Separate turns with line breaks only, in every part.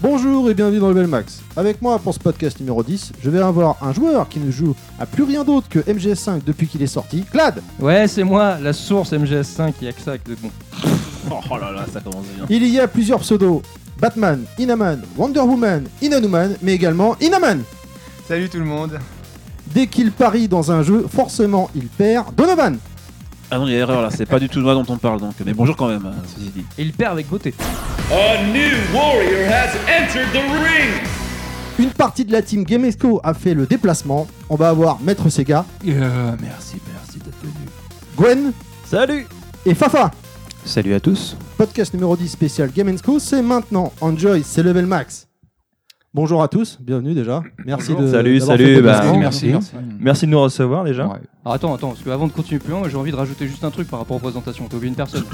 Bonjour et bienvenue dans le Belmax. Avec moi pour ce podcast numéro 10, je vais avoir un joueur qui ne joue à plus rien d'autre que MGS5 depuis qu'il est sorti, Clad
Ouais, c'est moi, la source MGS5, il y a que ça que de bon.
Oh là là, ça commence bien.
Il y a plusieurs pseudos Batman, Inaman, Wonder Woman, Inanuman, mais également Inaman
Salut tout le monde.
Dès qu'il parie dans un jeu, forcément il perd Donovan
Ah non, il y a erreur là, c'est pas du tout de moi dont on parle donc. Mais bonjour quand même, euh, ceci dit.
Et il perd avec beauté.
A new warrior has entered the ring!
Une partie de la team Gamesco a fait le déplacement. On va avoir Maître Sega,
Euh, merci, merci d'être venu.
Gwen
Salut
et Fafa
Salut à tous.
Podcast numéro 10 spécial Game Co, c'est maintenant. Enjoy, c'est level max. Bonjour à tous, bienvenue déjà. Merci de.
Salut,
d'avoir
salut,
fait le
bah,
déplacement.
merci. Merci de nous recevoir déjà.
Ouais. Alors attends, attends, parce que avant de continuer plus loin, moi, j'ai envie de rajouter juste un truc par rapport aux présentations. T'as oublié une personne.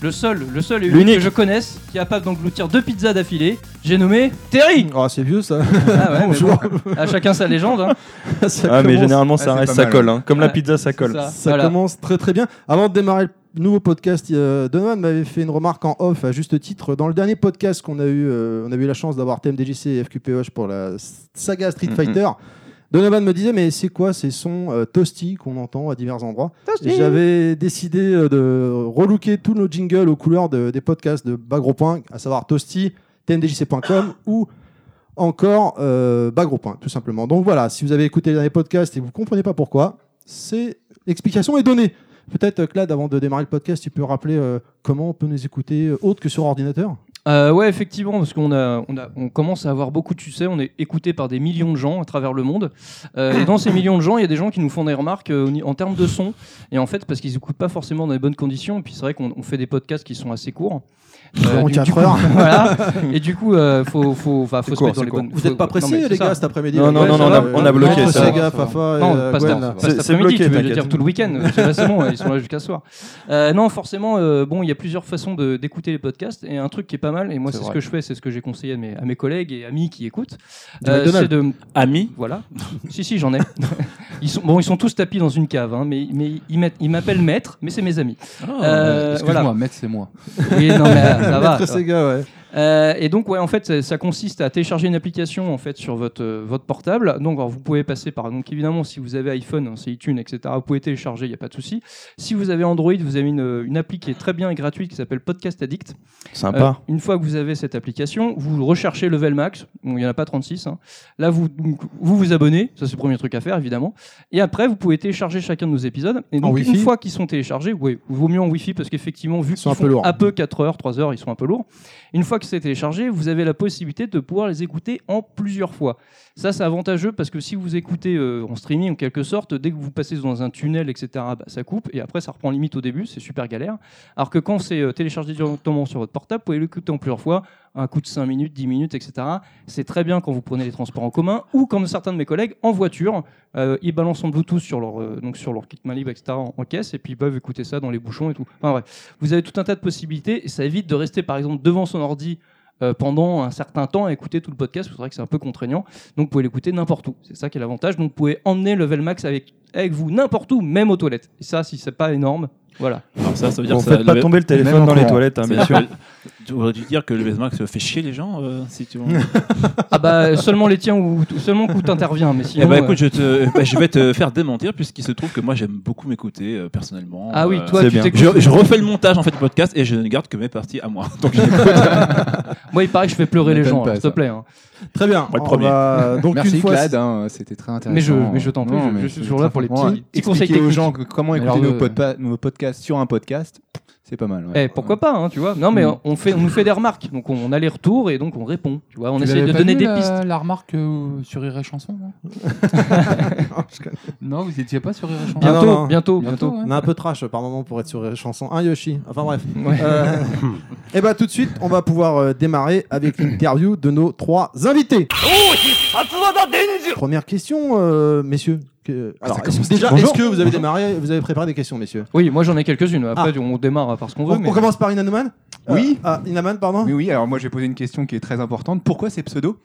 Le seul, le seul et unique
L'unique.
que je connaisse qui est capable d'engloutir deux pizzas d'affilée, j'ai nommé Terry
Ah, c'est vieux ça.
Ah ouais, mais
Bonjour.
bon, à chacun sa légende. hein.
ça
ah mais
commence-
généralement
Ah,
ça
c'est
reste,
pas
ça
mal,
colle. hein. Comme la
Ouais,
pizza, ça colle.
ça.
Ça
Voilà.
commence très très bien. Avant de démarrer le nouveau podcast, euh, Donovan m'avait fait une remarque en off à juste titre. Dans le dernier podcast qu'on a eu, euh, on a eu la chance d'avoir TMDJC et FQPH pour la s- saga Street
Mhm.
Fighter. Donovan me disait mais c'est quoi ces sons euh, toasty qu'on entend à divers endroits Et J'avais décidé euh, de relooker tous nos jingles aux couleurs de- des podcasts de Bagro Point, à savoir toasty, tmdjc.com ou encore euh, Bagro Point, tout simplement. Donc voilà, si vous avez écouté les derniers podcasts et que vous comprenez pas pourquoi, c'est l'explication est donnée. Peut-être, euh, Clad, avant de démarrer le podcast, tu peux rappeler euh, comment on peut nous écouter euh, autre que sur ordinateur
Euh, ouais, effectivement, parce qu'on a, on a, on commence à avoir beaucoup, tu sais, on est écouté par des millions de gens à travers le monde. Euh, et dans ces millions de gens, il y a des gens qui nous font des remarques euh, au ni- en termes de son. Et en fait, parce qu'ils n'écoutent pas forcément dans les bonnes conditions. Et puis c'est vrai qu'on on fait des podcasts qui sont assez courts. Euh,
Environ
du- du
quatre
coup-
heures.
voilà. Et du coup, euh, faut, faut, enfin, faut se
court,
mettre dans
c'est
les
court.
bonnes.
Vous
faut-
n'êtes pas
non,
pressés,
mais c'est
les
ça.
gars, cet après-midi
Non,
là,
non,
ouais,
non,
ça
non, on
va,
a-
euh,
on a bloqué,
Maître
ça va,
Sega,
ça va.
Fafa et
Non,
euh,
pas, cet
Gwen,
après-
là.
pas
C'est-
cet
c'est
après-midi,
bloqué,
tu veux le
t'inquiète.
dire tout le week-end, tu vas c'est bon, ils sont là jusqu'à ce soir. Euh, non, forcément, euh, bon, il y a plusieurs façons de- d'écouter les podcasts, et un truc qui est pas mal, et moi
C'est
c'est ce
vrai.
que je fais, c'est ce que j'ai conseillé à mes, à mes collègues et amis qui écoutent, euh,
Du
c'est
McDonald's.
de...
Ami
Voilà. si, si, j'en ai. Ils sont, bon, ils sont tous tapis dans une cave, hein, mais, mais ils, mettent- ils m'appellent maître, mais c'est mes amis.
Ah,
Euh,
Excuse-moi,
voilà.
maître, c'est moi.
Oui, non, mais euh, ça va.
Maître Sega, ouais.
Euh, et donc, ouais, en fait, ça, ça consiste à télécharger une application en fait sur votre, euh, votre portable. Donc, alors, vous pouvez passer par. Donc, évidemment, si vous avez iPhone, hein, c'est iTunes, etc., vous pouvez télécharger, il n'y a pas de souci. Si vous avez Android, vous avez une, euh, une appli qui est très bien et gratuite qui s'appelle Podcast Addict. Euh,
Sympa.
une fois que vous avez cette application, vous recherchez Level Max. Bon, il n'y en a pas 36. hein. Là, vous, donc, vous vous abonnez. Ça, c'est le premier truc à faire, évidemment. Et après, vous pouvez télécharger chacun de nos épisodes. Et
En
donc,
Wi-Fi
une fois qu'ils sont téléchargés, oui, vaut mieux en Wi-Fi parce qu'effectivement, vu qu'ils
sont
font
un peu lourds.
à peu 4 heures, 3 heures, ils sont un peu lourds. Une fois que c'est téléchargé, vous avez la possibilité de pouvoir les écouter en plusieurs fois. Ça, c'est avantageux parce que si vous écoutez euh, en streaming, en quelque sorte, dès que vous passez dans un tunnel, etc., bah, ça coupe et après, ça reprend limite au début. C'est super galère. Alors que quand c'est euh, téléchargé directement sur votre portable, vous pouvez l'écouter en plusieurs fois, un coup de 5 minutes, 10 minutes, etc. C'est très bien quand vous prenez les transports en commun ou comme certains de mes collègues en voiture. euh, ils balancent en Bluetooth sur leur, euh, donc sur leur kit main libre, etc. En, en caisse et puis ils peuvent écouter ça dans les bouchons et tout. Enfin bref, vous avez tout un tas de possibilités et ça évite de rester par exemple devant son ordi. euh, pendant un certain temps à écouter tout le podcast, vous vrai que c'est un peu contraignant, donc vous pouvez l'écouter n'importe où. C'est ça qui est l'avantage, donc vous pouvez emmener Level Max avec, avec vous n'importe où, même aux toilettes. Et ça, si c'est pas énorme, voilà.
Alors ça, ça veut dire
On
que ça.
fait pas
le-
tomber le
Même
téléphone dans
encore.
les toilettes, hein,
ça-
bien sûr.
Tu aurais dû dire que le Max fait chier les gens euh, si tu veux.
Ah bah seulement les tiens ou ou seulement où t'interviens, mais sinon.
Eh bah
euh,
écoute, je, te, bah, je vais te faire démentir puisqu'il se trouve que moi j'aime beaucoup m'écouter euh, personnellement.
Ah oui,
Euh,
toi
c'est
tu
bien.
t'écoutes.
Je, je refais le montage en fait du podcast et je ne garde que mes parties à moi. Donc
Moi il paraît que je fais pleurer les
M'étonne
gens,
pas,
alors, s'il te
ça.
plaît. hein.
Très bien.
Moi, le
on
premier.
va- donc
Merci
une fois,
Clad, hein, c'était très intéressant.
Mais je- mais je t'en prie, je-
mais
je suis
c'est
toujours là pour les
très important.
petits- petits
Expliquer
conseils
aux
techniques.
gens que- comment
Mais
écouter
alors,
nos,
le-
podpa- nos podcasts sur un podcast, c'est pas mal. ouais.
Eh, pourquoi pas, hein, tu vois Non mais on, fait, on nous fait des remarques, donc on, on a les retours et donc on répond. Tu vois, on
Tu
essaie
l'avais
de
pas
donner
vu,
des
la-
pistes.
La remarque euh, sur Rire et Chanson non Non, vous étiez pas sur Rire et
Ah
Chanson.
Bien-
Bientôt,
non, non.
bientôt, bientôt.
Bientôt,
on
ouais.
a un peu trash par moment pour être sur euh, chanson. Un Yoshi. Enfin bref.
Ouais.
et bah tout de suite, on va pouvoir euh, démarrer avec l'interview de nos trois invités. Première question, euh, messieurs. Que- alors, est-ce- déjà, est-ce
Bonjour.
que vous avez démarré, vous avez préparé des questions, messieurs
Oui, moi j'en ai quelques-unes. Après, on démarre parce qu'on
On,
veut. mais-
on commence par Inanuman
Oui.
Ah, Inaman, pardon
Oui, oui, alors moi j'ai posé une question qui est très importante. Pourquoi ces pseudos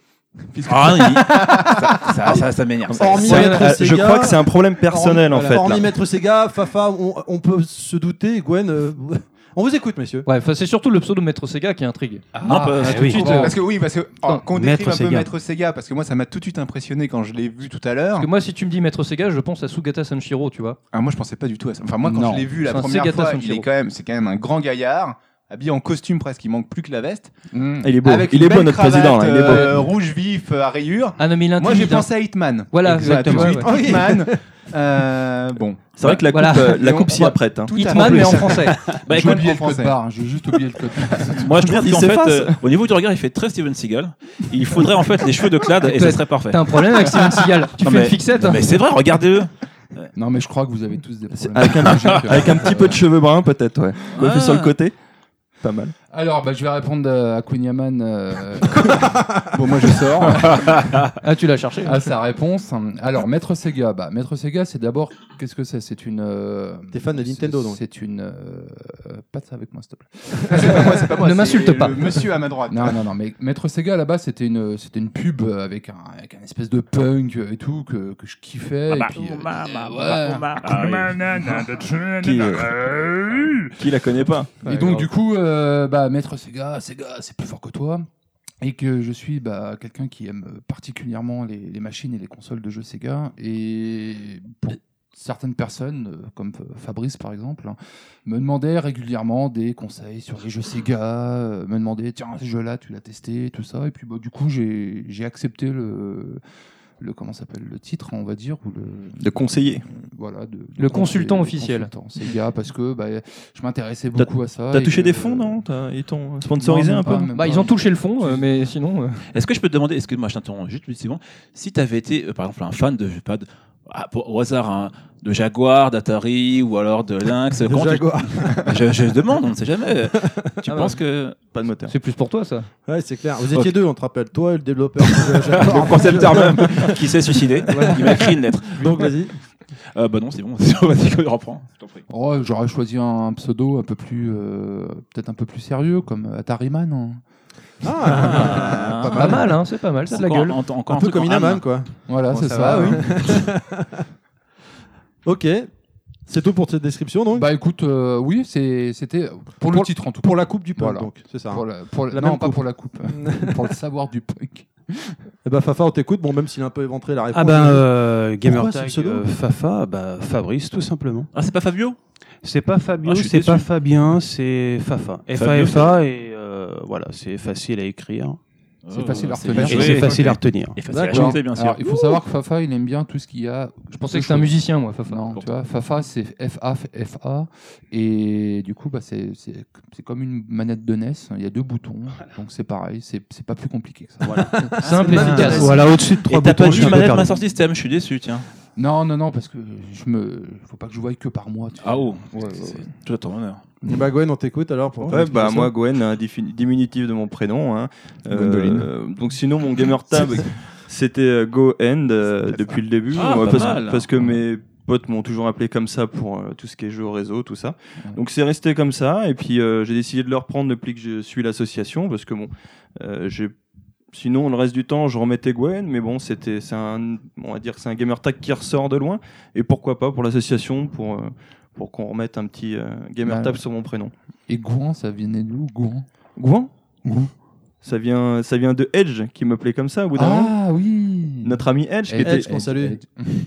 Ah, il- ça, ça, ça, ça m'énerve. ça.
Hormis
Ça,
Maître
euh, je
Sega,
crois que c'est un problème personnel en
hormis-
fait.
Hormis
là.
Maître Sega, Fafa, on, on peut se douter, Gwen, euh, On vous écoute, messieurs.
Ouais, enfin, c'est surtout le pseudo de Maître Sega qui intrigue.
hein.
Ah, bah,
eh oui.
suite, euh,
Parce que oui, parce que oh,
Attends,
qu'on
Maître
décrive un peu
Sega.
Maître Sega, parce que moi ça m'a tout de suite impressionné quand je l'ai vu tout à l'heure.
Parce que moi, si tu me dis Maître Sega, je pense à Sugata Sanshiro, tu vois.
Ah, moi je pensais pas du tout à ça. Enfin moi quand
Non.
je l'ai vu la
C'est un
première
Segata
fois,
Sanshiro.
il est quand même, c'est quand même un grand gaillard, habillé en costume presque, il manque plus que la veste.
Hum.
Ah, Il est beau,
Avec
il
une
est beau
belle
notre
cravate,
président. là, il est beau.
euh, rouge vif euh, à rayures.
Ah non, mais il
Moi j'ai
intimide, hein.
pensé à Hitman.
Voilà,
Exact, tout de
exactement,
suite, Hitman. Euh, bon.
C'est vrai que la coupe,
Voilà.
euh, la
Et on-
coupe s'y
on-
apprête. hein.
Tout
Hitman, mais en français.
bah,
J'ai
écoute,
oublié le
en
code
français.
barre, j'ai juste oublié le code.
Moi, je trouve
Il
qu'en fait,
s'efface.
euh, au niveau du regard, il fait très Steven Seagal. Il faudrait en fait les cheveux de Clad et ça serait parfait.
T'as un problème avec Steven Seagal. Tu
Non,
fais
mais-
une fixette. hein.
Non, mais c'est vrai, regardez-le.
Non, mais je crois que vous avez tous des
C'est-
problèmes.
Avec un,
Donc, euh,
avec un petit peu de cheveux bruns, peut-être, ouais. Coiffé
Ah.
sur le côté. Pas mal.
Alors, bah, je vais répondre euh, à Kunyaman, euh,
Bon moi je sors.
Ah, tu l'as cherché.
à sa réponse. Alors, Maître Sega, bah, Maître Sega, c'est d'abord, qu'est-ce que c'est C'est une. euh,
T'es fan de
c'est-
Nintendo, donc.
C'est une. euh, pas de ça avec moi, s'il te plaît.
C'est pas moi, c'est pas moi,
Ne
c'est
m'insulte pas.
le Monsieur à ma droite.
Non, non, non, mais Maître Sega, là-bas, c'était une, c'était une pub avec un, avec un espèce de punk et tout que, que je kiffais.
Ah bah,
et puis, euh, ouais.
Qui, euh, qui la connaît pas
Et donc, du coup, euh, bah, Maître Sega, Sega, c'est plus fort que toi. Et que je suis bah, quelqu'un qui aime particulièrement les, les machines et les consoles de jeux Sega. Et pour certaines personnes, euh, comme euh, Fabrice par exemple, hein, me demandaient régulièrement des conseils sur les jeux Sega, euh, me demandaient tiens, ce jeu-là, tu l'as testé, tout ça. Et puis, bah, du coup, j'ai j'ai accepté le. Le, comment ça s'appelle le titre on va dire ou le
De conseiller.
voilà de- de
Le consultant
conseiller-
officiel.
consultant Sega parce que bah, je m'intéressais beaucoup à ça
T'as
et
touché
que-
des fonds, non T'as- Ils t'ont sponsorisé
Non,
un
même
peu
pas,
non
même
Bah,
pas.
ils ont touché le fond, euh, mais sinon. euh,
Est-ce que je peux te demander, excuse-moi, je t'interromps juste une seconde, si tu avais été, euh, par exemple, un fan de, je sais pas, de- ah, pour- au hasard, hein, de Jaguar, d'Atari ou alors de Lynx, comment tu- Bah,
Jaguar.
je, je demande, on ne sait jamais. Tu
Ah
penses que.
Pas de moteur.
C'est plus pour toi, ça.
Ouais, c'est clair. Vous étiez deux, on te rappelle. Toi et le développeur. euh, de Jaguar.
Le concepteur même qui s'est suicidé, il m'a écrit une lettre.
Donc, vas-y.
Euh, bah non, c'est bon, vas-y, on reprend. je t'en prie.
Oh, j'aurais choisi un, un pseudo un peu plus, euh, peut-être un peu plus sérieux, comme Atari Man. hein.
Ah,
Ah,
Pas mal, hein, c'est pas mal, c'est de la
Encore-
gueule.
en- encore
Un peu
truc
comme
en
Inaman,
âme.
quoi.
Voilà,
Bon,
c'est
ça
ça.
va, oui.
hein.
Ok. C'est tout pour cette description, donc.
bah écoute, euh, oui, c'est- c'était pour, le
Pour-
titre en tout cas.
Pour la coupe du pain,
Voilà.
donc. C'est ça. hein.
Pour la, pour la-
La
non,
même
pas
coupe.
pour la coupe. pour le savoir du punk.
Et bah, Fafa, on t'écoute. Bon, même s'il a un peu éventré la réponse.
Ah ben, euh,
Pourquoi
Gamertag,
ce pseudo
euh, Fafa, bah, Fabrice, tout simplement.
Ah, c'est pas Fabio
C'est pas Fabio,
Ah, je suis
c'est
déçu.
pas Fabien, c'est Fafa.
Fabio,
F-A-F-A, et euh, voilà, c'est facile à écrire.
C'est facile à
Oh, c'est
retenir.
Et
facile.
c'est facile à retenir.
Et facile à
D'accord.
chanter, bien sûr.
Alors, il faut savoir que Fafa, il aime bien tout ce qu'il y a.
Je pensais que c'était un musicien, moi, Fafa.
Non, tu vois, Fafa, c'est F-A, F-A. Et du coup, bah, c'est c'est- c'est comme une manette de NES. Il y a deux boutons. Donc c'est pareil, c'est c'est pas plus compliqué que ça.
Voilà.
Simple,
Ah,
efficace.
Voilà, au-dessus de trois
Et t'as
boutons,
pas
je
dit
suis un peu
Manette
perdu.
Master System, je suis déçu, tiens.
Non, non, non, parce que je me, faut pas que je voie que par moi. tu
Ah
sais.
oh,
Ouais, ouais,
c'est
ouais.
tout à ton honneur.
Et bah, Gwen, on t'écoute alors pour ton
Ouais, bah
explication.
moi Gwen, un diffi- diminutif de mon prénom. hein. Euh,
Gwendoline.
donc sinon mon gamer tab, c'était euh, Go End euh, depuis le début,
Ah,
Ouais,
pas
parce,
mal.
parce que mes potes m'ont toujours appelé comme ça pour euh, tout ce qui est jeu au réseau, tout ça. Donc c'est resté comme ça, et puis euh, j'ai décidé de le reprendre depuis que je suis l'association, parce que bon, euh, j'ai Sinon, le reste du temps, je remettais Gwen, mais bon, c'était, c'est un, on va dire que c'est un gamer tag qui ressort de loin, et pourquoi pas pour l'association, pour, euh, pour qu'on remette un petit euh, gamer
Bah,
Ouais.
tab sur mon prénom.
Et Gouin, ça venait d'où Gouin
Gouin
Gouin.
Ça vient, ça vient de Edge qui me plaît comme ça au bout d'un moment.
Ah oui
Notre ami Edge, qui était-
Edge, qu'on salue.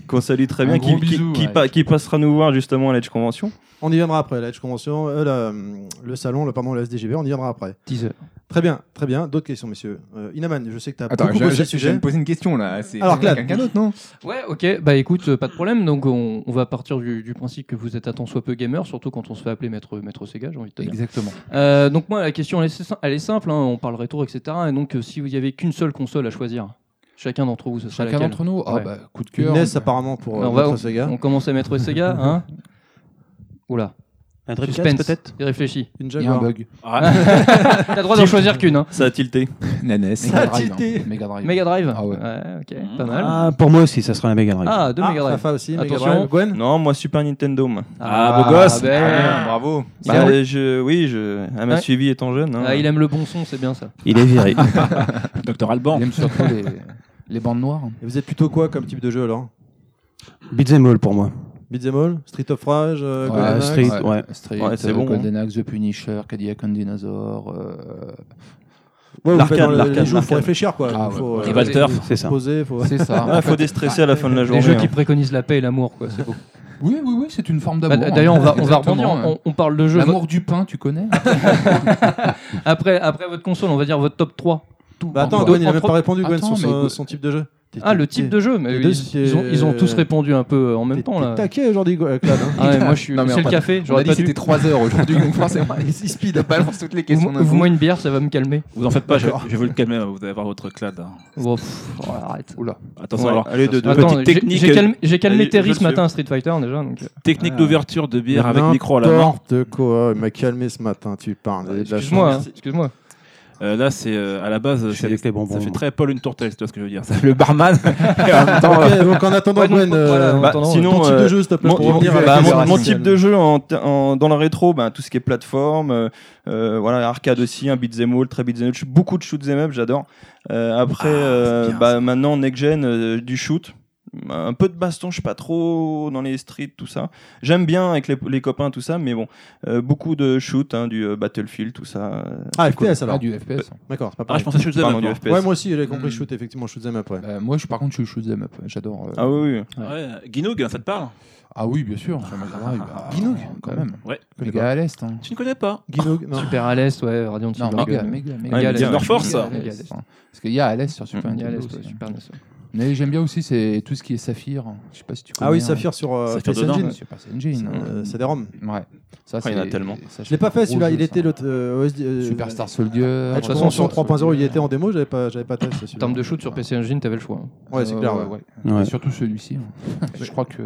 qu'on salue très
Un
bien, qui,
gros
qui-
bisou,
qui
ouais.
pa- qui passera nous voir justement à l'Edge Convention.
On y viendra après, la Edge Convention, euh, la, hum, le salon, le, pardon, la SDGB, on y viendra après.
Teaser.
Très bien, très bien. D'autres questions, messieurs. Euh, Inaman, je sais que tu as
Attends,
beaucoup
j'ai-
bossé
j'ai-
le
j'ai
sujet.
me poser une question là. C'est
Alors,
c'est
Clad.
quelqu'un d'autre, non
Ouais, ok, bah écoute, euh, pas de problème. Donc, on, on va partir du, du principe que vous êtes à tant soit peu gamer, surtout quand on se fait appeler maître, maître Sega, j'ai envie de te dire.
Exactement.
Euh, donc, moi, la question, elle est, si- elle est simple, hein, on parle rétro, etc. Et donc, euh, si vous y avait qu'une seule console à choisir, chacun d'entre vous, ce serait
Chacun
laquelle
d'entre nous Ah
Ouais.
bah, coup de
Une
cœur.
NES, apparemment, pour euh,
Alors, on va-
notre Sega.
On commence à mettre Sega, hein Oula,
Un Dreamcast,
suspense,
peut-être
il réfléchit.
Une
Il y a un
Jaguar.
bug.
T'as le droit d'en choisir qu'une, hein
Ça a tilté.
La NES.
Mega
a
Drive.
tilté.
hein. Mega Drive.
Mega Drive
Ah ouais.
ok, pas mal.
Ah, pour moi aussi, ça sera la Mega Drive.
Ah, deux
Ah,
Mega Drive.
Fafa aussi, Mega
Attention.
Drive. Gwen
Non, moi Super Nintendo. moi.
Ah, beau gosse.
ben.
bravo.
Il
Bah,
a-
euh, je, oui, je, elle m'a
Ouais.
suivi étant jeune. hein.
Ah, il aime le bon son, c'est bien ça.
Il est viré.
Ah.
Docteur Alban.
Il aime surtout les, les bandes noires.
Et vous êtes plutôt quoi comme type de jeu alors
Beat'em all pour moi.
Beat'em All, Street of Rage, euh,
Ouais,
Golden Axe.
Street, ouais.
Street,
Ouais, c'est
euh,
bon,
Golden Axe, The Punisher, Cadillac and Dinosaur. euh,
Ouais, vous faites dans
L'arcade,
les- les
l'arcade,
jeux, faut
l'arcade.
réfléchir quoi.
Ah,
Il faut
ouais.
euh,
Et Walter,
C'est ça.
poser, faut.
C'est ça.
Il faut déstresser à la fin de la
Des
journée.
jeux qui
hein.
préconisent la paix et l'amour, quoi. C'est beau.
Oui, oui, oui, c'est une forme
Bah,
d'amour. hein.
D'ailleurs, on va, on va rebondir.
Ah, Exactement,
On, on parle de jeux.
L'amour du pain, tu connais hein.
Après, après votre console, on va dire votre top 3. Tout.
Bah attends,
En-
Gwen, il
en
a même
trois-
pas répondu, Gwen,
Attends,
sur
mais
son-
écoute.
son type de jeu.
Ah, le type de jeu. Mais
Les
ils,
deux,
ils ont, ils ont tous
c'est-
répondu un peu en même temps. là.
taquet aujourd'hui, hein. Claude.
Ah ouais, moi, je suis.
Non, mais
C'est le
on-
café.
J'aurais
J'aurais
dit
pas
que c'était
dû.
3 heures aujourd'hui, donc forcément,
Il
je
speed.
balance toutes les questions. d'un
Vous-
coup.
Vous-moi une bière, ça va me calmer.
vous en faites pas, je, je veux le calmer, vous allez avoir votre clade. hein.
Bon, pff, oh, arrête.
Attention,
Ouais,
alors,
allez, deux, deux.
Attends,
petite
j'ai-
technique-
j'ai calmé, j'ai calmé
Allez,
Terry
je
ce
le
matin à Street Fighter déjà. Donc, euh,
technique
Ah.
d'ouverture de bière avec micro à la main.
N'importe quoi, il m'a calmé ce matin, tu parles. de la
excuse-moi,
chance.
hein, excuse-moi.
Euh, là, c'est euh, à la base,
Je suis
ça,
avec les bonbons,
ça fait
moi.
très Paul une tourtelle, c'est ce que je veux dire. Le barman.
Ok, donc en attendant,
Ouais, donc,
Gwen, euh,
voilà, en
bah,
attendant,
ton
sinon,
type de
euh,
jeu, s'il te plaît,
Mon,
pour
mon-
revenir à la
bah, mon-
question.
mon type de jeu en, en- dans le rétro, bah, tout ce qui est plateforme, euh, euh, voilà, arcade aussi, un beat'em all, très beat'em all, je- beaucoup de shoot'em up, j'adore. Euh, après, euh,
c'est bien,
bah, maintenant next gen euh, du shoot, un peu de baston, je suis pas trop dans les streets tout ça. J'aime bien avec les, les copains tout ça, mais bon, euh, beaucoup de shoot, hein, du euh, Battlefield tout ça. euh,
Ah, FPS alors.
Ah, du FPS.
D'accord, c'est pas
Ah,
pareil.
je pensais que je faisais
pardon,
même
du
pas.
FPS.
Ouais, moi aussi, j'ai compris
Ah.
Mm.
shoot, effectivement, shoot them après.
Bah,
Euh, moi, je, par contre, je suis shoot'em up. J'adore. euh,
Ah oui, oui.
Ouais, Guinogue, ça te parle
Ah oui, bien sûr. ça m'intéresse,
Ah,
bah,
Guinoug,
quand même.
Ouais.
Les gars à l'Est. hein.
Tu ne connais pas
Guinog, non.
Super à l'est, ouais, Radiant
Non,
Silvergun.
méga, méga, méga.
Ouais,
à l'Est.
Media
North Force.
Méga à l'Est, hein. Parce qu'il y a à l'Est sur Super
Mm.
Méga à
Nintendo.
l'est, ouais,
aussi.
Super NES.
Mais j'aime bien aussi c'est tout ce qui est Saphir. Je sais pas si tu connais.
Ah oui,
hein.
Saphir sur euh,
Saphir
PS
dedans,
Engine.
Ouais, Super Engine.
Euh, C'est des ROM.
Ouais. Ça,
Ah, il y en a
c'est-
tellement.
ça,
Je l'ai pas fait celui-là,
gros
il
jeu,
était
ça.
l'autre. euh, OSD, euh,
Superstar Soldier.
Ah, De toute
Attends,
façon, sur
sur-
3.0, il était en démo, j'avais pas, j'avais pas testé
En
celui-là.
termes de shoot sur PC Engine, t'avais le choix. hein.
Ouais, c'est
Euh,
clair.
ouais,
ouais.
ouais.
Ouais.
Et surtout celui-ci. hein. Je crois que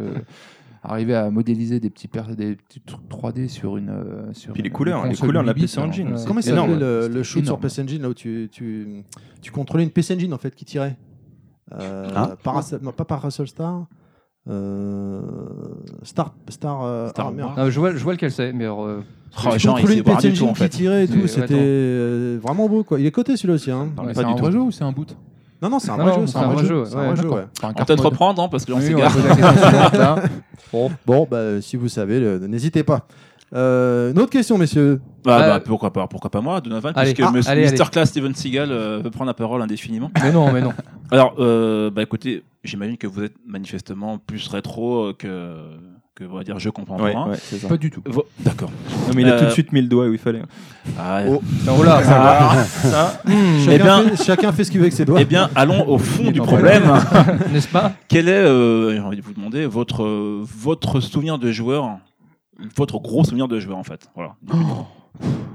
arriver à modéliser des petits, per- des petits trucs 3D sur une. euh, Sur
Puis les
une
couleurs, les
console
couleurs de la
8,
PC Engine,
alors,
c'est
Comment il
énorme.
s'appelait le, le
C'était
shoot sur
énorme.
PC Engine là où tu, tu, tu contrôlais une PC Engine en fait qui tirait euh,
Ah.
Parace- non, pas Parasol Star. Euh, Star. Star. euh,
Star
ah, merde.
Non, je, vois, je vois lequel c'est, mais alors, euh,
Oh,
tu
Jean, il
contrôlais
sait
une
boire
PC
du tout
Engine
en
qui
fait.
tirait et tout.
Mais
C'était
attends.
euh, vraiment beau quoi. Il est coté celui-là aussi. Hein.
Non, mais
Pas
C'est
du
un
tout.
vrai jeu ou c'est un boot
Non, non, c'est un
Non,
vrai
non,
jeu. C'est un vrai jeu. C'est un vrai jeu, ouais.
On va peut-être reprendre, hein, parce que j'en sais gare.
Bon, bah, euh, si vous savez, le- n'hésitez pas. Euh, une autre question, messieurs.
Bah,
Euh,
bah, pourquoi pas, pourquoi pas moi, Donovan,
allez.
puisque
Ah,
Mr.
allez, allez.
Mr. Class Steven Seagal euh, veut prendre la parole indéfiniment.
mais non, mais non.
Alors, euh, bah écoutez, j'imagine que vous êtes manifestement plus rétro euh, que, que on va dire, je comprends
Ouais,
pas.
ouais, c'est ça.
Pas du tout.
D'accord.
Non, mais il a
Euh,
tout de suite mis le doigt où il fallait.
Ah,
Oh.
Oh là,
ah. Ça,
Eh
Chacun,
bien-
fait, chacun fait ce qu'il veut avec ses doigts.
Eh bien, allons au fond
Il
du
est
problème.
n'est-ce pas
Quel est, euh, j'ai envie de vous demander, votre, euh, votre souvenir de joueur Votre gros souvenir de joueur, en fait. Voilà.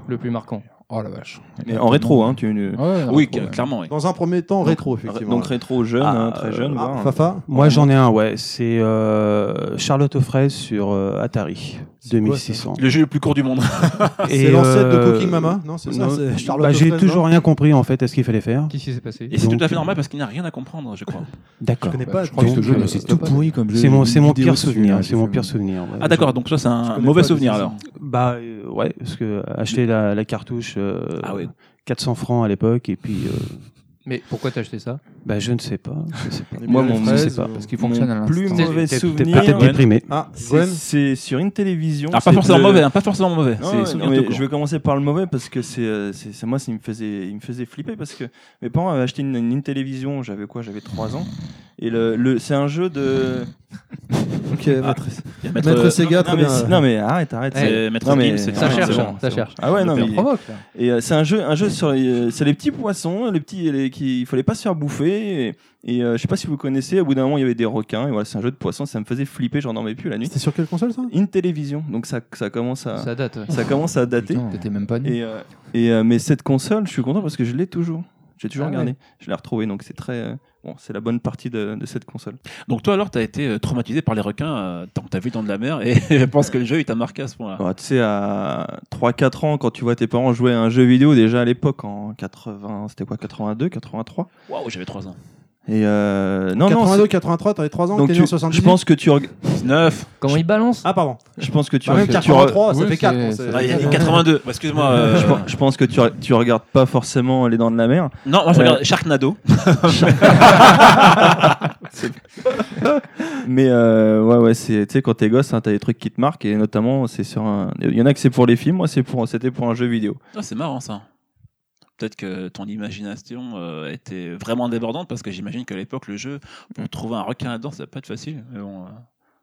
Le plus marquant.
Oh la vache.
mais en rétro, hein, tu.
oui, clairement, oui.
Dans un premier temps,
Donc,
rétro, effectivement.
Donc rétro jeune,
Ah,
hein, très jeune.
Ah,
voire, hein.
Fafa
Moi, j'en ai un, ouais. C'est euh, Charlotte aux fraises sur euh, Atari
C'est quoi, ça Ah,
2600.
Le jeu le plus court du monde.
C'est
Et,
l'ancêtre de
euh,
Cooking Mama Non, c'est ça,
non.
c'est Charlotte.
Bah, J'ai
Hoffman,
toujours
non
rien compris en fait à ce qu'il fallait faire.
Qu'est-ce qui s'est passé
Et c'est
Donc-
tout à fait normal
euh,
parce qu'il n'y a rien à comprendre, je crois.
Je
D'accord.
connais pas.
Je crois que ce
Donc,
jeu
euh,
n'existe
tout
pas.
pourri
comme
C'est mon, c'est mon pire souvenir. hein, C'est mon pire souvenir. ouais.
Ah d'accord, donc ça c'est un
connais
mauvais
pas,
souvenir
c'est-
alors.
Bah euh, ouais, parce que acheter la, la cartouche euh,
Ah ouais.
400 francs à l'époque et puis euh,
Mais pourquoi t'as acheté ça
bah je ne sais pas. Je sais pas.
On est
Moi,
bien
mon-
à la
je sais
fraise,
pas,
euh,
Parce qu'il fonctionne à
Mon
l'instant.
plus mauvais
T'es- t'es
souvenir.
peut-être déprimé.
Ah,
C'est
Gwen
c'est sur une télévision.
Ah, pas
c'est
forcément
le-
mauvais, hein, pas forcément mauvais.
Non,
c'est
ouais,
souvenir
non, mais
tout court.
je vais commencer par le mauvais parce que c'est euh, c'est c'est- moi, ça me faisait, il me faisait flipper parce que mes parents avaient acheté une, une télévision. J'avais quoi J'avais 3 ans. Et le, le c'est un jeu de.
Ok,
Ah.
maître,
Il y a
maître
euh,
Sega,
non,
très
mais,
bien.
non mais arrête, arrête.
c'est
c'est-
Maître
non,
Gims,
mais-
c'est-
non,
Ça
mais
cherche,
c'est
ça,
bon,
ça
c'est
cherche.
bon. Ah ouais, non mais.
provoque là.
Et euh, c'est un jeu, un jeu sur les, c'est les petits poissons, les petits, les, qui, il fallait pas se faire bouffer. Et, et, euh, je sais pas si vous connaissez, au bout d'un moment, il y avait des requins. Et voilà, c'est un jeu de poissons, ça me faisait flipper, j'en dormais plus la nuit.
C'était sur quelle console ça
Une télévision, donc ça, ça commence à, ça,
Ça date.
commence à dater.
Putain, T'étais même pas né.
Et, euh, et, euh, mais cette console, je suis content parce que je l'ai toujours. J'ai toujours
Ah
regardé. Je l'ai retrouvée, donc c'est très. euh, Bon, c'est la bonne partie de, de cette console.
Donc toi alors t'as été euh, traumatisé par les requins euh, tant que t'as vu dans de la mer et je pense que le jeu il t'a marqué à ce
Ah.
point-là.
Bah, tu sais, à 3-4 ans, quand tu vois tes parents jouer à un jeu vidéo, déjà à l'époque, en 80, c'était quoi, 82, 83
Waouh j'avais 3 ans.
Et euh, non, non,
82,
c'est-
83, t'avais 3 ans,
donc
t'es né
tu-
en
je
78.
pense que tu, reg-
19
Comment il balance
Ah, pardon.
Je pense que tu,
Bah, même
tu-
83, ça
Oui,
fait
c'est-
4.
c'est-
Ah, il y a dit 82. Bah, Excuse-moi.
tu-
euh,
je, pense- je pense que tu, tu regardes pas forcément les dents de la mer.
Non, moi je
Ouais.
regarde Sharknado.
Mais euh, ouais, ouais, c'est, tu sais, quand t'es gosse, hein, t'as des trucs qui te marquent et notamment, c'est sur un. Il y en a que c'est pour les films, moi, c'est pour, c'était pour un jeu vidéo.
Ah, c'est marrant ça. Peut-être que ton imagination euh, était vraiment débordante parce que j'imagine qu'à l'époque, le jeu, pour trouver un requin là-dedans, ça va pas être facile. Mais bon, euh,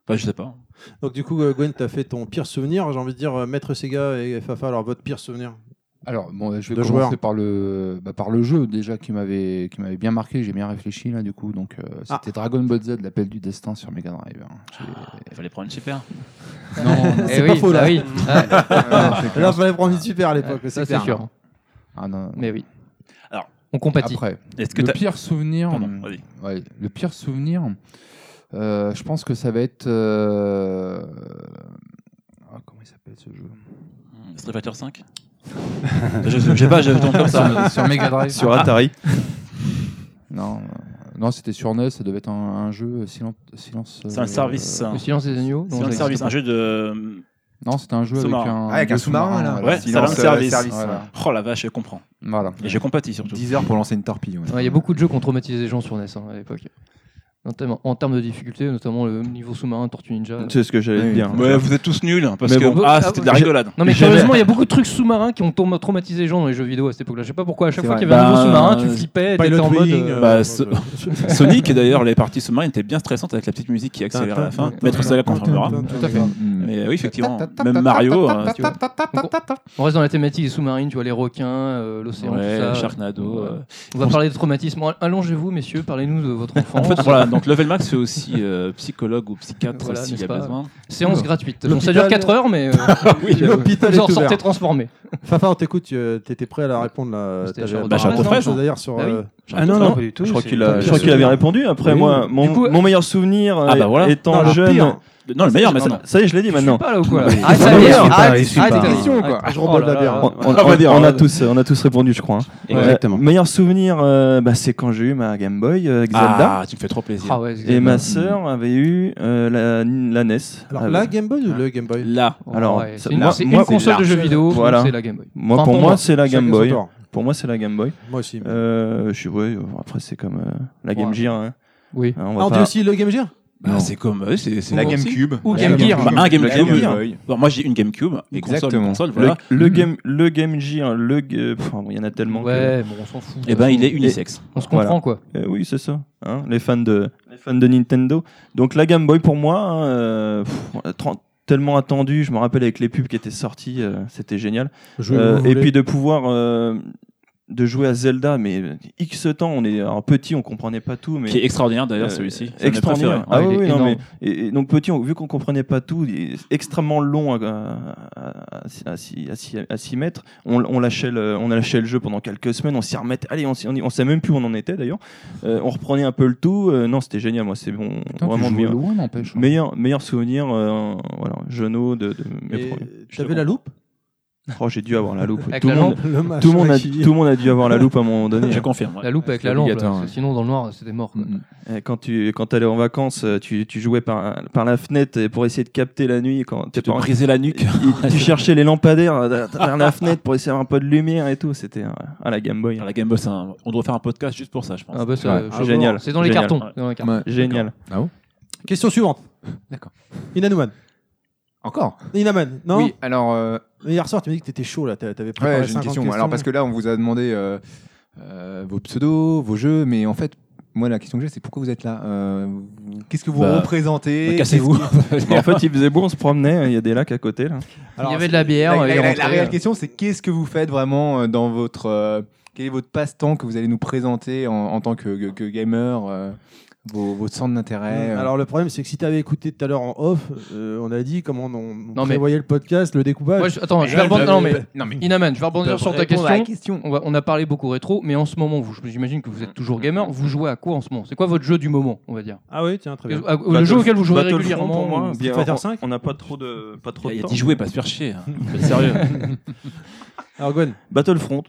bah, je sais pas.
Donc du coup, euh, Gwen, t'as fait ton pire souvenir. J'ai envie de dire euh, Maître Sega et Fafa, alors votre pire souvenir.
Alors, bon, je vais
De
commencer
joueurs.
par le bah, par le jeu déjà qui m'avait qui m'avait bien marqué. J'ai bien réfléchi là du coup. Donc, euh,
Ah.
c'était Dragon Ball Z, l'appel du destin sur Mega Drive. hein.
Ah.
Il fallait prendre une super.
J'ai- Non,
C'est pas faux, là.
eh Oui. Ah,
non, c'est clair.
Là, fallait prendre une super à l'époque.
ça, c'est
clair.
sûr. hein.
Ah, non, non.
Mais oui.
Alors,
on compatit.
Après,
Est-ce que
le
t'as-
pire souvenir.
Pardon,
hum,
vas-y.
Ouais, le pire souvenir, euh, je pense que ça va être. euh, ah, comment il s'appelle ce jeu
Hmm, Street Fighter 5 je, je sais pas, je tombe comme ça.
Sur, sur Mega Drive.
Sur Atari.
Non, euh, non c'était sur NES, ça devait être un, un jeu euh, silence. silence
C'est un
euh,
service.
Le silence des agneaux.
C'est
non,
un
ça
service, un
existe
jeu de.
Non, c'était un jeu avec
Sous-marin.
un.
Ah, avec
jeu
un sous-marin, là.
voilà.
Ouais, c'est un
Silence, euh,
service.
service.
Voilà.
Oh la vache, je comprends.
Voilà.
Et je compatis surtout.
10 heures pour lancer une torpille. ouais.
pas. Ouais, Il y a beaucoup de jeux qui ont traumatisé les gens sur NES hein, à l'époque. Notamment- En termes de difficulté, notamment le niveau sous-marin Tortue Ninja.
C'est ce que j'allais
Ouais,
te dire.
Ouais, vous êtes tous nuls parce
Mais
que
bon.
ah, c'était de la
Ah,
rigolade.
Non mais
Jamais.
sérieusement, il y a beaucoup de trucs sous-marins qui ont trauma- traumatisé les gens dans les jeux vidéo à cette époque-là. Je sais pas pourquoi. À chaque
C'est
fois qu'il y
vrai.
avait un nouveau
Bah,
sous-marin, tu
euh,
flippais,
Pilot
t'étais en mode.
Wing,
euh,
euh,
bah,
euh,
ce- Sonic d'ailleurs, les parties sous-marines étaient bien stressantes avec la petite musique qui accélère à la fin. Maître Saga confirmera.
Tout à fait.
Mm.
Mais euh, oui, effectivement, même Mario, euh, tu vois.
On reste dans la thématique des sous-marines, tu vois les requins, euh, l'océan, tout ça.
Ouais, Sharknado. euh.
On va parler de traumatisme. Allongez-vous, messieurs, parlez-nous de votre enfant.
En fait, voilà, donc Level Max fait aussi euh, psychologue ou psychiatre
Voilà,
s'il y
n'est-ce
a
pas
besoin.
Séance gratuite. Bon, ça
L'hôpital- Ah
dure 4 heures, mais. euh,
Oui, l'hôpital
Vous en
est
sortez
ouvert.
transformé.
Fafa, on t'écoute. tu- euh, T'étais prêt à la répondre là.
C'était
t'avais-
Charles
Bah, Charles
Non,
Frère,
c'est
non
D'ailleurs sur.
Bah oui.
euh,
J'arrête
non,
de
non.
faire.
Ah Pas du tout.
Je crois
c'est-
qu'il a-
pire
je crois qu'il
souvenir.
avait répondu. Après,
Oui.
moi, mon,
Du coup-
mon meilleur souvenir
Ah, bah,
euh,
voilà.
étant
Non, le hein.
jeune.
pire.
Non, le meilleur, mais ça, non.
Ça y est, je l'ai dit
Je suis
maintenant.
pas là ou quoi là
Oui.
Arrête
Il
ça, ah,
suit
Pierre,
pas,
arrête,
il suit
arrête
pas.
tes
Il
questions,
suit
quoi.
pas. Je rebondis
Oh là
la bière.
là.
On, on-
On va dire,
on
ouais.
a tous, on a tous répondu, je crois. hein.
Exactement.
Euh, meilleur souvenir, euh, bah, c'est quand j'ai eu ma Game Boy euh, Zelda.
Ah, tu me fais trop plaisir.
Ah ouais,
Et
exactement.
ma sœur avait eu euh, la, la NES.
Alors
Ah,
la
ouais.
Game Boy ou le Game Boy
Là,
alors,
Ouais,
ça-
c'est une,
moi-
c'est une
moi, c'est
console de
large.
jeux vidéo, donc
Voilà.
c'est la Game Boy.
Moi,
Enfin,
pour
pour
moi,
moi.
c'est la Game
Chacun
Boy.
son tour.
Pour moi, c'est la Game Boy.
Moi aussi. mais-
Euh, je suis ouais, euh, après c'est comme euh, la Game
Ouais.
Gear. hein.
Oui.
Hein, on va
Ah, on dit
pas-
aussi le Game Gear
Ah,
Bah, c'est comme euh, c'est c'est
La
bon aussi.
GameCube.
Ou
La
Game Gear.
Bah, un
La
GameCube.
Game
Gear.
Boy.
Bon, moi j'ai une GameCube et console, une
Exactement.
console,
le,
voilà.
le game le Game Gear, le ga- pff, il y en a tellement.
Ouais, bon, on s'en fout.
Et ben il est unisex.
On se comprend,
Voilà.
quoi.
Que, Euh, oui, c'est ça. hein, les fans de les fans de Nintendo. Donc la Game Boy pour moi, hein, euh, pff, tran- tellement attendu. Je me rappelle avec les pubs qui étaient sorties, euh, c'était génial.
Je-
Euh,
vous
et
voulez-
puis de pouvoir euh, de jouer à Zelda, mais euh, x temps, on est en petit, on comprenait pas tout, mais
Qui est extraordinaire d'ailleurs
Euh,
celui-ci. C'est un de mes
extraordinaire.
préférés.
Ah
Ouais, il
oui,
est
oui, non,
énorme.
mais et, et donc petit, on- vu qu'on comprenait pas tout, il est extrêmement long à, à, à, à s'y- à s'y- à s'y mettre. On, on lâchait le, on a lâché le jeu pendant quelques semaines, on s'y remettait. Allez, on, s'y- on, y- on sait même plus où on en était d'ailleurs. Euh, on reprenait un peu le tout. Euh, non, c'était génial, moi, c'est bon,
Putain,
vraiment
tu jouais
bien.
loin, n'empêche. hein.
Meilleur, meilleur souvenir, euh, voilà, jeuneau de, de mes
Et
premiers. Je te
T'avais la loupe
comprends. Oh, j'ai dû avoir la loupe.
Avec
tout,
la
le monde,
lampe.
Le
tout, le monde a,
machin qui-
tout le monde a dû avoir la loupe à un moment donné.
Je confirme. ouais.
La loupe avec
c'est
la lampe, là,
obligatoire,
parce que
ouais.
sinon, dans le noir, c'était mort. quoi.
Mm.
Euh, Quand tu quand allais en vacances, euh, tu, tu jouais par, par la fenêtre euh, pour essayer de capter la nuit. Quand tes
Tu te
parents-
brisais la nuque.
Et tu cherchais les lampadaires euh, derrière- derrière la fenêtre pour essayer d'avoir un peu de lumière et tout. C'était euh, ah, la Game Boy.
La Game Boy, c'est un- on doit faire un podcast juste pour ça, je pense.
Ah bah, ça,
Ouais.
je-
Ah, bon.
génial.
C'est dans les
Génial.
cartons.
Ouais.
dans les cartons.
Ouais.
Génial.
Ah bon
Question suivante.
D'accord.
Inanuman.
Encore
Inaman, non
Oui, alors. euh,
Hier soir, tu m'as dit que t'étais chaud là, t'a- t'avais préparé
Ouais, j'ai une
50
question.
questions.
Alors, parce que là, on vous a demandé euh, euh, vos pseudos, vos jeux, mais en fait, moi, la question que j'ai, c'est pourquoi vous êtes là Euh, vous- Qu'est-ce que vous
Bah,
représentez
bah, cassez-vous.
Qu'est-ce que-
en fait, il faisait beau, on se promenait. hein. Il y a des lacs à côté là.
Il y avait de la bière.
la,
il
la-
est
la- la
rentré. euh.
réelle question, c'est qu'est-ce que vous faites vraiment euh, dans votre. euh, quel est votre passe-temps que vous allez nous présenter en, en tant que, que- que gamer euh, vos, vos centres d'intérêt euh.
Alors le problème c'est que si t'avais écouté tout à l'heure en off, euh, on a dit comment on, on
mais-
prévoyait le podcast, le découpage.
Moi, je- Attends, je vais
là,
rebondir.
je-
Non, mais
non, mais
Inaman, je vais rebondir sur ta
répondre à
question.
la question.
On, va- on a parlé beaucoup rétro, mais en ce moment, vous, j'imagine que vous êtes toujours gamer. Vous jouez à quoi en ce moment C'est quoi votre jeu du moment, on va dire
Ah oui, tiens, très bien.
À- Le jeu auquel vous jouez régulièrement euh,
pour moi.
ou-
Street Fighter
on-
5.
On n'a pas trop de pas trop
Il y
de
a
temps.
d'y jouer, pas se faire chier. hein. Faut être Sérieux.
Alors Gwen,
Battlefront.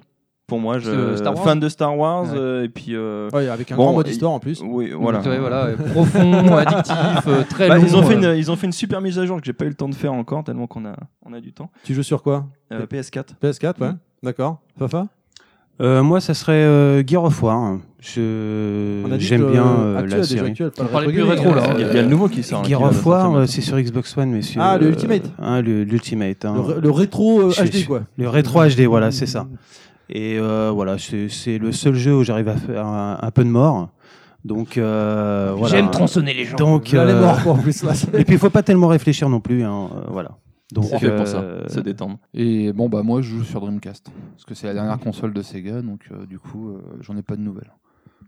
Pour moi, je
C'est, Star Wars
fan de Star Wars
Ouais. Bah,
euh, et puis euh,
ouais, avec un
Bon,
grand mode
et-
histoire en plus.
oui, voilà.
Ouais, voilà, euh, profond, addictif, euh, très
Bah,
long.
ils ont fait
euh,
une ils ont fait une super mise à jour que j'ai pas eu le temps de faire encore tellement qu'on a on a du temps.
Tu joues sur quoi
Euh, PS4.
Mm.
PS4, ouais. D'accord. Fafa
Euh, moi, ça serait euh, Gear of War. Je
On a dit
j'aime
que,
bien
euh,
euh,
actuel,
la
déjà
série.
actuel, pas le
On parlait plus
gaming.
rétro, là, hein.
euh, Il y a- il y a le nouveau qui sort. là,
Gear
qui va
of War,
sortir.
euh, c'est sur Xbox One, messieurs.
Ah, le
Euh,
Ultimate.
hein, le- L'Ultimate. hein.
Le, ré- le rétro euh,
Je-
HD,
je-
quoi.
Le rétro HD, voilà, c'est ça. Et euh, voilà, c'est c'est le seul jeu où j'arrive à faire un, un peu de mort. Donc euh, voilà.
J'aime tronçonner les gens.
Donc
Là, les
euh,
morts, quoi, en plus. là, c'est-
et puis il faut pas tellement réfléchir non plus, hein, euh, voilà. Donc
C'est fait pour
euh,
ça, se détendre.
Et bon, bah moi, je joue sur Dreamcast. Parce que c'est la dernière console de Sega, donc euh, du coup, euh, j'en ai pas de nouvelles.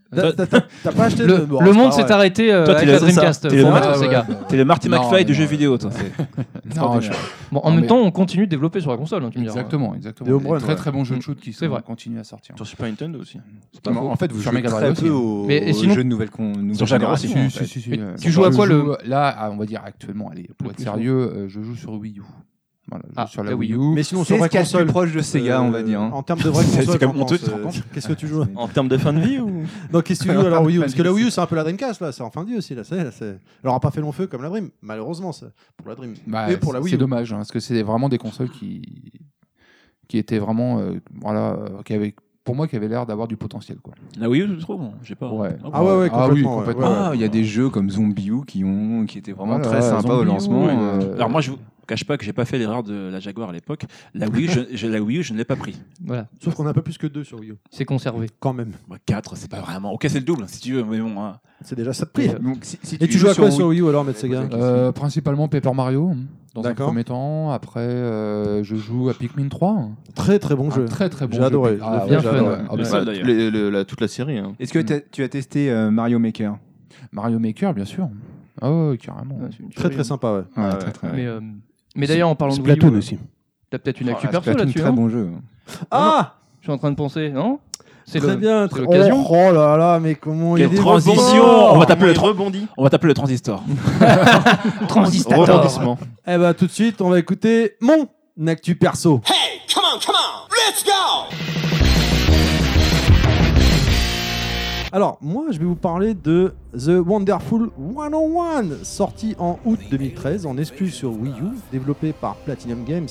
T'as t'as- t'as pas acheté
Le,
de- bon,
le
c'est pas
monde s'est
vrai.
arrêté euh,
Toi,
avec
tu l'as-
la
c'est ça.
Dreamcast.
Tu
faut
l'as-
arrêter,
ouais,
ces gars.
ouais, bah,
Ah, T'es le Marty
Non,
McFly de
non,
jeux
ouais.
vidéo, toi.
non, je-
Bon, en
Non,
même
mais-
temps, on continue de développer sur la console, hein, tu me diras.
Exactement, exactement.
Des home
Des
runs,
très
ouais.
très bons jeux de shoot qui
C'est
sont-
vrai.
continuent à sortir.
Sur Super Nintendo aussi.
En fait, vous
Sur
jouez
Mega Drive
très
aussi,
peu
hein.
aux,
Mais- et
aux
sinon-
jeux de nouvelle, con- nouvelle
Sur
génération.
génération,
en
Si,
fait.
si, si, si,
Mais
euh,
tu joues à
je
quoi, le-
joue- Là, ah, on va dire actuellement, allez, pour être sérieux, euh, je joue sur Wii U. Voilà, je joue
Ah,
sur la
la
Wii
Wii
U.
Mais sinon, sur
C'est ce
vraie
qu'il y a de
console. Euh,
plus proche de Sega, on va dire. hein.
En termes de vraie
C'est- c'est
console,
comme
j'en
honteux,
pense,
tu te rends compte
euh, Qu'est-ce que tu joues
En termes de fin de vie ou
Donc, qu'est-ce que tu joues à la Wii U Parce que la Wii U, c'est un peu la Dreamcast, là. C'est en fin de vie aussi, là. c'est- là, c'est- Elle aura pas fait long feu comme la Dream, malheureusement, ça, pour la Dream.
Bah,
Et pour la
c'est-
Wii
C'est
U.
dommage, hein, parce que c'est vraiment des consoles qui, qui étaient vraiment, euh, voilà, euh, qui avaient, pour moi, qui avaient l'air d'avoir du potentiel. Quoi.
La Wii U, je trouve hein. J'ai pas.
Ouais.
Ah ouais, ouais,
oui,
complètement. ouais,
complètement.
ouais, ouais.
Ah, il y a des jeux comme Zombie U qui, ont, qui étaient vraiment
Voilà,
très
ouais,
sympas au
Zombie U,
lancement.
ouais.
euh,
Alors moi, je vous cache pas que j'ai pas fait l'erreur de la Jaguar à l'époque. La Wii, U, je, je- la Wii U, je ne l'ai pas pris.
Voilà,
Sauf qu'on a un peu plus que deux sur Wii U.
c'est conservé.
Quand même.
Moi, 4, c'est pas vraiment. Ok, c'est le double, si tu veux, mais bon. hein.
C'est déjà ça de prix.
donc, euh, si- si
Et tu joues à quoi sur
Wii-
Wii U alors, Maître Sega
Euh, principalement Paper Mario, hein, dans un
D'accord.
premier temps. Après, euh, je joue à Pikmin 3. hein.
Très très bon
Un
jeu.
très très bon
J'ai
jeu.
adoré,
Ah,
j'ai
bien
adoré.
fun,
Ouais.
ouais. Ah,
Bah,
bah,
ça,
tous
d'ailleurs.
les- le- la- Toute la série. hein.
Est-ce que t'as- tu as testé euh, Mario Maker
Mario Maker, bien sûr. Ah ouais, carrément.
Très très sympa, ouais.
Ouais,
très, très,
Mais, euh, mais d'ailleurs, en parlant de Wii
Splatoon
U, euh,
aussi.
t'as peut-être une
Ah,
actu
c'est
perso
Splatoon,
là-dessus.
très
non
bon jeu.
Ah
Je suis en train de penser, non C'est
Très
le-
bien.
c'est
très-
l'occasion.
Oh, oh là là, mais comment il
Quelle
est
transition
Oh,
bon
On va taper le
Il
tro-
rebondit.
On va taper le transistor.
oh,
Transistor.
Rebondissement.
Eh bah tout de suite, on va écouter mon actu perso. Alors, moi, je vais vous parler de The Wonderful 101, sorti en août 2013 en exclu sur Wii U, développé par Platinum Games.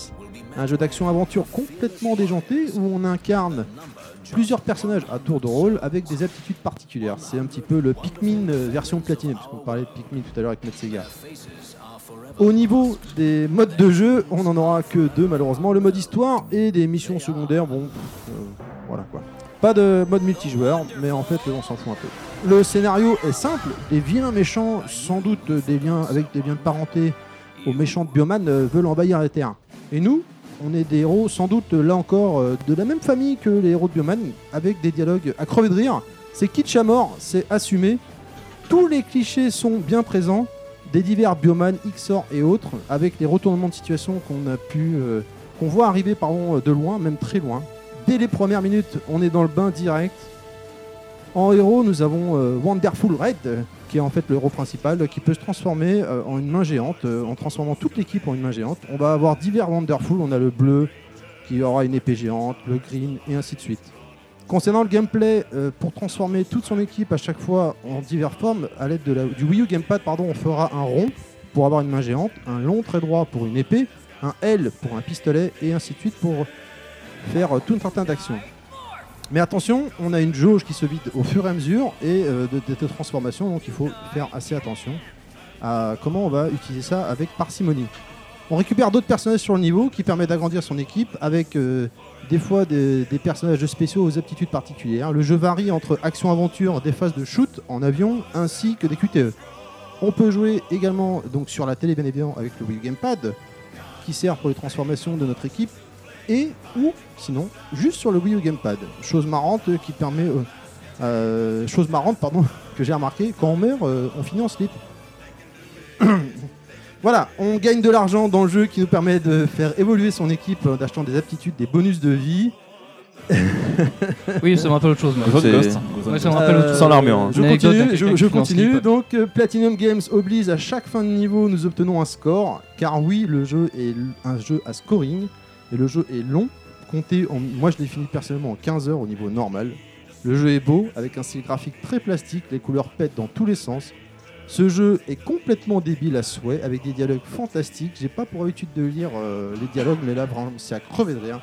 Un jeu d'action-aventure complètement déjanté où on incarne plusieurs personnages à tour de rôle avec des aptitudes particulières. C'est un petit peu le Pikmin euh, version Platinum, puisqu'on parlait de Pikmin tout à l'heure avec Matt Sega. Au niveau des modes de jeu, on n'en aura que deux malheureusement. Le mode histoire et des missions secondaires, bon, pff, euh, voilà quoi. Pas de mode multijoueur, mais en fait on s'en fout un peu. Le scénario est simple, les vilains méchants, sans doute des liens avec des liens de parenté aux méchants de Bioman, euh, veulent envahir les terrains. Et nous, on est des héros sans doute là encore euh, de la même famille que les héros de Bioman, avec des dialogues à crever de rire. C'est kitsch à mort, c'est assumé. Tous les clichés sont bien présents des divers bioman, XOR et autres, avec les retournements de situation qu'on a pu, euh, qu'on voit arriver pardon, euh, de loin, même très loin. Dès les premières minutes, on est dans le bain direct. En héros, nous avons euh, Wonderful Red, euh, qui est en fait le héros principal, euh, qui peut se transformer euh, en une main géante, euh, en transformant toute l'équipe en une main géante. On va avoir divers Wonderful, on a le bleu, qui aura une épée géante, le green, et ainsi de suite. Concernant le gameplay, euh, pour transformer toute son équipe à chaque fois en diverses formes, à l'aide de la- du Wii U Gamepad, pardon, on fera un rond pour avoir une main géante, un long trait droit pour une épée, un L pour un pistolet, et ainsi de suite pour faire euh, tout un certain d'actions. Mais attention, on a une jauge qui se vide au fur et à mesure et euh, de, de- de transformation, donc il faut faire assez attention à comment on va utiliser ça avec parcimonie. On récupère d'autres personnages sur le niveau qui permettent d'agrandir son équipe avec euh, des fois des, des personnages spéciaux aux aptitudes particulières. Le jeu varie entre action-aventure, des phases de shoot en avion ainsi que des QTE. On peut jouer également donc sur la télé bien évidemment avec le Wii U Gamepad qui sert pour les transformations de notre équipe et ou sinon juste sur le Wii U Gamepad. Chose marrante euh, qui permet euh, euh, chose marrante pardon que j'ai remarqué quand on meurt euh, on finit en slip. Voilà, on gagne de l'argent dans le jeu qui nous permet de faire évoluer son équipe en achetant des aptitudes, des bonus de vie. oh,
Oui, ça me rappelle autre chose. moi.
C'est-
Ghost.
Ouais, ça me rappelle autre
Euh,
chose.
Sans l'armure. hein.
Je
Une anecdote
continue,
à
je,
quelqu'un
je
qui finance
continue.
Clip.
Donc euh, Platinum Games oblige à chaque fin de niveau, nous obtenons un score, car oui, le jeu est l- un jeu à scoring, et le jeu est long. Comptez, en- moi je l'ai fini personnellement en 15 heures au niveau normal. Le jeu est beau, avec un style graphique très plastique, les couleurs pètent dans tous les sens. Ce jeu est complètement débile à souhait, avec des dialogues fantastiques. J'ai pas pour habitude de lire euh, les dialogues, mais là vraiment c'est à crever de rire.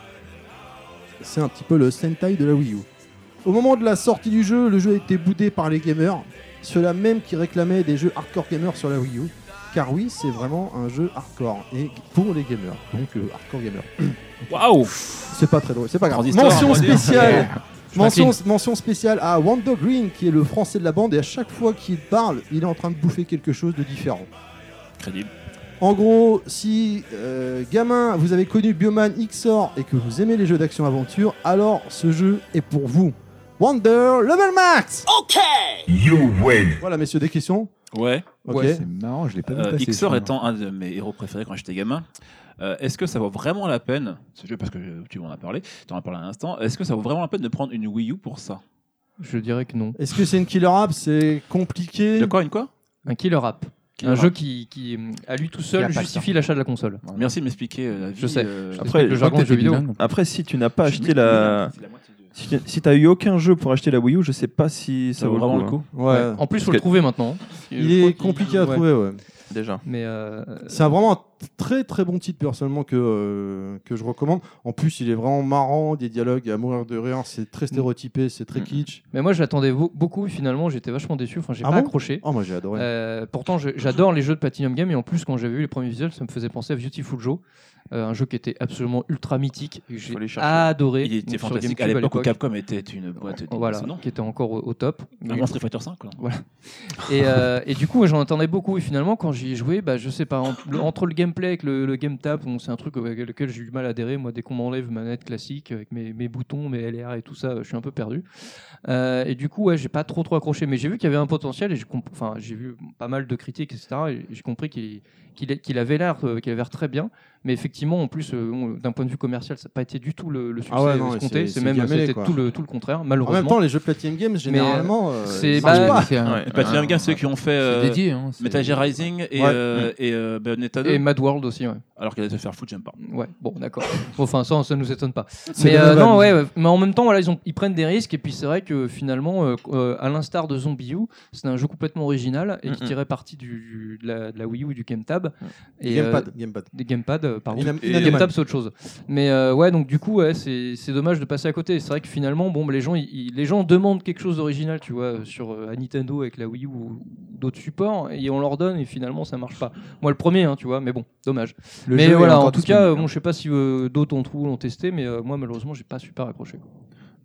C'est un petit peu le Sentai de la Wii U. Au moment de la sortie du jeu, le jeu a été boudé par les gamers, ceux-là même qui réclamaient des jeux hardcore gamers sur la Wii U. Car oui, c'est vraiment un jeu hardcore et pour les gamers, donc euh, hardcore gamers.
Waouh
C'est pas très drôle, c'est pas grave.
Transistor,
Mention
on va dire.
spéciale
Je
Mention,
m'incline.
mention spéciale à Wando Green qui est le français de la bande et à chaque fois qu'il parle, il est en train de bouffer quelque chose de différent.
Crédible.
En gros, si euh, gamin, vous avez connu Bioman XOR et que vous aimez les jeux d'action-aventure, alors ce jeu est pour vous. Wonder Level Max Voilà messieurs, des questions
Ouais.
Ok.
Ouais, c'est marrant, je l'ai pas vu
Euh,
passer.
Xor
ça.
étant un de mes héros préférés quand j'étais gamin, euh, est-ce que ça vaut vraiment la peine, ce jeu parce que euh, tu m'en as parlé, tu en as parlé un instant, est-ce que ça vaut vraiment la peine de prendre une Wii U pour ça
Je dirais que non.
Est-ce que c'est une killer app C'est compliqué
De quoi, une quoi Ah,
Un killer app. un jeu qui, qui, à lui tout
Qui a
seul,
pas de
justifie l'achat de la console.
Merci de m'expliquer euh, la vie.
Je sais.
euh,
Après,
Après, le
je
jargon du jeu vidéo.
Après, si tu n'as pas
je
acheté
suis
la.
bilingue, c'est la moitié de-
Si, si t'as eu aucun jeu pour acheter la Wii U, je sais pas si ça,
Ça vaut vraiment le
hein.
coup.
Ouais.
En plus, faut
Parce
le
que-
trouver maintenant.
hein. Il
Je crois
est
qu'il-
compliqué à
ouais.
trouver, ouais.
hein, déjà.
Mais euh,
C'est un- vraiment un t- très très bon titre personnellement que, euh, que je recommande. En plus, il est vraiment marrant, des dialogues à mourir de rire, c'est très stéréotypé, c'est très
Mm.
kitsch.
mais moi, je l'attendais vo- beaucoup. Finalement, j'étais vachement déçu. Enfin, j'ai
Ah
pas
bon
accroché.
Oh, moi j'ai adoré.
Euh, pourtant, je- j'adore les jeux de Platinum Game et en plus, quand j'avais vu les premiers visuels, ça me faisait penser à Beautiful Joe, euh, un jeu qui était absolument ultra mythique. et que J'ai
Faut les chercher.
adoré.
Il était
donc, sur
fantastique. À
GameCube
l'époque où Capcom était une boîte
Voilà,
d'immenses, non
qui était encore au, au top. Mais-
Avant Street Fighter 5, quoi.
et, euh, et du coup, j'en attendais beaucoup. Et finalement, quand j'y ai joué, bah, je sais pas, en- le- entre le gameplay et le, le game tap, bon, c'est un truc avec lequel j'ai eu du mal à adhérer. Moi, dès qu'on m'enlève manette classique avec mes, mes boutons, mes LR et tout ça, je suis un peu perdu. Euh, et du coup, ouais, j'ai pas trop trop accroché. Mais j'ai vu qu'il y avait un potentiel et j'ai comp- enfin, j'ai vu pas mal de critiques, etc. Et j'ai compris qu'il qu'il est- qu'il avait l'air euh, qu'il avait l'air très bien. Mais effectivement, en plus, euh, on- d'un point de vue commercial, ça n'a pas été du tout le, le succès euh,
Ah ouais, non,
escompté.
c'est-
C'est
c'est
même
gamellé,
c'était
quoi.
tout le, tout le
en
contraire,
même
malheureusement.
temps, les jeux Platinum Games, généralement, euh,
c'est-
ils
bah,
marchent pas.
c'est un-
Ouais.
un-
Platinum Games,
un-
c'est eux qui ont fait
Ah, c'est
euh,
dédié. Hein, c'est-
Metal Gear Rising et,
Ouais.
euh, et euh, Bayonetta 2.
et Mad World aussi, ouais.
Alors qu'elle allait se faire foutre, j'aime pas.
Ouais, bon, d'accord. Bon, enfin, ça, ça nous étonne pas.
C'est
Mais
de la
euh, non,
vanne.
ouais, ouais. mais en même temps, voilà, ils, ont, ils prennent des risques. Et puis, c'est vrai que finalement, euh, euh, à l'instar de Zombie U, c'est un jeu complètement original et qui
Mhm.
tirait parti du, de, la, de la Wii U, du GameTab. Et, euh,
Gamepad, Gamepad.
des gamepads, euh, pardon.
Inam-
et-
Le
Inaman.
GameTab, c'est autre chose. Mais euh, ouais, donc du coup, ouais, c'est c'est dommage de passer à côté. C'est vrai que finalement, bon, bah, les, gens, ils- ils- les gens demandent quelque chose d'original, tu vois, euh, sur euh, à Nintendo avec la Wii U ou d'autres supports, et on leur donne, et finalement, ça marche pas. Moi, le premier, hein, tu vois, mais bon, dommage.
Le
mais
jeu est
voilà,
encore
en tout cas, euh,
disponible.
bon, je sais pas si euh, d'autres ont trouvé, l'ont testé, mais euh, moi, malheureusement, j'ai pas super accroché. quoi.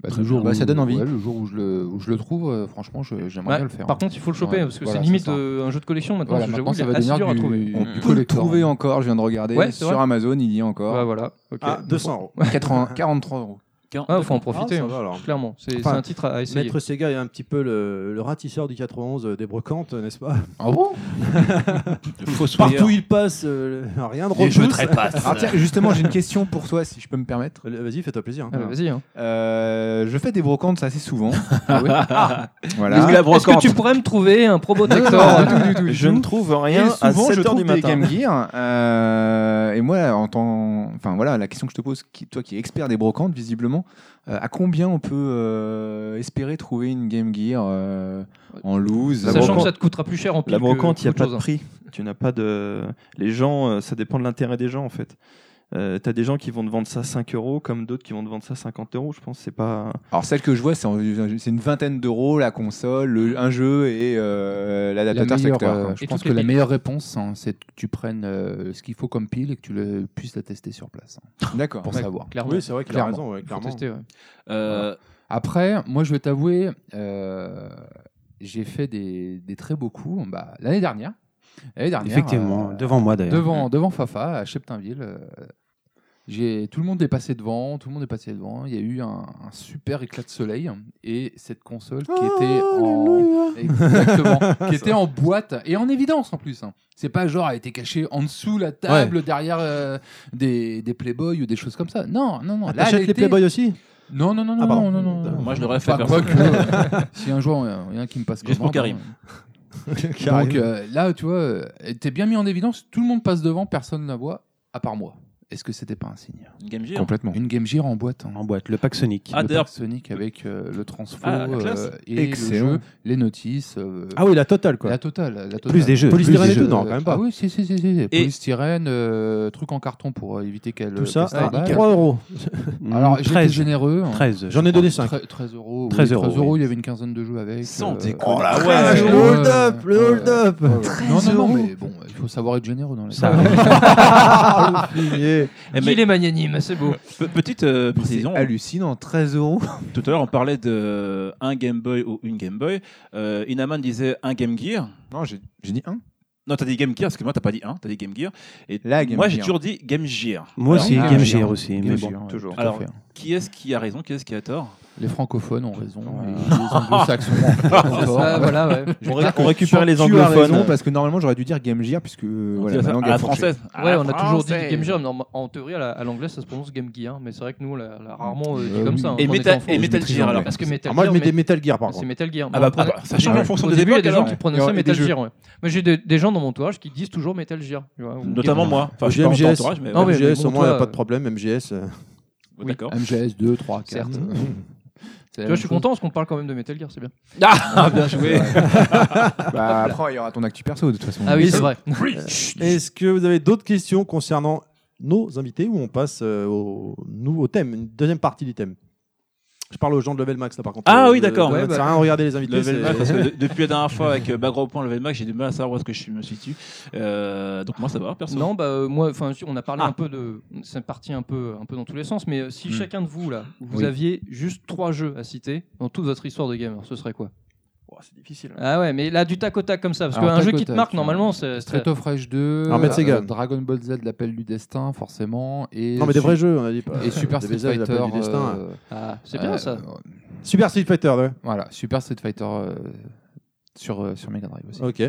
Bah,
le jour
bah,
où-
ça donne envie.
ouais,
le jour où je le, trouve, euh, franchement, j'aimerais
Ouais,
bien le faire.
Bah,
hein.
Par contre, il faut le choper,
Ouais,
parce que
voilà,
c'est limite
c'est ça.
euh, un jeu de collection maintenant.
voilà,
parce que
maintenant, ça
j'avoue,
va
il est assez Ah,
devenir
dur à
du,
trouver.
du
On peut le
collector.
trouver encore, je viens de regarder.
Ouais, c'est
sur
vrai.
Amazon, il y est
Ouais,
encore.
voilà, ok.
Ah, 200 euros.
80 43 euros.
Ah, faut en
Ah,
profiter,
ça
hein,
va, alors.
clairement. C'est c'est
Enfin,
un titre à à essayer.
Maître Sega est un petit peu le, le ratisseur du 91 euh, des brocantes, n'est-ce pas
Ah bon
Partout où il passe, euh, rien de repousse.
Ah,
Alors tiens, justement, j'ai une question pour toi, si je peux me permettre.
Euh, Vas-y, fais-toi plaisir.
Ah bah, Vas-y. hein.
Euh, je fais des brocantes assez souvent. Ah.
Est-ce que
voilà.
la
Est-ce que
brocante
tu pourrais me trouver un promo
Non,
protector
non, non, Ah, du tout, du tout.
Je ne trouve
Et
rien à
souvent, je
7h
trouve
du
des
matin.
Game Gear. euh, et moi, en tant, enfin voilà, la question que je te pose, qui- toi qui es expert des brocantes, visiblement, euh, à combien on peut euh, espérer trouver une Game Gear euh, en loose
La
Sachant
brocante-
que ça te coûtera plus cher en pile
La brocante,
que-
il n'y a
qu'autre
pas
chose,
de
hein.
prix. Tu n'as pas de. Les gens, euh, ça dépend de l'intérêt des gens en fait. Euh, T'as des gens qui vont te vendre ça 5 euros, comme d'autres qui vont te vendre ça 50 euros. Je pense que c'est pas.
Alors celle que je vois, c'est en- c'est une vingtaine d'euros la console, le- un jeu et euh,
La
l'adaptateur
meilleure,
secteur.
euh,
quoi.
je
Et
pense
toutes
que
les
la
piles.
meilleure réponse, hein, c'est que tu prennes euh, ce qu'il faut comme pile et que tu le, puisses la tester sur place hein,
D'accord.
pour
Ouais.
savoir.
Clairement.
Oui, c'est vrai qu'il a
Clairement.
raison, ouais,
Faut
clairement.
tester, ouais.
Euh,
Après, moi, je vais t'avouer, euh, j'ai fait des, des très beaux coups bah, l'année dernière. L'année dernière,
Effectivement,
euh,
devant moi d'ailleurs.
devant, devant Fafa à Cheptainville. euh, j'ai tout le monde est passé devant, tout le monde est passé devant. Il y a eu un, un super éclat de soleil et cette console qui
Ah,
était en exactement, qui était en boîte et en évidence en plus. hein. C'est pas genre a été cachée en dessous la table derrière euh, des, des Playboy ou des choses comme ça. Non, non, non. Là, elle
T'achètes les
était-
Playboy aussi
Non, non, non, non,
Ah, pardon.
non, non, non, non.
Moi, je l'aurais fait
Enfin,
faire
quoi
ça.
que, euh, si un jour il y en a qui me passe
Juste pour
commande,
Karim.
hein. euh, Donc euh, là, tu vois, euh, t'es bien mis en évidence, tout le monde passe devant, personne ne la voit, à part moi. est-ce que c'était pas un signe
Une Game Gear
Complètement.
Une Game Gear en boîte. hein.
En boîte, le pack Sonic.
Ah,
le
d'ailleurs-
pack Sonic avec euh, le transfo
Ah, la classe.
euh, et
Excellent.
le jeu, les notices. euh,
Ah oui, la totale quoi.
La totale, la totale.
Plus des jeux.
Police
plus
Terrain
des
et
jeux.
tout, non, quand même pas.
Ah oui, si, si, si. si. Polystyrène, euh, truc en carton pour euh, éviter qu'elle.
Tout ça, ah,
qu'elle
à
s'emballe.
3 euros.
Mm,
Alors, j'étais
13.
généreux. hein.
13.
J'en ai donné 5.
Tre- 13 euros. oui,
13 euros, oui.
il y avait une quinzaine de jeux avec.
Sans
euh,
déconner.
oh là,
Ah ouais,
ouais,
le
ouais,
hold
ouais,
up, le
ouais,
hold
ouais,
up.
ouais, ouais. Non, non,
euros.
non, mais bon, il faut savoir être généreux dans les
Ça,
Pilier.
Eh ben,
Il est magnanime, c'est beau.
pe- petite euh,
C'est
précision.
hallucinant, 13 euros.
Tout à l'heure, on parlait de euh, un Game Boy ou une Game Boy. Euh, Inaman disait un Game Gear.
Non, j'ai j'ai dit 1.
Non, t'as dit Game Gear, excuse-moi, t'as pas dit un, t'as dit Game Gear. Et
La Game
moi, j'ai
Gear.
toujours dit Game Gear.
Moi
Alors,
aussi,
ah,
Game
oui,
Gear
non.
aussi. mais bon.
toujours.
Tout à
Alors,
fait.
qui est-ce qui a raison, qui est-ce qui a tort
les francophones ont raison. et les anglo-saxons ont tort.
Ah, voilà, ouais.
On,
on récupère les anglophones.
parce que normalement j'aurais dû dire Game Gear puisque euh,
On
voilà,
dit ça
maintenant
à la
Game Gear, je-
française. À
Ouais,
la
on a toujours dit
française.
Game Gear, mais en, en théorie, à, la- à l'anglais, ça se prononce Game Gear, hein, mais c'est vrai que nous, on l'a l'a rarement euh, dit
Euh,
comme
oui.
ça. hein,
Et
quand on
Metal-
était enfant.
et Metal
Maîtrise
Gear,
anglais.
alors.
Parce que Metal
Ah, Moi, je
Gear,
mets
mais-
des Metal Gear par
c'est
contre.
Metal Gear.
Ah
Mais
bah,
on prenait-
ah bah, ça change en fonction
Au
des
début, il y a
époques.
des gens
alors.
qui
Et
prononcent
on- et des
Metal
jeux.
Gear. ouais. Moi, j'ai de- des gens dans mon entourage qui disent toujours Metal Gear. tu vois, ou
Notamment
Game
moi. Enfin, je suis pas dans
MGS.
ton entourage, mais
Non, mais-
MGS,
bon,
au moins, il n'y
toi,
a pas
euh,
de problème. MGS. euh,
Ouais, d'accord.
MGS 2, 3, 4.
Certes.
euh, c'est la
Tu
même
vois, je suis
chose.
content parce qu'on parle quand même de Metal Gear, c'est bien.
Ah, bien joué.
Bah, après, il y aura ton actu perso de toute façon.
Ah oui, c'est vrai.
Euh,
Est-ce que vous avez d'autres questions concernant nos invités ou on passe euh, au nouveau thème, une deuxième partie du thème Je parle aux gens de Level Max là par contre.
Ah
Euh,
oui,
de-
d'accord.
de-
Ouais,
ça
bah-
sert à rien de regarder les invités.
Level
c'est-
Max, parce que de- depuis la dernière fois avec euh, Bagro Point Level Max, j'ai du mal à savoir où est-ce que je me situe. Euh, donc moi ça va, personne.
Non, bah euh, moi, enfin, si, on a parlé
Ah.
un peu de, c'est parti un peu, un peu dans tous les sens. Mais euh, si
Hmm.
chacun de vous là, vous
Oui.
aviez juste trois jeux à citer dans toute votre histoire de gamer, ce serait quoi
Oh, C'est difficile.
Ah ouais, mais là du tac au tac comme ça, parce
Alors,
qu'un
tac
jeu
au
qui te
tac,
marque
tu vois.
normalement, c'est
Street of Rage 2,
Alors, Maître
euh,
Sega.
Dragon Ball Z, l'appel du destin, forcément. Et
Non mais des
Su-
vrais jeux, on a dit pas.
Et Super
Des
Street
vrais jeux,
Fighter.
l'appel du destin.
euh,
Ah, c'est
euh,
bien ça.
Super Street Fighter, ouais.
Voilà, Super Street Fighter euh, sur, euh, sur Mega Drive aussi. Hmm.
Ok.
Ouais.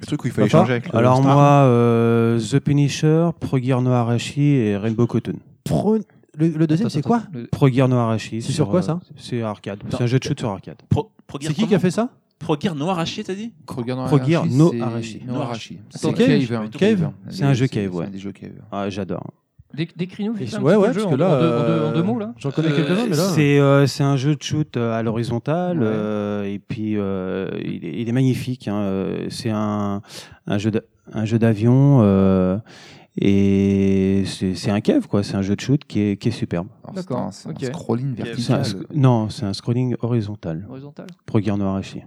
Le truc où il fallait
Papa
changer avec le
Alors
Star.
moi, euh, The Punisher, Progir no Arashi et Rainbow Cotton.
Pre- Le, le deuxième,
Attends,
c'est
attends,
quoi
attends. Le-
Progir no Arashi.
C'est sur quoi,
euh,
ça
C'est arcade. C'est un jeu de shoot sur arcade.
Pro, Pro Gear
C'est qui qui a
comment
fait ça
Pro Gear Noir Haché, t'as dit
Kroger no
Kroger
Arashi,
no
c'est-
Arashi.
no Arashi.
C'est Cave,
hein,
Cave.
hein.
C'est un jeu Cave,
C'est
ouais.
un des jeux Cave.
Ah, j'adore.
Dé- Décris-nous vite
Ouais,
un petit peu
ouais,
le
parce
jeu
que
en-
là.
en, deux, en deux- en deux
euh,
mots là.
J'en connais
Euh,
quelques-uns, mais là.
C'est euh, c'est un jeu de shoot euh, à l'horizontale
Ouais.
euh, et puis euh, il, est, il est magnifique. hein, euh, C'est un, un jeu de- un jeu d'avion euh, et c'est c'est un cave quoi. C'est un jeu de shoot qui est, qui est superbe.
Alors, c'est
D'accord,
un- C'est un,
ok.
scrolling
C'est un
vertical.
sc- non, c'est un scrolling horizontal.
Horizontal.
Pro Gear Noir Arashi.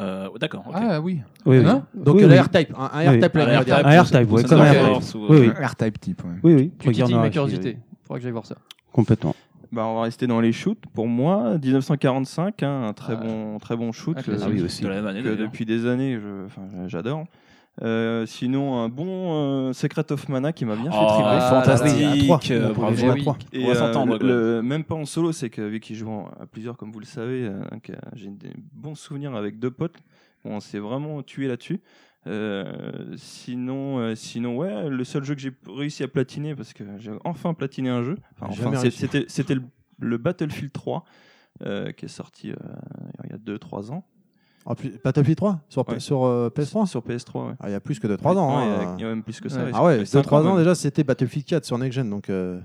euh, D'accord. ok.
Ah oui.
Oui, oui.
Non
Donc
Oui,
euh,
oui.
la R-Type, un, un
Oui.
R-Type, là,
Un
on va dire.
R-Type.
Un R-Type, Ah, ouais,
Ça
comme
me
un
fait
R-Type.
force, ou-
Oui, oui,
R-Type type. ouais.
oui, oui.
Tu
Pro Gear
titilles
Noir
ma
Arashi,
curiosité.
oui.
Faudra que j'aille voir ça.
Complètement.
Ah
Bah, on va rester dans les shoots. Pour moi, 1945, hein, un très
Ah.
bon, très bon shoot.
Ah,
euh,
classique.
Ah oui aussi.
De la même année,
que
d'ailleurs.
depuis des années, je- enfin, j'adore. Euh, sinon, un bon euh, Secret of Mana qui m'a bien fait
Oh,
triper.
Ah,
fantastique,
oui, à trois.
euh,
On peut
bravo.
jouer à
Et
trois.
Et
on va
euh,
s'entendre.
le-
quoi.
le- même pas en solo, c'est que vu qu'il joue en- à plusieurs, comme vous le savez, euh, donc, euh, j'ai des bons souvenirs avec deux potes. Bon, on s'est vraiment tué là-dessus. Euh, sinon, euh, sinon, ouais, le seul jeu que j'ai réussi à platiner parce que j'ai enfin platiné un jeu. Enfin,
J'ai
enfin,
jamais
c'est-
réussi.
c'était c'était le, le Battlefield 3 euh, qui est sorti euh, il y a 2-3 ans
Ah, puis- Battlefield 3 sur,
Ouais.
sur euh, PS3
sur PS3. Ouais.
Ah, Il y a plus que de 3 ans.
Ouais,
hein.
il y a- il y a même plus que ça.
Ouais.
Ah ouais,
c'est
2-3 ans
incroyable.
déjà, c'était Battlefield 4 sur Next Gen, donc. euh,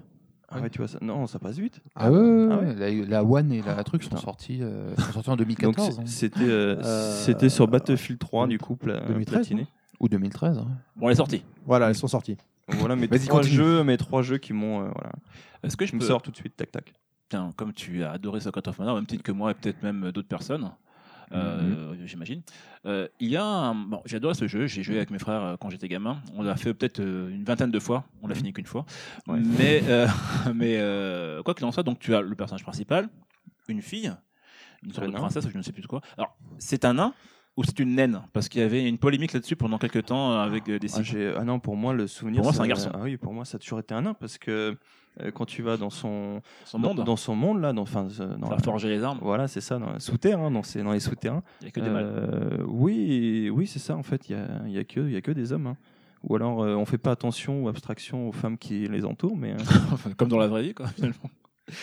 Ah ouais, tu vois ça. Non, ça passe vite.
Ah ouais, ouais,
Ah
ouais, La, la One et la truc sont
putain.
sortis, euh, sont sortis en
Donc
2014
c'est-
hein,
c'était euh,
Euh,
c'était sur Battlefield 3 du coup pla-
2013,
platiné.
ou 2013. hein.
Bon, elle est sortie.
Voilà, elles sont sorties.
Donc Voilà mes
Vas-y,
trois
continue.
jeux, mes trois jeux qui m'ont euh, voilà.
Est-ce que je
Je me
peux
sors tout de suite tac tac.
Tiens, comme tu as adoré Secret of Mana, au même titre que moi et peut-être même d'autres personnes,
Mhm.
euh, j'imagine. Euh, il y a un... bon, j'ai adoré ce jeu, j'ai joué avec mes frères euh, quand j'étais gamin. On l'a fait peut-être euh, une vingtaine de fois, on l'a fini qu'une fois.
Mhm. Ouais.
Mais, euh, mais euh, quoi qu'il en soit, donc tu as le personnage principal, une fille, une sorte
Un
de
nain.
princesse, ou je ne sais plus de quoi. Alors, c'est un nain ou c'est une naine Parce qu'il y avait une polémique là-dessus pendant quelques temps euh, avec euh, des
Ah,
sites.
j'ai- ah non, pour moi le souvenir
Pour moi, c'est
ça-
un garçon.
Ah oui, pour moi ça a toujours été un nain parce que euh, quand tu vas dans son
Son
dans,
monde,
dans son monde là, dans enfin euh, dans
ça
la-
a forgé les armes,
voilà, c'est ça, dans la souterrain, hein, dans, ces- dans les souterrains.
il n'y a que des balles.
Euh, oui, oui, c'est ça en fait. Il y a, il y a que, il y a que des hommes. hein. Ou alors euh, on fait pas attention ou abstraction aux femmes qui les entourent, mais euh,
Comme dans la vraie vie, quoi, finalement.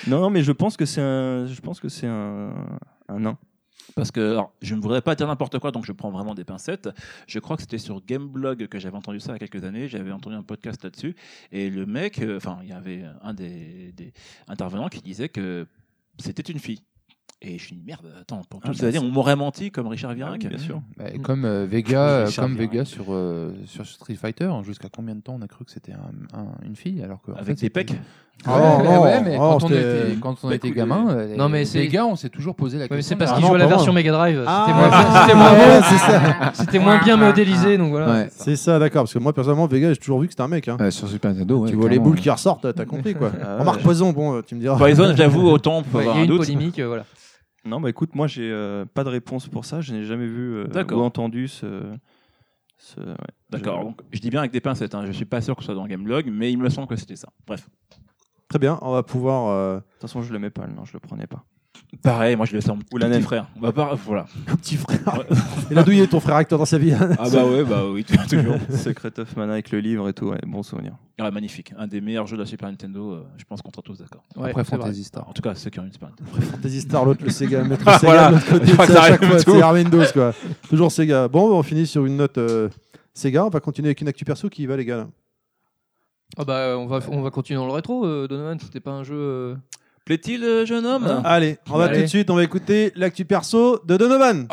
non, non, mais je pense que c'est un, je pense que c'est un, un nain.
Parce que alors, je ne voudrais pas dire n'importe quoi, donc je prends vraiment des pincettes. Je crois que c'était sur Gameblog que j'avais entendu ça il y a quelques années. J'avais entendu un podcast là-dessus. Et le mec, euh, enfin, il y avait un des, des intervenants qui disait que c'était une fille. Et je me suis dit, merde, attends, pour tout, ça veut dire, on m'aurait menti comme Richard Virac.
bien sûr.
Bah, et comme euh, Vega,
Richard
comme
Virenque.
Vega sur, euh, sur Street Fighter, hein, jusqu'à combien de temps on a cru que c'était un- un- une fille alors que en
Avec
fait,
des
c'était-
pecs.
Ouais,
Oh,
Ah non,
ouais,
non,
ouais, mais
non,
quand on
c'était-
était, quand on
bah,
était
écoute,
gamin,
euh,
euh,
Non, mais
les-
c'est-
les gars, on s'est toujours posé la
Ouais, mais c'est
question.
parce
Ah
de-
qu'il
non,
jouait la
pas
version
moi.
Mega Drive.
Ah,
C'était Ah, moins,
ouais,
c'était moins-
ouais, c'est ça.
c'était moins bien modélisé, donc voilà.
Ouais.
C'est ça, d'accord. Parce que moi, personnellement, Vega, j'ai toujours vu que c'était un mec. hein.
Euh, sur Super Nintendo, ouais,
tu vois les
clairement.
boules qui ressortent, t'as compris quoi.
Ah,
Remarque
ouais.
Poison, bon, euh, tu me diras.
Poison, j'avoue, autant on peut
Ouais, Il
avoir
y a
un
une
doute.
polémique, euh, voilà.
Non, bah écoute, moi j'ai euh, pas de réponse pour ça. Je n'ai jamais vu euh,
D'accord.
ou entendu ce. ce- ouais.
D'accord,
Je-
donc je dis bien avec des pincettes, hein. je suis pas sûr que ce soit dans Gameblog, mais il me semble que c'était ça. Bref.
Très bien, on va pouvoir. euh,
De toute façon, je le mets pas, non, je le prenais pas.
Pareil, moi je le sens. Ou
la
la
naine.
frère. Bah, par- voilà.
Petit frère. Il a douillé ton frère acteur dans sa vie.
Ah bah ouais, bah oui, tout- toujours.
Secret of Mana avec le livre et tout, ouais, bon souvenir.
Ah, magnifique, un des meilleurs jeux de la Super Nintendo, euh, je pense qu'on sera tous d'accord.
Ouais,
Après
c'est vrai.
Fantasy Star.
En tout cas, ceux qui ont une Super Nintendo.
Fantasy Star, l'autre, le Sega, maître Sega
Voilà,
de l'autre côté.
je crois
tu
que
sais,
ça
à chaque
arrive
fois,
tout.
c'est Armendos quoi. Toujours Sega. Bon, on finit sur une note euh, Sega. On va continuer avec une actu perso qui y va, les gars. là.
Ah bah, euh, on, va, on va continuer dans le rétro, euh, Donovan, c'était pas un jeu. euh,
Plaît-il, euh, jeune homme
Allez, on va
Allez.
tout de suite, on va écouter l'actu perso de Donovan.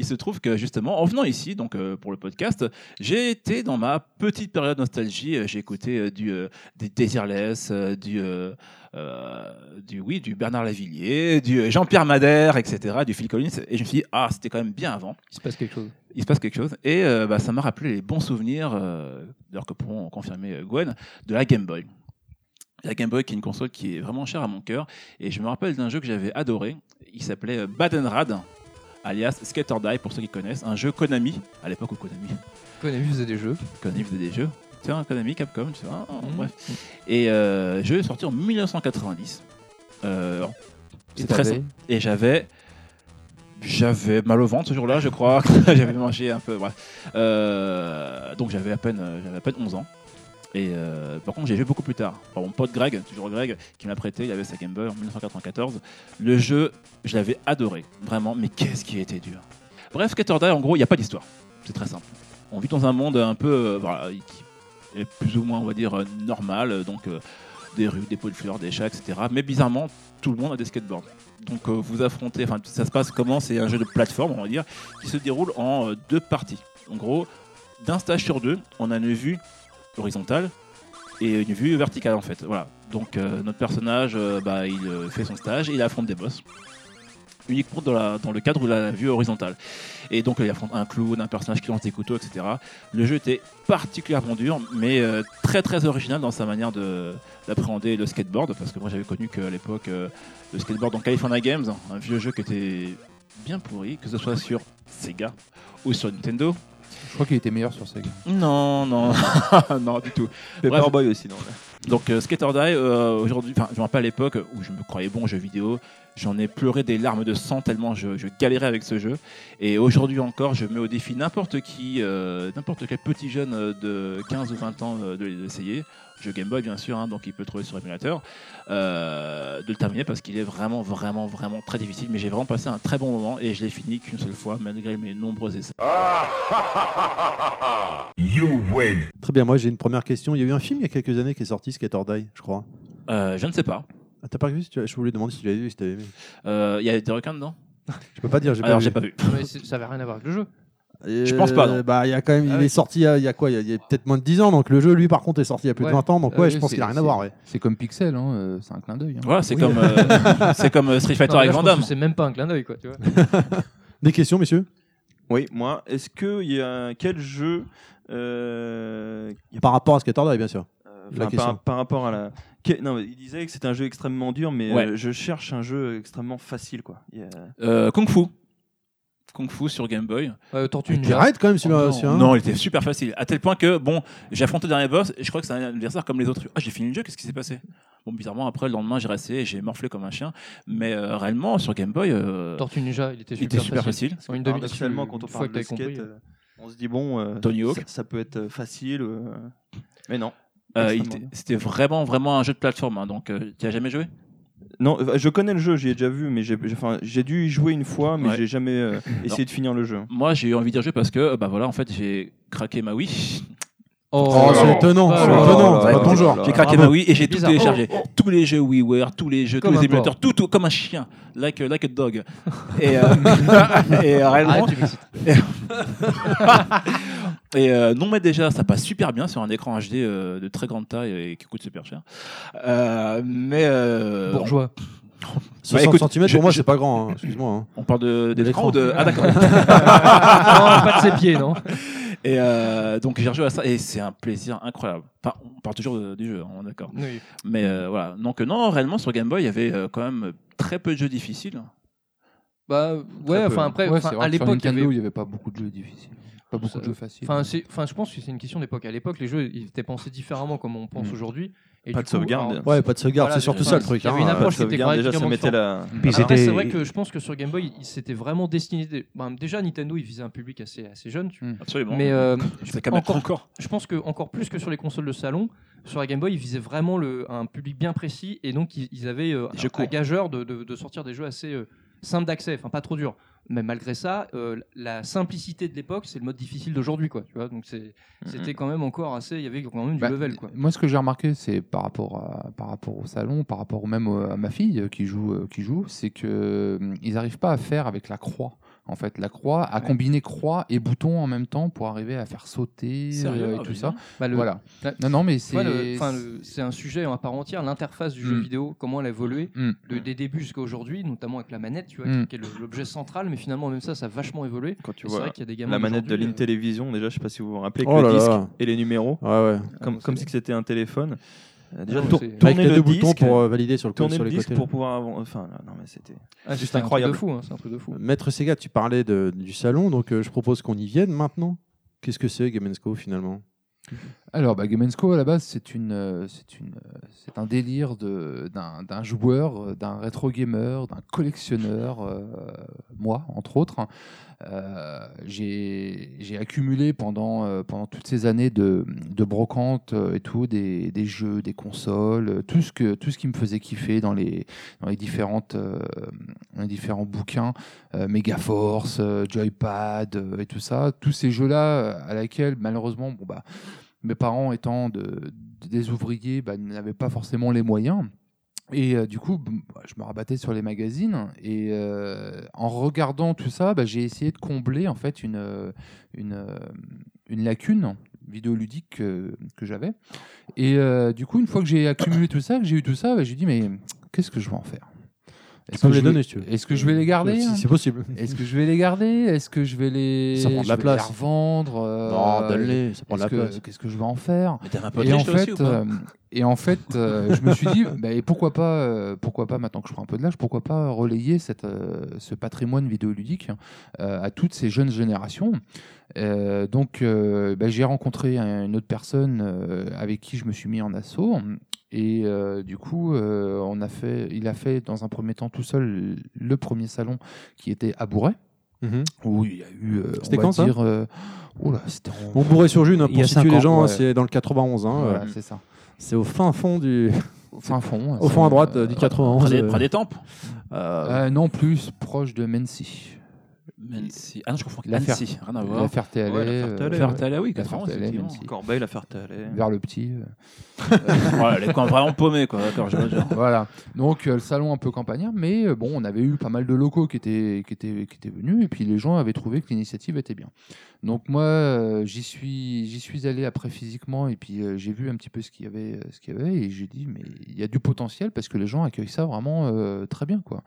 Il se trouve que justement, en venant ici, donc euh, pour le podcast, j'ai été dans ma petite période nostalgie. Euh, J'ai écouté euh, du euh, des Désirless, euh, du euh, euh, du oui, du Bernard Lavillier, du euh, Jean-Pierre Madère, etc., du Phil Collins, et je me suis dit ah, c'était quand même bien avant.
Il se passe quelque chose.
il se passe quelque chose. Et euh, bah, ça m'a rappelé les bons souvenirs, euh, d'ailleurs que pourront en confirmer euh, Gwen, de la Game Boy. La Game Boy qui est une console qui est vraiment chère à mon cœur. Et je me rappelle d'un jeu que j'avais adoré. Il s'appelait euh, Badenrad, alias Skater Die pour ceux qui connaissent. Un jeu Konami, à l'époque où Konami
Konami faisait des jeux.
Konami faisait des jeux. Tiens, Konami, Capcom, tu vois. ah, Bref. Et euh, jeu est sorti en 1990. Euh, alors, c'est très
t'avais-
et j'avais j'avais mal au ventre ce jour-là je crois j'avais mangé un peu bref. Euh, donc j'avais à peine euh, j'avais à peine 11 ans et euh, par contre j'ai joué beaucoup plus tard Par mon pote Greg toujours Greg qui m'a prêté il avait sa Game Boy en 1994 le jeu je l'avais adoré vraiment mais qu'est-ce qui était dur bref Skater Die en gros il n'y a pas d'histoire c'est très simple on vit dans un monde un peu euh, voilà, qui est plus ou moins on va dire euh, normal donc euh, des rues des pots de fleurs des chats etc mais bizarrement tout le monde a des skateboards donc euh, vous affrontez, enfin ça se passe comment C'est un jeu de plateforme, on va dire, qui se déroule en euh, deux parties. En gros, d'un stage sur deux, on a une vue horizontale et une vue verticale en fait. Voilà. Donc euh, notre personnage, euh, bah, il euh, fait son stage, et il affronte des boss. Uniquement dans, la- dans le cadre de la vue horizontale. Et donc euh, il affronte un clown, un personnage qui lance des couteaux, etc. Le jeu était particulièrement dur, mais euh, très très original dans sa manière de- d'appréhender le skateboard, parce que moi j'avais connu qu'à l'époque... euh, le skateboard dans California Games, un vieux jeu qui était bien pourri, que ce soit sur Sega ou sur Nintendo.
Je crois qu'il était meilleur sur Sega.
Non, non, non, du tout.
Paperboy aussi, non
Donc euh, Skater Die, euh, aujourd'hui, enfin, je me rappelle à l'époque où je me croyais bon aux jeux vidéo, j'en ai pleuré des larmes de sang tellement je, je galérais avec ce jeu. Et aujourd'hui encore, je mets au défi n'importe qui, euh, n'importe quel petit jeune euh, de 15 ou 20 ans euh, de l'essayer. Jeu Game Boy, bien sûr, hein, donc il peut le trouver sur émulateur, euh, de le terminer parce qu'il est vraiment, vraiment, vraiment très difficile. Mais j'ai vraiment passé un très bon moment et je l'ai fini qu'une seule fois, malgré mes nombreux essais.
Très bien, moi j'ai une première question. Il y a eu un film il y a quelques années qui est sorti, Skater Die, je crois.
Euh, je ne sais pas.
Ah, t'as pas vu si tu l'as- Je voulais demander si tu l'avais vu, si t'avais vu.
Euh, Il y a des requins dedans
Je peux pas dire, j'ai pas
Alors,
vu.
j'ai pas vu.
Mais c'est- ça avait rien à voir avec le jeu.
Je
pense pas, non.
Bah, il y a quand même,
Ah
il
oui.
est sorti il y a, il y a quoi Il y a, il y a peut-être moins de 10 ans, donc le jeu, lui, par contre, est sorti il y a plus
Ouais.
de 20 ans, donc
Ah
ouais,
oui,
je pense
c'est-
qu'il a rien à
c'est-
voir. Ouais.
C'est comme Pixel, hein, euh, c'est un clin d'œil. hein.
Voilà, c'est
Oui.
comme, euh, c'est comme euh, Street Fighter
Non, mais
avec
là, je
Van
pense
Damme.
que C'est même pas un clin d'œil, quoi, tu vois.
Des questions, messieurs
Oui, moi, est-ce que il y a quel jeu euh,
Par rapport à Skater Die, bien sûr.
euh,
La
par-
question.
par, rapport à la que- non, mais il disait que c'était un jeu extrêmement dur, mais
Ouais.
euh, je cherche un jeu extrêmement facile, quoi. Il y a-
Euh, Kung Fu. Kung Fu sur Game Boy.
Euh, Tortue
Tu
Ninja.
arrêtes quand même celui-là
Oh,
aussi. hein.
non, il était super facile. À tel point que, bon, j'ai affronté le dernier boss et je crois que c'est un adversaire comme les autres. Ah, j'ai fini le jeu, qu'est-ce qui s'est passé Bon, bizarrement, après, le lendemain, j'ai resté et j'ai morflé comme un chien. Mais euh, réellement, sur Game Boy, euh,
Tortue Ninja, il était
il était
super
super
facile.
facile.
En une demi-
Paradoxalement,
une
quand on
fois
parle
que
de
t'as
skate,
compris,
euh, on se dit bon, euh,
Tony Hawk.
ça, ça peut être euh, facile, euh, mais non.
Euh, il
Extrêmement
était-
bien.
C'était vraiment, vraiment un jeu de plateforme. hein, donc, euh, tu as jamais joué
Non, enfin, je connais le jeu, j'y ai déjà vu, mais j'ai j'ai- enfin, j'ai dû y jouer une fois, mais
Ouais.
j'ai jamais euh, essayé de finir le jeu.
Moi, j'ai eu envie d'y rejouer parce que, bah voilà, en fait, j'ai craqué ma Wii.
Oh, c'est étonnant,
voilà.
c'est étonnant, c'est pas ton genre. Ah
J'ai craqué
bravo.
ma Wii et j'ai tout Oh,
Bizarre. Oh,
téléchargé. Tous les jeux WiiWare, tous les jeux,
Comme
tous
un
les émulateurs, tout, tout, comme un chien. Like, a- like a dog. Et, euh, et, euh, réellement,
Arrête, tu m'excites.
et, euh, non, mais déjà, ça passe super bien sur un écran HD euh, de très grande taille et qui coûte super cher. Euh, mais. euh,
Bourgeois.
60
écoute,
cm,
je-
pour moi,
je-
c'est pas grand, hein, excuse-moi. hein.
On parle de,
De
des
l'écran.
écrans ou de. Ah, d'accord.
Non, pas de ses pieds, non
Et euh, donc j'ai rejoué à ça et c'est un plaisir incroyable. Enfin, on parle toujours de- du jeu, on est d'accord.
Oui.
Mais euh, voilà, donc euh, non, réellement sur Game Boy, il y avait euh, quand même très peu de jeux difficiles.
Bah ouais,
peu.
enfin après,
Ouais,
enfin,
c'est vrai
à
que sur
l'époque, il y
Nintendo,
avait-
il n'y avait pas beaucoup de jeux difficiles. Pas beaucoup
Ça-
de jeux faciles.
Enfin, c'est- enfin, je pense que c'est une question d'époque. À l'époque, les jeux ils étaient pensés différemment comme on pense
Mm.
aujourd'hui. Et
Pas
du
de
coup,
sauvegarde.
alors-
Ouais, pas de sauvegarde,
Voilà,
c'est surtout
enfin,
ça le truc.
il y avait
hein.
une approche
Euh, Ça
qui
veut
était
dire, déjà, ça
particulièrement
mettait la.
Puis
Après,
c'était-
c'est vrai que je pense que sur Game Boy, ils s'étaient vraiment destinés. des- ben, déjà, Nintendo, ils visaient un public assez, assez jeune. tu-
Absolument.
Mais euh,
c'est quand même
encore-
encore.
je pense que encore plus que sur les consoles de salon, sur la Game Boy, ils visaient vraiment le, un public bien précis et donc ils, ils avaient euh,
Des jeux
un
courts.
gageur de, de- de sortir des jeux assez euh, simples d'accès, enfin pas trop durs. Mais malgré ça, euh, la simplicité de l'époque, c'est le mode difficile d'aujourd'hui, quoi. Tu vois, donc c'est- c'était quand même encore assez. Il y avait quand même du
Bah,
level, quoi.
Moi, ce que j'ai remarqué, c'est par rapport à, par rapport au salon, par rapport même au- à ma fille euh, qui joue, euh, qui joue, c'est que hum, ils n'arrivent pas à faire avec la croix. En fait, la croix, à combiner croix et bouton en même temps pour arriver à faire sauter
Sérieux,
euh, et
ah,
tout
mais
ça.
non.
Bah, le-
Voilà.
Ouais.
Non, non, mais
tu vois, le-
c'est.
enfin, le- C'est un sujet à part entière, l'interface du jeu
Mm.
vidéo, comment elle a évolué,
Mm.
de- des débuts jusqu'à aujourd'hui, notamment avec la manette, tu vois,
Mm.
qui est le- l'objet central, mais finalement, même ça, ça a vachement évolué.
Quand tu
Et C'est
vois
vrai qu'il y a des gamins
la manette de
d'aujourd'hui, euh,
l'Intellivision, déjà, je sais pas si vous vous rappelez, avec
Oh
le
là
disque
là.
et les numéros,
Ouais, ouais.
comme comme si c'était un téléphone. Euh, Déjà,
Ah,
tour-
c'est- Avec
Avec
tourner
les
le
deux boutons
disque,
pour euh, valider sur le co-
tourner
sur
le
les
disque
côtés.
pour pouvoir avancer. Enfin, non, mais c'était.
Ah,
Juste
c'est un truc de
incroyable.
fou, hein, C'est un truc de fou.
Euh,
Maître Sega, tu parlais de- du salon, donc euh, je propose qu'on y vienne maintenant. Qu'est-ce que c'est Game Co finalement
Alors, bah, Game Co, à la base, c'est une, euh, c'est une, euh, c'est un délire de, d'un, d'un joueur, euh, d'un rétro gamer, d'un collectionneur, euh, moi, entre autres. Euh, j'ai, j'ai accumulé pendant, euh, pendant toutes ces années de, de brocante euh, et tout, des, des jeux, des consoles, euh, tout ce, que, tout ce qui me faisait kiffer dans les, dans les, différentes, euh, dans les différents bouquins, euh, Megaforce, euh, Joypad euh, et tout ça. Tous ces jeux-là euh, à laquelle, malheureusement, bon, bah, mes parents étant de- des ouvriers bah, n'avaient pas forcément les moyens. Et euh, du coup, b- bah, je me rabattais sur les magazines. Et euh, en regardant tout ça, bah, j'ai essayé de combler en fait une, euh, une, euh, une lacune vidéoludique que, que j'avais. Et euh, du coup, une fois que j'ai accumulé tout ça, que j'ai eu tout ça, bah, j'ai dit mais qu'est-ce que je vais en faire Est-ce
peux me
que
les
je vais-
donner, si tu veux.
Est-ce que je vais les garder hein
Si c'est possible.
Est-ce que je vais les garder Est-ce que je vais les
Ça prend de la
je vais
place.
les revendre euh,
Non, donne-les, ça prend de la
est-ce que-
place.
Qu'est-ce que je vais en faire
Mais t'avais un peu
et en,
triché, toi
fait,
aussi, ou pas
euh, et en fait, euh, je me suis dit, bah, et pourquoi pas, euh, pourquoi pas, maintenant que je prends un peu de l'âge, pourquoi pas relayer cette, euh, ce patrimoine vidéoludique euh, à toutes ces jeunes générations. Euh, donc, euh, bah, j'ai rencontré un- une autre personne euh, avec qui je me suis mis en assaut. Et euh, du coup, euh, on a fait, il a fait dans un premier temps tout seul le premier salon qui était à Bourret,
Mhm.
où il y a eu. euh, on
C'était
va
quand, ça
dire, euh, oula, c'était en-
Bon, bourré sur June, hein,
Il y
pour
a cinq
situer les
ans,
gens,
ouais.
c'est dans le 91. hein,
Voilà,
euh,
c'est ça.
C'est au fin fond du,
Au fin fond.
au
c'est,
fond à droite
euh,
euh, du
Près
91.
des,
euh,
près des tempes Ah
euh,
Euh, non, plus proche de Mency.
Nancy. Ah bah. non, je confonds avec
L'affaire-
Nancy, rien à voir.
La Ferté-Alais.
Ouais, la
euh,
Ferté-Alais,
Ferté-Alais, oui,
la
91,
Ferté-Alais,
effectivement.
Mency.
Corbeil, la Ferté-Alais.
Vers le petit. euh.
ouais, les coins vraiment paumés, quoi. D'accord, je vois, je vois.
voilà. Donc euh, le salon un peu campagnard, mais euh, bon, on avait eu pas mal de locaux qui étaient, qui étaient, qui étaient venus, et puis les gens avaient trouvé que l'initiative était bien. Donc moi, euh, j'y suis, j'y suis allé après physiquement, et puis euh, j'ai vu un petit peu ce qu'il y avait, euh, ce qu'il y avait, et j'ai dit mais il y a du potentiel parce que les gens accueillent ça vraiment euh, très bien, quoi.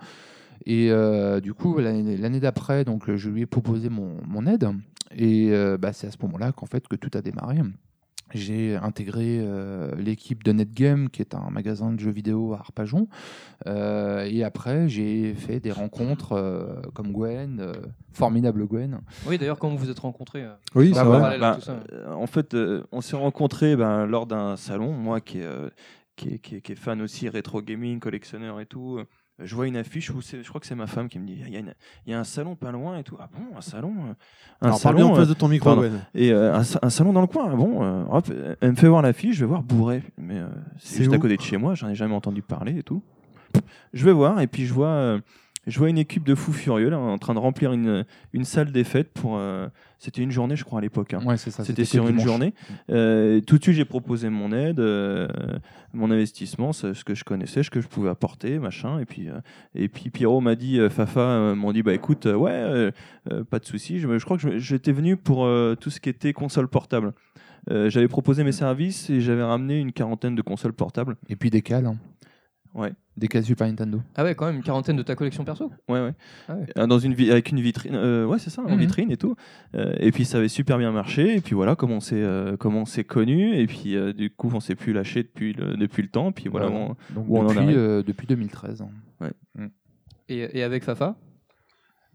Et euh, du coup, l'année l'année d'après, donc euh, je lui ai proposé mon, mon aide, et euh, bah, c'est à ce moment-là qu'en fait que tout a démarré. J'ai intégré euh, l'équipe de NetGame, qui est un magasin de jeux vidéo à Arpajon. Euh, et après, j'ai fait des rencontres euh, comme Gwen, euh, formidable Gwen.
Oui, d'ailleurs, quand vous vous êtes rencontrés. euh,
Oui,
Bah,
ça
voilà.
va.
parallèle à
Bah,
tout ça.
euh, en fait, euh, on s'est rencontrés ben, lors d'un salon, moi qui, est, euh, qui qui est, qui est- qui est fan aussi rétro gaming, collectionneur et tout. euh, Je vois une affiche où c'est- je crois que c'est ma femme qui me dit il y, a une- il y a un salon pas loin et tout. Ah bon, un salon euh, Un
Alors, parle bien
salon
en
euh,
face de ton micro,
pardon.
Gwen.
et euh, un, sa- un salon dans le coin. Ah Bon, euh, hop, elle me fait voir l'affiche, je vais voir Bourré. Mais euh,
C'est
c'est juste à
où
côté de chez moi, j'en ai jamais entendu parler et tout. Je vais voir et puis je vois, euh, je vois une équipe de fous furieux là, en train de remplir une, une salle des fêtes pour. euh, c'était une journée, je crois, à l'époque. hein.
Ouais, c'est ça.
C'était
que
sur une
dimanche. Mm.
journée. Euh, tout de suite, j'ai proposé mon aide, euh, mon investissement, ce ce que je connaissais, ce que je pouvais apporter, machin. Et puis, euh, et puis Pierrot m'a dit, euh, Fafa euh, m'ont dit, bah écoute, euh, ouais, euh, euh, pas de souci. Je, me- je crois que je- j'étais venu pour euh, tout ce qui était console portable. Euh, j'avais proposé mes services et j'avais ramené une quarantaine de consoles portables.
Et puis des cales. hein.
Ouais.
Des cales Super Nintendo.
Ah ouais, quand même, une quarantaine de ta collection perso.
Ouais, ouais.
Ah ouais.
Euh, Dans une vi- avec une vitrine, euh, ouais, c'est ça, en
Mhm.
vitrine et tout. Euh, et puis ça avait super bien marché. Et puis voilà, comment on s'est euh, comment on s'est connu. Et puis euh, du coup, on s'est plus lâché depuis le, depuis le temps. Puis voilà,
Voilà.
on-
Donc
Où on en
depuis,
arrive.
euh, depuis 2013. hein.
Et, et avec Fafa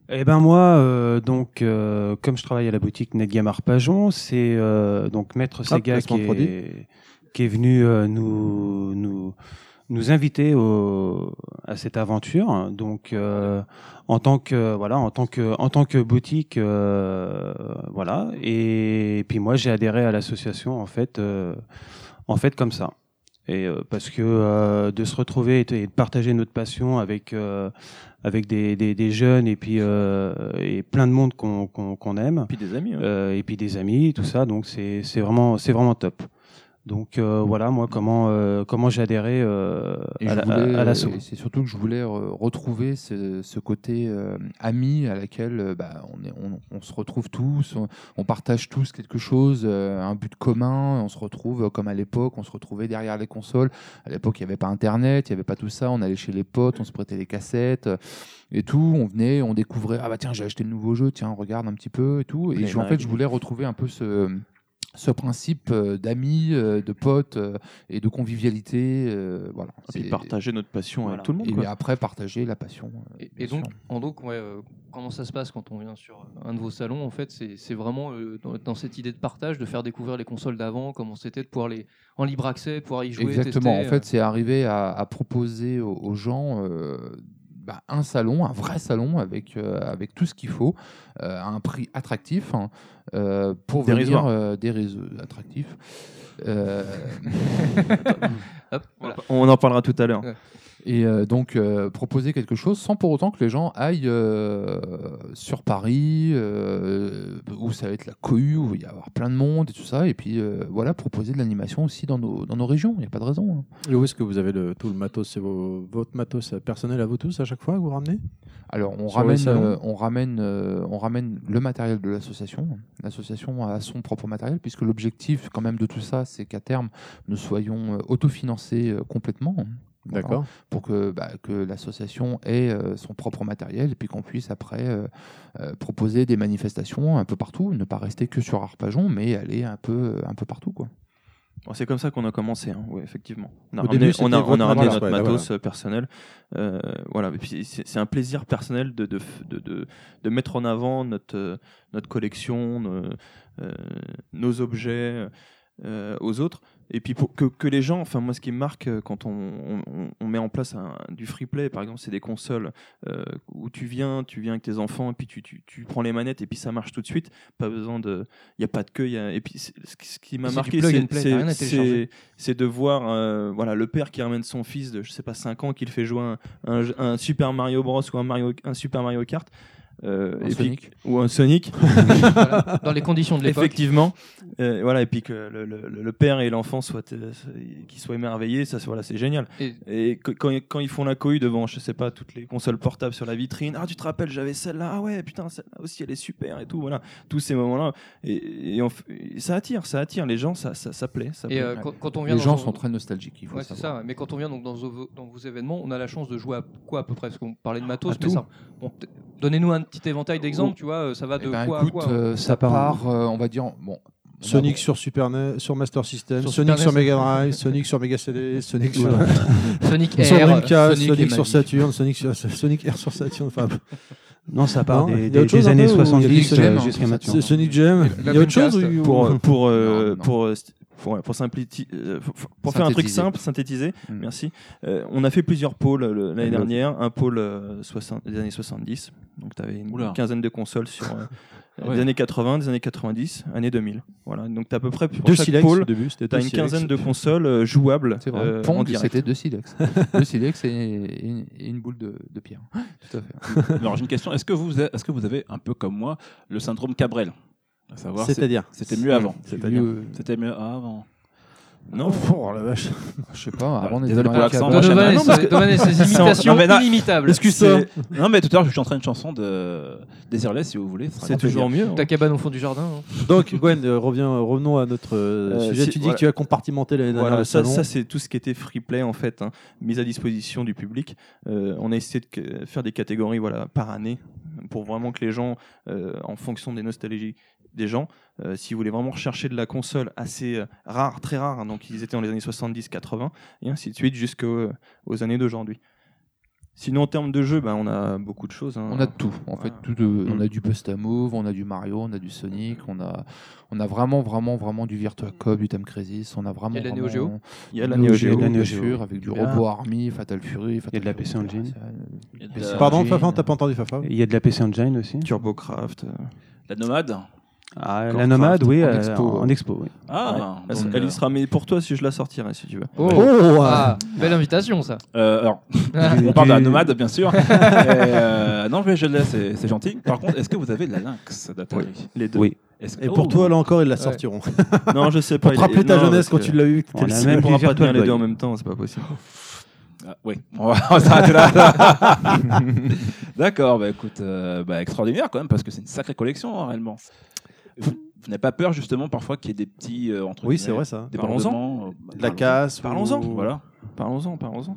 Eh ben moi, euh, donc euh, comme je travaille à la boutique Netgame Arpajon, c'est euh, donc Maître Sega
placement
qui
de produit.
est, qui est venu euh, nous nous nous inviter au, à cette aventure. Donc euh, en tant que voilà, en tant que en tant que boutique, euh, voilà. Et, puis moi, j'ai adhéré à l'association en fait euh, en fait comme ça. Et euh, parce que euh, de se retrouver et de- et de partager notre passion avec euh, avec des, des, des jeunes et puis euh, et plein de monde qu'on qu'on qu'on aime
puis des amis. ouais.
euh, et puis des amis tout ça donc c'est c'est vraiment c'est vraiment top donc euh, voilà moi comment euh, comment j'ai adhéré euh,
Et
à
je
la-
voulais,
à- à l'assaut
et c'est surtout que je voulais euh, retrouver ce, ce côté euh, ami à laquelle euh, bah, on, est, on, on se retrouve tous, on, on partage tous quelque chose, euh, un but commun, on se retrouve euh, comme à l'époque, on se retrouvait derrière les consoles. À l'époque, il n'y avait pas Internet, il n'y avait pas tout ça, on allait chez les potes, on se prêtait les cassettes euh, et tout, on venait, on découvrait, ah bah tiens, j'ai acheté le nouveau jeu, tiens, regarde un petit peu et tout. Et
Les
je- en fait,
règles.
je voulais retrouver un peu ce ce principe euh, d'amis, euh, de potes euh, et de convivialité, euh, voilà.
Et puis
C'est-
partager notre passion
Voilà.
avec tout le monde.
et
quoi.
après, partager la passion. euh,
Et,
bien
et donc,
sûr.
en donc ouais, euh, comment ça se passe quand on vient sur un de vos salons En fait, c'est c'est vraiment euh, dans, dans cette idée de partage, de faire découvrir les consoles d'avant, comment c'était de pouvoir les en libre accès, pouvoir y jouer.
Exactement.
tester, euh.
en fait, c'est arriver à, à proposer aux, aux gens euh, bah, un salon, un vrai salon avec, euh, avec tout ce qu'il faut, euh, à un prix attractif, hein, euh, pour venir
Dérisoire.
euh, des réseaux attractifs. Euh,
euh, hop, voilà.
On en parlera tout à l'heure.
et euh, donc euh, proposer quelque chose sans pour autant que les gens aillent euh, sur Paris euh, où ça va être la cohue où il va y avoir plein de monde et tout ça et puis euh, voilà proposer de l'animation aussi dans nos, dans nos régions il n'y a pas de raison hein.
Et où est-ce que vous avez le, tout le matos C'est vos- votre matos personnel à vous tous à chaque fois que vous ramenez
Alors on
Sur les
ramène,
salons.
euh, on ramène, euh, on ramène le matériel de l'association. L'association a son propre matériel puisque l'objectif quand même de tout ça, c'est qu'à terme nous soyons euh, autofinancés euh, complètement. Voilà.
D'accord.
hein.
pour que, bah, que l'association ait euh, son propre matériel et puis qu'on puisse après euh, euh, proposer des manifestations un peu partout, ne pas rester que sur Arpajon, mais aller un peu, euh, un peu partout. Quoi.
Bon, c'est comme ça qu'on a commencé, hein. ouais, effectivement. On a
Au
ramené,
début, c'était
on a- on a
votre
ramené
matos,
notre
ouais,
matos
voilà.
euh, personnel. Euh, voilà. Et puis c'est c'est un plaisir personnel de, de, f- de, de- de mettre en avant notre, euh, notre collection, nos, euh, nos objets euh, aux autres. Et puis pour que, que les gens, enfin moi ce qui me marque euh, quand on, on- on- on met en place un- du free play, par exemple, c'est des consoles euh, où tu viens, tu viens avec tes enfants, et puis tu, tu, tu prends les manettes, et puis ça marche tout de suite. Pas besoin de, il n'y a pas de queue. il Y a, et puis c'est- ce qui- ce qui m'a
C'est du
marqué,
plug and
c'est-
play, t'as rien à
c'est
télécharger.
c'est- c'est de voir euh, voilà, le père qui ramène son fils de, je sais pas, 5 ans, qui le fait jouer un, un jeu- un Super Mario Bros ou un, Mario, un Super Mario Kart. euh,
Un
et puis-
Sonic.
ou un Sonic.
Voilà, dans les conditions de l'époque.
Effectivement. Euh, voilà, et puis que le, le- le père et l'enfant soient, euh, qu'ils soient émerveillés, ça, c'est- voilà, c'est génial.
Et-
Et, que- quand, quand ils font la cohue devant, je sais pas, toutes les consoles portables sur la vitrine, ah, tu te rappelles, j'avais celle-là, ah ouais, putain, celle-là aussi, elle est super et tout, voilà, tous ces moments-là. Et, et on f- et ça attire, ça attire, les gens, ça, ça, ça plaît. Ça
Et
plaît.
euh, quand, quand on vient
Les
dans
gens
vos-
sont très nostalgiques, il faut
Ouais,
le
c'est
savoir.
ça. Mais quand on vient donc dans vos, dans vos événements, on a la chance de jouer à quoi à peu près Parce qu'on parlait de matos,
À
mais
tout.
ça. bon, peut- Donnez-nous un petit éventail d'exemples, tu vois, euh, ça va
Eh
de
ben,
quoi
écoute,
à quoi hein.
euh, ça
part,
part, euh, on va dire, bon, on a-
Sonic sur Super NES, sur Master System,
Sur
Sonic
Super
sur
E
NES.
Mega Drive, Sonic sur Mega CD, Sonic sur,
Sonic
sur
Air.
Dreamcast,
Sonic
Sonic, eh,
et
sur
Magic.
Saturn, Sonic, sur, Sonic Air sur Saturn, enfin,
non ça part
Non, il y a
des,
autre
des-
chose
des
un
années
peu ou il y a des
70
gemmes,
euh,
hein,
jusqu'à
sur
maintenant
c'est Sonic Jam.
La
Il y a autre chose
Dreamcast.
ou-
pour
ou-
pour euh,
Non, non.
pour euh, st- pour, pour, simpliti- euh, pour- pour faire un truc
Synthétiser.
simple, synthétisé,
Mm.
merci. Euh, on a fait plusieurs pôles euh, l'année dernière, un pôle euh, 60 des années 70, donc tu avais une
Oula.
quinzaine de consoles sur euh,
Ah
Ouais.
les années 80, des années 90, années 2000. Voilà, donc t'as à peu près pour
Deux
chaque
silex au
pôle,
début, c'était
tu as
deux
une
silex.
quinzaine de consoles euh, jouables
C'est vrai.
euh, en
Pong,
direct.
c'était deux silex. deux silex et, et une, et une boule de, de pierre. Tout à fait.
Alors j'ai une question. Est-ce que vous, est-ce que vous avez un peu comme moi le syndrome Cabrel À savoir, c'est-
C'est-à-dire
c'était mieux avant.
C'est-à-dire-
Euh,
C'était mieux avant.
Non,
Oh la vache.
je sais pas, avant on était
Désolé
dans
pour
la
l'accent,
cabane.
moi, j'aime
Donovan et
bien. Non, parce
ses- Donovan et ses
Sans-
imitations
non, mais là-
inimitables.
Excuse-toi.
C'est- Non mais tout à l'heure je suis en train une chanson de Désirless si vous voulez. ce sera
C'est
un plaisir.
toujours mieux. hein.
Ta cabane au fond du jardin. hein.
Donc, Gwen, euh, reviens, revenons à notre euh,
Euh,
sujet.
si-
tu dis
voilà.
que tu as compartimenté l'année dernière
Voilà,
le
ça,
salon.
ça, c'est tout ce qui était free play en fait, hein, mise à disposition du public. Euh, on a essayé de que- faire des catégories voilà, par année pour vraiment que les gens, euh, en fonction des nostalgies des gens, euh, si vous voulez vraiment rechercher de la console assez euh, rare, très rare, hein, donc ils étaient dans les années 70-80 et ainsi de suite jusqu'aux aux années d'aujourd'hui. Sinon, en termes de jeu, ben, on a beaucoup de choses. hein.
On a de tout, en fait.
Voilà.
Tout de- on a du Busta Move, on a du Mario, on a du Sonic, on a, on a vraiment, vraiment, vraiment du Virtua Cop, du Time Crisis, on a vraiment.
Il y a de la
vraiment-
Neo Geo
Il y a la
Neo
Neo
Geo,
Geo,
la
bien
Neo
sûr,
Geo.
avec du
Il y a-
Robo Army, Fatal Fury. Fatal
de la PC
Fury,
Engine.
etc.
Et de-
PC
Pardon,
Engine.
Fafan, t'as pas entendu Fafan
Il y a de la PC Engine aussi.
TurboCraft. euh,
La nomade.
Ah,
Encore
la Nomade, oui,
en
euh, en
expo.
expo. En expo oui.
Ah.
ouais.
donc,
Elle
euh,
y sera, mais pour toi, si je la sortirai, si tu veux.
Oh,
Oh,
ah, belle invitation ça. Ah,
euh, alors,
Du-
on parle de la
du-
nomade bien sûr. Et, euh, non mais je laisse, c'est c'est gentil. Par contre, est-ce que vous avez la lynx d'Atari
Les deux.
Oui.
Est-ce que-
Et pour
Oh.
toi, là encore, ils la
Ouais.
sortiront.
Non, je sais
Pour
pas.
te
il est-
rappeler ta
non,
jeunesse
parce
quand
que-
tu l'as eu.
On
t'es le
a
seul.
même
On pourra
plusieurs
pas tenir les
Virtual
deux en
Boy.
même temps, c'est pas possible.
Ah, oui, on va on va s'arrêter là. D'accord, bah écoute, euh, bah, extraordinaire quand même, parce que c'est une sacrée collection hein, réellement. Vous, vous n'avez pas peur justement parfois qu'il y ait des petits. euh, entre
Oui, c'est
guillemets,
vrai ça.
Des
Parlons-en.
parlements, euh,
De la
parlons-en.
casse.
Parlons-en.
ou-
Voilà.
Parlons-en, parlons-en.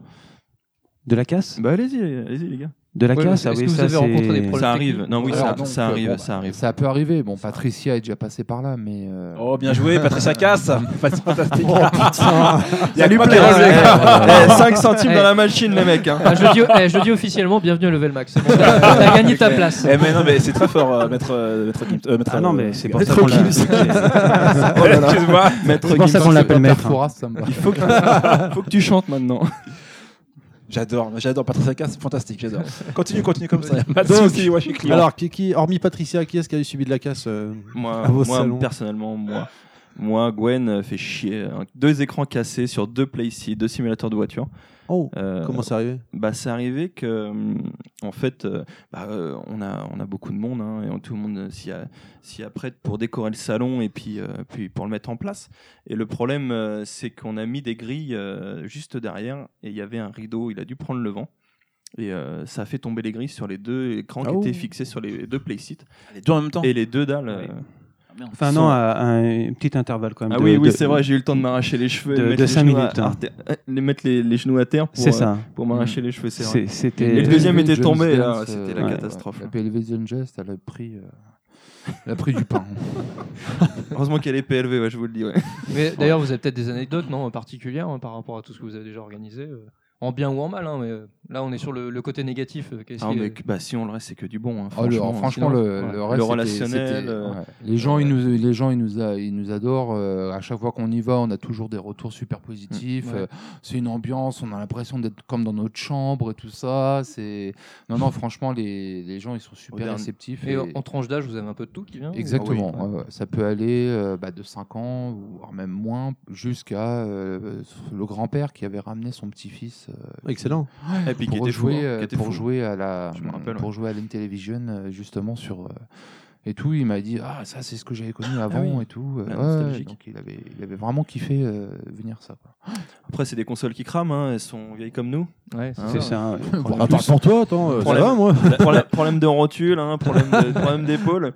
De la casse
Bah allez-y, allez-y les gars.
De la
Ouais,
casse, ah
est-ce
oui,
que vous
ça
avez rencontré des
c'est-
problèmes
Ça arrive.
techniques
Non, oui,
Alors,
ça,
donc,
ça
euh,
arrive,
bon, bah,
ça arrive.
Ça peut arriver. Bon, Patricia est déjà passée par là, mais. euh,
Oh, bien joué, Patricia Casse Façon fantastique
Oh,
Ça lui
pas
plaît.
de
hein,
problème.
les gars. Eh, 5 centimes
Eh.
dans la machine, les mecs. hein.
Ah, je, le dis, eh, je le dis officiellement, bienvenue à Level Max. C'est bon, T'as t'as gagné ta place.
Eh, mais non, mais c'est très fort, euh, maître, euh, maître Gims- euh, maître,
Ah non, mais
euh,
c'est
Gims.
pour ça qu'on l'a-
Excuse-moi.
Maître
C'est pour ça
Gims.
qu'on l'appelle
Père
maître. hein.
Fouras, ça me va.
Il faut que, faut que tu chantes maintenant.
J'adore, j'adore Patricia Casse, c'est fantastique, j'adore. Continue, continue comme ça. y a Pas de
Donc,
soucis, moi je suis client.
Alors, qui, qui- hormis Patricia, qui est-ce qui a eu subi de la casse euh,
Moi,
À vos
moi,
salons.
personnellement, moi. Moi, Gwen euh, fait chier. hein. Deux écrans cassés sur deux PlayStation, deux simulateurs de voiture.
Oh,
Euh,
comment c'est arrivé
bah, c'est arrivé que, hum, en fait, euh, bah, euh, on, a, on a beaucoup de monde, hein, et on- tout le monde euh, s'y a- s'y apprête pour décorer le salon et puis, euh, puis pour le mettre en place. Et le problème, euh, c'est qu'on a mis des grilles euh, juste derrière, et il y avait un rideau, il a dû prendre le vent. Et euh, ça a fait tomber les grilles sur les deux écrans
Ah
qui
ouh.
étaient fixés sur les deux playsites.
les deux en
Oh.
même temps.
Et les deux dalles.
Ah oui.
euh,
Enfin, non, à, à un petit intervalle quand même.
Ah
de-
oui, oui,
de-
c'est vrai, j'ai eu le temps de m'arracher les cheveux. et
de-
mettre
de
les
cinq
genoux à-
minutes, hein.
à- les mettre les, les genoux à terre pour,
C'est
euh,
ça. Mm.
pour m'arracher les cheveux, c'est vrai.
C'est-
Et
C'était.
le deuxième était
Jones
tombé,
Dance, euh,
là, c'était la
ouais,
catastrophe.
ouais. La PLV Jones Gest, elle a pris, euh, elle a pris du pain.
Heureusement qu'elle est PLV, ouais, je vous le dis. ouais.
Mais d'ailleurs, vous avez peut-être des anecdotes non particulières hein, par rapport à tout ce que vous avez déjà organisé, euh, en bien ou en mal. hein, mais euh, là, on est sur le, le côté négatif. euh, qu'est-ce
Ah,
qui-
mais que- bah, si on le reste, c'est que du bon. hein,
Oh, le- franchement, le,
sinon, ouais.
le reste,
Le
c'était-
relationnel,
c'était-
euh,
ouais. Les gens, ils
ouais.
nous, les gens, ils nous, a- ils nous adorent. euh, à chaque fois qu'on y va, on a toujours des retours super positifs.
ouais.
euh, c'est une ambiance. On a l'impression d'être comme dans notre chambre et tout ça. C'est non, non. Franchement, les, les gens, ils sont super
Moderne.
réceptifs.
Et
et-
ah
en tranche d'âge, vous avez un peu de tout qui vient ou-
Exactement.
Ah oui.
ouais, ouais. Ça peut aller euh, bah, de 5 ans, voire même moins, jusqu'à euh, le grand-père qui avait ramené son petit-fils euh,
Excellent.
Et puis qui
pour
était fou,
jouer,
hein,
euh,
qui était
pour
fou.
jouer à la
Je me rappelle,
pour jouer à l'Intellivision euh, justement sur euh, et tout il m'a dit ah ça c'est ce que j'avais connu avant et tout euh,
La
ouais,
nostalgique.
donc il avait il avait vraiment kiffé euh, venir ça quoi.
Après, c'est des consoles qui crament, hein, elles sont vieilles comme nous.
Ouais, c'est-
hein.
C'est ça. ouais.
Ah,
Bah, Attends, sans toi, attends, euh, ça
Problème.
va moi
Problème- problème de rotule, hein, problème de- problème d'épaule.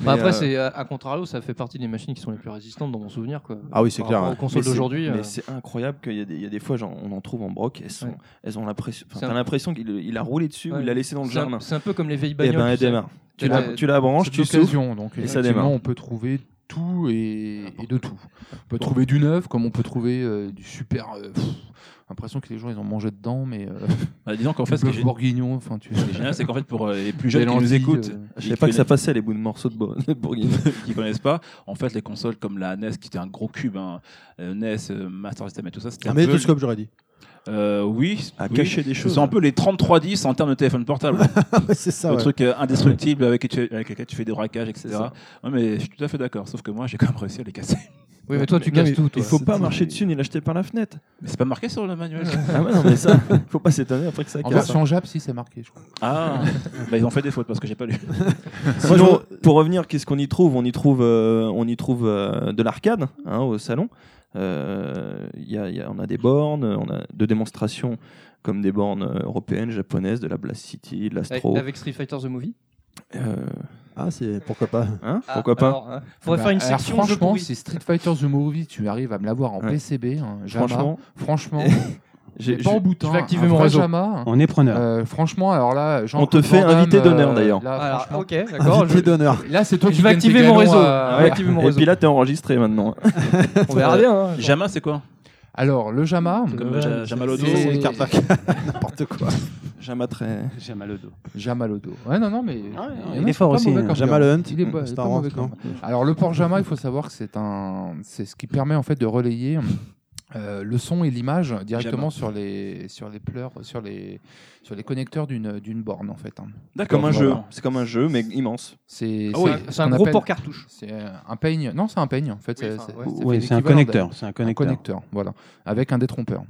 Bah,
Mais,
après,
euh,
c'est à, à contrario, ça fait partie des machines qui sont les plus résistantes dans mon souvenir. Quoi.
Ah oui, c'est
Par
clair,
rapport
ouais.
Aux consoles
Mais c'est-
d'aujourd'hui.
Mais
euh,
c'est incroyable qu'il y, a des- il y a des fois, genre, on en trouve en broc, elles, sont,
Ouais.
elles ont l'impression. enfin,
C'est
T'as
un-
l'impression qu'il il a roulé dessus ou
Ouais.
il l'a laissé dans le
c'est un-
jardin.
c'est un peu comme les vieilles
Et
bagnoles.
ben,
tu
elle
sais.
démarre. Tu
T'as-
la, tu la branches,
C'est
tu souffles.
l'occasion donc
et ça
effectivement
démarre.
on peut trouver tout et, et de tout. On peut trouver du neuf, comme on peut trouver euh, du super. euh, pff, l'impression que les gens ils ont mangé dedans, mais euh,
Bah, disons qu'en
du
fait, ce qui est
bœuf
gén-
bourguignon, enfin tu.
ce qui est génial, c'est qu'en fait, pour euh, les plus
Des
jeunes qui nous
lentilles,
écoutent,
euh,
Je
qui
savais pas que ça
connaissent-
passait les bouts de morceaux de, bo- de bourguignon.
qui connaissent pas, en fait, les consoles comme la NES, qui était un gros cube, hein, euh, NES, euh, Master System et tout ça, c'était
Un
un peu...
magnétoscope, j'aurais dit.
Euh, oui,
À
oui.
cacher des
Ce
choses.
sont un peu les 3310 en termes de téléphone portable.
Ah Ouais, c'est ça.
le
ouais.
truc euh, indestructible avec, lequel tu- avec lequel tu fais des braquages, etc.
C'est ça.
Ouais, mais je suis tout à fait d'accord, sauf que moi j'ai quand même réussi à les casser.
Oui, mais toi, tu
Non, mais
casses tout.
Il
toi.
faut
C'est-
pas marcher dessus ni l'acheter par la fenêtre.
Mais c'est pas marqué sur le manuel.
Ah ouais, non, mais ça, faut pas s'étonner après que ça
En
casse.
version Jap, si c'est marqué, je crois.
Ah, bah, ils ont fait des fautes parce que j'ai pas lu.
Sinon, pour revenir, qu'est-ce qu'on y trouve On y trouve, euh, on y trouve euh, de l'arcade hein, au salon. Euh, il y a- il y a- on a des bornes, on a de démonstrations comme des bornes euh, européennes, japonaises, de la Blast City, de
Avec,
l'Astro.
avec Street Fighter The Movie
Euh,
Ah, c'est pourquoi pas.
hein, pourquoi pas
alors, hein, faudrait
Bah,
faire une
alors,
section jeux
franchement,
pourris.
si Street Fighter The Movie, tu arrives à me l'avoir en
Ouais.
PCB, hein, Jama,
Franchement,
franchement,
j'ai-
j'ai pas en bout,
je vais
hein,
activer
un
mon
vrai
réseau.
Jama, hein.
On est preneur.
Euh, franchement, alors là, Jean-Claude
te fait
Van Damme,
invité d'honneur,
euh,
d'ailleurs.
là,
Alors,
franchement,
ok, d'accord.
Invité
Je,
d'honneur.
Là, c'est toi
Je
qui
vais
gagne tes
activer mon
galons euh,
réseau.
à-
Ah ouais. active mon
Et
réseau.
puis là, t'es enregistré maintenant.
on verra bien. hein.
Jama, c'est quoi
Alors, le Jama, euh,
Comme euh, Ja- Jamalodo
c'est-
ou-
carte
N'importe quoi.
Jamais très.
J'ai mal au dos.
Jama Lodo. Ouais, non, non, mais
il est fort aussi, hein.
Jamal Hunt,
Il est, pas- il est
Star
pas
Wars,
mauvais
non.
quand même. Alors, le port Jama, il faut savoir que c'est un, c'est ce qui permet en fait de relayer. euh, le son et l'image directement
Jama.
sur les sur les pleurs sur les sur les connecteurs d'une d'une borne en fait hein.
D'accord.
Comme un
voilà.
jeu, c'est comme un jeu, mais immense.
c'est
Ah oui,
c'est ce
c'est un
qu'on
gros
appelle-
port cartouche.
c'est euh, un peigne non c'est un peigne en fait
Oui,
c'est-
enfin,
c'est-
Ah
ouais.
ça fait
Oui, c'est un
l'équivalent d'un-
connecteur. C'est un
un
connecteur.
connecteur, voilà, avec un détrompeur.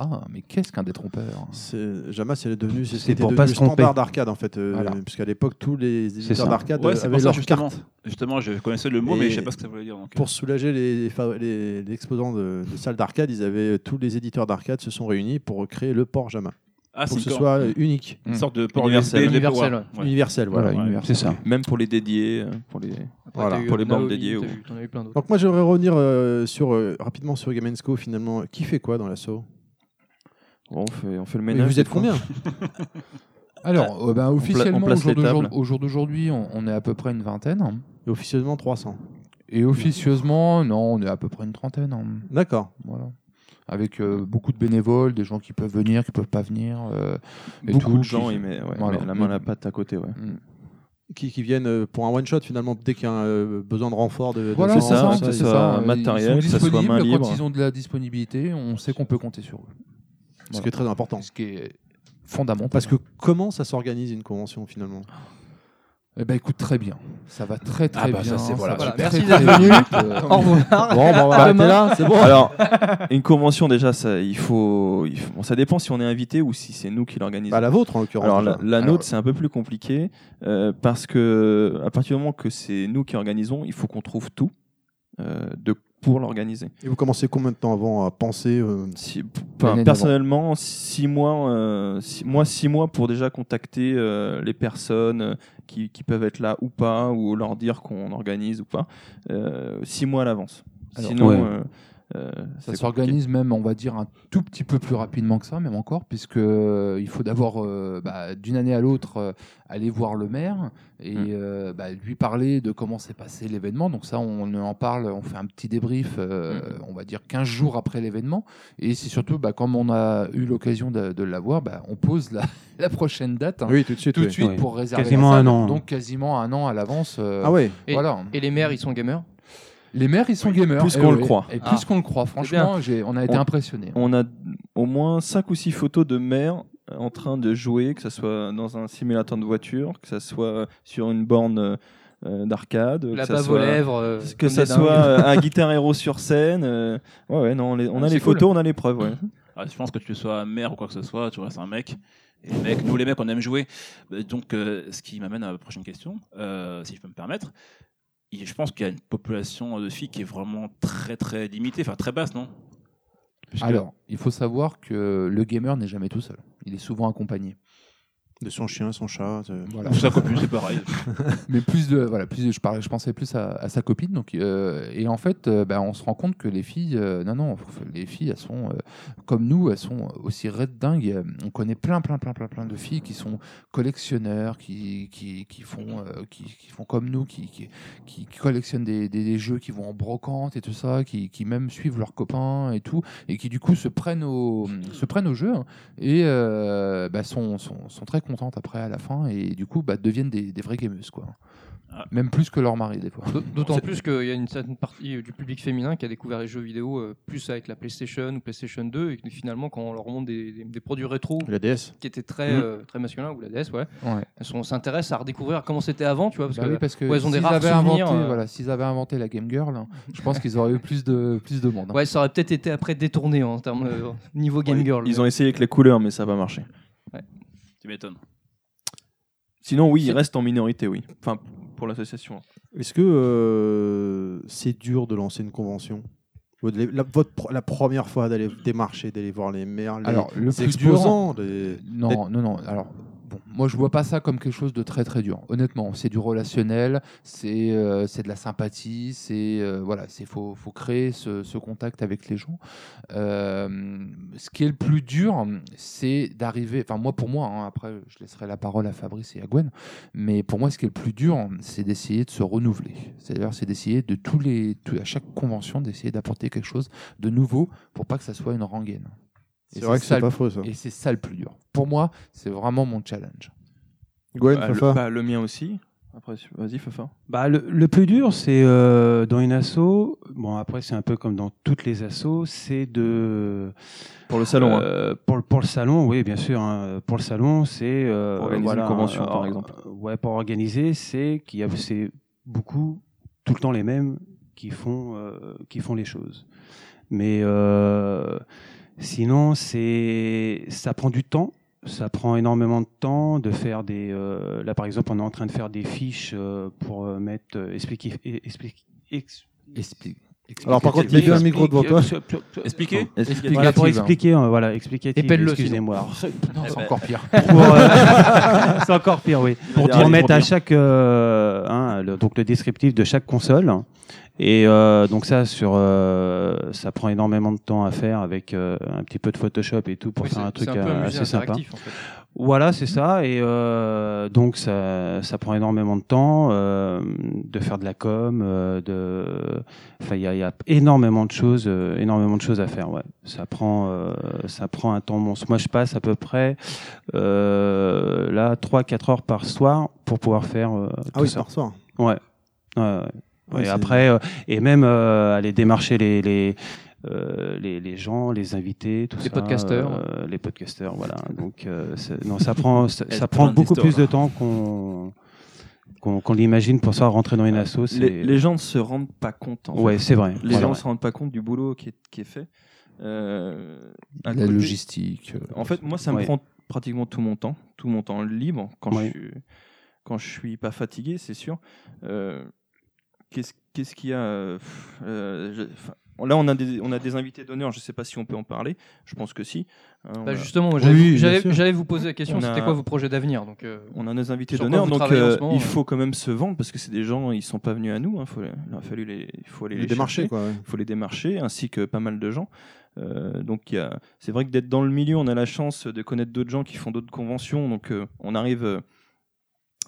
Ah, mais qu'est-ce qu'un détrompeur
C'est- Jama, c'est devenu c'est
C'est
c'était
pour
devenu
pas se tromper.
standard d'arcade en fait, euh,
Voilà.
puisqu'à l'époque tous les éditeurs
ça.
d'arcade
Ouais,
euh,
c'est
avaient
pour ça,
leur
justement.
carte
Justement, je connaissais le mot,
Et-
mais je sais pas ce que ça voulait dire. donc. euh,
pour soulager les, fa- les, les exposants de, de salles d'arcade. Ils avaient euh, tous les éditeurs d'arcade se sont réunis pour créer le port Jama,
ah,
pour que
c'est
ce
une-
soit euh, unique,
une sorte de port
Universel.
USB de
Universel,
pouvoir. Ouais.
universel. Voilà.
Voilà, universel.
C'est ça.
Même pour les dédiés, euh, pour les.
Après, t'as eu,
pour les
euh,
bornes
Naomi,
dédiées
t'as
ou-
eu- T'en as eu plein d'autres.
Donc moi j'aimerais revenir euh, sur euh, rapidement sur Game Co finalement. Qui fait quoi dans l'assaut
Bon, on, fait, on fait le
Mais
ménage.
Vous êtes
des fois.
combien
Alors, euh, ben, officiellement, au
place
jour
les
d'aujourd'hui-
tables.
au jour d'aujourd'hui, on, on est à peu près une vingtaine. hein.
Et Officieusement 300.
Et officieusement, non, on est à peu près une trentaine. hein.
D'accord.
Voilà. Avec euh, beaucoup de bénévoles, des gens qui peuvent venir, qui peuvent pas venir. euh, et
Beaucoup
tout,
de
qui-
gens, ils mettent- ouais,
Voilà.
mettent la main à la pâte à côté, ouais.
Qui, qui viennent euh, pour un one shot finalement dès qu'il y a euh, besoin de renfort de. de
Voilà,
gens,
c'est ça,
tout
c'est
ils-
ça. matériel,
ils
que
sont
ça soit
disponibles.
main libre.
Quand ils ont de la disponibilité, on sait qu'on peut compter sur eux.
Ce qui est très important.
Ce qui est fondamental.
Parce que comment ça s'organise une convention finalement
Eh ben, écoute, très bien. Ça va très très
Ah bah, ça,
bien.
c'est- voilà,
va
super.
très,
Merci
très
d'être venu.
vite, euh,
Au revoir.
Bon, bah, on va arrêter là, c'est bon.
Alors, une convention déjà, ça, il faut, il faut- bon, ça dépend si on est invité ou si c'est nous qui l'organisons.
Bah, la vôtre en l'occurrence.
Alors la,
déjà.
la
Alors-
nôtre, c'est un peu plus compliqué euh, parce que à partir du moment que c'est nous qui organisons, il faut qu'on trouve tout euh, de pour l'organiser.
Et vous commencez combien de temps avant à penser euh,
Si- p-
L'année
enfin,
d'avant.
personnellement, six mois, euh, six, moi six mois pour déjà contacter euh, les personnes euh, qui, qui peuvent être là ou pas, ou leur dire qu'on organise ou pas, euh, six mois à l'avance.
Alors,
Sinon,
ouais.
euh, euh,
Ça
c'est
s'organise même, on va dire, un tout petit peu plus rapidement que ça, même encore, puisque euh, il faut d'abord, euh, bah, d'une année à l'autre, euh, aller voir le maire et
Mm.
euh, bah, lui parler de comment s'est passé l'événement. Donc ça, on en parle, on fait un petit débrief, euh, on va dire 15 jours après l'événement. Et c'est surtout, bah, comme on a eu l'occasion de, de l'avoir, bah, on pose la, la prochaine date hein,
Oui, tout de suite.
tout de
oui.
suite
Oui.
pour réserver. la
Quasiment
salle.
un an.
Donc quasiment un an à l'avance. euh,
Ah ouais.
Et-
Voilà.
Et les maires, ils sont gamers.
Les maires, ils sont gamers.
Plus
Eh
qu'on le
oui.
croit.
Et
Ah.
plus qu'on le croit, franchement, j'ai- on a été
On-
impressionnés.
on a au moins 5 ou 6 photos de mères en train de jouer, que ce soit dans un simulateur de voiture, que ce soit sur une borne euh, d'arcade, que
La
ça
bave aux
soit,
lèvres. euh,
que
comme
ça
des dingues.
soit euh, un guitar héros sur scène. euh, ouais, ouais, non, on, les- on
Ah,
a
c'est
les
cool.
photos, on a les preuves. Ouais.
Ah, je pense que tu sois mère ou quoi que ce soit, tu restes un mec. Et les mecs, nous les mecs, on aime jouer. Euh, Donc, euh, ce qui m'amène à la prochaine question, euh, si je peux me permettre. Et je pense qu'il y a une population de filles qui est vraiment très très limitée, enfin très basse, non Puisque-
Alors, il faut savoir que le gamer n'est jamais tout seul. Il est souvent accompagné.
euh, de son chien, son chat. euh, de-
Voilà.
Pour sa copine, c'est pareil.
mais plus de voilà plus de- je parlais je pensais plus à, à sa copine donc euh, et en fait euh, bah, on se rend compte que les filles euh, non non faut- les filles elles sont euh, comme nous elles sont aussi raides dingues Euh, on connaît plein plein plein plein plein de filles qui sont collectionneurs qui qui, qui font euh, qui, qui font comme nous qui qui, qui- qui collectionnent des, des- des jeux qui vont en brocante et tout ça qui, qui même suivent leurs copains et tout et qui du coup se prennent au se prennent au jeu hein, et euh, bah, sont, sont, sont très contentes après à la fin et du coup bah, deviennent des, des vrais gameuses quoi.
Ah.
Même plus que leur mari des fois.
D'aut- D'autant plus qu'il y a une certaine partie euh, du public féminin qui a découvert les jeux vidéo euh, plus avec la PlayStation ou PlayStation 2 et que finalement quand on leur montre des, des- des produits rétro
La DS.
qui étaient très,
Mhm.
euh, très masculins ou la DS, ouais,
Ouais.
elles sont- on s'intéresse à redécouvrir comment c'était avant, tu vois, parce
Bah
que
oui, parce que
ouais, ils ont des
s'ils
rares
avaient
souvenirs,
inventé,
euh.
voilà, s'ils avaient inventé la Game Girl, hein, je pense qu'ils auraient eu plus de plus de monde. hein.
ouais, ça aurait peut-être été après détourné en termes euh, niveau Game Girl.
Ils ont essayé avec les couleurs, mais ça n'a pas marché.
Tu m'étonnes.
Sinon, oui,
C'est-
ils restent en minorité, oui. Enfin, pour l'association.
Est-ce que euh, c'est dur de lancer une convention Ou de les- la, votre pr- la première fois d'aller démarcher, d'aller voir les maires, les,
Alors, le
les
plus dur-
exposants, les-
Non, non, non. Alors, bon, moi, je vois pas ça comme quelque chose de très, très dur. Honnêtement, c'est du relationnel, c'est euh, c'est de la sympathie, c'est euh, voilà, c'est faut, faut créer ce, ce contact avec les gens. Euh, ce qui est le plus dur, c'est d'arriver. Enfin, moi, pour moi, hein, après, je laisserai la parole à Fabrice et à Gwen. Mais pour moi, ce qui est le plus dur, c'est d'essayer de se renouveler. C'est-à-dire, c'est d'essayer de tous les, tout- à chaque convention, d'essayer d'apporter quelque chose de nouveau pour pas que ça soit une rengaine. Et
C'est vrai que
ça
c'est
le
pas faux ça.
et c'est ça le plus dur. Pour moi, c'est vraiment mon challenge.
Gwen,
Bah, le,
Fafa,
bah, le mien aussi. Après, vas-y, Fafa.
Bah, le, le plus dur, c'est euh, dans une asso. Bon, après, c'est un peu comme dans toutes les assos, c'est de.
Pour le salon. hein.
Euh, pour, le- pour le salon, oui, bien sûr. hein. Pour le salon, c'est. euh,
Pour organiser une convention, par exemple.
euh, Ouais, pour organiser, c'est qu'il y a c'est beaucoup, tout le temps les mêmes qui font, euh, qui font les choses. Mais euh, sinon, c'est ça prend du temps. Ça prend énormément de temps de faire des. euh, là, par exemple, on est en train de faire des fiches euh, pour euh, mettre euh, expliquer. eh, explique- ex- euh,
Explique.
Alors, par contre, mets bien le micro devant toi.
Euh,
Expliquer
Explique.
Voilà, pour expliquer, hein, voilà, expliquer.
Épelle-le,
Excusez-moi.
Non, c'est encore pire.
Pour, euh, c'est encore pire, oui. Pour
dire les
mettre à
produits.
chaque, euh, hein, le, donc le descriptif de chaque console. Et euh, donc ça, sur, euh, ça prend énormément de temps à faire avec euh, un petit peu de Photoshop et tout pour
Oui, c'est-
faire un truc
c'est peu
euh,
un musée
assez sympa.
interactif, en fait.
Voilà, c'est ça. Et euh, donc, ça, ça prend énormément de temps euh, de faire de la com. euh, de, enfin, il y a, il y a énormément de choses, euh, énormément de choses à faire. Ouais, ça prend, euh, ça prend un temps monstre. Moi, je passe à peu près euh, là 3-4 heures par soir pour pouvoir faire euh,
ah
tout
oui,
ça.
par soir.
Ouais. Ouais, ouais.
Ouais,
et
c'est-
après, euh, et même euh, aller démarcher les les, euh, les les gens, les invités, tout
Les
ça.
podcasteurs.
euh, les podcasteurs, voilà. Donc euh, c'est- non, ça prend ça,
Elle
ça prend
prend des
beaucoup
stores.
plus de temps qu'on qu'on qu'on l'imagine pour ça rentrer dans une asso. c'est-
Les, les gens ne se rendent pas compte. en fait.
ouais, c'est vrai.
Les
Voilà.
gens ne se rendent pas compte du boulot qui est, qui est fait. Euh, à
La
côté-
logistique. euh,
En fait, moi, ça me
Ouais.
prend pratiquement tout mon temps, tout mon temps libre quand
Ouais.
je suis quand je suis pas fatigué, c'est sûr. Euh, Qu'est-ce qu'est-ce qu'il y a euh, pff, euh, je- enfin, Là, on a des on a des invités d'honneur. Je sais pas si on peut en parler. Je pense que si. Euh, on,
Bah,
a,
justement, moi,
Oui,
j'allais-
oui, bien
j'allais
sûr.
j'allais vous poser la question,
On
c'était
a-
quoi vos projets d'avenir donc, euh,
on a nos invités
Sur quoi
d'honneur,
vous
donc
travaillez en
euh,
ce moment,
il
ouais.
faut quand même se vendre parce que c'est des gens, ils sont pas venus à nous. hein, faut- il a fallu les il faut aller
Le
les
démarcher
chercher.
quoi. ouais.
il faut les démarcher, ainsi que pas mal de gens. Euh, donc il y a- c'est vrai que d'être dans le milieu, on a la chance de connaître d'autres gens qui font d'autres conventions, donc euh, on arrive euh,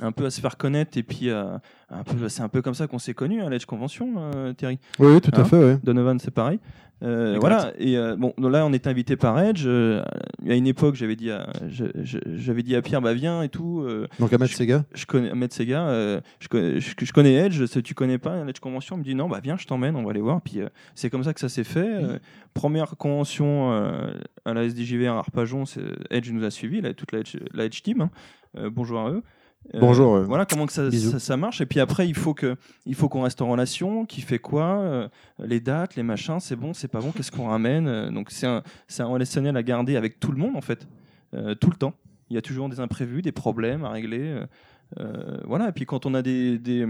un peu à se faire connaître et puis à- à un peu, bah, c'est un peu comme ça qu'on s'est connus à l'Edge Convention, euh, Thierry.
Oui, oui, tout à
Hein
fait. ouais.
Donovan, c'est pareil. Euh,
Exact.
voilà. Et euh, bon, donc là, on était invité par Edge. Euh, à une époque, j'avais dit, à- je- je- j'avais dit à Pierre, bah viens et tout. euh,
Donc Ahmed Sega.
je connais Ahmed Sega, euh, je, connais, je, je connais Edge, je sais, tu connais pas Edge Convention, il me dit non, bah viens, je t'emmène, on va aller voir. Puis euh, c'est comme ça que ça s'est fait. euh, première convention euh, à la SDJV à Arpajon, c'est- Edge nous a suivis, la- toute la Edge, la Edge team. hein. Euh, bonjour à eux. Euh,
Bonjour. euh.
Voilà comment que ça,
Bisous.
ça, ça marche. Et puis après, il faut que, il faut qu'on reste en relation. Qui fait quoi euh, Les dates, les machins. C'est bon, c'est pas bon. Qu'est-ce qu'on ramène Euh, Donc c'est un, c'est un relationnel à garder avec tout le monde en fait, euh, tout le temps. Il y a toujours des imprévus, des problèmes à régler. euh, euh, voilà. Et puis quand on a des, des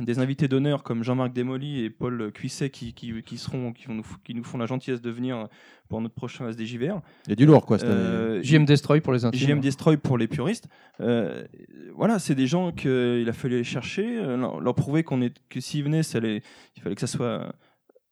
des invités d'honneur comme Jean-Marc Desmolly et Paul Cuisset qui, qui, qui seront, qui, vont nous, f- qui nous font la gentillesse de venir pour notre prochain SDJVR.
Il y a du lourd, quoi. cette année.
Euh,
JM Destroy pour les intimes.
JM Destroy pour les puristes. Euh, voilà, c'est des gens qu'il a fallu aller chercher, euh, leur, leur prouver qu'on est, que s'ils venaient, ça les- il fallait que ça soit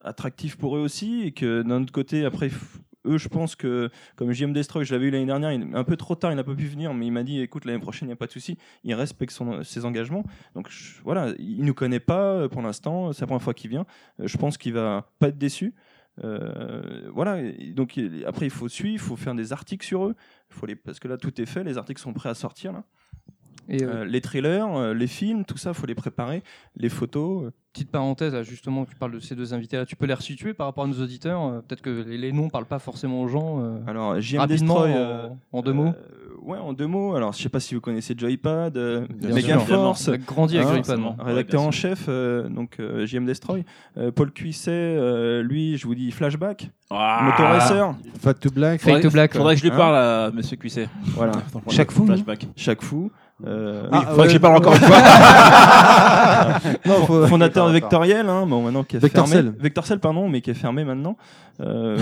attractif pour eux aussi et que d'un autre côté, après, f- eux, je pense que comme JM Destroy, je l'avais eu l'année dernière, il- un peu trop tard, il n'a pas pu venir, mais il m'a dit écoute, l'année prochaine, il n'y a pas de souci, il respecte son, ses engagements. Donc je- voilà, il nous connaît pas euh, pour l'instant, c'est la première fois qu'il vient. Euh, Je pense qu'il va pas être déçu. Euh, voilà, et donc il- après il faut suivre, il faut faire des articles sur eux, faut les, parce que là tout est fait, les articles sont prêts à sortir. Là.
Et, euh,
Euh, les trailers, euh, les films, tout ça, faut les préparer, les photos. euh.
Petite parenthèse, là, justement, tu parles de ces deux invités-là. Tu peux les resituer par rapport à nos auditeurs euh, Peut-être que les, les noms ne parlent pas forcément aux gens. euh,
Alors, JM
rapidement,
Destroy,
en,
euh,
en deux mots.
euh, Ouais, en deux mots. Alors, je sais pas si vous connaissez Joypad, euh,
Bien
Megaforce,
sûr. Ça grandit avec
Ah,
Grippan.
forcément. Ouais,
rédacteur
bien
en
sûr.
chef, euh, donc euh, JM Destroy. Euh, Paul Cuisset, euh, lui, je vous dis Flashback,
Ah,
Motoracer.
Fat to Black.
Fake to Black.
Faudrait que je lui
Hein
parle à Monsieur Cuisset.
Voilà,
Chaque fou,
Flashback.
chaque fou. euh,
Ah,
oui,
ouais.
parle encore une fois.
Non, faut-
fondateur de Vectoriel, hein, bon, maintenant qui est
Vectorcell.
fermé. Vectorcell, pardon, mais qui est fermé maintenant. Euh,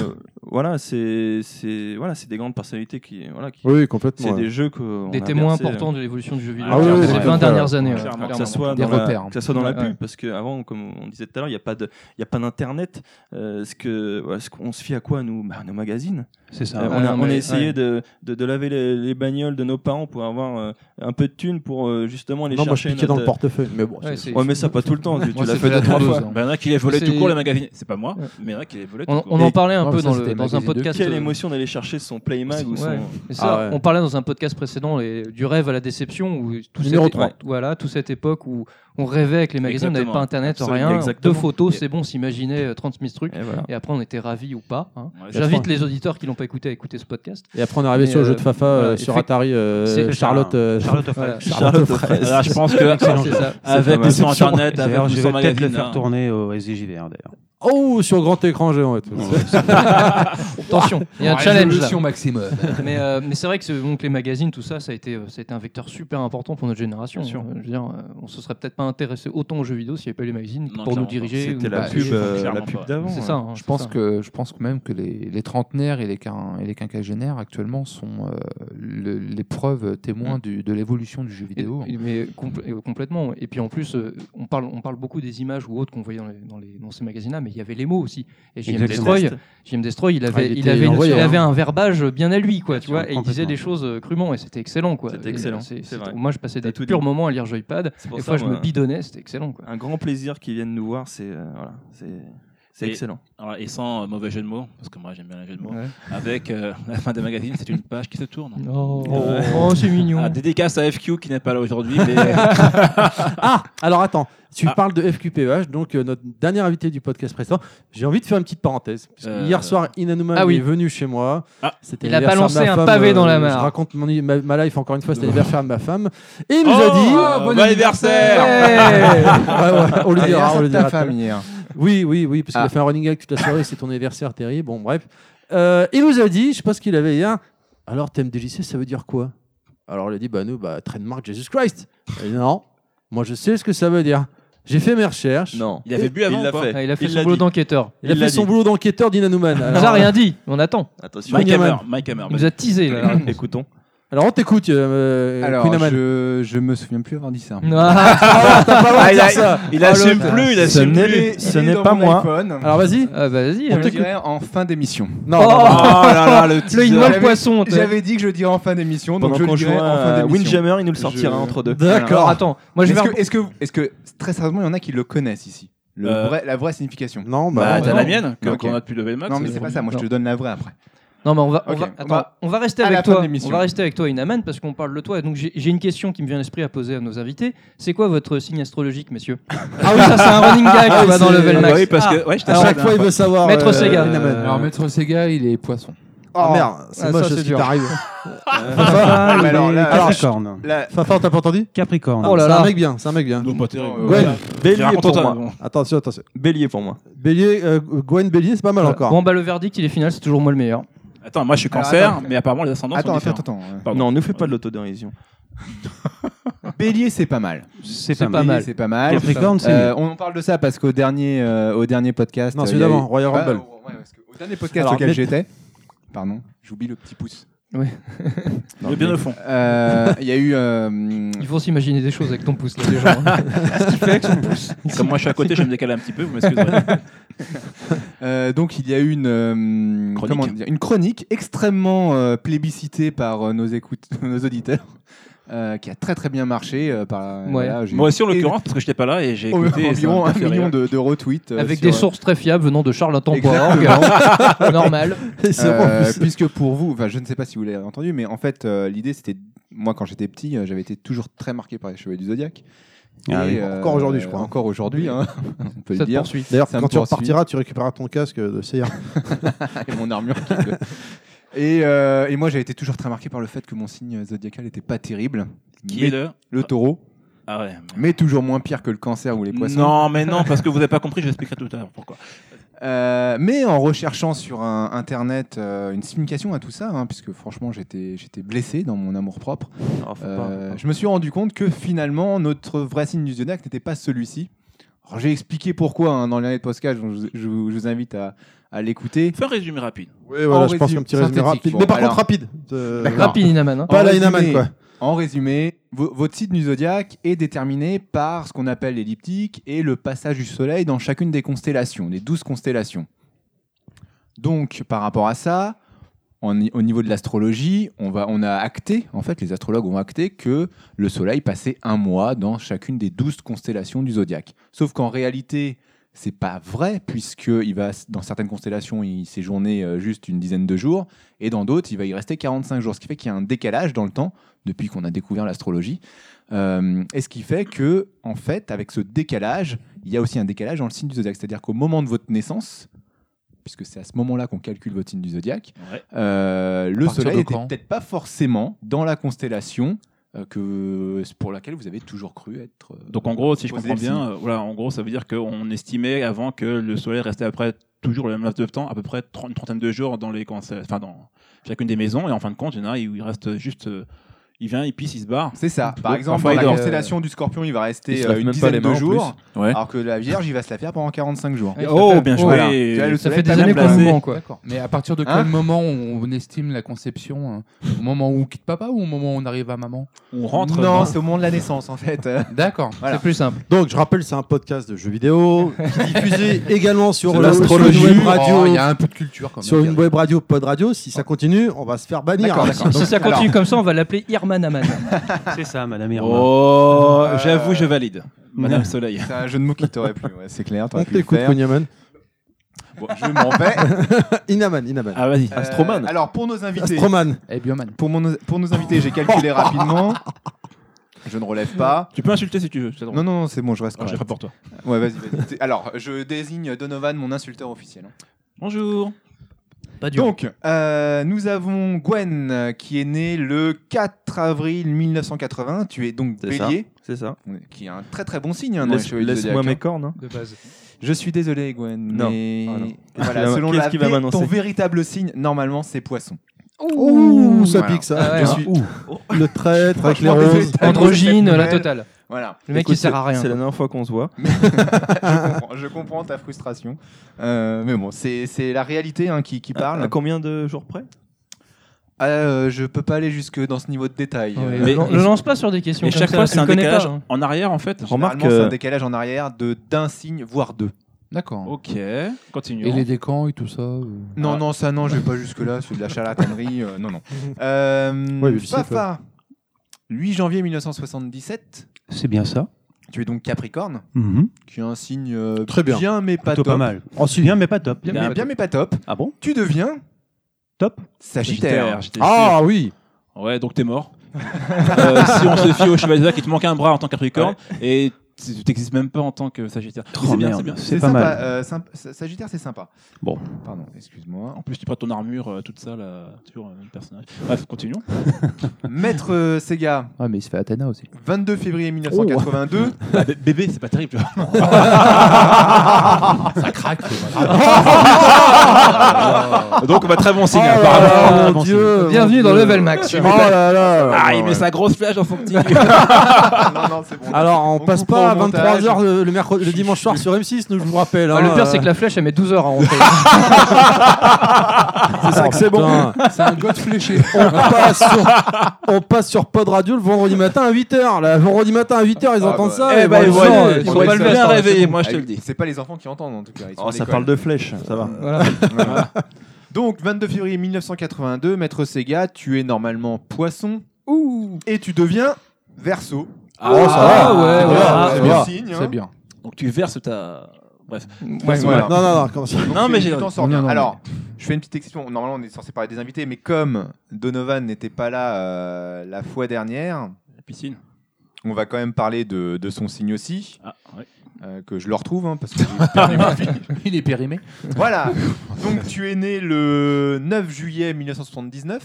voilà, c'est c'est- voilà, c'est des grandes personnalités qui voilà, qui,
Oui,
c'est
complètement. ouais.
des jeux que
Des témoins importants de l'évolution du jeu vidéo
euh, Ah oui,
clairement,
oui,
ces
tout à
20
fait,
dernières
ouais.
années. ouais,
Clairement.
que
clairement.
ça soit
Des
dans la,
repères.
que ça soit dans la
Ouais,
pub parce qu'avant comme on disait tout à l'heure il n'y a pas de il y a pas d'internet Euh, ce que voilà, ce qu'on se fie à quoi nous bah, nos magazines
c'est ça.
Euh,
ouais,
on, a,
non,
on a
mais-
essayé
ouais.
de, de, de laver les, les bagnoles de nos parents pour avoir euh, un peu de thunes pour euh, justement aller
Non, moi, je
chercher
piquais dans le
notre- euh,
portefeuille. Mais bon,
Ouais, c'est-
ouais mais ça pas tout le temps tu, tu
Moi,
l'as
c'est
fait deux
la
trois
tondeuse,
fois
hein.
Ben, il y en a qui les volaient
C'est-
tout court, les magazines. C'est pas moi, mais il y en a qui les volaient
On,
tout
on
court.
en parlait un
Ouais,
peu
ça,
dans, le-
c'était
dans un
magazine de
podcast.
Quelle
euh,
émotion d'aller chercher son Playmag ou son.
Ouais. Et ça,
Ah ouais.
on parlait dans un podcast précédent les- du rêve à la déception où tout
Numéro
cette,
trois.
voilà, toute cette époque où on rêvait avec les magazines, on n'avait
Exactement.
pas internet,
Absolument,
rien,
exactement.
deux photos,
Et-
c'est bon, on s'imaginait euh, 30 000 trucs.
Et voilà.
Et après, on était ravis ou pas. hein.
Ouais, je
J'invite les auditeurs qui l'ont pas écouté à écouter ce podcast.
Et après, on est arrivé
Mais,
sur le jeu
euh,
de Fafa euh,
voilà,
sur
effect-
Atari. euh,
c'est-
Charlotte. euh,
Charlotte Offray.
Voilà.
Charlotte Offray.
Alors, Ah, je pense que
Excellent
C'est
jeu.
ça.
avec
mal.
ou sans internet, avec
D'ailleurs,
ou
je
sans
vais peut-être le
magazine,
faire
hein.
tourner au SDJVR d'ailleurs.
Oh, sur grand écran géant et tout.
Attention, il y a un challenge là.
Résolution maximum.
mais euh, mais c'est vrai que ce- donc, les magazines, tout ça, ça a, été, euh, ça a été un vecteur super important pour notre génération.
Bien sûr.
Euh, je veux dire, euh, on se serait peut-être pas intéressé autant aux jeux vidéo s'il n'y avait pas eu les magazines
Non,
pour nous
clairement pas.
diriger. ou
C'était
nous
la
bah,
pub,
diriger.
euh, la
clairement
pub
pas.
d'avant.
C'est
ouais.
ça. hein,
Je
c'est
pense,
ça.
que, je pense que même que les, les trentenaires et les, quin- et les quinquagénaires actuellement sont euh, le- les preuves témoins du- de l'évolution du jeu
Et-
vidéo.
et- mais compl- et- complètement. Et puis en plus, euh, on, parle, on parle beaucoup des images ou autres qu'on voyait dans, les- dans les- dans ces magazines-là, mais il y avait les mots aussi. Et JM
Exactement.
Destroy, JM Destroy, il avait,
Ah, il
il
était
avait, une-
envoyé,
il
hein.
avait un verbage bien à lui, quoi,
Bien
tu
sûr,
vois, et il disait
complètement.
des choses euh, crûment, et c'était excellent, quoi.
C'était
Et,
excellent,
euh, c'est-
c'est
c'est-
vrai.
Moi, je passais
T'as
des
tout
purs
dit.
moments à lire Joypad.
C'est pour
Des
ça,
fois, je me
moi,
bidonnais, c'était excellent, quoi.
Un grand plaisir qu'ils viennent nous voir, c'est euh, voilà, c'est c'est
Et-
excellent.
Alors, et sans euh, mauvais jeu de mots, parce que moi j'aime bien les jeux de mots, avec euh, la fin des magazines, c'est une page qui se tourne.
Mmh.
Oh, c'est mignon.
Ah, dédicace à FQ qui n'est pas là aujourd'hui, mais
Ah, alors attends, tu
Ah.
parles de FQPH, donc euh, notre dernier invité du podcast précédent. J'ai envie de faire une petite parenthèse. parce que
Euh.
Hier soir, Inanuma
Ah oui.
est venu chez moi.
Ah.
C'était
Il a
l'anniversaire
balancé
de ma
un
femme,
pavé dans la
euh,
mare.
Je raconte mon, i- ma, ma life encore une fois, c'est l'anniversaire de ma femme. Et il nous a dit.
ah,
Oh, bon anniversaire
Ouais, ouais, on le dira, on le dira.
famille.
Oui, oui, oui, parce qu'il a fait un running gag toute la soirée, c'est ton anniversaire, Terry. Bon, bref. Euh, il nous a dit, je sais pas ce qu'il avait hier, alors TMDJC, ça veut dire quoi Alors il a dit, bah nous, bah, trademark Jesus Christ. Il a dit, non, moi je sais ce que ça veut dire. J'ai fait mes recherches.
Non,
il avait bu avant
il l'a
ou pas
fait.
Ah, Il a fait
Il
son
l'a
boulot
dit.
d'enquêteur.
Il, a
il
fait
l'a
son
dit.
boulot d'enquêteur d'Inanouman.
Il nous a rien dit, on attend.
Attention,
Mike
Mike
Hammer,
Hammer.
Mike Hammer.
Il nous a teasé, là.
écoutons.
Alors on t'écoute, euh,
Alors,
Queen Amman.
je, je me souviens plus avoir dit ça.
Ah,
Ah, il a-
Il assume
putain.
plus, il
Ce
assume
n'est-
plus.
ce n'est pas moi.
Alors vas-y.
bah, vas-y.
On
hein.
le dirait en fin d'émission.
Non,
Oh,
non, non.
Ah,
là là, le
le il noie le
J'avais-
poisson. t'as-
J'avais dit que je le dirais en fin d'émission, donc
Pendant
je le
qu'on
dirai en
jouera
fin
à
d'émission.
Windjammer, il nous le
Je-
sortera entre deux.
D'accord.
Attends, moi je
Mais
vais.
Est-ce que, est-ce que, est-ce que très sérieusement, il y en a qui le connaissent ici Le
Euh,
vrai- La vraie signification.
Non, bah,
Bah, t'as
non.
la mienne, que-
Ok.
qu'on a depuis level max.
non, mais c'est pas ça. Moi, je te donne la vraie après.
Non, mais on va, on
Ok,
va,
on
attends,
va-
on va rester
à la
avec
fin de
toi.
l'émission.
On va rester avec toi, Inaman, parce qu'on parle de toi. Donc j'ai j'ai une question qui me vient à l'esprit à poser à nos invités. C'est quoi votre signe astrologique, messieurs Ah oui, ça c'est un running gag
Ah,
tu vois, dans
c'est-
Level
ah,
Max.
bah oui, parce que ouais, je
à chaque fois il veut savoir.
Maître Sega.
Inaman.
Alors, Maître Sega, il est poisson.
Ah merde, c'est
Ah, ça,
moche
c'est
ce qui
dur.
t'arrive.
Ah, il
mais alors
est
là-
Capricorne.
La-
Fafa, on t'a pas entendu
Capricorne.
Oh là
C'est
là.
un mec bien, c'est un mec bien.
Euh,
Non, pas terrible.
Gwen,
Bélier pour
raconte-toi.
moi.
attention, attention.
Bélier pour moi.
Bélier, euh, Gwen Bélier, c'est pas mal encore.
Bon, bah le verdict, il est final, c'est toujours moi le meilleur.
Attends, moi je suis
Alors,
cancer,
Ah, attends.
mais apparemment les ascendants
Attends,
sont
attends,
différents.
attends. attends.
Pardon.
Non, ne fais pas de l'autodérision.
Bélier, c'est pas mal.
C'est
C'est
pas mal.
Bélier,
mal.
C'est pas mal.
Capricorne, c'est
Euh, on en parle de ça parce qu'au dernier, euh, au dernier podcast.
Non,
euh,
celui
il y a
d'avant,
eu-
Royal
Ouais,
Rumble.
ouais, parce que au dernier podcast
Alors,
auquel
mais-
j'étais. Pardon, j'oublie le petit pouce.
Ouais.
Non,
Le bien
mais-
au fond.
Euh, Il y a eu. euh,
Ils vont s'imaginer des choses avec ton pouce, là, les gens. hein. Ce qu'il fait avec son pouce.
Comme moi, je suis à côté, je vais me décaler un petit peu, vous m'excuserez.
Euh, donc il y a eu une euh,
Chronique.
comment dire, une chronique extrêmement euh, plébiscitée par euh, nos, écoute- nos auditeurs, euh, qui a très très bien marché. euh, par,
Ouais.
voilà, j'ai-
Moi aussi, en l'occurrence, parce que j'étais pas là et j'ai
en-
écouté. et ça
Oh, environ
m'a
un
fait rire.
million de, de retweets. euh,
Avec
sur-
des sources très fiables venant de charlatan.org.
Exactement.
Normal.
Et c'est
Euh,
vraiment plus-
puisque pour vous, enfin, je ne sais pas si vous l'avez entendu, mais en fait, euh, l'idée c'était, moi quand j'étais petit, euh, j'avais été toujours très marqué par les Chevaliers du Zodiaque.
Ah
Et,
oui.
euh,
Encore aujourd'hui, je crois.
Encore aujourd'hui, hein, on peut
Ça
le
te
dire.
poursuit.
D'ailleurs,
ça
quand
me
tu
poursuit.
repartiras, tu récupéreras ton casque de CR.
et mon armure qui me- Et, euh, et moi, j'ai été toujours très marqué par le fait que mon signe zodiacal n'était pas terrible.
Qui
mais
est le
le taureau,
Ah ouais.
mais toujours moins pire que le cancer ou les poissons.
Non, mais non, parce que vous n'avez pas compris, je l'expliquerai tout à l'heure pourquoi.
Euh, mais en recherchant sur un- Internet euh, une signification à tout ça, hein, puisque franchement, j'étais j'étais blessé dans mon amour-propre,
Oh, faut pas,
euh,
faut pas.
je me suis rendu compte que finalement, notre vrai signe du zodiaque n'était pas celui-ci. Alors, J'ai expliqué pourquoi hein, dans l'année de podcast, donc je, vous- je vous je vous invite à, à l'écouter.
Fais un résumé rapide.
Oui, voilà,
En
je pense
résumé,
qu'un petit résumé
synthétique.
rapide.
Bon,
mais par
alors-
contre, rapide. Euh,
D'accord.
Rapide, Inaman. hein.
Pas
En
la Inaman,
résumé,
quoi.
En résumé, vo- votre signe du zodiaque est déterminé par ce qu'on appelle l'elliptique et le passage du Soleil dans chacune des constellations, des douze constellations. Donc, par rapport à ça, en i- au niveau de l'astrologie, on, va- on a acté, en fait, les astrologues ont acté que le Soleil passait un mois dans chacune des douze constellations du zodiaque. Sauf qu'en réalité, c'est pas vrai, puisque il va, s- dans certaines constellations, il séjournait euh, juste une dizaine de jours, et dans d'autres, il va y rester 45 jours, ce qui fait qu'il y a un décalage dans le temps depuis qu'on a découvert l'astrologie. Euh, et ce qui fait que, en fait, avec ce décalage, il y a aussi un décalage dans le signe du zodiaque. C'est-à-dire qu'au moment de votre naissance, puisque c'est à ce moment-là qu'on calcule votre signe du zodiaque,
Ouais.
euh, le
partir
soleil
de
n'était
quand
peut-être pas forcément dans la constellation euh, que, pour laquelle vous avez toujours cru être. euh,
Donc en gros, si je
Posez
comprends
le
bien, euh, voilà, en gros, ça veut dire qu'on estimait avant que le soleil restait après toujours le même laps de temps, à peu près tro- une trentaine de jours dans les constellations- enfin dans chacune des maisons, et en fin de compte, il y en a où il reste juste, euh, il vient, il pisse, il se barre.
C'est ça. Par
Bon,
exemple,
enfin,
dans
il
la
dort.
constellation du scorpion, il va
Il
rester
se lave
euh,
même
une
pas
dizaine
les
de
mains en
jours,
Ouais.
alors que la Vierge, il va se la faire pendant 45 jours.
Ouais,
Oh, bien
Oh,
joué.
Ah. Voilà. Tu vois, le
Ça
soleil
fait des
est pas
années
bien
qu'on
placé.
nous ment, quoi.
D'accord. Mais à partir de quel
Hein
moment on estime la conception hein Au moment où on quitte papa ou au moment où on arrive à maman
On rentre.
non,
dans-
c'est au moment de la naissance en fait. Euh,
D'accord.
Voilà.
C'est plus simple.
Donc, je rappelle, c'est un podcast de jeux vidéo qui est diffusé également sur
C'est
le- sur
l'astrologie.
une web
Oh,
radio.
Il y a un peu de culture quand même.
Sur une web radio, pod radio. Si ça continue, on va se faire bannir.
Ah, D'accord, d'accord.
Si ça
Alors-
continue comme ça, on va l'appeler Irman Aman.
C'est ça, madame Irma.
Oh,
Euh,
j'avoue, je valide, Madame Soleil.
C'est un jeu de mots qui t'aurait plu, ouais, c'est clair.
On
T'aurais pu le
t'écoute,
faire.
Kunyaman.
Bon, je m'en vais.
Inaman, Inaman.
Ah vas-y.
Euh, alors pour nos invités,
Astroman.
Eh bien, man.
pour, mon- pour nos invités, j'ai calculé rapidement. Je ne relève pas.
Tu peux insulter si tu veux. c'est drôle.
Non, non, non, c'est bon, je reste
Ah, je
correct.
ferai pour toi.
Ouais, vas-y, vas-y. T'es- Alors, je désigne Donovan, mon insulteur officiel. hein.
Bonjour.
Pas dur.
Donc, euh, nous avons Gwen, euh, qui est née le 4 avril 1980. Tu es donc
C'est ça.
bélier,
C'est ça.
qui est un très très bon signe. hein, dans les
Laisse-
chevaliers du
Laisse-moi
zodiaque,
mes
hein.
cornes. hein.
de base.
Je suis désolé, Gwen.
Non.
mais-
Ah, non.
Voilà,
Qu'est-ce
selon
qu'il
la
va
paix,
m'annoncer
ton véritable signe, normalement, c'est poisson.
Ouh, ça
Voilà.
pique ça.
Ah ouais,
Je
hein.
suis- Le traître avec les
Franchement, désolé,
roses.
t'as-
Androgyne, la
Noël.
totale.
Voilà,
Le mec,
Écoute,
il sert à rien.
C'est la dernière fois qu'on se voit. Ah.
je comprends, je comprends ta frustration. Euh, mais bon, c'est c'est la réalité hein, qui, qui
À
parle.
combien de jours près
Ah, euh, je peux pas aller jusque dans ce niveau de détail.
quoi.
Euh,
Ne
Mais-
lan- ne lance pas sur des questions.
Et
comme
chaque
ça,
fois,
tu
c'est un
connais
décalage
pas, hein.
en arrière en fait.
Remarque,
généralement, c'est un
euh,
décalage en arrière de d'un signe, voire deux.
D'accord.
Ok. Continue.
Et les décans et tout ça euh.
Non,
Ah.
non, ça, non, je vais pas jusque-là, c'est de la charlatanerie, euh, non, non. Euh,
Ouais, mais tu sais,
Fafa, 8 janvier 1977,
C'est bien ça.
tu es donc Capricorne,
Mhm.
qui est un signe euh,
Très bien.
mais pas
Plutôt
top.
pas mal. On se souvient, mais pas top.
Bien, bien, mais pas top.
Ah bon
Tu deviens
Top.
Sagittaire.
j'étais sûr.
Ah oui.
Ouais, donc t'es mort. Euh, si on se fie au chevalier qui te manque un bras en tant que Capricorne, et Tu t'existes même pas en tant que Sagittaire. Mais
Oh,
c'est bien,
merde.
c'est bien.
C'est
C'est
pas
sympa.
mal.
euh, symp- Sa- Sagittaire, c'est sympa.
Bon.
Pardon, excuse-moi.
En plus, tu prends ton armure, euh, toute ça, là, toujours euh, le personnage. Bref, continuons.
Maître euh, Sega,
Ouais, mais il se fait Athéna aussi.
22 février 1982.
Bah, bé- bébé, c'est pas terrible. tu vois.
Ça craque.
Donc, on va très bon signe.
Oh
apparemment.
Ah,
là là, mon
Bon,
Dieu.
Bienvenue dans Level Max.
Oh là là.
Ah, il met sa grosse flèche dans son petit.
non, non, c'est bon.
Alors, on,
On
passe
coupe
pas à
au montage.
23h le, le mercredi- le dimanche soir sur M6, nous, je vous rappelle. hein.
Ah, le pire, c'est que la flèche, elle met 12 heures à rentrer.
c'est ça que c'est bon.
C'est un god fléché.
On passe, sur, on passe sur Pod Radio le vendrendis matin à 8h. Le vendredi matin à 8h, ils
Ah
entendent
bah.
ça.
Eh
ils
ben,
bah,
vont
ils
le
voient,
faire.
ils
Oh,
vont
pas
le
hein.
bien réveiller, moi, je te le dis.
Ah, C'est pas les enfants qui entendent en tout cas. ils sont
Oh,
à
ça
l'école.
parle de flèches, ça va.
Voilà.
Voilà. Donc, 22 février 1982, Maître Sega, tu es normalement poisson et tu deviens verso.
Ah,
Oh, ça va.
ouais, ouais.
Ah,
c'est
ça
le
va.
signe. hein.
C'est bien.
Donc, tu verses ta. Bref.
Ouais, voilà.
Non, non, non. comment ça-
Donc,
Non,
tu-
mais
tu
j'ai-
t'en sors
non,
bien.
non, mais-
Alors, je fais une petite exception. Normalement, on est censé parler des invités, mais comme Donovan n'était pas là euh, la fois dernière,
La piscine.
on va quand même parler de, de son signe aussi,
Ah, ouais.
euh, que je le retrouve, hein, parce que j'ai perdu ma fille.
Il est périmé.
Voilà. Donc, tu es né le 9 juillet 1979.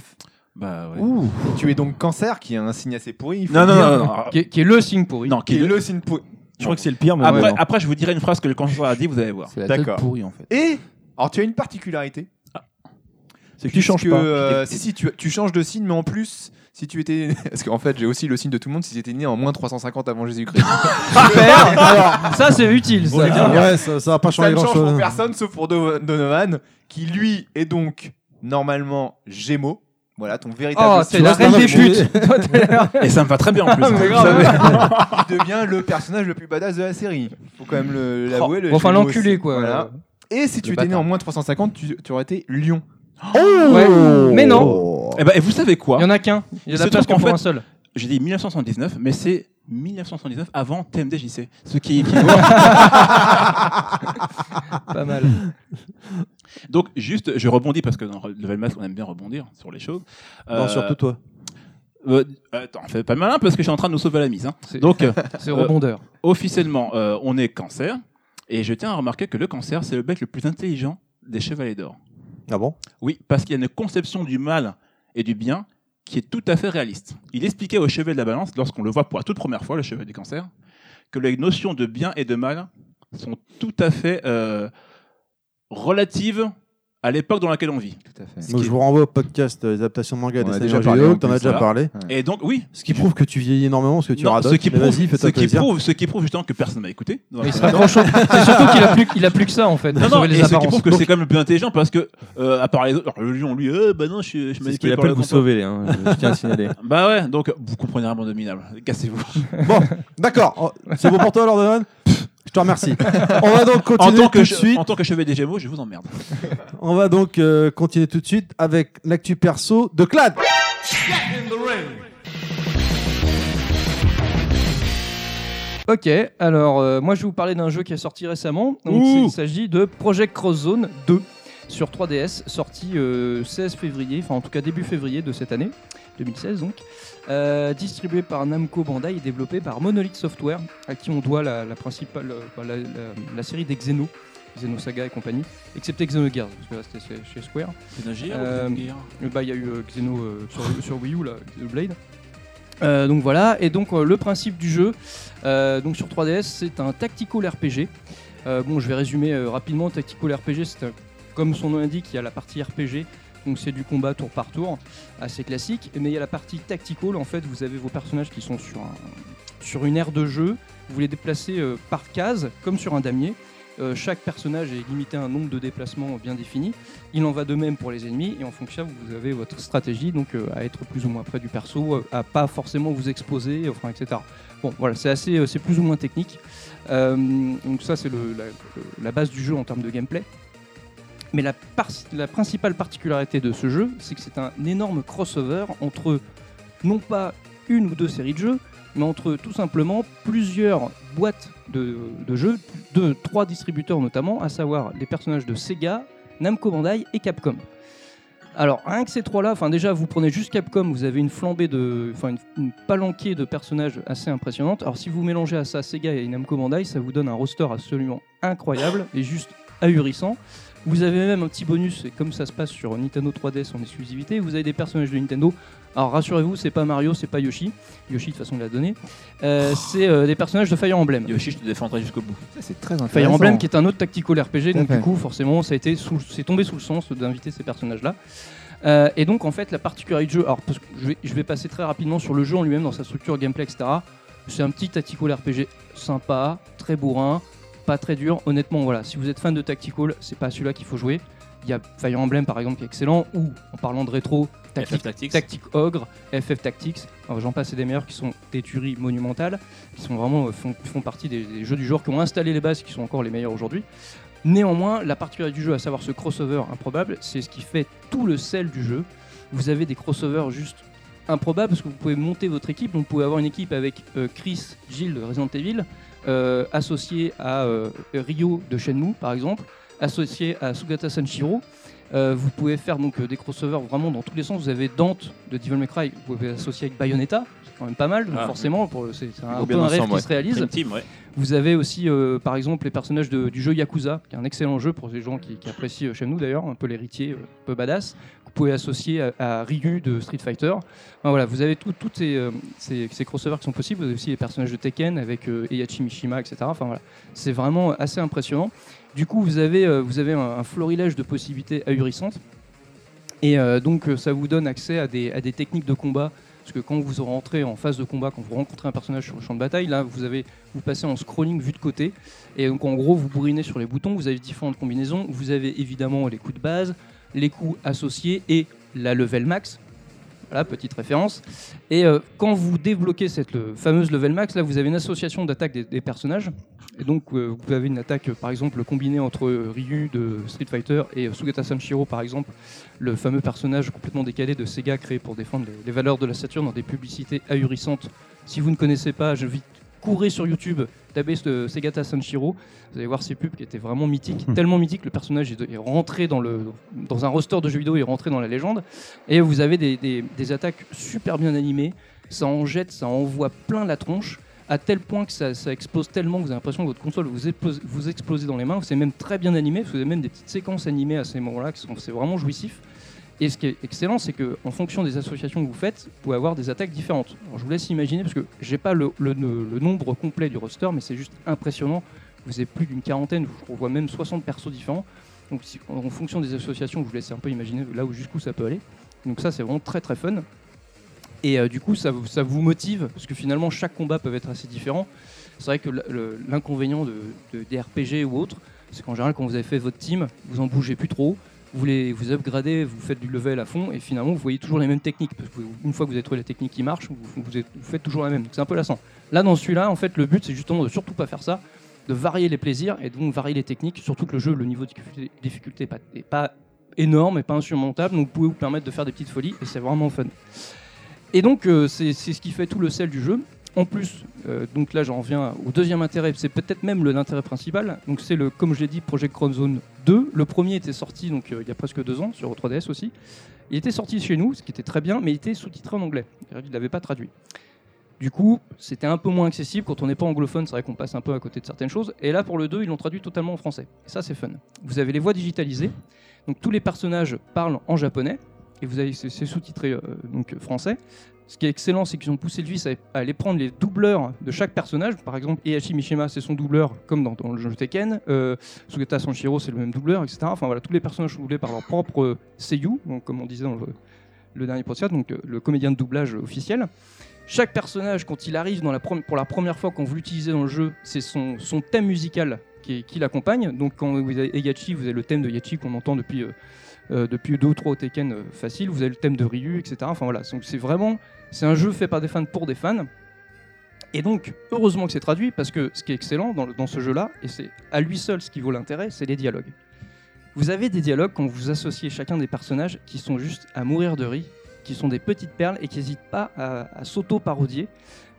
Bah, ouais.
Tu es donc cancer, qui est un signe assez pourri. il faut
Non,
le
non,
dire.
non, non, non.
qui, est, qui est le signe pourri.
Non, qui
Qui
est
est
le-
le signe pourri.
Je crois que c'est le pire, mais
Après,
bon.
après, je vous dirai une phrase que le cancer a dit, vous allez voir.
C'est la tête
D'accord.
pourrie en fait.
Et, alors, tu as une particularité.
c'est que tu changes
Puisque,
pas.
euh, si, si, tu, tu changes de signe, mais en plus, si tu étais. Parce qu'en fait, j'ai aussi le signe de tout le monde si tu étais né en moins 350 avant Jésus-Christ.
Super. Alors, ça, c'est utile. Ça. Oh,
Ouais, ça, ça va pas
Ça
changer
ne
grand
change
chose.
pour personne, sauf pour Do- Donovan, qui lui est donc normalement Gémeaux. Voilà, ton
Oh,
véritable
t'es
signe.
la reine des
Dommage.
putes. Toi, t'es la-
Et ça me va très bien en plus.
Mais
Tu
grave.
savais- Il devient le personnage le plus badass de la série. Faut quand même le- l'avouer. le
Bon, Oh, enfin,
Gémeaux
l'enculé,
aussi.
quoi.
Voilà. Et si tu étais né
bâtard.
en moins 350, tu, tu aurais été Lion.
Oh Ouais. Mais non.
Oh.
Et, bah, et vous savez quoi
Il y en a qu'un. Il y en
Oh. C'est
a presque
tout qu'en
pour
fait-
un seul.
J'ai dit 1979, mais c'est 1979 avant TMDJC. Ce qui est
Pas mal.
Donc, juste, je rebondis parce que dans Level Mask, on aime bien rebondir sur les choses.
Non,
Euh,
surtout toi.
euh, attends, fais pas le malin parce que je suis en train de nous sauver la mise. hein.
C'est-
Donc, euh,
C'est rebondeur.
officiellement, euh, on est cancer. Et je tiens à remarquer que le cancer, c'est le bec le plus intelligent des chevaliers d'or.
Ah bon
Oui, parce qu'il y a une conception du mal et du bien qui est tout à fait réaliste. Il expliquait au chevet de la balance, lorsqu'on le voit pour la toute première fois, le chevet du cancer, que les notions de bien et de mal sont tout à fait euh, relatives à l'époque dans laquelle on vit.
Tout à fait.
Ce
Donc,
qui
je vous renvoie au podcast euh, Les adaptations de manga et
On
des
a
stagiaires
déjà parlé,
vidéo,
en
t'en as
plus,
déjà
voilà.
parlé.
est- Et donc, oui,
Ce qui prouve que tu vieillis énormément, ce que tu
non,
radotes.
ce qui
Mais
prouve,
Vas-y,
ce
fais-toi
qui
plaisir.
prouve, ce qui prouve justement que personne m'a écouté.
Mais il se rapproche. C'est surtout qu'il a plus, il a plus que ça en fait. de
Non, non,
sauver les
et ce qui
apparences.
prouve que c'est quand même le plus intelligent parce que, euh, à part les autres, alors, le lion, lui, euh, bah non, je suis je suis
C'est ce
manipulé
qu'il
par
appelle
le
vous
complot.
sauver, hein, je je tiens à signaler.
Bah ouais, donc vous comprenez un monde dominable. Cassez-vous.
D'accord, Oh, c'est bon pour toi, Lord Donovan Je te remercie. On va donc
En
continuer
tant,
tout
que
de
che-
suite.
en tant que chevet des Gémeaux, je vous emmerde.
On va donc euh, continuer tout de suite avec l'actu perso de Clad.
Ok, alors euh, moi je vais vous parler d'un jeu qui est sorti récemment. Donc, c'est- il s'agit de Project Cross Zone 2 sur 3DS, sorti euh, 16 février, enfin en tout cas début février de cette année, 2016 donc. Euh, distribué par Namco Bandai et développé par Monolith Software, à qui on doit la, la principale, euh, enfin, la, la- la série des Xeno, Xeno Saga et compagnie, excepté Xenogears, parce que là c'était chez- chez Square. Euh, Euh, bah, Il y a eu euh, Xeno euh, sur, sur Wii U, là, Xenoblade. Euh, donc voilà, et donc euh, le principe du jeu, euh, donc sur 3DS, c'est un tactical RPG. Euh, bon, je vais résumer euh, rapidement. Tactical RPG, c'est un- comme son nom l'indique, il y a la partie RPG, donc c'est du combat tour par tour, assez classique. Mais il y a la partie tactical, en fait, vous avez vos personnages qui sont sur, un- sur une aire de jeu, vous les déplacez euh, par case, comme sur un damier. Euh, chaque personnage est limité à un nombre de déplacements bien défini. Il en va de même pour les ennemis et en fonction vous avez votre stratégie donc euh, à être plus ou moins près du perso, euh, à pas forcément vous exposer, enfin etc. Bon voilà c'est assez euh, c'est plus ou moins technique. Euh, donc ça c'est le- la, le- la base du jeu en termes de gameplay. Mais la, par- la principale particularité de ce jeu c'est que c'est un énorme crossover entre non pas une ou deux séries de jeux mais entre tout simplement plusieurs boîtes de, de jeux, de trois distributeurs notamment, à savoir les personnages de Sega, Namco Bandai et Capcom. Alors, rien que ces trois-là, enfin déjà, vous prenez juste Capcom, vous avez une flambée de, enfin une, une palanquée de personnages assez impressionnante. Alors, si vous mélangez à ça Sega et Namco Bandai, ça vous donne un roster absolument incroyable et juste ahurissant. Vous avez même un petit bonus, et comme ça se passe sur Nintendo 3DS en exclusivité, vous avez des personnages de Nintendo. Alors rassurez-vous, c'est pas Mario, c'est pas Yoshi. Yoshi, de toute façon, il l'a donné. Euh, c'est euh, des personnages de Fire Emblem.
Yoshi, je te défendrai jusqu'au bout.
Ça, c'est très intéressant.
Fire Emblem, hein. qui est un autre tactical RPG, donc
fait.
du coup, forcément, ça a été sous- c'est tombé sous le sens d'inviter ces personnages-là. Euh, et donc, en fait, la particularité du jeu, alors parce que je vais, je vais passer très rapidement sur le jeu en lui-même, dans sa structure, gameplay, etc. C'est un petit tactical RPG sympa, très bourrin, pas très dur. Honnêtement, voilà, si vous êtes fan de tactical, c'est pas celui-là qu'il faut jouer. Il y a Fire Emblem par exemple qui est excellent, ou en parlant de rétro, Tactics
FF Tactics.
Tactic Ogre, FF Tactics, alors j'en passe et des meilleurs qui sont des tueries monumentales, qui sont vraiment euh, font, font partie des, des jeux du genre qui ont installé les bases, qui sont encore les meilleurs aujourd'hui. Néanmoins, la particularité du jeu, à savoir ce crossover improbable, c'est ce qui fait tout le sel du jeu. Vous avez des crossovers juste improbables parce que vous pouvez monter votre équipe. Donc, Vous pouvez avoir une équipe avec euh, Chris, Gilles de Resident Evil, euh, associé à euh, Ryo de Shenmue par exemple, associé à Sugata Sanshiro. Euh, vous pouvez faire donc euh, des crossovers vraiment dans tous les sens. Vous avez Dante de Devil May Cry, vous pouvez associer avec Bayonetta, c'est quand même pas mal. Donc
Ah,
forcément, pour le- c'est c'est un,
vont
peu
bien
un rêve
ensemble,
qui se réalise.
Dream Team, ouais.
Vous avez aussi, euh, par exemple, les personnages de- du jeu Yakuza, qui est un excellent jeu pour les gens qui, qui apprécient euh, chez nous d'ailleurs, un peu l'héritier, euh, un peu badass. Vous pouvez associer à, à Ryu de Street Fighter. Enfin, voilà, vous avez tout- toutes ces, euh, ces, ces crossovers qui sont possibles. Vous avez aussi les personnages de Tekken avec euh, Heihachi Mishima, etc. Enfin voilà, c'est vraiment assez impressionnant. Du coup, vous avez, euh, vous avez un, un florilège de possibilités ahurissantes. Et euh, donc, euh, ça vous donne accès à des, à des techniques de combat. Parce que quand vous rentrez en phase de combat, quand vous rencontrez un personnage sur le champ de bataille, là, vous avez vous passez en scrolling vue de côté. Et donc en gros, vous bourrinez sur les boutons, vous avez différentes combinaisons, vous avez évidemment les coups de base, les coups associés et la level max. Voilà, petite référence. Et euh, quand vous débloquez cette le- fameuse level max, là, vous avez une association d'attaques des, des personnages. Et donc, euh, vous avez une attaque, euh, par exemple, combinée entre euh, Ryu de Street Fighter et euh, Sugata Sanshiro, par exemple, le fameux personnage complètement décalé de Sega créé pour défendre les, les valeurs de la Saturn dans des publicités ahurissantes. Si vous ne connaissez pas, je vite courez sur YouTube, tapez ce- Segata Sanshiro, vous allez voir ses pubs qui étaient vraiment mythiques, tellement mythiques, le personnage est, est rentré dans, le, dans un roster de jeux vidéo, il est rentré dans la légende, et vous avez des, des- des attaques super bien animées, ça en jette, ça envoie plein la tronche, à tel point que ça, ça explose tellement que vous avez l'impression que votre console vous explose, vous explosez dans les mains, c'est même très bien animé, parce que vous avez même des petites séquences animées à ces moments-là, qui sont- c'est vraiment jouissif. Et ce qui est excellent, c'est que en fonction des associations que vous faites, vous pouvez avoir des attaques différentes. Alors, je vous laisse imaginer, parce que j'ai pas le, le- le- le nombre complet du roster, mais c'est juste impressionnant. Vous avez plus d'une quarantaine, je vois même 60 persos différents. Donc si- en, en fonction des associations, je vous laisse un peu imaginer là où jusqu'où ça peut aller. Donc ça, c'est vraiment très très fun. Et euh, du coup, ça, vous- ça vous motive, parce que finalement, chaque combat peut être assez différent. C'est vrai que le- le- l'inconvénient de, de- des RPG ou autres, c'est qu'en général, quand vous avez fait votre team, vous en bougez plus trop vous les vous upgradez, vous faites du level à fond et finalement vous voyez toujours les mêmes techniques. Parce que vous- une fois que vous avez trouvé la technique qui marche, vous, vous- vous êtes- vous faites toujours la même. Donc C'est un peu lassant. Là dans celui-là, en fait, le but c'est justement de surtout pas faire ça, de varier les plaisirs et donc varier les techniques. Surtout que le jeu, le niveau de difficulté- difficulté n'est pas, est pas énorme et pas insurmontable, donc vous pouvez vous permettre de faire des petites folies et c'est vraiment fun. Et donc euh, c'est c'est ce qui fait tout le sel du jeu. En plus, euh, donc là j'en reviens au deuxième intérêt, c'est peut-être même le- l'intérêt principal. Donc c'est le, comme je l'ai dit, Project Chrome Zone 2. Le premier était sorti donc euh, il y a presque deux ans sur 3DS aussi. Il était sorti chez nous, ce qui était très bien, mais il était sous-titré en anglais. Il l'avait pas traduit. Du coup, c'était un peu moins accessible. Quand on n'est pas anglophone, c'est vrai qu'on passe un peu à côté de certaines choses. Et là, pour le 2, ils l'ont traduit totalement en français. Et ça, c'est fun. Vous avez les voix digitalisées. Donc tous les personnages parlent en japonais. Et vous avez c'est c'est sous-titré euh, donc euh, français. Ce qui est excellent, c'est qu'ils ont poussé le vice à, à aller prendre les doubleurs de chaque personnage. Par exemple, Heihachi Mishima, c'est son doubleur, comme dans, dans le jeu Tekken. Euh, Sugata Sanshiro, c'est le même doubleur, etc. Enfin voilà, tous les personnages sont doublés par leur propre euh, seiyuu, donc, comme on disait dans le, le dernier podcast, donc euh, le comédien de doublage officiel. Chaque personnage, quand il arrive dans la prom- pour la première fois, quand vous l'utilisez dans le jeu, c'est son, son thème musical qui, est- qui l'accompagne. Donc quand vous avez Heihachi, vous avez le thème de Heihachi qu'on entend depuis, euh, euh, depuis deux ou trois au Tekken euh, facile. Vous avez le thème de Ryu, etc. Enfin voilà, donc c'est vraiment c'est un jeu fait par des fans pour des fans. Et donc, heureusement que c'est traduit, parce que ce qui est excellent dans, le- dans ce jeu-là, et c'est à lui seul ce qui vaut l'intérêt, c'est les dialogues. Vous avez des dialogues quand vous associez chacun des personnages qui sont juste à mourir de rire, qui sont des petites perles et qui n'hésitent pas à, à s'auto-parodier.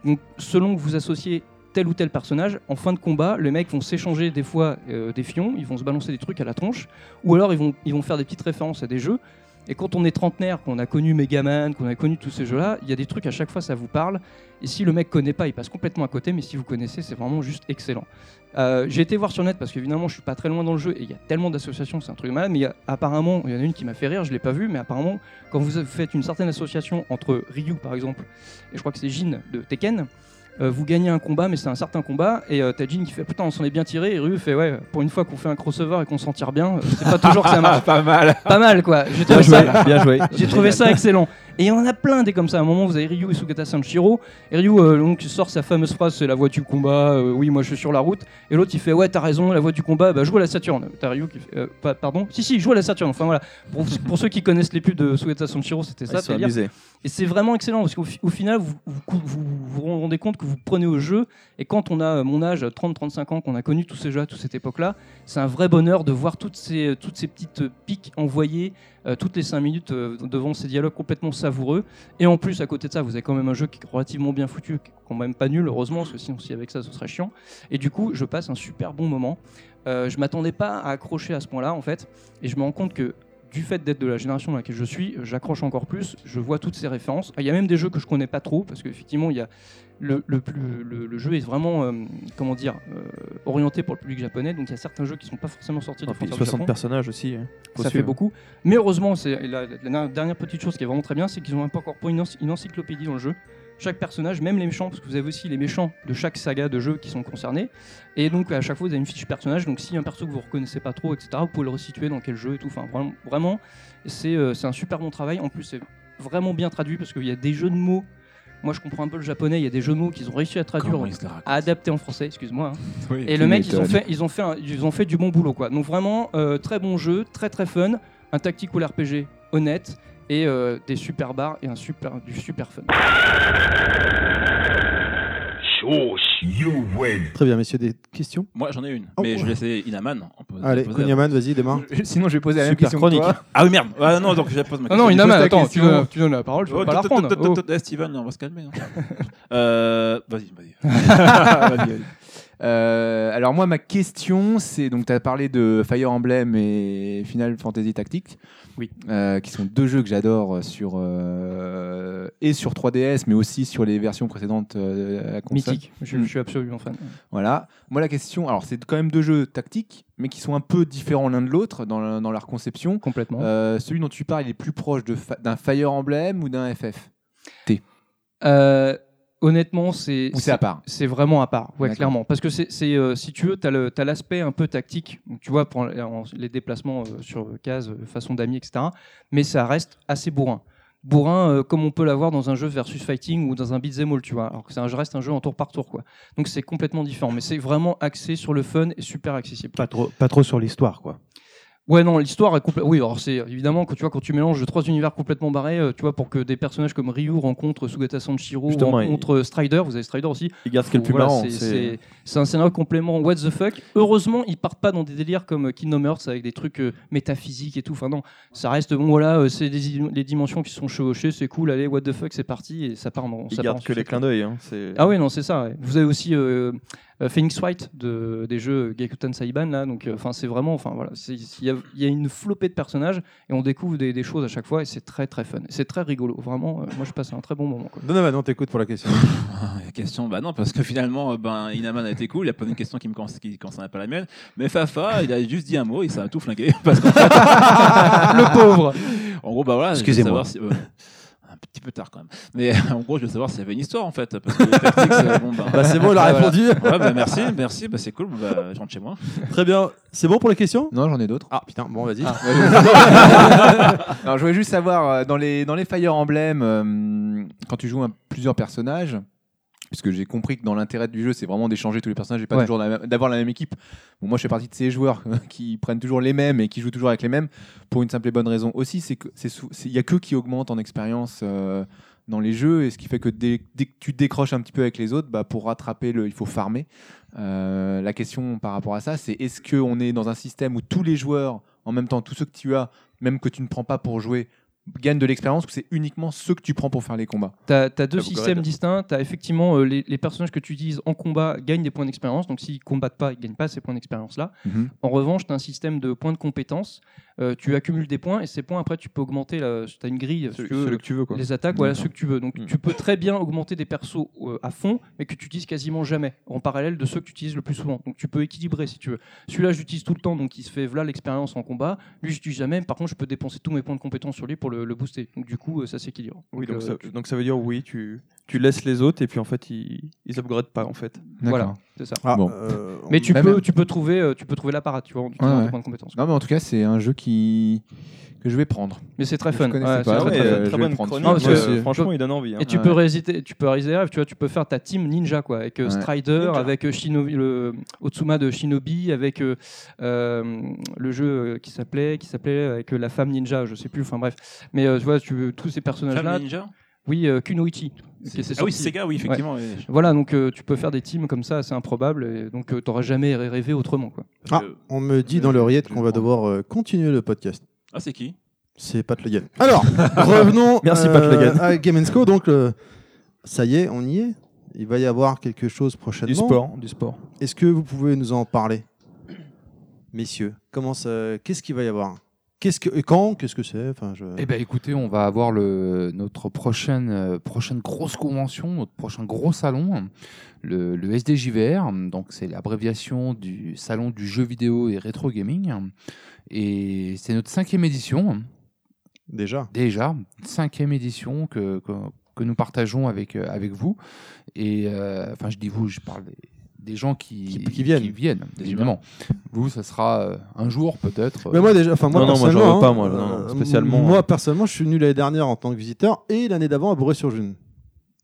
Donc, selon que vous associez tel ou tel personnage, en fin de combat, les mecs vont s'échanger des fois euh, des fions, ils vont se balancer des trucs à la tronche, ou alors ils vont, ils vont faire des petites références à des jeux. Et quand on est trentenaire, qu'on a connu Megaman, qu'on a connu tous ces jeux-là, il y a des trucs à chaque fois ça vous parle. Et si le mec connaît pas, il passe complètement à côté. Mais si vous connaissez, c'est vraiment juste excellent. Euh, j'ai été voir sur net parce qu'évidemment je suis pas très loin dans le jeu et il y a tellement d'associations, c'est un truc de malade. Mais il y a- apparemment, il y en a une qui m'a fait rire, je l'ai pas vue, mais apparemment quand vous faites une certaine association entre Ryu par exemple et je crois que c'est Jin de Tekken. euh, vous gagnez un combat, mais c'est un certain combat, et euh, t'as Jin qui fait putain, on s'en est bien tiré, et Ryu fait ouais, pour une fois qu'on fait un crossover et qu'on s'en tire bien, euh, c'est pas toujours que ça marche.
pas mal.
Pas mal quoi. J'ai trouvé, ça,
bien joué.
j'ai trouvé ça excellent. Et on en a plein des comme ça. À un moment, vous avez Ryu et Sugata Sanshiro. Et Ryu euh, donc, sort sa fameuse phrase c'est la voie du combat, euh, oui, moi je suis sur la route. Et l'autre il fait ouais, t'as raison, la voie du combat, bah joue à la Saturne. T'as Ryu qui fait euh, pas- pardon Si, si, joue à la Saturne. Enfin voilà. Pour, pour ceux qui connaissent les pubs de Sugata Sanshiro, c'était ça.
Ils sont
c'est-à-dire-
amusés.
et c'est vraiment excellent parce qu'au fi- au final, vous vous, cou- vous vous vous rendez compte que vous prenez au jeu. Et quand on a euh, mon âge, 30-35 ans, qu'on a connu tous ces jeux à toute cette époque-là, c'est un vrai bonheur de voir toutes ces, toutes ces petites euh, piques envoyées euh, toutes les 5 minutes euh, devant ces dialogues complètement savoureux. Et en plus, à côté de ça, vous avez quand même un jeu qui est relativement bien foutu, qui est quand même pas nul, heureusement, parce que sinon, si avec ça, ce serait chiant. Et du coup, je passe un super bon moment. Euh, je m'attendais pas à accrocher à ce point-là, en fait. Et je me rends compte que du fait d'être de la génération dans laquelle je suis, j'accroche encore plus, je vois toutes ces références. Ah, Il y a même des jeux que je connais pas trop, parce qu'effectivement, il y a le, le plus- le- le jeu est vraiment, euh, comment dire, euh, orienté pour le public japonais, donc il y a certains jeux qui sont pas forcément sortis des
Enfin,
frontières du
60
Japon.
Ah, personnages aussi. hein.
Ça
Possible.
fait beaucoup. Mais heureusement, c'est la, la- la dernière petite chose qui est vraiment très bien, c'est qu'ils ont incorporé une, ency- une encyclopédie dans le jeu. Chaque personnage, même les méchants, parce que vous avez aussi les méchants de chaque saga de jeu qui sont concernés. Et donc à chaque fois, vous avez une fiche personnage. Donc si un perso que vous reconnaissez pas trop, etc., vous pouvez le resituer dans quel jeu et tout. Enfin, vraiment, vraiment, c'est euh, c'est un super bon travail. En plus, c'est vraiment bien traduit parce qu'il y a des jeux de mots. Moi, je comprends un peu le japonais. Il y a des jeux de mots qu'ils ont réussi à traduire,
Comment ils se la racontent
à adapter en français. Excuse-moi. hein.
Oui,
Et
tu
le mec, ils ont,
m'étonnes.
fait, ils, ont fait un- ils ont fait du bon boulot. quoi. Donc vraiment, euh, très bon jeu, très très fun, un tactique ou l'RPG honnête, et euh, des super bars et un super, du super fun.
Très bien, messieurs, des questions
Moi, j'en ai une,
Oh.
mais je vais laisser Inaman. en poser-
Allez,
poser
Kunyaman, vas-y, démarre.
Sinon, je vais poser la même
Super
question
chronique.
que toi.
Ah oui, merde. Ah non, donc je pose
Non,
ma question.
non, Inaman,
ta
attends, tu
question.
donnes, tu donnes la parole, je ne
Oh,
vais pas la
tot, tot,
reprendre.
tot, tot, tot, eh, Steven, on va se calmer. hein. Euh, Vas-y, vas-y.
Euh, alors moi, ma question, c'est donc tu as parlé de Fire Emblem et Final Fantasy Tactics,
Oui.
euh, qui sont deux jeux que j'adore sur euh, et sur 3DS, mais aussi sur les versions précédentes euh, à la
Oh,
console.
Mythique, je, je suis absolument fan.
Euh. Voilà. Moi, la question, alors c'est quand même deux jeux tactiques, mais qui sont un peu différents l'un de l'autre dans, le- dans leur conception.
Complètement.
Euh, celui dont tu parles, il est plus proche de fa- d'un Fire Emblem ou d'un FF
Euh, honnêtement, c'est...
Ou c'est à part
C'est vraiment à part, ouais,
D'accord.
clairement. Parce que c'est, c'est, euh, si tu veux, tu as l'aspect un peu tactique, Donc, tu vois, pour en- les déplacements euh, sur case, euh, façon d'amis, etc. Mais ça reste assez bourrin. Bourrin, euh, comme on peut l'avoir dans un jeu versus fighting ou dans un beat'em all, tu vois. Alors que c'est un, je reste un jeu en tour par tour, quoi. Donc c'est complètement différent. Mais c'est vraiment axé sur le fun et super accessible.
Pas trop, pas trop sur l'histoire, quoi.
Ouais, non, l'histoire est complète. Oui, alors c'est évidemment quand tu vois quand tu mélanges trois univers complètement barrés, euh, tu vois, pour que des personnages comme Ryu rencontrent Sugata Sanshiro,
Justement,
rencontrent Strider, vous avez Strider aussi.
Il garde ce qui est le plus
Voilà,
marrant.
c'est-
c'est-
C'est c'est un scénario complément What the fuck. Heureusement, ils partent pas dans des délires comme euh, Kingdom Hearts avec des trucs euh, métaphysiques et tout. Enfin non, ça reste bon. Voilà, euh, c'est des im- les dimensions qui sont chevauchées, c'est cool. Allez, What the fuck, c'est parti et ça part. En,
Il
ça part en
garde que les
sucette.
clins d'œil. hein, c'est-
Ah oui, non, c'est ça. ouais. Vous avez aussi euh, euh, Phoenix Wright de, des jeux Gekuten Saiban, là. Donc, euh, enfin, c'est vraiment. Enfin, voilà. c'est- Il y, a- il y a une flopée de personnages et on découvre des, des choses à chaque fois et c'est très, très fun. C'est très rigolo. Vraiment, euh, moi, je passe un très bon moment. quoi.
Donovan, on t'écoute pour la question.
Ah, la question, bah non, parce que finalement, euh, ben, Inaman a été cool, il a posé une question qui me concerne- qui ne concerne pas la mienne, mais Fafa, il a juste dit un mot et ça a tout flingué. Parce qu'en fait,
Le pauvre
en gros, bah voilà, je veux
Excusez-moi.
savoir si- euh, un petit peu tard quand même. Mais euh, en gros, je veux savoir s'il y avait une histoire en fait. Parce que les tactiques, euh, bon, bah,
Bah, c'est bon, il a
Ah, voilà.
répondu.
Ouais, bah, merci, merci, bah, c'est cool, bah, je rentre chez moi.
Très bien. C'est bon pour les questions
Non, j'en ai d'autres.
Ah putain, bon, vas-y.
Alors, je voulais juste savoir, euh, dans les, dans les Fire Emblem, euh, quand tu joues à plusieurs personnages, puisque j'ai compris que dans l'intérêt du jeu, c'est vraiment d'échanger tous les personnages et pas
Ouais.
toujours la même- d'avoir la même équipe. Bon, moi, je fais partie de ces joueurs qui prennent toujours les mêmes et qui jouent toujours avec les mêmes, pour une simple et bonne raison aussi, c'est que c'est sou- c'est- il y a que qui augmente en expérience. euh, dans les jeux, et ce qui fait que dès, dès que tu décroches un petit peu avec les autres, bah, pour rattraper, le, il faut farmer. Euh, la question par rapport à ça, c'est est-ce qu'on est dans un système où tous les joueurs, en même temps, tous ceux que tu as, même que tu ne prends pas pour jouer, gagnent de l'expérience ou c'est uniquement ceux que tu prends pour faire les combats
T'as as deux
T'as beaucoup
systèmes
raid.
distincts. T'as effectivement euh, les, les personnages que tu utilises en combat gagnent des points d'expérience. Donc s'ils combattent pas, ils gagnent pas ces points d'expérience là.
Mhm.
En revanche, t'as un système de points de compétence. Euh, tu accumules des points et ces points après tu peux augmenter. la- T'as une grille. si
Celui,
tu veux,
celui que tu veux, quoi.
les attaques, voilà ceux que tu veux. Donc
Mm.
tu peux très bien augmenter des persos euh, à fond, mais que tu utilises quasiment jamais, en parallèle de ceux que tu utilises le plus souvent. Donc tu peux équilibrer si tu veux. Celui-là, j'utilise tout le temps, donc il se fait voilà l'expérience en combat. Lui, je l'utilise jamais. Par contre, je peux dépenser tous mes points de compétence sur lui pour le, le booster. Donc du coup, euh, ça s'équilibre.
Oui, donc,
euh,
ça, donc ça veut dire oui, tu, tu laisses les autres et puis en fait ils, ils upgradent pas en fait.
Voilà, c'est ça.
Ah,
Bon.
euh,
Mais tu
Bah,
peux,
mais-
tu peux trouver, euh, tu peux trouver l'apparat, tu vois, en utilisant
Ouais, ouais.
tes points de compétence.
Non, mais en tout cas, c'est un jeu qui que je vais prendre.
Mais c'est très
Je
fun.
connaissais
Bah, Ouais,
pas,
c'est
ouais.
très, très
euh,
fun.
je vais
très bonne
le prendre.
chronique.
Non, parce
euh,
que-
franchement, il donne envie. hein.
Et tu
Ah
peux
ouais.
résister, tu peux réaliser, tu vois, tu peux faire ta team ninja quoi, avec euh,
Ouais.
Strider, avec euh, Shinobi, le Otsuma de Shinobi, avec euh, euh, le jeu euh, qui s'appelait, qui s'appelait avec euh, la femme ninja, je sais plus, enfin bref. Mais euh, tu vois, tu veux tous ces personnages là,
Femme Ninja
oui, euh, Kunoichi. qui était
Ah
sorti.
oui, Sega, oui, effectivement. oui.
Voilà, donc euh, tu peux faire des teams comme ça, c'est improbable, et donc tu t'auras jamais ré- rêvé autrement quoi.
Ah.
Parce que-
on me dit dans le riette qu'on va devoir euh, continuer le podcast.
Ah, c'est qui
C'est Pat Le Guen. Alors, revenons
Merci, Pat Le Guen.
à Game Co. Donc, euh, ça y est, on y est. Il va y avoir quelque chose prochainement.
Du sport, du sport.
Est-ce que vous pouvez nous en parler, messieurs Comment ça- Qu'est-ce qu'il va y avoir Qu'est-ce que et quand Qu'est-ce que c'est Enfin, je.
Eh ben écoutez, on va avoir le, notre prochaine, euh, prochaine grosse convention, notre prochain gros salon, hein. le, le SDJVR. Donc c'est l'abréviation du salon du jeu vidéo et rétro gaming. hein. Et c'est notre cinquième édition hein.
Déjà.
déjà, cinquième édition que, que, que nous partageons avec, euh, avec vous. Et euh, enfin, je dis vous, je parle des, des gens qui,
Qui- qui viennent.
Des
évidemment. Vous, ça sera euh, un jour peut-être. euh,
Mais moi déjà, enfin moi
Non, non, moi, j'en
personnellement,
veux pas,
hein,
moi, non,
euh,
spécialement. hein.
Moi personnellement, je suis venu l'année dernière en tant que visiteur et l'année d'avant à Bourré-sur-June.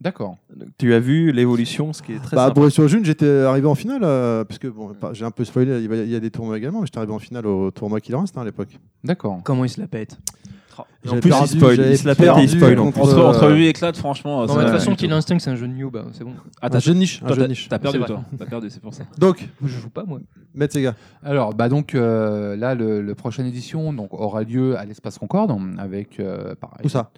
D'accord.
Donc, tu as vu l'évolution, ce qui est très
Bah, à
sympa.
Bourré-sur-June, j'étais arrivé en finale euh, parce que bon, pas- j'ai un peu spoilé. Il va- il y a des tournois également, mais j'étais arrivé en finale au tournoi qu'il reste hein, à l'époque.
D'accord.
Comment il se la pète
Et en
J'avais
plus, il
perdu-
spoil,
j'avais
il se la pète et il
perdu
spoil, en plus.
contre,
Entre, entre
euh,
lui et Clad, franchement.
De
ça-
toute façon,
du
Kill
tout.
Instinct, c'est un jeu de noob, hein, c'est bon.
Ah,
Un
t'as-
jeu de niche, un jeu
toi,
de
t'as-
niche.
T'as
C'est
perdu,
vrai.
toi. T'as perdu, c'est pour ça.
Donc,
Je joue pas moi.
Maître Sega,
Alors, bah donc euh, là, le, le prochaine édition donc, aura lieu à l'Espace Concorde avec. euh, pareil,
où ça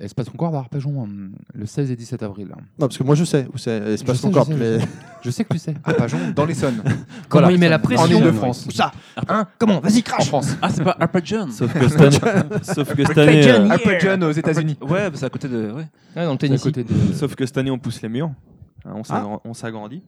Espace Concorde à Arpajon, hein, le 16 et 17 avril.
Non, parce que moi je sais où c'est Espace
Je sais,
Concorde,
je sais,
mais
Je sais que tu sais.
Arpajon, dans l'Essonne,
Comment
Voilà,
il met la
ça- en
pression
Ile-de-France.
Où ça Hein Comment Vas-y,
en
crash
France.
Ah, c'est pas Arpajon
Sauf que cette année, sauf que cette année, euh,
Arpajon aux États-Unis.
Ouais, bah, c'est à côté de. Ouais.
Ouais, Dans le
C'est à
tennis.
côté de-
sauf que cette année, on pousse les murs. Hein, on s'aggra- on s'agrandit.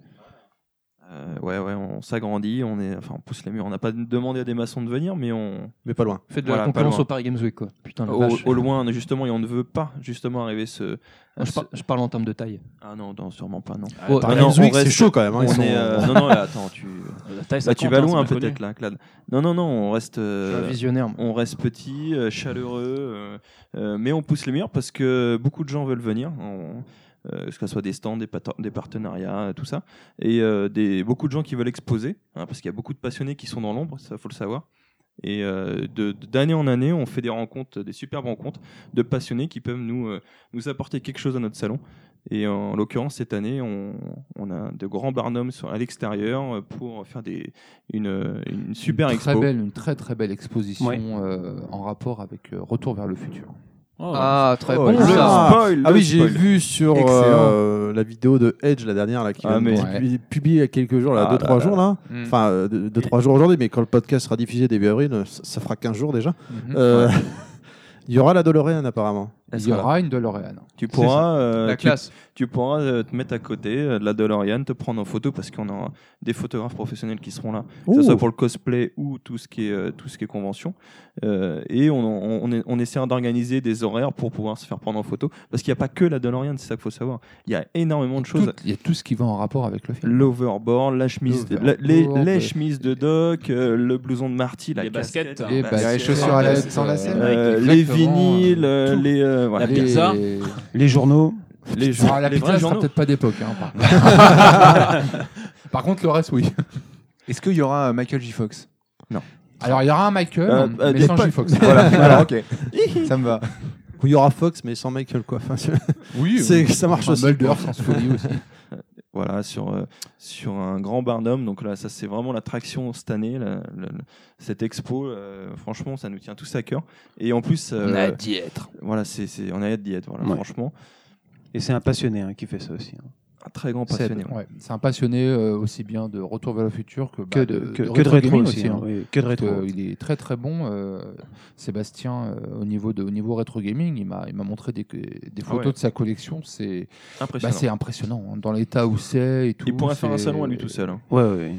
Euh, ouais, ouais, on s'agrandit. On est, enfin, on pousse les murs. On n'a pas demandé à des maçons de venir, mais on
mais pas loin.
Faites de la
Voilà, pas
concurrence
loin.
au Paris Games Week quoi. Putain Ah, la
au,
vache.
au loin justement et on ne veut pas justement arriver ce.
Ah, Je, par- je parle en termes de taille.
Ah non, non, sûrement pas non.
Ah,
Oh,
Paris
Games
non, on
Week, c'est
reste-
chaud quand même. hein,
on
ils sont-
est, euh, non, non, là, attends, tu,
La taille, ça
Bah, tu
compte,
vas
hein, c'est
loin
bien connu.
peut-être là, Clad. Non, non, non, on reste,
Je suis
euh,
un visionnaire. moi.
on reste petit, euh, chaleureux, euh, euh, mais on pousse les murs parce que beaucoup de gens veulent venir. On- euh, que ce soit des stands, des, pato- des partenariats, euh, tout ça, et euh, des, beaucoup de gens qui veulent exposer, hein, parce qu'il y a beaucoup de passionnés qui sont dans l'ombre, ça faut le savoir. Et euh, de- de- d'année en année, on fait des rencontres, des superbes rencontres de passionnés qui peuvent nous, euh, nous apporter quelque chose à notre salon. Et en, l'occurrence, cette année, on, on a de grands barnums sur- à l'extérieur euh, pour faire des, une, une super
une
expo.
Très belle, une très très belle exposition
Ouais.
euh, en rapport avec euh, Retour vers le futur.
Oh,
Ah, très
Oh,
bon
le
ça.
Spoil,
Ah
le
oui, j'ai
spoil.
vu sur
Excellent.
euh, la vidéo de Edge la dernière là qui vient
Ah,
de
mais-
publier- publiée il y a quelques jours là,
Ah
deux
là
trois
là
jours là,
Mm.
enfin euh, deux deux, trois jours aujourd'hui, mais quand le podcast sera diffusé début avril, euh, ça, ça fera 15 jours déjà.
Mm-hmm.
Mhm.
Euh, Il y aura la DeLorean apparemment.
Il y aura une DeLorean.
Tu pourras, euh,
La
tu,
classe.
tu pourras euh, te mettre à côté euh, de la DeLorean, te prendre en photo parce qu'on aura des photographes professionnels qui seront là, que ce
Ouh.
soit pour le cosplay ou tout ce qui est, euh, tout ce qui est convention. Euh, et on, on, on est- on essaiera d'organiser des horaires pour pouvoir se faire prendre en photo parce qu'il n'y a pas que la DeLorean, c'est ça qu'il faut savoir. Il y a énormément de choses.
Tout- Il y a tout ce qui va en rapport avec le film.
L'overboard, la chemise, la- les,
L'overboard,
les
euh,
chemises de Doc, euh, le blouson de Marty, la
Les
casquette,
baskets.
bah, Les
hein.
baskets.
Les chaussures à l'aide, sans lacets.
euh,
Exactement.
les vinyles, euh,
Tout.
les, euh, voilà.
La bière. pizza.
Et-
Les journaux,
les, jour-
Alors, la
les
pizza,
vrais
sera
journaux.
peut-être pas d'époque. hein, par... Par contre, le reste, oui.
Est-ce qu'il y aura euh, Michael J. Fox
Alors, il y aura un Michael,
Euh, euh,
mais
des
sans
potes.
J-Fox.
Voilà, alors, Ah, ok. Ça me va.
Où Il y aura Fox mais sans Michael quoi. Enfin, c'est-
Oui,
c'est- ça marche aussi.
Mulder, sans folie aussi.
Voilà, sur, euh, sur un grand barnum. Donc là, ça, c'est vraiment l'attraction cette année, la- la- la- cette expo. euh, franchement, ça nous tient tous à cœur. Et en plus, euh,
d'y être.
voilà, c'est, c'est- on a hâte d'y être. Voilà,
Ouais.
franchement,
Et c'est un passionné hein, qui fait ça aussi. hein.
un très grand
Seb,
passionné.
Ouais, c'est un passionné euh, aussi bien de Retour vers le futur que, bah,
que, de, que, que de
rétro
rétro
gaming
aussi. hein,
hein.
oui, que de
Parce que
rétro.
il est très très bon, euh, Sébastien, euh, au niveau de au niveau rétro gaming. Il m'a il m'a montré des, des photos
ouais.
de sa collection. C'est bah,
Impressionnant.
c'est impressionnant hein, dans l'état où c'est et tout.
Il pourrait faire un
c'est-
salon à lui tout seul. hein.
Ouais, ouais, ouais.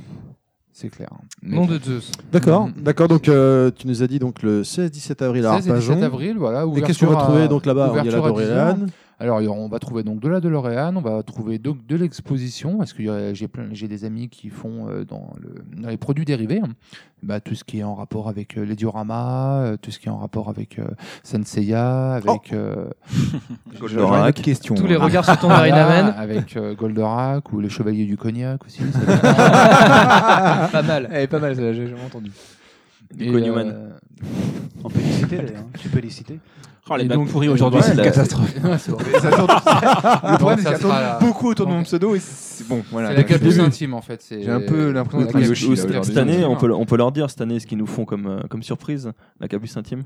C'est clair. hein. Mais
Nom de Zeus.
D'accord,
Mhm.
d'accord. Donc euh, tu nous as dit donc le 16-17 avril à
16 et
Arpajon.
17 avril, voilà.
Et qu'est-ce qu'on
ouverture
va
à-
trouver donc là-bas hein, Il y a la
ouverture à 10 heures.
Dorélan.
Alors, il y aura- on va trouver donc de la DeLorean, on va trouver donc de l'exposition, parce que il y a- j'ai plein- j'ai des amis qui font euh, dans, le- dans les produits dérivés, hein. bah, tout ce qui est en rapport avec euh, les dioramas, euh, tout ce qui est en rapport avec euh, Senseiya, avec.
Oh.
euh,
Goldorak.
Une autre question.
Tous les
hein.
regards sont tournés vers
voilà,
Inaman.
Avec euh, Goldorak ou les Chevaliers du Cognac aussi. ça-
Pas mal.
Elle est Eh, pas mal, celle-là, j'ai jamais entendu.
Et,
Nico Newman.
euh,
On peut les citer d'ailleurs. Tu peux les citer.
Oh, les
Et
blagues
donc-
pourries aujourd'hui,
Ouais,
c'est une
la-
catastrophe.
Ouais, c'est horrible.
Ça tourne- Le problème, c'est
Ça
qu'elle
sera
tourne
la-
beaucoup autour de mon
Donc-
pseudo et c'est bon. Voilà.
C'est la
Depuis le
capuche
début.
intime en fait. c'est- euh,
J'ai un peu l'impression
la
d'être
capuche-
un Yoshi,
Ou- ou-
là,
cette
aujourd'hui.
année, on peut, on peut leur dire cette année ce qu'ils nous font comme, euh, comme surprise, la capuce intime.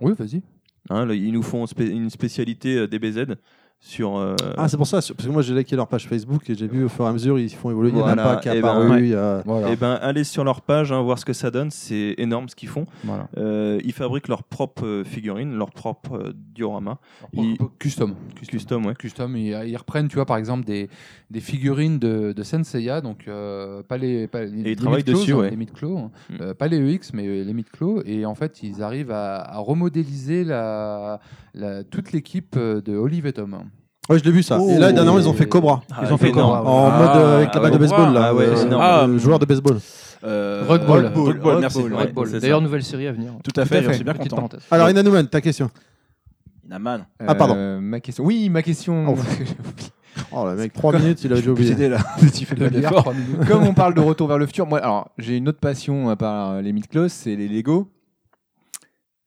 Oui, vas-y.
Hein, le- ils nous font spé- une spécialité euh, DBZ sur. euh,
Ah, c'est pour ça, sur- parce que moi j'ai liké leur page Facebook et j'ai vu au fur et à mesure ils font évoluer. Il y en a
Voilà,
pas qui est
eh ben,
apparu.
ouais.
il y a-
Voilà.
Eh ben, allez sur leur page, hein, voir ce que ça donne. C'est énorme ce qu'ils font.
voilà.
Euh, ils fabriquent leurs propres euh, figurines, leurs propres euh, dioramas Ils-
Custom.
custom, ouais.
Custom, ils, ils reprennent, tu vois, par exemple, des, des figurines de, de Senseiya, donc euh, pas les. Pas, les- les
travaillent
mid-clos,
dessus,
hein,
ouais.
Les mid-clos, hein.
Mm.
Euh, pas les EX, mais euh, les mid-clos. Et en fait, ils arrivent à, à remodéliser la, la- toute l'équipe euh, de Olive et Tom. hein.
Ouais, je l'ai vu ça. et là,
Oh.
dernièrement, ils ont fait Cobra.
ils ont fait
énorme.
énorme.
Cobra.
En
Ah,
mode euh, avec la
ah
balle de
ouais.
baseball, là.
Ah ouais,
euh,
c'est énorme.
euh, le joueur de baseball.
Euh,
Rug Ball.
Rug Ball,
Rug Ball,
merci.
Rug
ouais,
Red Ball.
c'est ça.
D'ailleurs, nouvelle série à venir.
Tout à fait,
fait.
je suis bien
Petite
content.
parenthèse.
Alors, Inanouman, ta question.
Inaman.
Ah, pardon.
Euh, ma question. Oui, ma question.
Oh. Oh, le mec, 3 minutes, il a déjà oublié.
là. tu fais pas bien. Comme on parle de retour vers le futur, moi, alors j'ai une autre passion à part euh, les mid-close, c'est les Lego.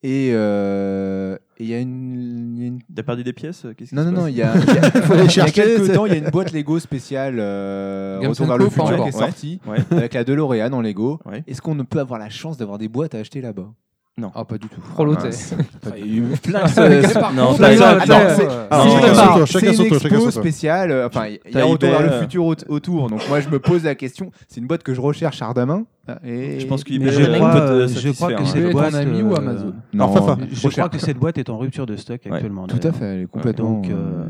Et euh, et il y a une, il y a une-
T'as perdu des pièces euh, qu'est-ce qui
non
se
non non,
passe
il y a, il y a-
Faut aller
il y a
chercher,
quelques
c'est-
temps, il y a une boîte Lego spéciale euh,
Games
retour vers
Co,
le
pas
futur qui
encore.
est
Ouais.
sortie
Ouais.
avec la DeLorean en Lego.
Ouais.
Est-ce qu'on ne peut avoir la chance d'avoir des boîtes à acheter là-bas
Ah, pas du tout.
Proloté.
Ah, Il y a eu plein
Euh,
de.
par
non,
contre,
plein
les-
de-
ah,
plein
non,
de-
c'est-
Alors,
c'est
chacun
une-
son
tour, chacun
c'est
son
une
tour, chacun son
expo
tour.
spéciale. euh, Enfin, il y
T'as
a Retour
eBay,
vers le
euh.
futur aut- autour. Donc moi, je me pose la question. C'est une boîte que je recherche ardemment. Et
Je pense qu'il
Mais
peut
je crois,
te
euh, je crois
satisfaire,
que
hein.
c'est-
Tu es
boîte,
ton ami
euh,
ou Amazon
Alors, Fafa.
mais
Je
trop
crois
cher.
que cette boîte est en rupture de stock
Ouais,
actuellement.
Tout à
d'ailleurs.
fait, elle est complètement.
donc, euh,
euh,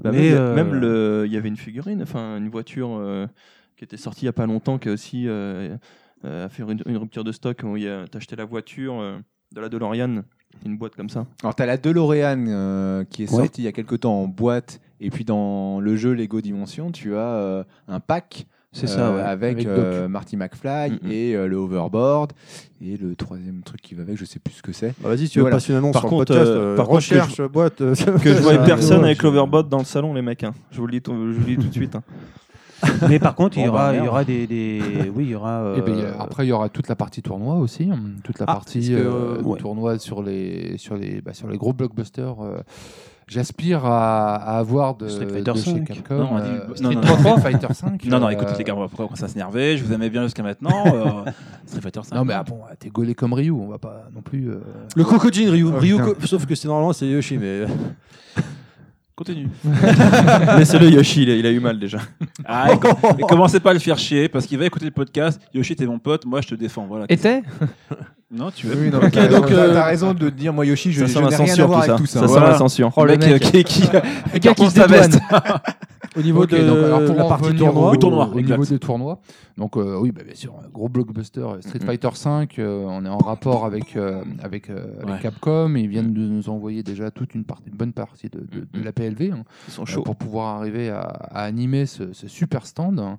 Bah,
Mais,
même,
euh,
même le, il y avait une figurine, enfin une voiture euh, qui était sortie il y a pas longtemps, qui a aussi euh, euh, a fait une, une rupture de stock. Où il y a- T'as acheté la voiture euh, de la DeLorean, une boîte comme ça.
Alors, t'as la DeLorean euh, qui est
Ouais.
sortie il y a quelques temps en boîte. Et puis, dans le jeu Lego Dimension, tu as euh, un pack
C'est
euh,
ça, ouais.
avec,
Avec
euh, Marty McFly
Mhm.
et euh, le Hoverboard. Et le troisième truc qui va avec, je sais plus ce que c'est.
Bah, Vas-y, tu veux
Voilà.
passer une annonce
Par
sur le
contre,
podcast
euh,
euh,
par contre, que
Recherche, boîte. euh,
Que je voyais
ça,
personne
ouais,
avec
je-
l'overbot dans le salon, les mecs. hein. Je vous le dis tout, je vous le dis tout de suite. hein.
Mais par contre, il y
Bon, bah,
aura, il
merde.
y aura des, des- oui, il y aura.
Et ben, il y
euh,
a- après, il y aura toute la partie tournoi aussi, hein, toute la
Ah, est-ce
partie
que,
euh,
ouais.
tournoi sur les, sur, les, bah, sur les gros blockbusters. euh, J'aspire à, à avoir de,
Street Fighter
de chez
5.
Capcom,
Non, on a dit-
euh,
non,
Street
non, non.
Fighter, Fighter 5.
Non, non,
euh,
écoutez les gars, on va pas commencer à s'énerver. Je vous aimais bien jusqu'à maintenant. euh, Street Fighter 5.
Non, mais ah, bon, t'es gaulé comme Ryu, on va pas non plus. euh,
Le Kokojin Ryu.
Oh,
Ryu
putain.
Co- Sauf que c'est normalement, c'est Yoshi, mais.
Continue.
Laissez-le Yoshi, il a, il a eu mal déjà.
Ah, et com- et commencez pas à le faire chier parce qu'il va écouter le podcast. Yoshi, t'es mon pote, moi je te défends. Voilà.
Était
Non, tu veux.
Oui, non, mais
Ok,
t'as
donc,
raison, t'as-
euh,
t'as raison de dire, moi, Yoshi, je,
ça
je
sent
n'ai
la
rien à
censure
voir
tout ça.
avec tout ça.
Ça sent
Voilà.
la censure.
Oh,
le
le
mec, euh,
mec.
qui, qui,
Le gars qui
qui
se dédouane.
Au niveau
Ok,
de
donc, alors, pour
la
en
partie
revenir
tournoi.
au,
Oui, tournoi,
au
exact.
niveau des tournois. Donc euh, oui, bah, bien sûr, un gros blockbuster euh, Street
Mhm.
Fighter 5, euh, on est en rapport avec euh, avec, euh, avec
Ouais.
Capcom, ils viennent de nous envoyer déjà toute une, partie, une bonne partie de, de- de la PLV hein,
Ils sont
euh,
chauds.
pour pouvoir arriver à, à animer ce, ce super stand. hein.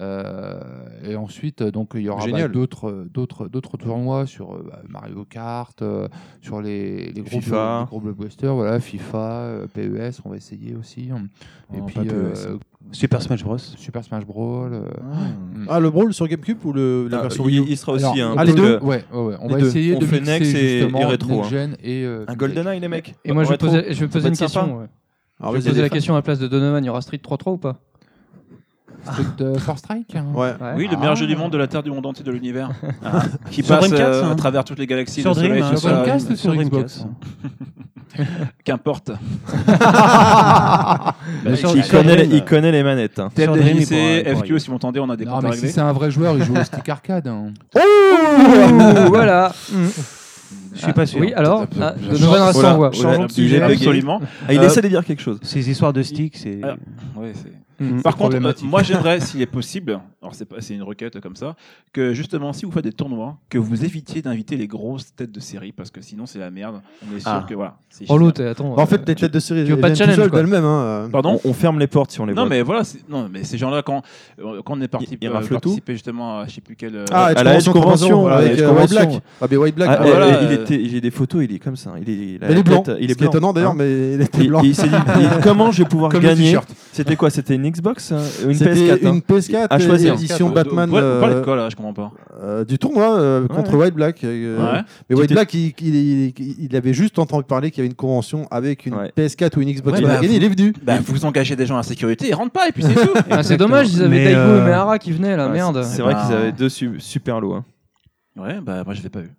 Euh, et ensuite, euh, donc il y aura bah,
Génial.
d'autres euh, d'autres d'autres tournois sur euh, bah, Mario Kart, euh, sur les, les gros
FIFA.
blo- les gros blockbusters, voilà FIFA, euh, PES, on va essayer aussi. hein. Et
Non,
puis
pas PES.
euh,
Super Smash Bros.
Super Smash Bros. euh,
Ah, le Brawl sur Gamecube ou le- la
Ah,
version Wii U
il, il sera aussi
Alors,
un,
on
Ah, les deux.
peut- ouais, ouais, ouais. On
Les
va
deux.
essayer
On
de
fait
mixer
Next et-
justement
et rétro, hein.
Next Gen et euh,
un GoldenEye, les mecs.
Et moi, je vais
Rétro.
poser, je vais
Ça peut
poser une
être sympa.
question. ouais.
Alors,
Je
Ah, vas-y,
vais poser
les
la
fans.
question à la place de Donovan. Il y aura Street 3-3 ou pas
Peut-être euh, Force Strike hein.
Ouais.
Oui, le meilleur jeu du monde, de la Terre, du monde entier, de l'univers. Hein, qui
Sur
passe
Dreamcast,
euh,
hein.
à travers toutes les galaxies,
Sur
le soleil,
Dream, euh,
tout
Sur
ça.
Dreamcast ou sur
Dreamcast.
Xbox
Qu'importe. Bah,
Mais sur-
Ah, Il
sur
connaît, les-
Dream,
il connaît les manettes. hein.
Ted
Sur Dream, il pourra- il
DJC,
pourra y
FQ, si vous m'entendez, on a des
Non,
comptes à
mais si
régler.
c'est un vrai joueur, il joue au stick arcade. hein.
voilà.
Je suis pas sûr.
Oui, alors,
Peut-être,
ah,
peut-être,
de
peut-être.
nouvelles races sans
Voilà.
voix.
Changeons de sujet.
Absolument.
Ah, il
Euh,
essaie de dire quelque chose.
Ces histoires de sticks, c'est.
Alors, Ouais, c'est-
Mm.
Par contre, euh,
problématique.
moi j'aimerais, s'il est possible, alors c'est pas, c'est une requête comme ça, que justement, si vous faites des tournois, que vous évitiez d'inviter les grosses têtes de série, parce que sinon c'est la merde. On est sûr
Ah.
que voilà. c'est
Oh l'autre,
génial.
attends.
Bah, en fait, les têtes de série,
tu veux
elles
pas de
viennent tout
challenge,
seules
quoi.
d'elles-mêmes. hein, euh.
Pardon.
On, on ferme les portes si on les
Non
voit.
mais voilà, c'est- non mais ces gens-là quand euh, quand on est parti
Ils- ils
euh,
raflent tout
participer justement à je sais plus quel euh,
Ah,
à
Edge
la Edge
Convention,
Convention,
300,
à la
avec
Edge
euh, White
Convention.
Black. Ah, mais White Black,
Ah,
euh,
et-
voilà,
et- il
euh,
était- J'ai des photos, il est comme ça. Il est, il a
elle
la
est blanc.
tête,
Il
il est
est étonnant d'ailleurs,
hein.
mais il était
Il-
blanc.
il s'est dit il- comment je vais pouvoir
Comme le
gagner
t-shirt.
C'était quoi C'était une Xbox hein, Une
C'était
PS4 hein.
une PS4
À choisir.
édition
euh,
Batman
Ouais, on parle de
euh,
quoi là, je comprends pas.
euh, du tournoi euh, contre White Black. euh,
Ouais.
Mais White
C'était-
Black, il, il- il- il avait juste entendu parler qu'il y avait une convention avec une
Ouais.
PS4 ou une Xbox
Ouais,
One à
bah,
gagner, Il
vous-
est venu.
Bah, vous engagez des gens à la sécurité, ils rentrent pas et puis c'est tout.
Ah, c'est dommage, ils avaient
Mais,
Daigo
euh,
et Mehara qui venaient, la
Ah,
merde.
c'est- C'est vrai
Bah.
qu'ils avaient deux su- super lots. hein.
ouais, bah moi je l'ai pas eu.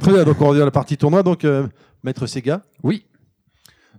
Très bien, donc on revient à la partie tournoi. Donc, euh, Maître Sega.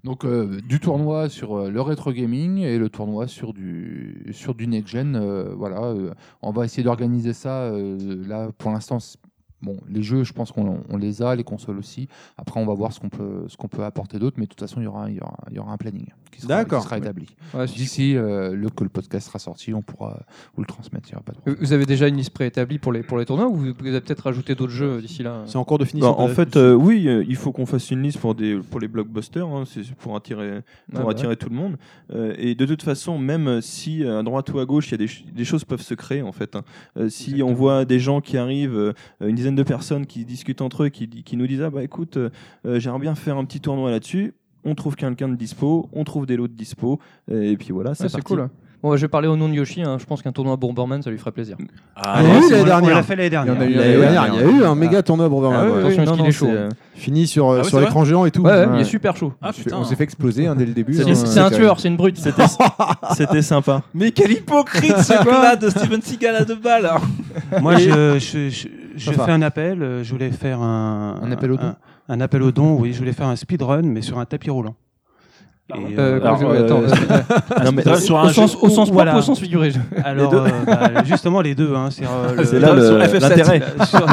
Donc euh, du tournoi sur euh, le rétro gaming et le tournoi sur du sur du next gen. euh, voilà, euh, on va essayer d'organiser ça. euh, là, pour l'instant, c'est- bon, les jeux, je pense qu'on on les a, les consoles aussi. Après, on va voir ce qu'on peut ce qu'on peut apporter d'autre, mais de toute façon, il y aura il y aura, il y aura un planning qui sera, qui
D'accord.
sera établi.
Ouais, si-
D'ici euh, le que le podcast sera sorti, on pourra euh, vous le transmettre. il y aura pas de problème.
Vous avez déjà une liste préétablie pour les, pour les tournois ou vous vous avez peut-être rajouté d'autres jeux d'ici là
C'est en cours de
Bah,
finition.
en
peut-être.
fait, euh, oui, euh, il faut qu'on fasse une liste pour, des, pour les blockbusters, hein, c'est c'est pour attirer, pour
Ah bah.
attirer tout le monde. Euh, et de toute façon, même si euh, à droite ou à gauche, il y a des, ch- des choses peuvent se créer en fait. hein. Euh, si on voit des gens qui arrivent, euh, une dizaine de personnes qui discutent entre eux, qui, di- qui nous disent ah bah écoute, euh, euh, j'aimerais bien faire un petit tournoi là-dessus. On trouve quelqu'un de dispo, on trouve des lots de dispo, et puis voilà,
Ah,
Ouais,
c'est
C'est
parti.
cool. Bon, bah, je vais parler au nom de Yoshi. hein. Je pense qu'un tournoi à Bomberman, ça lui ferait plaisir.
Ah, il y a eu l'année
On
dernière.
l'a fait l'année dernière.
Il y a eu-
dernière.
il y a eu un méga tournoi à Bomberman.
Ah oui,
ouais.
oui, attention, parce qu'il est chaud.
c'est, euh,
Fini sur, euh,
Ah ouais,
sur
c'est
écran géant et tout.
Ouais, ouais, il
Ouais.
est super chaud.
Ah putain.
On s'est fait exploser hein, dès le début.
C'est
hein,
c'est un
quand
tueur, c'est une brute.
C'était sympa.
Mais quel hypocrite ce gars de Steven Seagal à deux balles.
Moi, je, je, je, je
Enfin.
fais un appel. euh, Je voulais faire un,
Un appel au don
un, un appel au don, oui. Je voulais faire un speedrun, mais sur un tapis roulant. Et,
Euh,
Alors,
quand je- attends,
euh,
euh,
Non, mais-
sur
au
un jeu.
sens, au sens
voilà.
propre, au sens figuré. je-
alors, euh, bah, justement, les deux. Hein, c'est euh, le-
C'est là
sur-
le- l'intérêt.
sur,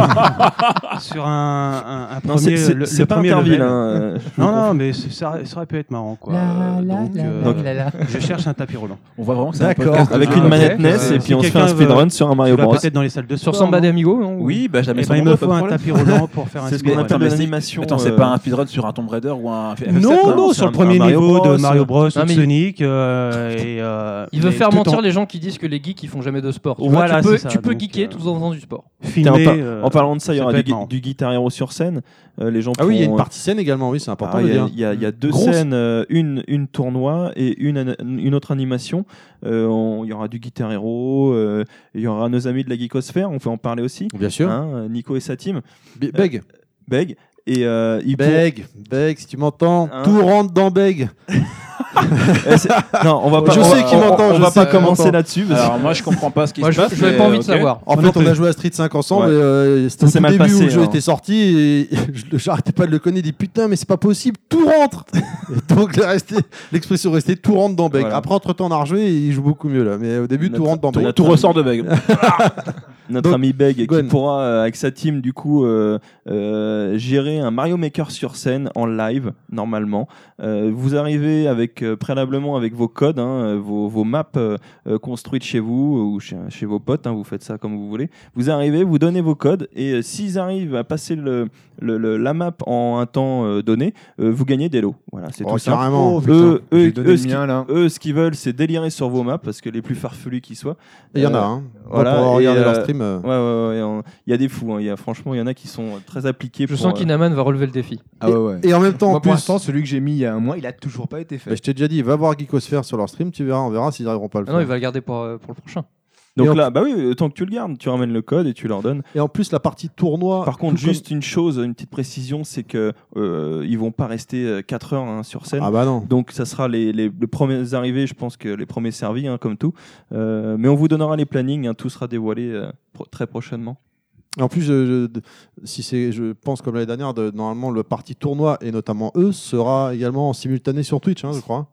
sur un, un, un
Non, c'est-
premier.
c'est
le-
c'est
le
pas
premier
Interville.
level.
hein, euh, je vous
Non, non, mais c'est- ça, aurait- ça aurait pu être marrant, quoi. Euh, donc, euh,
donc-
je cherche un tapis roulant.
On voit vraiment que c'est un
D'accord.
podcast.
Avec
Ah,
une
ok.
manette NES
Euh,
et
si
puis on se fait
quelqu'un
un speedrun
veut-
sur un
Tu
Mario
vas
Bros.
peut-être dans les salles de
Sur
sport,
Samba
non
des Amigos non
Oui, bah
Eh
jamais
ben, il me faut un tapis roulant pour faire un
C'est ce qu'on
speedrun.
appelle
Attends,
de
mais
l'animation.
Attends,
euh,
c'est pas un speedrun sur un Tomb Raider ou hein, un FF7
Non,
non,
non,
c'est
sur
un-
le premier
un Mario
niveau
Bros,
de Mario Bros
Non,
ou de
mais il-
Sonic. euh, et, euh,
Il veut
mais
faire
tout
mentir
en
les gens qui disent que les geeks ils font jamais de sport. Tu vois,
Voilà,
tu peux,
c'est ça,
tu peux
donc,
geeker
euh,
tout en faisant du sport.
filmer,
Tiens, en, par-
euh,
en parlant de ça, il y
ça
aura
peut
du,
être marrant.
gui- du Guitar Hero sur scène. Euh, les gens
Ah oui, il y a une
pourront, euh,
partie scène également, oui, c'est important
ah,
de
il y a-
dire.
il y, a- il y a deux
Grosse-
scènes, euh, une, une tournoi et une, an- une autre animation. Euh, on- Il y aura du Guitar Hero, euh, il y aura nos amis de la Geekosphère, on peut en parler aussi.
Bien sûr.
Hein, Nico et sa team,
Be- Beg.
Beg. Et euh, ils pourront-
Beg. Beg, si tu m'entends,
Hein.
tout rentre dans Beg.
Eh, c'est- non, on va pas,
Je
on va-
sais qu'il
on-
m'entend,
On
je
va
sais
pas
qu'il
commencer
m'entend.
là-dessus. parce que-
Alors moi je comprends pas ce qui
Moi,
se
je
passe.
n'avais
mais,
euh,
euh,
pas envie de
ok.
savoir.
En
Moi
fait,
non
on
plus.
a joué à Street 5 ensemble
Ouais.
et euh, c'était
Ça
au
s'est
tout
mal
début
passé, hein.
où le jeu
alors.
était sorti et je- j'arrêtais pas de le connaître. Il dit putain, mais c'est pas possible, tout rentre. Et donc la resté- l'expression restait tout rentre dans Beg.
Voilà.
Après, entre temps, on a rejoué et il joue beaucoup mieux là. Mais au début, tout
Notre-
rentre dans
tout-
Beg.
Tout ressort de bug.
Notre
Donc,
ami Beg qui
Gwen.
pourra euh, avec sa team du coup euh, euh, gérer un Mario Maker sur scène en live normalement. Euh, vous arrivez avec euh, préalablement avec vos codes, hein, euh, vos, vos maps euh, euh, construites chez vous euh, ou chez, chez vos potes. hein, vous faites ça comme vous voulez. Vous arrivez, vous donnez vos codes et euh, s'ils arrivent à passer le, le- le- la map en un temps euh, donné, euh, vous gagnez des lots. Voilà, c'est
Oh,
tout simple.
carrément.
putain,
eux,
E,
j'ai
eux,
donné
eux,
le
ce qui-
mien, là.
eux, ce qu'ils veulent, c'est délirer sur vos maps parce que les plus farfelus qui soient.
Et Il y en a.
euh,
Hein.
voilà,
pour
et,
regarder
euh,
leur stream. euh,
Ouais, ouais, ouais, ouais, on- Il y a des fous. hein, il Y a, franchement, il y en a qui sont euh, très appliqués.
Je
pour,
sens
euh,
qu'Inaman va relever le défi.
Ah ouais, ouais.
Et en même temps, en
Moi,
plus,
pour l'instant, celui que j'ai mis il y a un mois, il a toujours pas été fait.
bah, je t'ai déjà dit, va voir Geekosphère sur leur stream, tu verras, on verra s'ils arriveront pas à le
Ah non, il
faire.
va le garder pour, euh, pour le prochain.
Et en-
Donc là, bah oui, tant que tu le gardes, tu ramènes le code et tu leur donnes.
Et en plus, la partie tournoi.
Par contre,
tout comme-
juste une chose, une petite précision, c'est que euh, ils vont pas rester 4 heures hein, sur scène.
Ah bah non.
Donc ça sera les, les, les premiers arrivés, je pense que les premiers servis, hein, comme tout. Euh, mais on vous donnera les plannings, hein, tout sera dévoilé euh, pro- très prochainement.
En plus, je, je- de- si c'est, je pense comme l'année dernière, de- normalement le parti tournoi et notamment eux sera également en simultané sur Twitch, hein, je crois.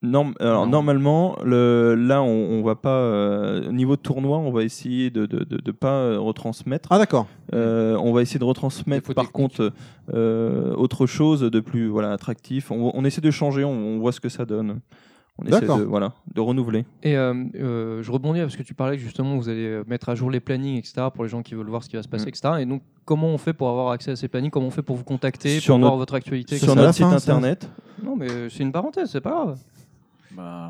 Norm- euh, alors
Non.
normalement, le, là on, on va pas euh, niveau de tournoi, on va essayer de de, de, de pas euh, retransmettre.
Ah d'accord.
Euh, on va essayer de retransmettre
Défaut
par
technique.
contre euh, autre chose de plus voilà attractif. On, on essaie de changer, on, on voit ce que ça donne. On essaie
D'accord.
de voilà de renouveler.
Et euh, euh, je rebondis parce que tu parlais que justement vous allez euh, mettre à jour les plannings, etc. pour les gens qui veulent voir ce qui va se passer,
Mm.
etc. Et donc, comment on fait pour avoir accès à ces plannings Comment on fait pour vous contacter,
Sur
pour
notre-
voir votre actualité
Sur
c'est à la
notre site
fin, ça.
internet,
etc. Non, mais euh, c'est une parenthèse, c'est pas grave.
Ah.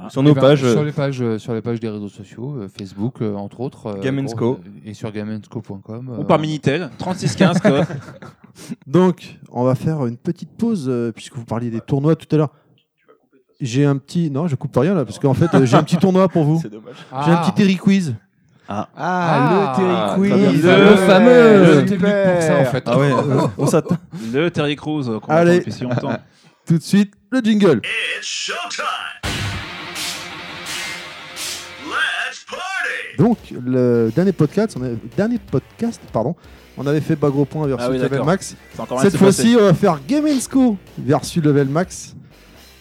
Bah,
sur Euh, nos
Eh ben,
pages.
Sur les pages, euh, sur les pages des réseaux sociaux, euh, Facebook, euh, entre autres. euh,
Gamensco.
pour- et sur gamensco.com.
Ou
euh,
par Minitel, 3615 code.
Donc, on va faire une petite pause euh, puisque vous parliez des tournois tout à l'heure. J'ai un petit non, je coupe rien là parce qu'en fait euh, j'ai un petit tournoi pour vous.
C'est dommage.
ah,
J'ai un petit Terry quiz.
Ah,
Ah,
le
le
Terry
Terry
Quiz.
Quiz.
Le fameux.
Euh, j'étais venu pour ça en fait.
Ah ouais, euh, on s'attend.
Le Terry Crews euh, qu'on
Allez.
attend depuis si longtemps.
Tout de suite le jingle. Donc le dernier podcast, on avait- dernier podcast pardon, on avait fait Bagro Point versus
Ah oui,
Level
d'accord.
Max.
C'est encore un
Cette
qui s'est passé.
fois-ci, on va faire Game Sco versus Level Max.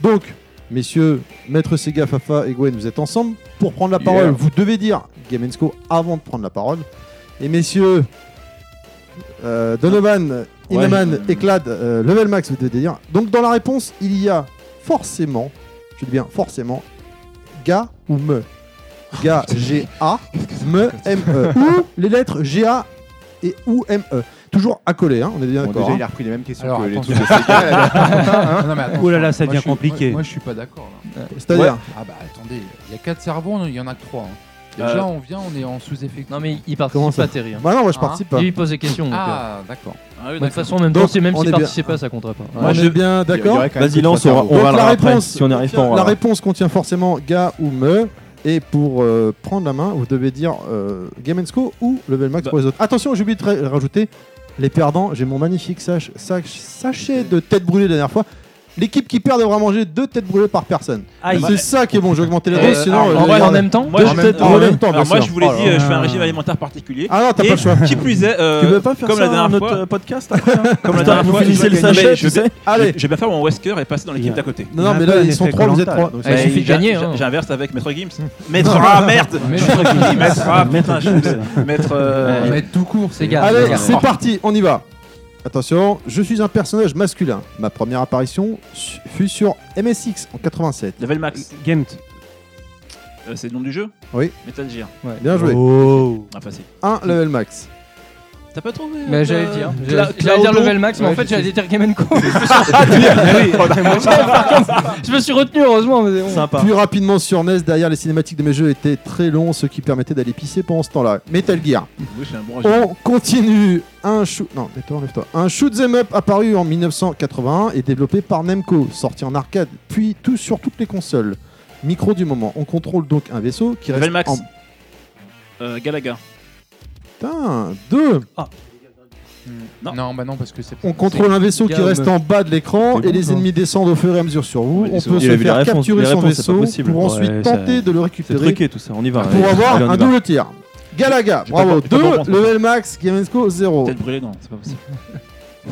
Donc, messieurs, Maître Sega, Fafa et Gwen, vous êtes ensemble. Pour prendre la parole, vous devez dire Game Sco avant de prendre la parole. Et messieurs, euh, Donovan,
Ouais,
Inaman
euh,
et Clad, euh, Level Max, vous devez dire. Donc, dans la réponse, il y a forcément, je dis bien forcément, ga ou E. me. Ga, G-A, me, M-E. E, Ou les lettres G-A et ou M-E. Toujours accolé, hein, on est bien
Bon,
d'accord.
déjà,
hein.
il a repris les mêmes questions
Alors,
que les
attention.
trucs de Sega.
Non, mais attends,
Ouh là là, ça
moi,
devient
je suis-
compliqué.
Moi, moi, je suis pas d'accord. là.
C'est-à-dire
Ah bah attendez, il y a 4 cerveaux, il y en a que 3.
Euh,
Déjà, on vient, on est en sous-effectif.
Non, mais il
Comment
participe
ça
pas, Terry. hein.
Bah non, moi je
Ah.
participe pas.
Il lui pose des questions. donc, euh.
Ah,
Ah
d'accord.
oui,
De toute
d'accord.
façon, en même
Donc,
temps, si- même
on est
s'il
bien-
participait pas, ça compterait pas.
on est bien d'accord.
Vas-y, lance, on, va- on
Donc
va le
la
rappeler.
réponse,
Si on n'y arrive pas, on
la
va
réponse contient forcément ga ou me. Et pour euh, prendre la main, vous devez dire euh, Game Sco ou Level Max
Bah.
pour les autres. Attention, j'ai oublié de ra- rajouter les perdants. J'ai mon magnifique sach- sac- sachet de tête brûlée la dernière fois. L'équipe qui perd devra manger deux têtes brûlées par personne.
Aïe.
C'est ça qui est bon, j'ai augmenté les
Euh,
doses, sinon.
alors,
euh,
en
j'ai
vrai,
en
gardé-
même temps,
Moi,
Deux
je-
têtes
alors,
en même temps,
alors,
bien
moi,
sûr.
je vous l'ai
Oh là
dit, euh,
là.
je fais un régime alimentaire particulier.
Ah non, t'as pas
Et
le choix.
Qui plus est, euh,
Tu veux pas faire
comme
ça
la dernière
à notre
fois-
euh, podcast après hein
comme la
Putain,
dernière
vous
fois,
finissez
je-
le
non, mais
sachet,
je
tu sais.
Allez
Je vais pas faire mon Wesker et passer dans l'équipe
Yeah.
d'à côté.
Non, non, mais
Un
là,
peu
ils sont
l'effet
trois, vous êtes
Koh-Lanta.
trois. donc
Ah, il
c'est-
Et
suffit de
j'a-
gagner,
j'a-
hein.
J'inverse avec Maître Gims. Maître Ah merde
Maître
Gims Maître Ah putain je
Maître-
suis- Maître euh,
On va être tout court, c'est gars.
Allez,
Regarde.
c'est parti, on y va. Attention, je suis un personnage masculin. Ma première apparition su- fut sur MSX en 87.
Level Max.
Gamet.
Euh, C'est le nom du jeu
Oui.
Metal Gear.
Bien joué.
Oh.
Ah facile.
1 level max.
T'as pas trouvé euh,
Mais Bah, j'allais le dire.
Cla-
J'allais- J'allais dire
Claudio
level max, mais en
Ouais,
fait
je sais.
j'allais dire Game Co. Je me suis retenu heureusement. mais bon.
Sympa.
Plus rapidement sur NES, derrière les cinématiques de mes jeux étaient très longs, ce qui permettait d'aller pisser pendant ce temps-là. Metal Gear.
Oui, c'est un bon régime.
On continue. Un shoot. Non, mais toi, enlève-toi. Un shoot'em up apparu en 1981 et développé par Nemco, sorti en arcade, puis tout sur toutes les consoles. Micro du moment. On contrôle donc un vaisseau qui reste
Level Max.
en
Euh, Galaga.
Putain, deux.
Non.
Non, bah non, parce que c'est
On contrôle un vaisseau qui
gamme.
reste en bas de l'écran
C'est
et
bon,
les
ça.
ennemis descendent au fur et à mesure sur vous.
Ouais,
On
c'est bon.
peut
Il
se
avait
faire
la réponse.
capturer
Les
son
réponses, c'est pas
vaisseau
possible.
pour ensuite
Ouais, ça-
tenter de le
C'est
récupérer
truqué tout ça, on y va.
pour
Allez,
avoir
allez, on
un
y va.
double tir. Galaga,
J'ai pas
bravo,
compris, j'ai pas
2,
compris.
level max, Gamesco 0.
Tête brûlée, non, c'est pas possible.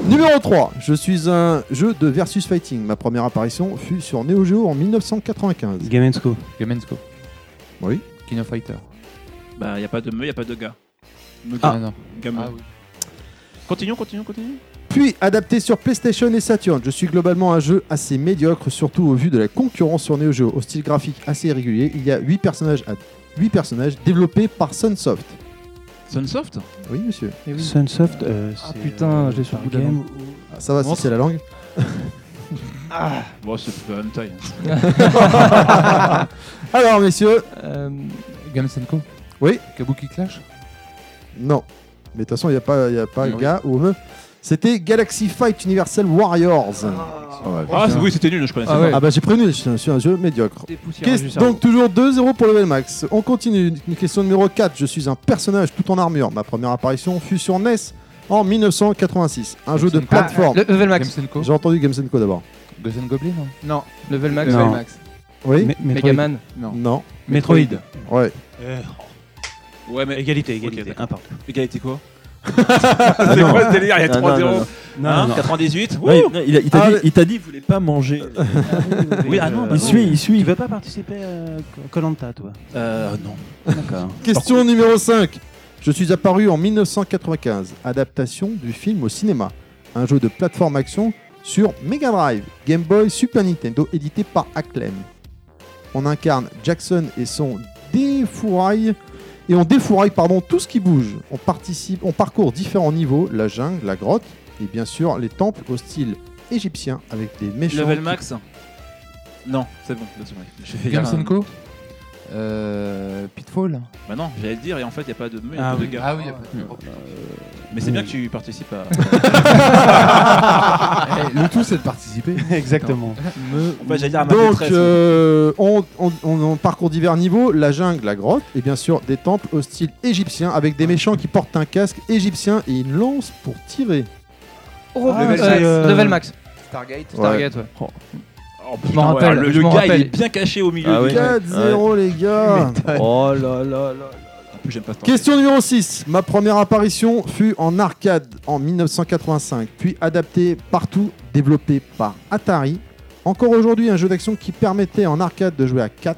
Numéro 3, je suis un jeu de versus fighting. Ma première apparition fut sur Neo Geo en 1995.
Gamensco.
Gamensco.
Oui.
King of Fighter.
Bah y a pas de me, y a pas de gars. Me-
non, non.
gamme.
Ah oui.
Continuons, continuons, continuons.
Puis adapté sur PlayStation et Saturn, je suis globalement un jeu assez médiocre, surtout au vu de la concurrence sur Neo Geo. Au style graphique assez irrégulier, il y a 8 personnages, à... 8 personnages développés par Sunsoft.
Sunsoft
Oui, monsieur.
Sunsoft. euh,
Ah,
c'est,
putain,
euh,
je l'ai sur le
par
bout de la
game.
Ah, Ça va, si
Montre.
c'est la langue.
Bon, c'est plus la même taille. hein.
Alors, messieurs,
Euh,
Gamsenko
Oui.
Kabuki Clash
non. Mais de toute façon, il n'y a pas, il y a pas
Oui.
gars ou meuf. C'était Galaxy Fight Universal Warriors.
Ah, c'est- oui, c'était nul, je connaissais
Ah
pas.
ouais.
Ah bah j'ai prévenu, c'est un jeu médiocre.
Des poussières
Qu'est-
du cerveau.
Donc toujours 2-0 pour Level Max. On continue. Une question numéro 4. Je suis un personnage tout en armure. Ma première apparition fut sur NES en 1986. Un jeu de
Jameson Co.
plateforme.
Le- level max.
Jameson Co.
J'ai entendu Games E Co d'abord.
Ghost Goblin hein. non
Non,
Level max.
Non.
Level Max.
Oui
Me- Metroid.
Megaman.
Non.
Metroid.
Ouais.
Euh,
Ouais, mais
égalité, égalité.
d'accord.
un partout.
égalité quoi
Ah,
C'est
non.
quoi ce délire Il y a
Non,
3-0.
Non,
Hein,
non, non.
98
Ouais, il- il a- il t'a
Ah,
dit-
mais-
il t'a dit, il voulait pas manger.
Oui, ah non, bah
il
non.
suit, il
Tu
suit.
veux pas participer à Colanta, toi
Euh, non.
D'accord.
Question numéro 5. Je suis apparu en 1995. Adaptation du film au cinéma. Un jeu de plateforme action sur Mega Drive, Game Boy, Super Nintendo, édité par Acclaim. On incarne Jackson et son défourail et on défouraille pardon tout ce qui bouge. On participe, on parcourt différents niveaux, la jungle, la grotte et bien sûr les temples au style égyptien avec des méchants.
Level
qui-
max Non, c'est bon. laisse tomber. Je vais dire un-
Jameson Co. Euh, Pitfall.
Bah non, j'allais le dire et en fait, il n'y a pas de il y a
Ah
pas de
oui.
gars. Hmm.
Ah oui, y a pas-
Mais c'est bien que tu participes à.
Eh, le tout c'est de participer.
Exactement.
En fait, j'allais dire à ma
Donc,
maîtresse.
euh, on, on- on- on parcourt divers niveaux, la jungle, la grotte, et bien sûr des temples au style égyptien, avec des méchants qui portent un casque égyptien et une lance pour tirer.
Euh,
Level max.
Level max.
Stargate.
Stargate, ouais.
Oh, putain,
je m'en
ouais,
rappelle,
Le,
je
le
m'en
gars,
rappelle.
il est bien caché au milieu.
Ah
du
ouais.
gars.
4-0 les gars
Oh là là là.
En plus, j'aime pas ce temps.
Question numéro 6. Ma première apparition fut en arcade en 1985, puis adaptée partout, développée par Atari. Encore aujourd'hui, un jeu d'action qui permettait en arcade de jouer à 4.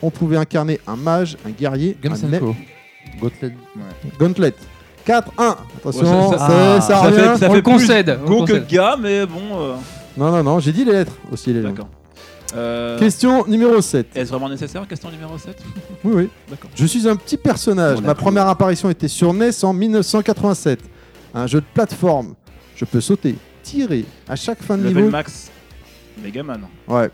On pouvait incarner un mage, un guerrier, un
Jameson
mec-
Co.
Gauntlet. 4-1. Attention,
Ouais, ça-
ça, ça
ça-
Ça
revient.
fait, ça
On
fait
le concède.
plus
on le
Go que
concède.
gars, mais bon. euh,
Non, non, non, j'ai dit les lettres aussi. Les lettres.
D'accord. Euh,
Question numéro 7.
Est-ce vraiment nécessaire Question numéro 7
Oui, oui.
D'accord.
Je suis un petit personnage.
On a
Ma
pris.
première apparition était sur NES en 1987. Un jeu de plateforme. Je peux sauter, tirer à chaque fin de
Level
niveau.
max. Megaman.
Ouais.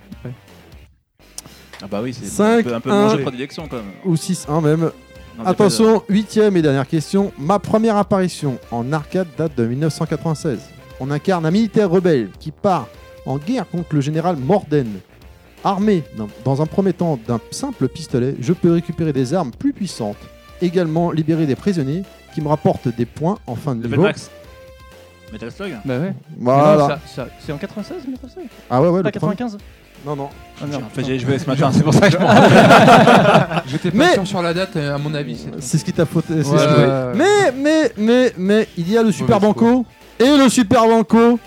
Ah bah oui, c'est un
Cinq,
peu, un peu
un.
mon jeu de prédilection quand même.
Ou 6-1 même.
Non, j'ai
Attention, huitième et dernière question. Ma première apparition en arcade date de 1996. On incarne un militaire rebelle qui part en guerre contre le général Morden. Armé dans- dans un premier temps d'un simple pistolet, je peux récupérer des armes plus puissantes, également libérer des prisonniers qui me rapportent des points en fin
pas de-
de
Level
niveau.
max. Metal Slug
Bah ouais.
Voilà.
Non, ça- ça- C'est en 96, Metal Slug
ah ouais ouais.
Pas
le premier.
95
Non non.
Ah merde.
En fait, j'allais jouer ce matin, c'est pour ça que je m'en
Ah, J'étais pas
Mais-
sûr sur la date euh, à mon avis. c'est-
C'est ce qui t'a fauté. c'est
Ouais,
ce qui-
ouais.
Mais, mais, mais, mais, il y a le Super
Mauvaise
Banco. Et le Super Banco,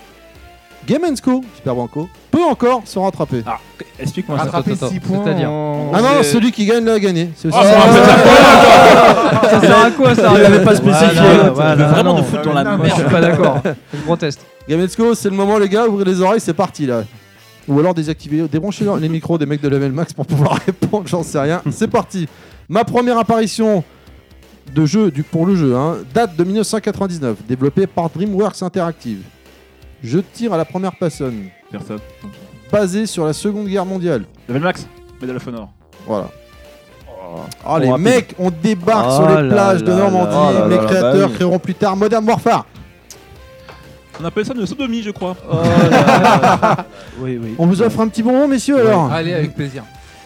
Game Co, Super Banco, peut encore se rattraper. Ah,
Ah, explique-moi ça.
Attraper
attends,
6
attends.
points.
C'est-à-dire
en-
Ah
non, celui qui gagne l'a gagné. C'est aussi
Oh,
simple.
c'est
Ça
un
sert à quoi ça
Il l'avait pas
Voilà,
Ah,
spécifié.
voilà,
Je veux
voilà,
vraiment
non.
nous foutre dans la
Merde, je
merde.
suis pas d'accord. Je proteste.
Game Co, c'est le moment, les gars, ouvrez les oreilles, c'est parti là. Ou alors désactivez, débranchez leur- les micros des mecs de Level Max pour pouvoir répondre, j'en sais rien. C'est parti. Ma première apparition de jeu du, pour le jeu hein, date de 1999, développée par DreamWorks Interactive. Je tire à la première personne,
Personne.
basée sur la Seconde Guerre mondiale.
Level max. Medal of Honor.
Voilà. Oh, les
rapide.
mecs, on débarque
Oh
sur les
là
plages de
là
Normandie.
là là
les
là là,
créateurs
bah oui.
créeront plus tard Modern Warfare.
On appelle ça une sodomie, je crois.
Euh, Oh Oui, oui.
On vous offre un petit bonbon, messieurs, alors
Allez avec plaisir.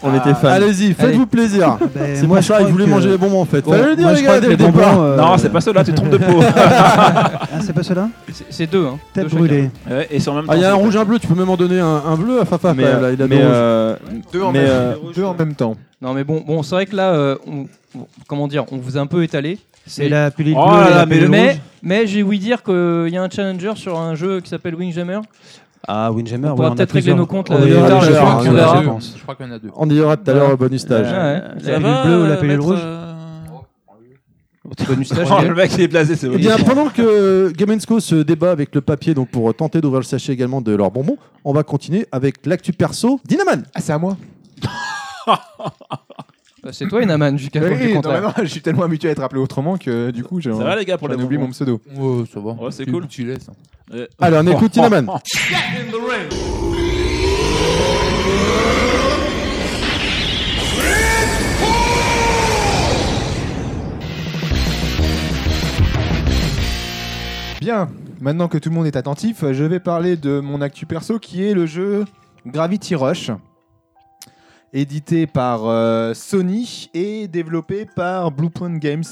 On était fans.
Allez-y, faites-vous plaisir.
Ben,
C'est
moi,
pour
je
ça, ils
crois
voulaient
que-
manger les bonbons en fait.
Bon,
Fallait le dire,
moi, je
les
crois
gars,
que
dès le
les bonbons,
départ.
euh,
Non, c'est pas cela, tu te trompes de peau.
Ah, c'est pas cela
C'est- C'est deux, hein.
Tête
Deux chacun.
brûlée.
Ouais, et c'est en même temps.
Ah, il y a un
c'est-
rouge, un bleu, tu peux même en donner un, un bleu à Fafa.
Mais,
quand même, là, il a
mais,
deux rouges.
euh,
Deux en
mais,
même-
euh,
deux en même temps.
Non, mais bon, bon c'est vrai que là, euh, on- bon, comment dire, on vous a un peu étalé.
C'est la pilule
Oh
bleue
là
et
là,
la
mais
pilule
le
rouge.
Mais, mais j'ai ouï dire qu'il y a un challenger sur un jeu qui s'appelle Windjammer.
Ah, Windjammer,
On pourra
ouais, a
peut-être régler
plusieurs.
nos comptes, euh,
On
là,
est
plus tard,
je
je
crois
pense.
qu'on
On
verra,
verra.
je pense.
Je crois qu'il y en a deux.
On y aura tout à l'heure
Ouais.
au bonus stage.
Ah ouais.
Ça va,
La pilule bleue ou la
euh,
pilule
maître,
rouge
euh,
Bonus stage,
Oh,
Gaël.
le mec, il est blasé, c'est
Eh bien, pendant que Gamensco se débat avec le papier, donc pour tenter d'ouvrir le sachet également de leurs bonbons, on va continuer avec l'actu perso Dynaman.
Ah, c'est à moi.
Bah, C'est toi, Inaman, jusqu'à preuve
Oui,
du
non,
contraire.
mais non, je suis tellement habitué à être appelé autrement que du coup, j'ai
Ça va, les gars, pour
j'en
les
ai oublié mon pseudo.
Oh, ça va.
Ouais, c'est
Tu-
cool.
Tu laisses. hein.
Euh,
Allez, on écoute Dynaman.
Bien.
maintenant que tout le monde est attentif, je vais parler de mon actu perso qui est le jeu Gravity Rush, édité par euh, Sony et développé par Bluepoint Games.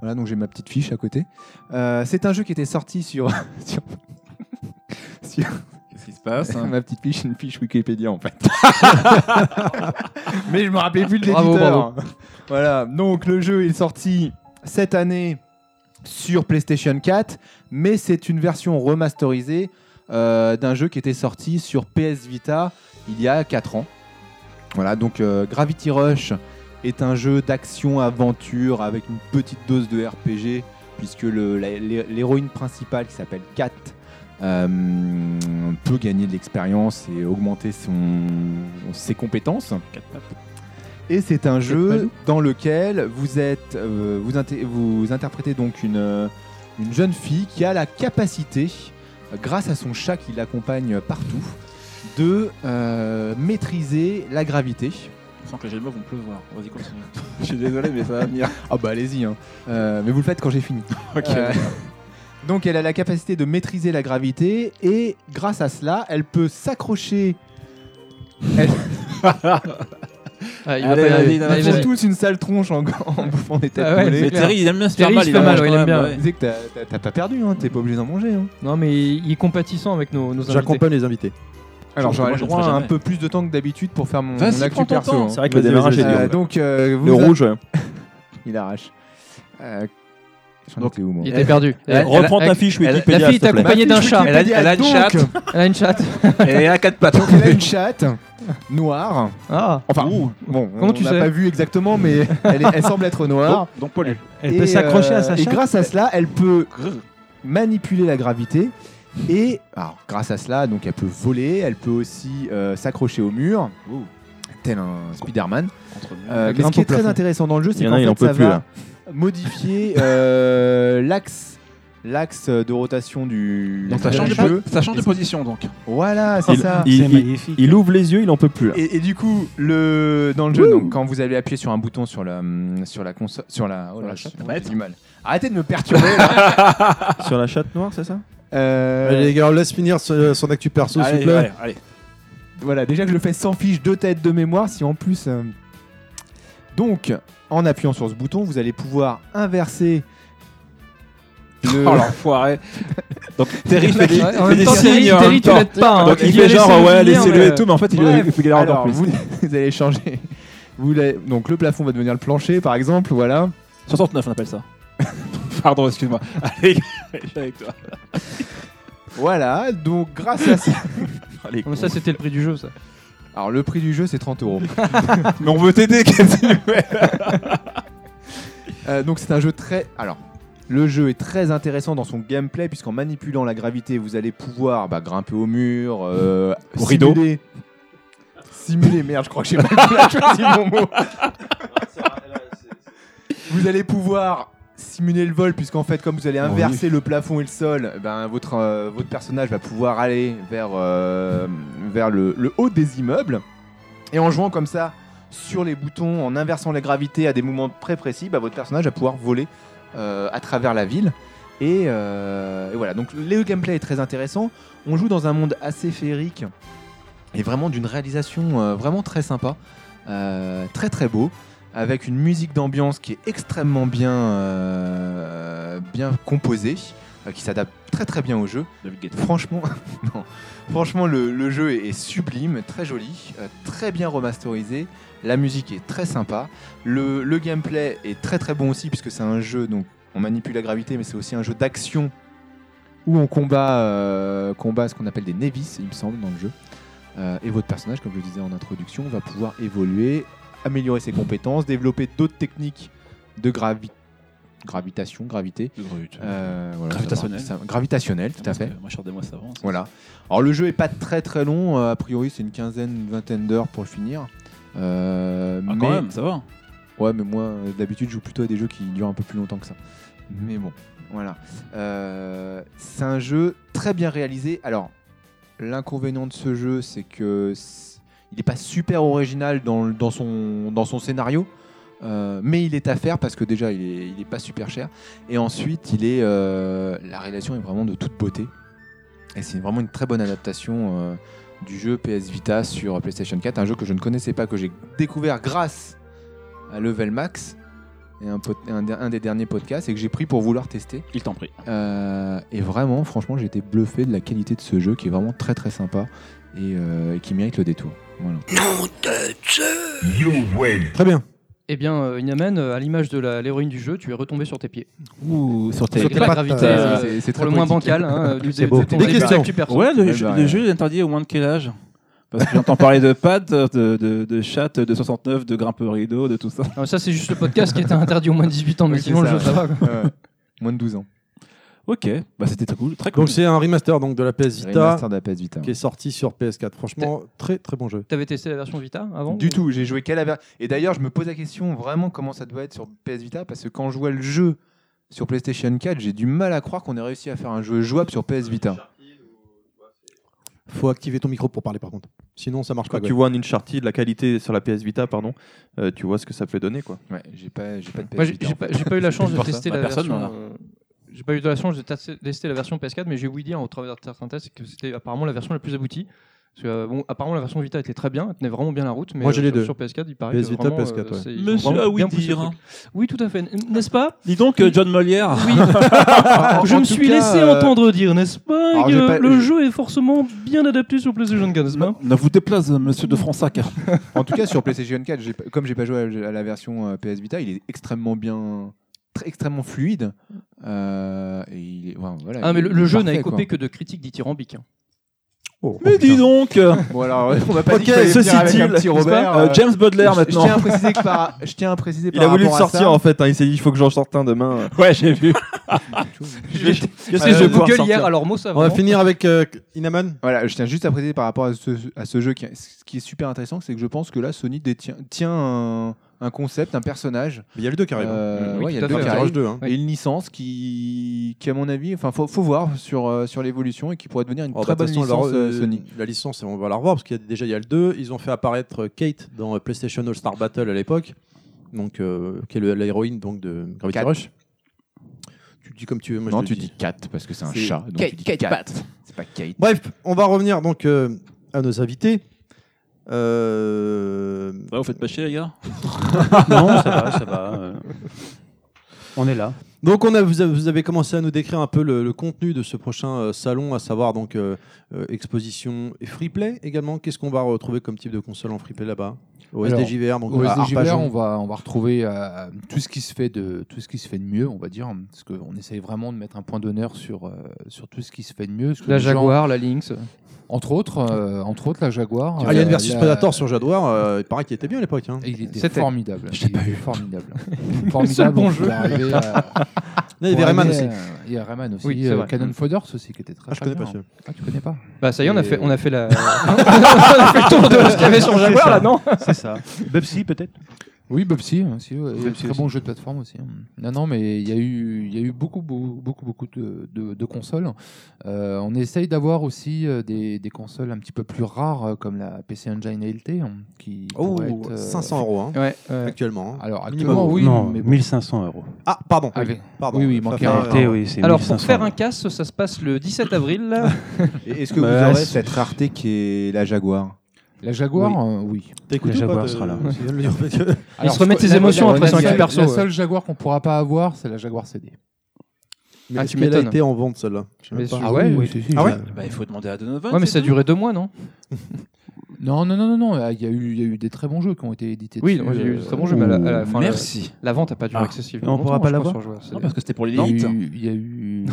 Voilà, donc j'ai ma petite fiche à côté. Euh, c'est un jeu qui était sorti sur. sur... sur-
Qu'est-ce qui se passe hein
ma petite fiche, une fiche Wikipédia en fait. Mais je me rappelais plus de
Bravo,
l'éditeur. Voilà, donc le jeu est sorti cette année sur PlayStation 4, mais c'est une version remasterisée euh, d'un jeu qui était sorti sur PS Vita il y a 4 ans. Voilà, donc euh, Gravity Rush est un jeu d'action-aventure avec une petite dose de RPG, puisque le- la- l'hé- l'héroïne principale qui s'appelle Kat euh, peut gagner de l'expérience et augmenter son, ses compétences. Et c'est un jeu dans lequel vous êtes, euh, vous, inté- vous interprétez donc une, euh, une jeune fille qui a la capacité, euh, grâce à son chat qui l'accompagne partout, de euh, maîtriser la gravité.
Je sens que les jeux de mots vont pleuvoir. Vas-y, continue.
Je suis désolé, mais ça va venir. Ah bah allez-y. hein. Euh, mais vous le faites quand j'ai fini. Euh, donc elle a la capacité de maîtriser la gravité et grâce à cela, elle peut s'accrocher. Elle...
Ah, il va
Allez,
pas y
vas-y,
arriver.
non,
Allez,
euh, Ils ont
vas-y.
tous une sale tronche en, en bouffant des têtes
Ah ouais,
brûlées.
Mais
clair.
Terry, il aime bien se
Terry,
faire
il se
mal.
fait mal, ouais, il aime bien,
Tu disais que t'as- t'as- t'as pas perdu, hein, t'es pas obligé d'en manger. hein.
Non, mais il est compatissant avec nos, nos invités.
J'accompagne les invités.
Alors
Moi,
j'aurais
je
le
ne
droit
ferai
à un
jamais.
peu plus de temps que d'habitude pour faire mon,
Vas-y,
mon actu
prends ton
perso.
temps.
hein.
C'est vrai que
Vas-y,
le démarrage
vas-y,
est
vas-y.
dur.
Euh, donc euh, vous
Le rouge, ouais.
il arrache. Euh, j'en
Donc,
étais où, moi Eh
Il était perdu. Elle- elle-
Eh, reprends
elle-
ta fiche
elle-
Wikipédia.
La fille est
s'il te plaît.
accompagnée d'un chat.
Elle a- elle a une chatte.
Elle a une chatte.
Elle a quatre pattes.
bah, Donc, elle a une chatte noire.
Ah,
Enfin, bon,
Comment
on
tu
l'a
sais
pas vu exactement, mais elle, est- elle semble être noire.
Donc, poilu.
Elle
Et,
peut s'accrocher
euh,
à sa
Et
chatte.
grâce à cela, elle peut manipuler la gravité. Et alors, grâce à cela, donc elle peut voler, elle peut aussi euh, s'accrocher au mur, tel un Spider-Man. Euh, mais ce
grimpe
qui
au
est très
plafond.
intéressant dans le jeu,
Il
c'est
y en
qu'en
a, il en
fait,
peut
ça
plus,
va
là.
modifier euh, l'axe l'axe de rotation du,
Donc, ça
du
change, de,
jeu.
po- ça change de position, donc.
Voilà, c'est
Il,
ça.
il-
C'est
il-
magnifique.
il ouvre les yeux, il en peut plus. là.
Et, et du coup, le, dans le jeu, donc, quand vous allez appuyer sur un bouton sur la, hum, sur la console, sur la, oh là, j'ai du mal. Arrêtez de me perturber. là.
Sur la chatte noire, c'est ça
Euh,
Allez, les gars, on laisse finir ce- son actu perso, s'il vous
Allez,
plaît.
allez, allez.
Voilà, déjà que je le fais sans fiche, deux têtes de mémoire, si en plus. euh, Donc, en appuyant sur ce bouton, vous allez pouvoir inverser. Le...
Oh l'enfoiré Donc Terry fait des,
Ouais, en
fait
même
des
temps, Terry,
signes en
Terry,
même
tu
temps.
l'aides pas. hein.
Donc
Tu
il
dis,
fait
allez,
genre,
c'est
ouais,
fini,
laissez-le
mais-
et tout, mais en fait il
Bref,
il fait galère encore
alors,
plus.
vous, vous allez changer. Vous l'avez- donc, le plafond va devenir le plancher, par exemple, voilà.
69 on appelle ça. Pardon, excuse-moi. Allez, je suis avec toi.
Voilà, donc grâce à ça.
Allez,
Non, mais ça, c'était le prix du jeu, ça.
Alors, le prix du jeu, c'est 30 euros.
Mais on veut t'aider,
Euh, donc c'est un jeu très. Alors, le jeu est très intéressant dans son gameplay puisqu'en manipulant la gravité, vous allez pouvoir bah, grimper au mur, euh,
Au rideau.
simuler. Simuler, merde, je crois que j'ai pas bien choisi mon mot. Vous allez pouvoir simuler le vol puisqu'en fait, comme vous allez inverser le plafond et le sol, ben votre euh, votre personnage va pouvoir aller vers euh, vers le, le haut des immeubles et en jouant comme ça sur les boutons, en inversant la gravité à des moments très précis, bah, votre personnage va pouvoir voler euh, à travers la ville. Et, euh, et voilà, donc le gameplay est très intéressant. On joue dans un monde assez féerique et vraiment d'une réalisation euh, vraiment très sympa, euh, très très beau, avec une musique d'ambiance qui est extrêmement bien, euh, bien composée, euh, qui s'adapte très très bien au jeu.
David Guetta.
Franchement, non. Franchement, le, le jeu est, est sublime, très joli, euh, très bien remasterisé. La musique est très sympa. Le, le gameplay est très très bon aussi puisque c'est un jeu donc on manipule la gravité, mais c'est aussi un jeu d'action où on combat, euh, combat ce qu'on appelle des Nevis, il me semble, dans le jeu. Euh, et votre personnage, comme je le disais en introduction, va pouvoir évoluer, améliorer ses compétences, développer d'autres techniques de gravi- gravitation, gravité. Euh, voilà, ça va,
Gravitationnel.
ça- gravitationnel, tout à fait.
Moi, je sors des mois avant. ça.
Voilà. Alors le jeu est pas très très long, euh, a priori c'est une quinzaine, une vingtaine d'heures pour le finir. Euh,
Ah,
mais,
quand même, ça va.
Ouais, mais moi euh, d'habitude je joue plutôt à des jeux qui durent un peu plus longtemps que ça. Mais bon, voilà. Euh, c'est un jeu très bien réalisé. Alors l'inconvénient de ce jeu c'est que c- il n'est pas super original dans, le- dans son, dans son scénario. Euh, mais il est à faire parce que déjà il est, il est pas super cher et ensuite il est euh, la réalisation est vraiment de toute beauté et c'est vraiment une très bonne adaptation euh, du jeu PS Vita sur PlayStation 4 un jeu que je ne connaissais pas que j'ai découvert grâce à Level Max et un, pot- un der- un des derniers podcasts et que j'ai pris pour vouloir tester
Il t'en prie.
euh, et vraiment, franchement, j'ai été bluffé de la qualité de ce jeu qui est vraiment très très sympa et, euh, et qui mérite le détour. Voilà.
Très bien.
Eh bien, euh, Inaman, euh, à l'image de la- l'héroïne du jeu, tu es retombé sur tes pieds.
Ouh, sur
tes-
Sur
tes
la
pattes,
gravité,
euh,
euh,
c'est- c'est
pour
très
le moins
poétique.
bancal, hein, euh, du
C'est
de-
beau.
de ton
Des
départ
questions.
avec Super
Ouais,
Ouais,
le, jeu-
bah,
le
ouais.
jeu est interdit au moins de quel âge Parce que j'entends parler de pattes, de, de, de chattes, de 69, de grimpeur rideau, de tout ça.
Non, ça, c'est juste le podcast qui était interdit au moins de 18 ans, mais
Oui,
sinon,
c'est
le jeu, ça va. quoi.
Ouais. Moins de 12 ans.
Ok, bah c'était très cool, très cool.
Donc c'est un remaster donc de la PS Vita
Remaster de la PS Vita.
qui est sorti sur PS4. Franchement, très très bon jeu.
T'avais testé la version Vita avant
Du tout, j'ai joué qu'à la ver- Et d'ailleurs, je me pose la question vraiment comment ça doit être sur PS Vita parce que quand je vois le jeu sur PlayStation 4, j'ai du mal à croire qu'on ait réussi à faire un jeu jouable sur PS Vita.
Faut activer ton micro pour parler par contre. Sinon ça marche pas.
Quand tu vois un Uncharted, la qualité sur la PS Vita, pardon, euh, tu vois ce que ça peut donner, quoi.
Ouais, j'ai pas, j'ai pas de PS
Moi, j'ai
Vita.
j'ai
en
pas,
fait.
j'ai pas eu la chance de
Pour ça,
tester
bah,
la
personne
version.
n'en a.
euh, J'ai pas eu la chance de tas- tester la version PS4, mais j'ai ouï dire au travers de certains tests que c'était apparemment la version la plus aboutie. Parce que, euh, bon, apparemment la version Vita était très bien, elle tenait vraiment bien la route, mais
Moi, j'ai
euh,
les
sur,
deux.
sur PS4 il paraît
PS
que
Vita,
vraiment,
PS4,
euh,
ouais.
c'est- ils ont
Monsieur
vraiment
a ouï
bien poussé le
dire,
truc.
hein.
Oui, tout à fait, N- n'est-ce pas
Dis donc, euh, John Molière
Je
en
me
tout
suis
cas,
laissé
euh,
entendre dire, n'est-ce pas,
alors,
que
j'ai pas-
Le
j'ai-
jeu est forcément bien adapté sur PlayStation 4,
Bah,
n'est-ce pas
Ne vous déplace, monsieur de Fronsac.
En tout cas, sur PlayStation 4, j'ai pas- comme j'ai pas joué à la- à la version euh, PS Vita, il est extrêmement bien, très, extrêmement fluide. Euh, et il est- ouais, voilà,
Ah, mais
il
le,
est
le jeu n'a
parfait,
écopé que de critiques dithyrambiques. hein.
Oh,
Mais
oh,
dis
putain.
donc euh,
quoi. Bon, alors, on m'a pas
Ok,
dit qu'il fallait
ceci
venir avec
dit,
un petit Robert. euh,
James Baudelaire
je- Je
maintenant.
tiens à préciser que par, je tiens à préciser
Il
par
a voulu le
rapport à
sortir
ça-
en fait, hein, il s'est dit il faut que j'en sorte un demain. Ouais, j'ai vu.
Tu sais, je Google hier, alors mot ça hein.
On va finir avec euh, Inaman.
Voilà, je tiens juste à préciser par rapport à ce, à ce jeu qui, ce qui est super intéressant, c'est que je pense que là, Sony détient, tient un, un concept, un personnage.
Il y a les deux qui hein. arrivent.
Euh,
Ah Oui,
ouais, il y
tout
a
à
deux
fait,
qui
ouais.
Tirage
arrivent.
2. hein.
et une licence qui, qui à mon avis, enfin, faut, faut voir sur, euh, sur l'évolution et qui pourrait devenir une
Oh,
très
bah,
bonne
de toute façon,
licence
la,
euh, Sony.
La licence, on va la revoir parce qu'il y a déjà il y a le 2. Ils ont fait apparaître euh, Kate dans euh, PlayStation All Star Battle à l'époque, donc euh, qui est le- l'héroïne donc de Gravity
Kate.
Rush. Tu dis comme tu veux. Moi,
non,
je te
tu
le
dis
dis.
4 parce que c'est un
C'est
chat. Donc
Kate-
tu dis
Kate
Kat.
Bat.
C'est pas Kate.
Bref, on va revenir donc euh, à nos invités. Euh,
Bah, vous faites pas chier, les gars.
non, ça va, ça va. euh, On est là.
Donc on a, vous, avez, vous avez commencé à nous décrire un peu le, le contenu de ce prochain euh, salon, à savoir donc euh, euh, exposition et free play également. Qu'est-ce qu'on va retrouver comme type de console en free play là-bas Au
Alors,
SDJVR, donc
Au
à
SDJVR,
Arpajon.
on va, on va retrouver euh, tout, ce qui se fait de, tout ce qui se fait de mieux, on va dire. Parce qu'on essaye vraiment de mettre un point d'honneur sur, euh, sur tout ce qui se fait de mieux. ce que
La
les gens-
Jaguar, la Lynx.
entre, autres, euh, entre autres, la Jaguar.
Alien
euh,
versus
la-
Predator sur Jaguar, euh, il paraît qu'il était bien à l'époque. hein.
Il était
C'était-
formidable.
Je l'ai pas
Il était Formidable.
seul bon
pour
jeu.
arriver à-
Là, il y
pour euh,
avait Rayman
arriver
aussi.
à- Il y a Rayman aussi.
Oui, c'est
euh,
vrai.
Cannon Fodors aussi, qui était très
Mm. Ah, je
très
connais pas
bien.
celui
Ah, tu connais pas
Bah ça y est, on a
Et-
fait, on a fait la. on a fait le tour de ce qu'il y avait sur Jaguar là, non
hein.
C'est ça. Bubsy peut-être
Oui, Bubsy, hein, si, ouais, et
Bubsy
très
aussi.
bon jeu de plateforme aussi. hein. Non, non, mais il y a eu, il y a eu beaucoup, beaucoup, beaucoup, beaucoup de, de- de consoles. Euh, on essaye d'avoir aussi euh, des, des consoles un petit peu plus rares, euh, comme la PC Engine ALT, hein, qui
Oh,
pourrait être, euh,
500 euros hein,
Ouais. ouais.
actuellement. hein.
Alors
Minimum.
actuellement, oui,
non,
mais bon.
1500 euros.
Ah, pardon.
Avec-
pardon.
oui, oui,
Ça
manquait
fait
un
un-
RT,
Ah, oui, c'est
Alors pour
1500
faire un
euros.
casse, ça se passe le 17 avril. là.
Et est-ce que
Bah,
vous aurez
c'est-
cette rareté qui est la Jaguar
la Jaguar, euh, oui.
T'écoutes
Le
ou pas, euh,
Jaguar
de-
sera là.
Il
Alors,
se remet
je-
ses
la-
émotions
la-
après son
la- la-
cul perso,
La
ouais.
seule Jaguar qu'on pourra pas avoir, c'est la Jaguar CD.
Mais
Ah,
est-ce
tu
qu'elle a
m'étonnes.
été en vente celle-là Je sais
Mais
même pas.
Ah ouais, oui,
si, si,
Ah ouais
Bah, il faut demander à Donovan.
Ouais, mais
c'est
ça a
tout.
duré deux mois, non
Non, non, non, non, non. ah, Il y, a eu- il y a eu des très bons jeux qui ont été édités.
Oui,
dessus,
non, il y a eu
euh,
de très bons jeux, mais à la- à la fin, la-
Merci.
La vente a pas duré
Ah.
excessivement.
Et on pourra
longtemps,
pas
je
la
crois,
voir
sur Jaguar, c'est-
Non, parce que c'était pour les
Il y a
limites.
eu, il y a eu,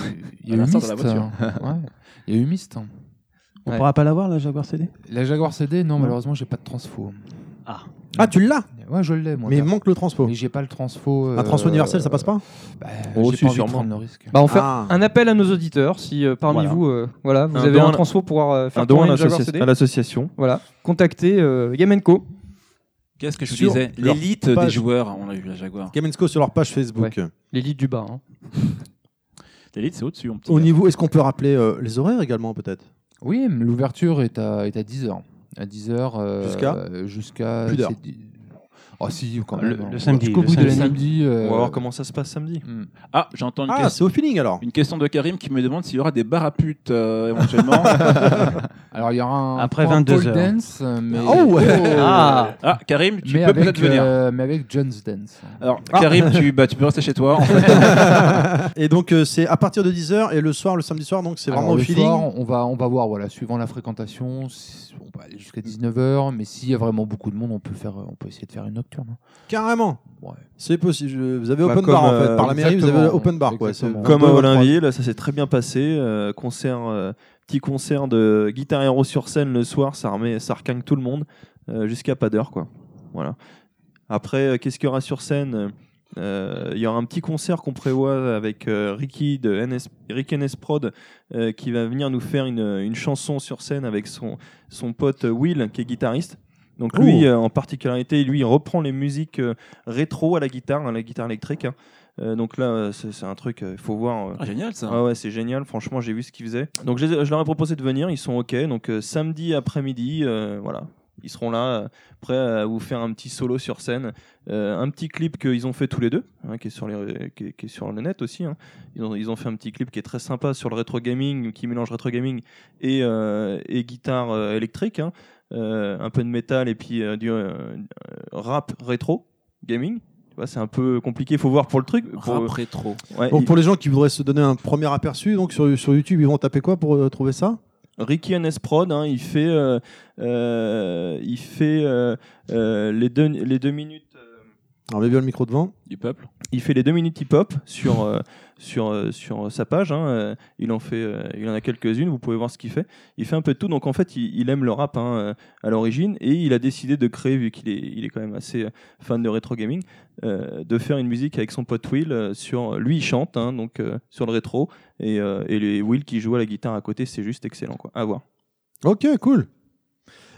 il y a
À
eu
l'instar de
Myst.
la voiture.
hein. Ouais. Il y a eu Myst. hein.
On
Ouais.
pourra pas l'avoir la Jaguar CD
La Jaguar CD, non, malheureusement, j'ai pas de transfo.
Ah, tu l'as
Ouais, je l'ai, moi.
Mais il
là.
manque le transpo.
Mais j'ai pas le transfo. euh,
Un transpo universel, ça passe pas
bah,
Oh,
J'ai
si,
pas envie de
sûrement.
prendre le risque.
Bah, on fait
Ah.
un appel à nos auditeurs. Si euh, parmi
Voilà.
vous, euh, voilà, vous
Un
avez
don
un
à la-
transfo pour euh,
Un
faire
don à
tourner le Jaguar
l'association-
CD,
à l'association.
voilà, contactez euh, Game Co.
Qu'est-ce que je vous
Sur
disais
leur
L'élite des
page.
joueurs. On a eu la Jaguar.
Gamensco sur leur page Facebook.
l'élite du bas. hein.
L'élite, c'est au-dessus. mon petit
Au
gars.
niveau, est-ce qu'on peut rappeler euh, les horaires également peut-être
Oui, mais l'ouverture est à, est à 10h. À 10h.
Jusqu'à
Jusqu'à.
Plus d'heures.
c'est dix- Oh si, quand
Le-
même. hein.
le samedi,
Jusqu'au
le
bout de la
samedi.
samedi. euh,
On va voir comment ça se passe samedi.
hmm.
Ah, j'entends une,
Ah,
question-
c'est au feeling alors.
une question de Karim qui me demande s'il y aura des bars à putes euh, éventuellement.
Alors il y aura un
Après
point
22
pole
heures.
dance, euh, mais
Oh, ouais.
Ah.
ah, Karim, tu
mais
peux
avec
peut-être venir.
euh, mais avec John's Dance.
Alors, Karim, tu, bah, tu peux rester chez toi. En fait.
Et donc, euh, c'est à partir de 10h et le soir, le samedi soir, donc c'est
Alors,
vraiment au
le
feeling.
soir, on va on va voir voilà, suivant la fréquentation, si- on peut aller jusqu'à 19h, mais s'il y a vraiment beaucoup de monde, on peut faire on peut essayer de faire une nocturne. hein.
Carrément.
Ouais.
C'est possible. Je- Vous avez
Bah,
open
comme,
bar en
euh,
fait. Par la mairie, vous avez
exactement.
open bar. Quoi.
Exactement.
C'est
Comme à
22,
Olinvier, là, ça s'est très bien passé. euh, concert, euh, petit concert de Guitar Hero sur scène le soir, ça remet, ça requinque tout le monde euh, jusqu'à pas d'heure, quoi. Voilà. Après, euh, qu'est-ce qu'il y aura sur scène Euh, Il y aura un petit concert qu'on prévoit avec euh, Ricky de NS, Rick NS Prod euh, qui va venir nous faire une, une chanson sur scène avec son, son pote Will qui est guitariste. Donc lui, euh, en particularité, lui, il reprend les musiques euh, rétro à la guitare, à la guitare électrique. hein. Euh, donc là, euh, c'est c'est un truc, il faut voir. euh,
Ah, génial ça.
ah ouais, c'est génial. Franchement, j'ai vu ce qu'ils faisaient. Donc, je, les ai- je leur ai proposé de venir. Ils sont OK. Donc, euh, samedi après-midi, euh, voilà. Ils seront là, euh, prêts à vous faire un petit solo sur scène. Euh, un petit clip qu'ils ont fait tous les deux, hein, qui, est sur les, qui, est- qui est sur le net aussi. hein. Ils, ont, ils ont fait un petit clip qui est très sympa sur le rétro gaming, qui mélange rétro gaming et, euh, et guitare euh, électrique. hein. Euh, un peu de métal et puis euh, du euh, euh, rap rétro gaming. Tu vois, C'est un peu compliqué, faut voir pour le truc. Pour,
Rap rétro.
ouais,
Bon, pour les gens qui voudraient se donner un premier aperçu, donc sur, sur YouTube, ils vont taper quoi pour euh, trouver ça
Ricky NS Prod, hein, il fait, euh, euh, il fait euh, euh, les, deux, les deux minutes. euh,
Alors, mets bien le micro devant.
Du peuple.
il fait les deux minutes hip-hop sur, euh, sur, euh, sur sa page. hein, euh, il, en fait, euh, il en a quelques-unes, vous pouvez voir ce qu'il fait. Il fait un peu de tout, donc en fait, il, il aime le rap hein, euh, à l'origine et il a décidé de créer, vu qu'il est, il est quand même assez euh, fan de rétro gaming, euh, de faire une musique avec son pote Will. euh, sur, lui, il chante hein, donc, euh, sur le rétro et, euh, et les Will qui joue à la guitare à côté, c'est juste excellent. Quoi. À voir.
Ok, cool.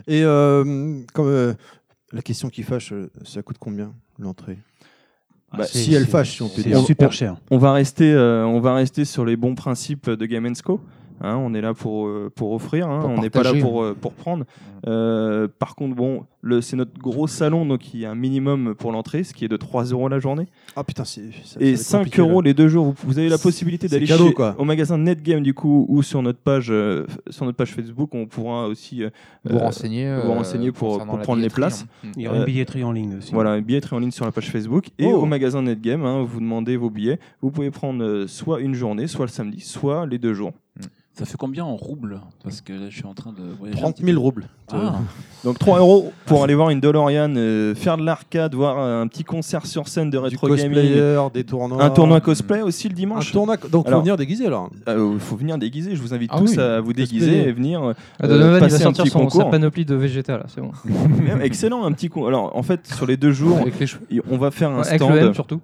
Et euh, comme, euh, la question qui fâche, euh, ça coûte combien l'entrée
Ah,
Bah,
c'est-
si elle
c'est-
fâche, si on peut
C'est
dire.
super cher.
on va rester, euh, on va rester sur les bons principes de Game Co. Hein, on est là pour, euh, pour offrir, hein,
Pour
on n'est pas là
partager.
pour, euh, pour prendre. Euh, par contre, bon, le- c'est notre gros salon, donc il y a un minimum pour l'entrée, ce qui est de 3 euros la journée.
Ah putain, c'est. ça- ça va
Et
être
5
compliqué, là.
euros les deux jours. Vous, vous avez la possibilité
c'est
d'aller
cadeau,
chez-
quoi.
au magasin Netgame, du coup, ou sur notre page, euh, sur notre page Facebook. On pourra aussi euh,
Vous
euh,
renseigner
vous renseigner pour-
concernant
pour
la
prendre les
billetterie,
places.
hein.
Il y aura
Euh,
une billetterie en ligne aussi.
Voilà, billetterie en ligne sur la page Facebook et
Oh.
au magasin Netgame. hein, vous demandez vos billets. Vous pouvez prendre euh, soit une journée, soit le samedi, soit les deux jours.
Ça fait combien en roubles Parce que là, je suis en train de voyager.
30 000 roubles.
Ah,
Donc 3 euros pour aller voir une DeLorean, euh, faire de l'arcade, voir un petit concert sur scène de
du
rétro gaming,
cosplayer, des tournois.
un tournoi cosplay aussi le
Un
dimanche.
tournoi. Donc, faut
Alors-
venir déguisé alors.
Il faut venir déguiser. Je vous invite
Ah
tous
oui,
à vous
cosplayer.
déguiser et venir. euh,
Ah, Donovan, il va
passer un
sortir
petit
son, sa
concours.
panoplie de Vegeta là, c'est bon.
même excellent, un petit con- Alors en fait, sur les deux jours,
Avec les cheveux.
y- on va faire un
Avec
stand.
le M surtout.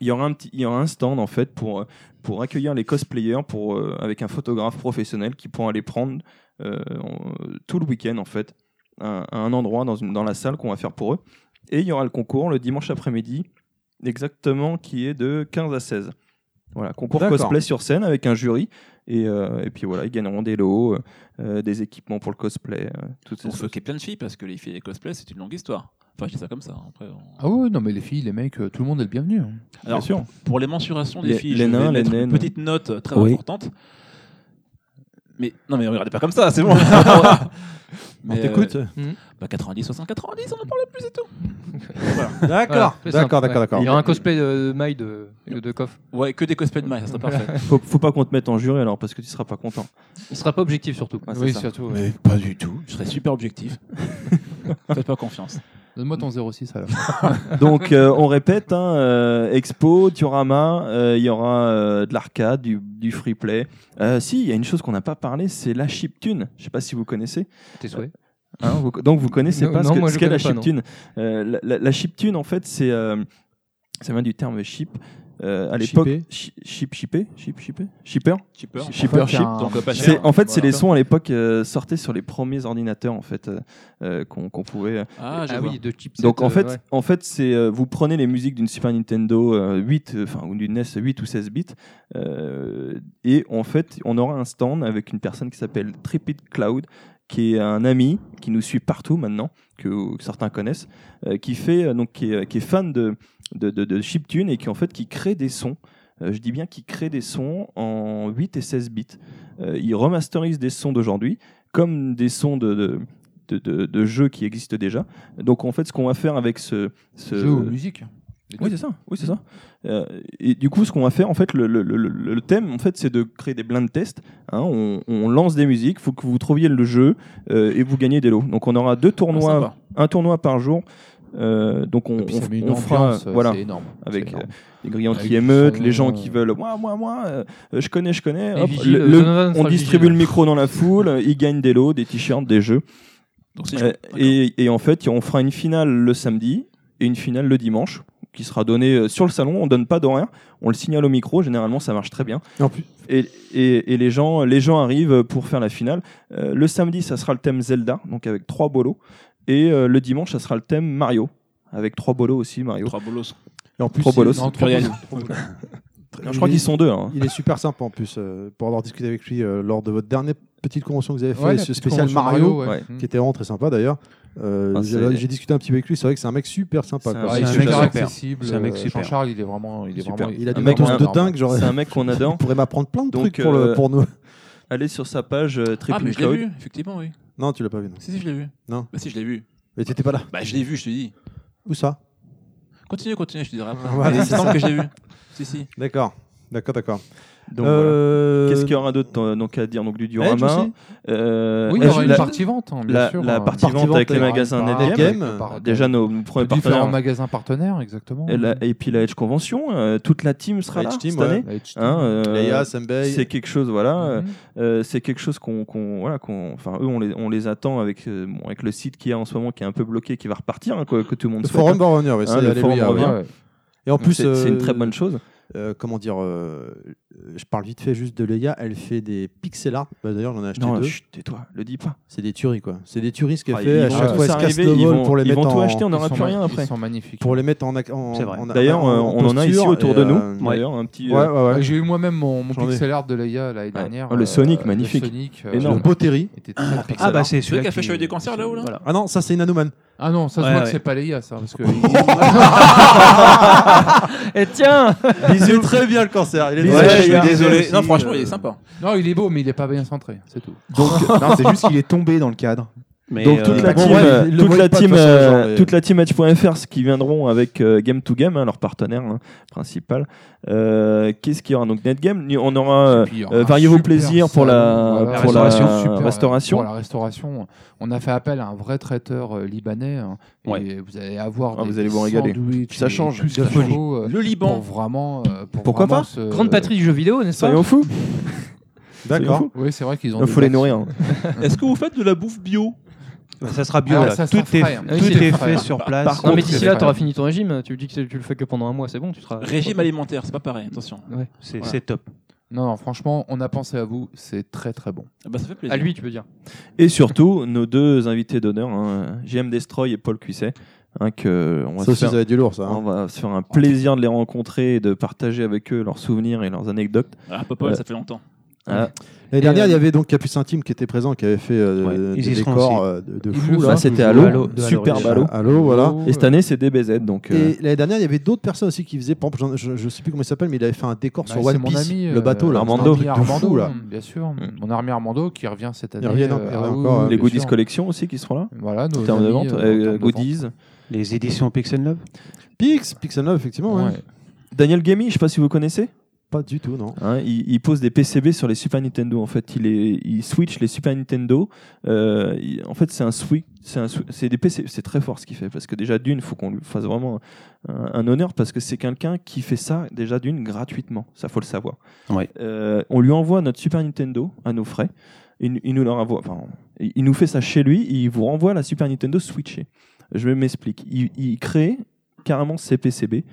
il y aura un petit, il y aura un stand en fait pour euh, pour accueillir les cosplayers, pour euh, avec un photographe professionnel qui pourra les prendre euh, en- tout le week-end en fait, à, à un endroit dans une dans la salle qu'on va faire pour eux. Et il y aura le concours le dimanche après-midi, exactement qui est de 15 à 16. Voilà, concours
D'accord.
cosplay sur scène avec un jury. Et, euh, et puis voilà, ils gagneront des lots, euh, euh, des équipements pour le cosplay, euh, toutes ces
pour
choses.
choquer plein de filles, parce que les filles et les cosplays, c'est une longue histoire. Enfin, je dis ça comme ça. hein. Après, on-
Ah ouais, non mais les filles, les mecs, euh, tout le monde est le bienvenu. hein.
Alors,
sûr.
Pour les mensurations des
Les-
filles,
les
je vais
nains, les
mettre une
naines.
petite note euh, très
Oui.
importante. Mais non, mais regardez pas comme ça, c'est bon.
On t'écoute
euh, bah, 90, 60, 90, on en parle plus et tout.
D'accord,
Voilà, c'est
d'accord,
simple,
d'accord,
ouais.
d'accord.
Il y aura un cosplay de de Mai de, de, de Koff.
Ouais, que des cosplays de maille, ça serait parfait.
Faut, faut pas qu'on te mette en jury alors parce que tu seras pas content.
Il sera pas objectif surtout.
Ah, c'est
oui,
ça.
surtout. ouais.
Mais pas du tout, je serais super objectif. Faites pas confiance.
Donne-moi ton 06 alors.
Donc euh, on répète, hein, euh, expo, diorama, euh, il y aura euh, de l'arcade, du, du free play. Euh, si, il y a une chose qu'on n'a pas parlé, c'est la chiptune. Je sais pas si vous connaissez.
Tes souhaits.
hein, vous- donc vous connaissez
Non,
pas
non,
ce que-
moi,
ce
je
qu'est la
connais pas,
chiptune. Euh, la, la- la chiptune, en fait, c'est euh, ça vient du terme chip. Euh, à l'époque,
Shippé.
chi- chip, chippé, chip, chippé, shipper.
Cheaper.
Shipper,
c'est
chip.
un-
Donc, euh, pas
C'est-
cher.
En fait, c'est
Voilà.
les sons à l'époque euh, sortaient sur les premiers ordinateurs en fait euh, euh, qu'on qu'on pouvait.
Ah, je
ah
vois.
oui, de chips.
Donc en fait, en fait, c'est euh, vous prenez les musiques d'une Super Nintendo euh, 8, euh, enfin ou d'une NES 8 ou 16 bits, euh, et en fait, on aura un stand avec une personne qui s'appelle Tripit Cloud qui est un ami qui nous suit partout maintenant, que, que certains connaissent, euh, qui fait euh, donc qui est, qui est fan de de, de, de chiptune et qui en fait qui crée des sons. Euh, je dis bien qui crée des sons en 8 et 16 bits. Euh, il remasterise des sons d'aujourd'hui comme des sons de, de de, de- de jeux qui existent déjà. Donc en fait, ce qu'on va faire avec ce, ce
Jeu ou musique.
euh, oui, c'est ça. Oui, c'est ça. Euh, et du coup, ce qu'on va faire, en fait, le, le- le- le- le thème, en fait, c'est de créer des blind tests. hein. on, on lance des musiques, faut que vous trouviez le jeu euh, et vous gagnez des lots. Donc, on aura
Ah,
deux tournois, un tournoi par jour. Euh, donc, on,
Et puis,
on-
ça met une
on fera,
ambiance, euh,
voilà,
c'est énorme.
avec
C'est énorme.
les
Ah,
grillons
Avec
qui
du
émeutent, les
son,
gens qui veulent, moi, moi, moi, euh, je connais, je connais.
Et
Hop,
vigile,
le- le-
Donovan
on
sera
distribue
vigile.
le micro dans la foule, euh, ils gagnent des lots, des t-shirts, des jeux.
Donc, si je-
Euh, et, et en fait, on fera une finale le samedi et une finale le dimanche qui sera donnée euh, sur le salon. On donne pas d'horaire, on le signale au micro. Généralement, ça marche très bien.
En plus,
Et, et- et les, gens, les gens arrivent pour faire la finale. Euh, le samedi, ça sera le thème Zelda, donc avec trois bolos. Et euh, le dimanche, ça sera le thème Mario, avec trois bolos aussi, Mario.
Trois bolos.
et en plus,
Trop
il-
bolos.
non, trop
Pluriel.
bolos, trop bolos.
Non, je crois qu'ils sont deux. hein.
Il est super sympa en plus euh, pour avoir discuté avec lui euh, lors de votre dernière petite convention que vous avez fait,
Ouais, la
ce
petite
spécial
convention
Mario,
ouais. Mmh.
Ouais.
qui était vraiment très sympa d'ailleurs. Euh,
Ah,
j'ai
c'est-
j'ai discuté un petit peu avec lui, c'est vrai que c'est un mec super sympa.
C'est
quoi.
un-
Ouais,
Ah c'est
il est
un
super
mec
accessible.
C'est un mec
euh,
super.
Jean-Charles, il est vraiment. Il, est
Super.
vraiment,
Il a
un
des
mec
matos de
énorme.
dingue, genre
C'est un mec qu'on adore.
il pourrait m'apprendre plein de
Donc,
trucs pour, le-
euh,
pour nous.
Allez sur sa page euh,
Ah,
Tripping
mais je l'ai
Cloud.
vu, effectivement, oui.
Non, tu l'as pas vu. Non.
Si, si, je l'ai vu.
Non.
Bah, si, je l'ai vu.
Mais t'étais pas là.
Bah, je l'ai vu, je te dis.
Où ça
Continue, continue, je te dirai après.
Voilà,
Mais il me
c'est
semble que je l'ai vu. Si, si.
D'accord. D'accord, d'accord.
Donc, voilà.
Euh, Eh,
Qu'est-ce qu'il y aura d'autre euh, donc, à dire Donc, du
Edge
diorama.
aussi
euh,
Oui, il y aura
Edge,
une
la-
partie vente, hein, bien
la-
sûr.
la
hein.
partie vente avec les magasins
Par-
Netgame.
par- par-
Déjà, nos nos premiers
différents
partenaires.
magasins partenaires, exactement.
Et, la- et puis la Edge Convention, euh, toute la team sera
Edge
là
Team,
cette
ouais.
année.
La HT.
Hein, euh,
Leia, Senbei.
c'est quelque chose, voilà. euh,
Mhm.
euh, c'est quelque chose qu'on, qu'on- voilà, qu'on, enfin eux, on les, on les attend avec, euh, bon, avec le site qu'il y a en ce moment qui est un peu bloqué, qui va repartir, hein, que, que tout le monde
Le
souhaite,
forum
hein.
va revenir, mais
Hein,
ça,
le forum
alléluia,
revient.
ouais.
Ouais.
Et en plus,
c'est, c'est une très
euh,
bonne chose.
euh, comment dire euh, euh, Je parle vite fait juste de Leia. Elle fait des pixel art. Bah, D'ailleurs, j'en ai acheté
Non,
deux.
chut, tais-toi, le dis pas.
C'est des tueries, quoi. C'est des tueries ce qu'elle
Ah,
fait.
ils
À
vont
chaque
tous
fois, elle se casse
arriver,
le
ils
vol
vont-
pour les
ils
mettre
vont tout
en-
acheter, on
Ils
n'aura
sont
plus
ma-
rien après.
Ils sont magnifiques.
Pour les mettre en, ac- en-
C'est vrai.
en-
D'ailleurs,
en-
euh,
en
on en a ici
posture,
autour
et,
de nous.
euh, ouais,
D'ailleurs, un petit.
ouais,
euh,
ouais.
J'ai eu moi-même mon, mon
J'en ai.
pixel art de Leia l'année dernière. euh,
Oh, le Sonic, magnifique.
Le Sonic, euh,
Énorme.
Le beau Terry.
était très, très
Ah,
ah,
bah,
celui
c'est celui
qui a fait Chevalier des Cancers, là-haut, là
Voilà.
Ah non, ça c'est Nanoman.
ah non, ça se
Ouais,
voit
ouais.
que c'est pas Leia, ça. Parce que
Et tiens
Il est très bien le cancer. Il est
Ouais,
très
je suis
bien.
Désolé.
Aussi,
Non, franchement, il
euh,
est sympa.
non, il est beau, mais il est pas bien centré, c'est tout.
non, c'est juste qu'il est tombé dans le cadre.
Mais,
Donc toute
euh,
la
bon,
team,
ouais,
euh,
ils le
toute
voient
la
pas, de
team,
toute façon,
euh,
genre, mais-
toute la team Edge.fr ce qui viendront avec euh, Game to Game, hein, leur partenaire hein, principal. Euh, Qu'est-ce qu'il y aura donc Netgame Nous, On aura euh,
Et puis, il y aura
euh,
un
variez vos
super
plaisirs pour
salon,
la
voilà,
pour la
restauration,
super, euh,
restauration.
Pour la restauration, on a fait appel à un vrai traiteur euh, libanais. hein,
Ouais.
Et vous allez avoir
Ah,
des
vous allez vous régaler.
sandwichs
Ça
et
change,
tout ce
de
qu'il
folie.
faut, euh,
Le
Pour
Liban.
vraiment. euh, pour
Pourquoi
vraiment
pas
se-
Grande patrie du jeu vidéo, n'est-ce pas
Soyons fous.
D'accord.
Oui, c'est vrai qu'ils ont.
Il
des
faut les
box.
nourrir. hein.
Est-ce que vous faites de la bouffe bio
ça sera bio
Ah,
là.
ça
tout
sera
est,
frais, hein.
tout
Oui, c'est
est
frais.
fait sur place.
Par
Non, mais
contre,
d'ici
c'est
là,
pas
t'auras
grave.
fini ton régime. Tu dis que c'est- tu le fais que pendant un mois, c'est bon, tu seras.
Régime alimentaire, c'est pas pareil, attention.
Ouais.
c'est
Voilà.
c'est top.
Non, non, franchement, on a pensé à vous. C'est très très bon.
Ah Bah, ça fait plaisir.
À lui, tu peux dire.
Et surtout nos deux invités d'honneur, hein, JM Destroy et Paul Cuisset, hein, que on va
Ça
se
aussi, ça
faire-
va être du lourd, ça.
on
hein.
va se faire un plaisir de les rencontrer et de partager avec eux leurs souvenirs et leurs anecdotes.
Ah, Popol,
Ouais.
ça fait longtemps.
Ah,
L'année dernière,
euh,
il y avait donc Capucin Team qui était présent, qui avait fait euh,
Ouais,
des
ils y seront
décors
aussi.
euh, de, de
Ils
fou.
le
là.
ça c'était
toujours
à l'eau,
Halo, de Halo
superbe à
original.
l'eau.
À l'eau, voilà.
Et cette année c'est DBZ donc. euh,
Et l'année dernière, il y avait d'autres personnes aussi qui faisaient, par exemple, je, je sais plus comment il s'appelle, mais il avait fait un décor
Bah,
sur
c'est
One
mon
Piece,
ami,
le
euh,
bateau, là.
Armando.
un
Mon
truc
ami
de
Armando,
fou, là.
hum, bien sûr.
Mm.
Mon armé Armando qui revient cette année.
revient en-
euh,
il
ah
revient
oui,
encore,
oui,
hein.
les
bien
goodies
sûr.
collection aussi qui seront là.
Voilà, nos
En termes de
amis,
vente,
euh, en
euh,
termes de vente.
goodies.
Les éditions Pixel 9
Pix, Pixel 9, effectivement, ouais.
Ouais.
Daniel Gamey, je sais pas si vous connaissez.
Pas du tout, non.
Hein, il, il pose des PCB sur les Super Nintendo. En fait, il, est, il switch les Super Nintendo. Euh, il- en fait, c'est un switch. C'est un swi- c'est des PC. C'est très fort ce qu'il fait parce que déjà d'une, faut qu'on lui fasse vraiment un, un honneur parce que c'est quelqu'un qui fait ça déjà d'une gratuitement. Ça faut le savoir.
Ouais.
Euh, on lui envoie notre Super Nintendo à nos frais. Il, il nous la renvoie. Enfin, il il nous fait ça chez lui. Il vous renvoie la Super Nintendo switchée. Je m'explique. Il, il crée carrément ses PCB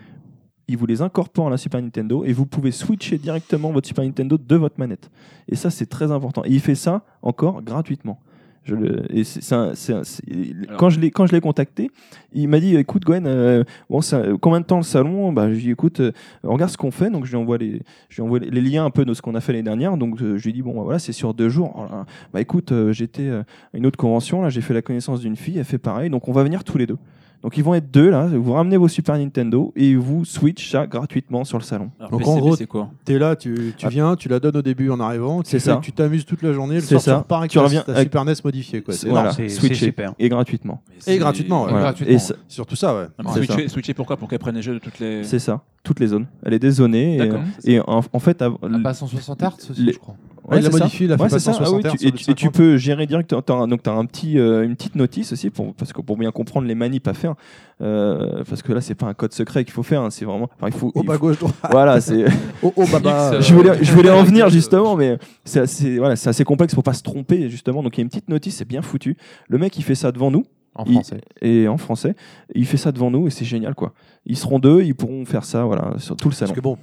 il vous les incorpore à la Super Nintendo et vous pouvez switcher directement votre Super Nintendo de votre manette. Et ça, c'est très important. Et il fait ça encore gratuitement. Je le- et c'est- c'est un- c'est un- c'est- il- quand je l'ai quand je l'ai contacté, il m'a dit écoute Gwen, euh, bon ça- euh, combien de temps le salon Bah je lui ai dit, écoute, euh, regarde ce qu'on fait. Donc je lui envoie les je lui envoie les- les liens un peu de ce qu'on a fait l'année dernière. Donc euh, je lui ai dit bon bah, voilà c'est sur deux jours. Oh là là. bah écoute euh, j'étais euh, à une autre convention là j'ai fait la connaissance d'une fille, elle fait pareil. Donc on va venir tous les deux. Donc ils vont être deux là. Vous ramenez vos Super Nintendo et vous switch ça gratuitement sur le salon.
Alors,
Donc, en
PCB,
gros,
c'est quoi
T'es là, tu, tu
Ah.
viens, tu la donnes au début en arrivant, tu
C'est
fais-
ça.
tu t'amuses toute la journée, le
C'est
soir
ça.
tu repars avec
Tu
ta-
reviens
ta
avec-
Super NES modifiée quoi. C'est
voilà
énorme.
c'est- c'est
switcher
super.
et gratuitement.
Mais
Et
c'est-
gratuitement, ouais.
Voilà.
Et
Gratuitement.
ça-
Surtout ça ouais.
Ah, mais
C'est
Switcher, switcher pourquoi Pour qu'elle prenne les jeux de toutes les.
C'est ça, toutes les zones. Elle est dézonée. Et, euh,
D'accord.
et en, en fait, av-
Ah, pas 160 Hz aussi,
les-
je crois.
Ouais, il
c'est
l'a
ça.
modifié, il a fait
Ouais,
pas
c'est ça.
160
Ah oui,
Hz
tu-
sur
et,
le
tu, et tu
50.
peux gérer direct. t'as un- donc, tu as un petit, euh, une petite notice aussi pour, parce que pour bien comprendre les manips à faire. Euh, parce que là, c'est pas un code secret qu'il faut faire. hein, c'est vraiment. enfin, il faut.
Au
il
bas
faut-
gauche droite.
Voilà, c'est.
Oh, oh, bah, bah,
je voulais, je voulais en venir justement, mais c'est assez, voilà, c'est assez complexe pour pas se tromper justement. Donc il y a une petite notice, c'est bien foutu. Le mec, il fait ça devant nous.
En
Il-
français.
et en français. Il fait ça devant nous et c'est génial quoi. Ils seront deux, ils pourront faire ça voilà sur tout le salon.
Parce que bon,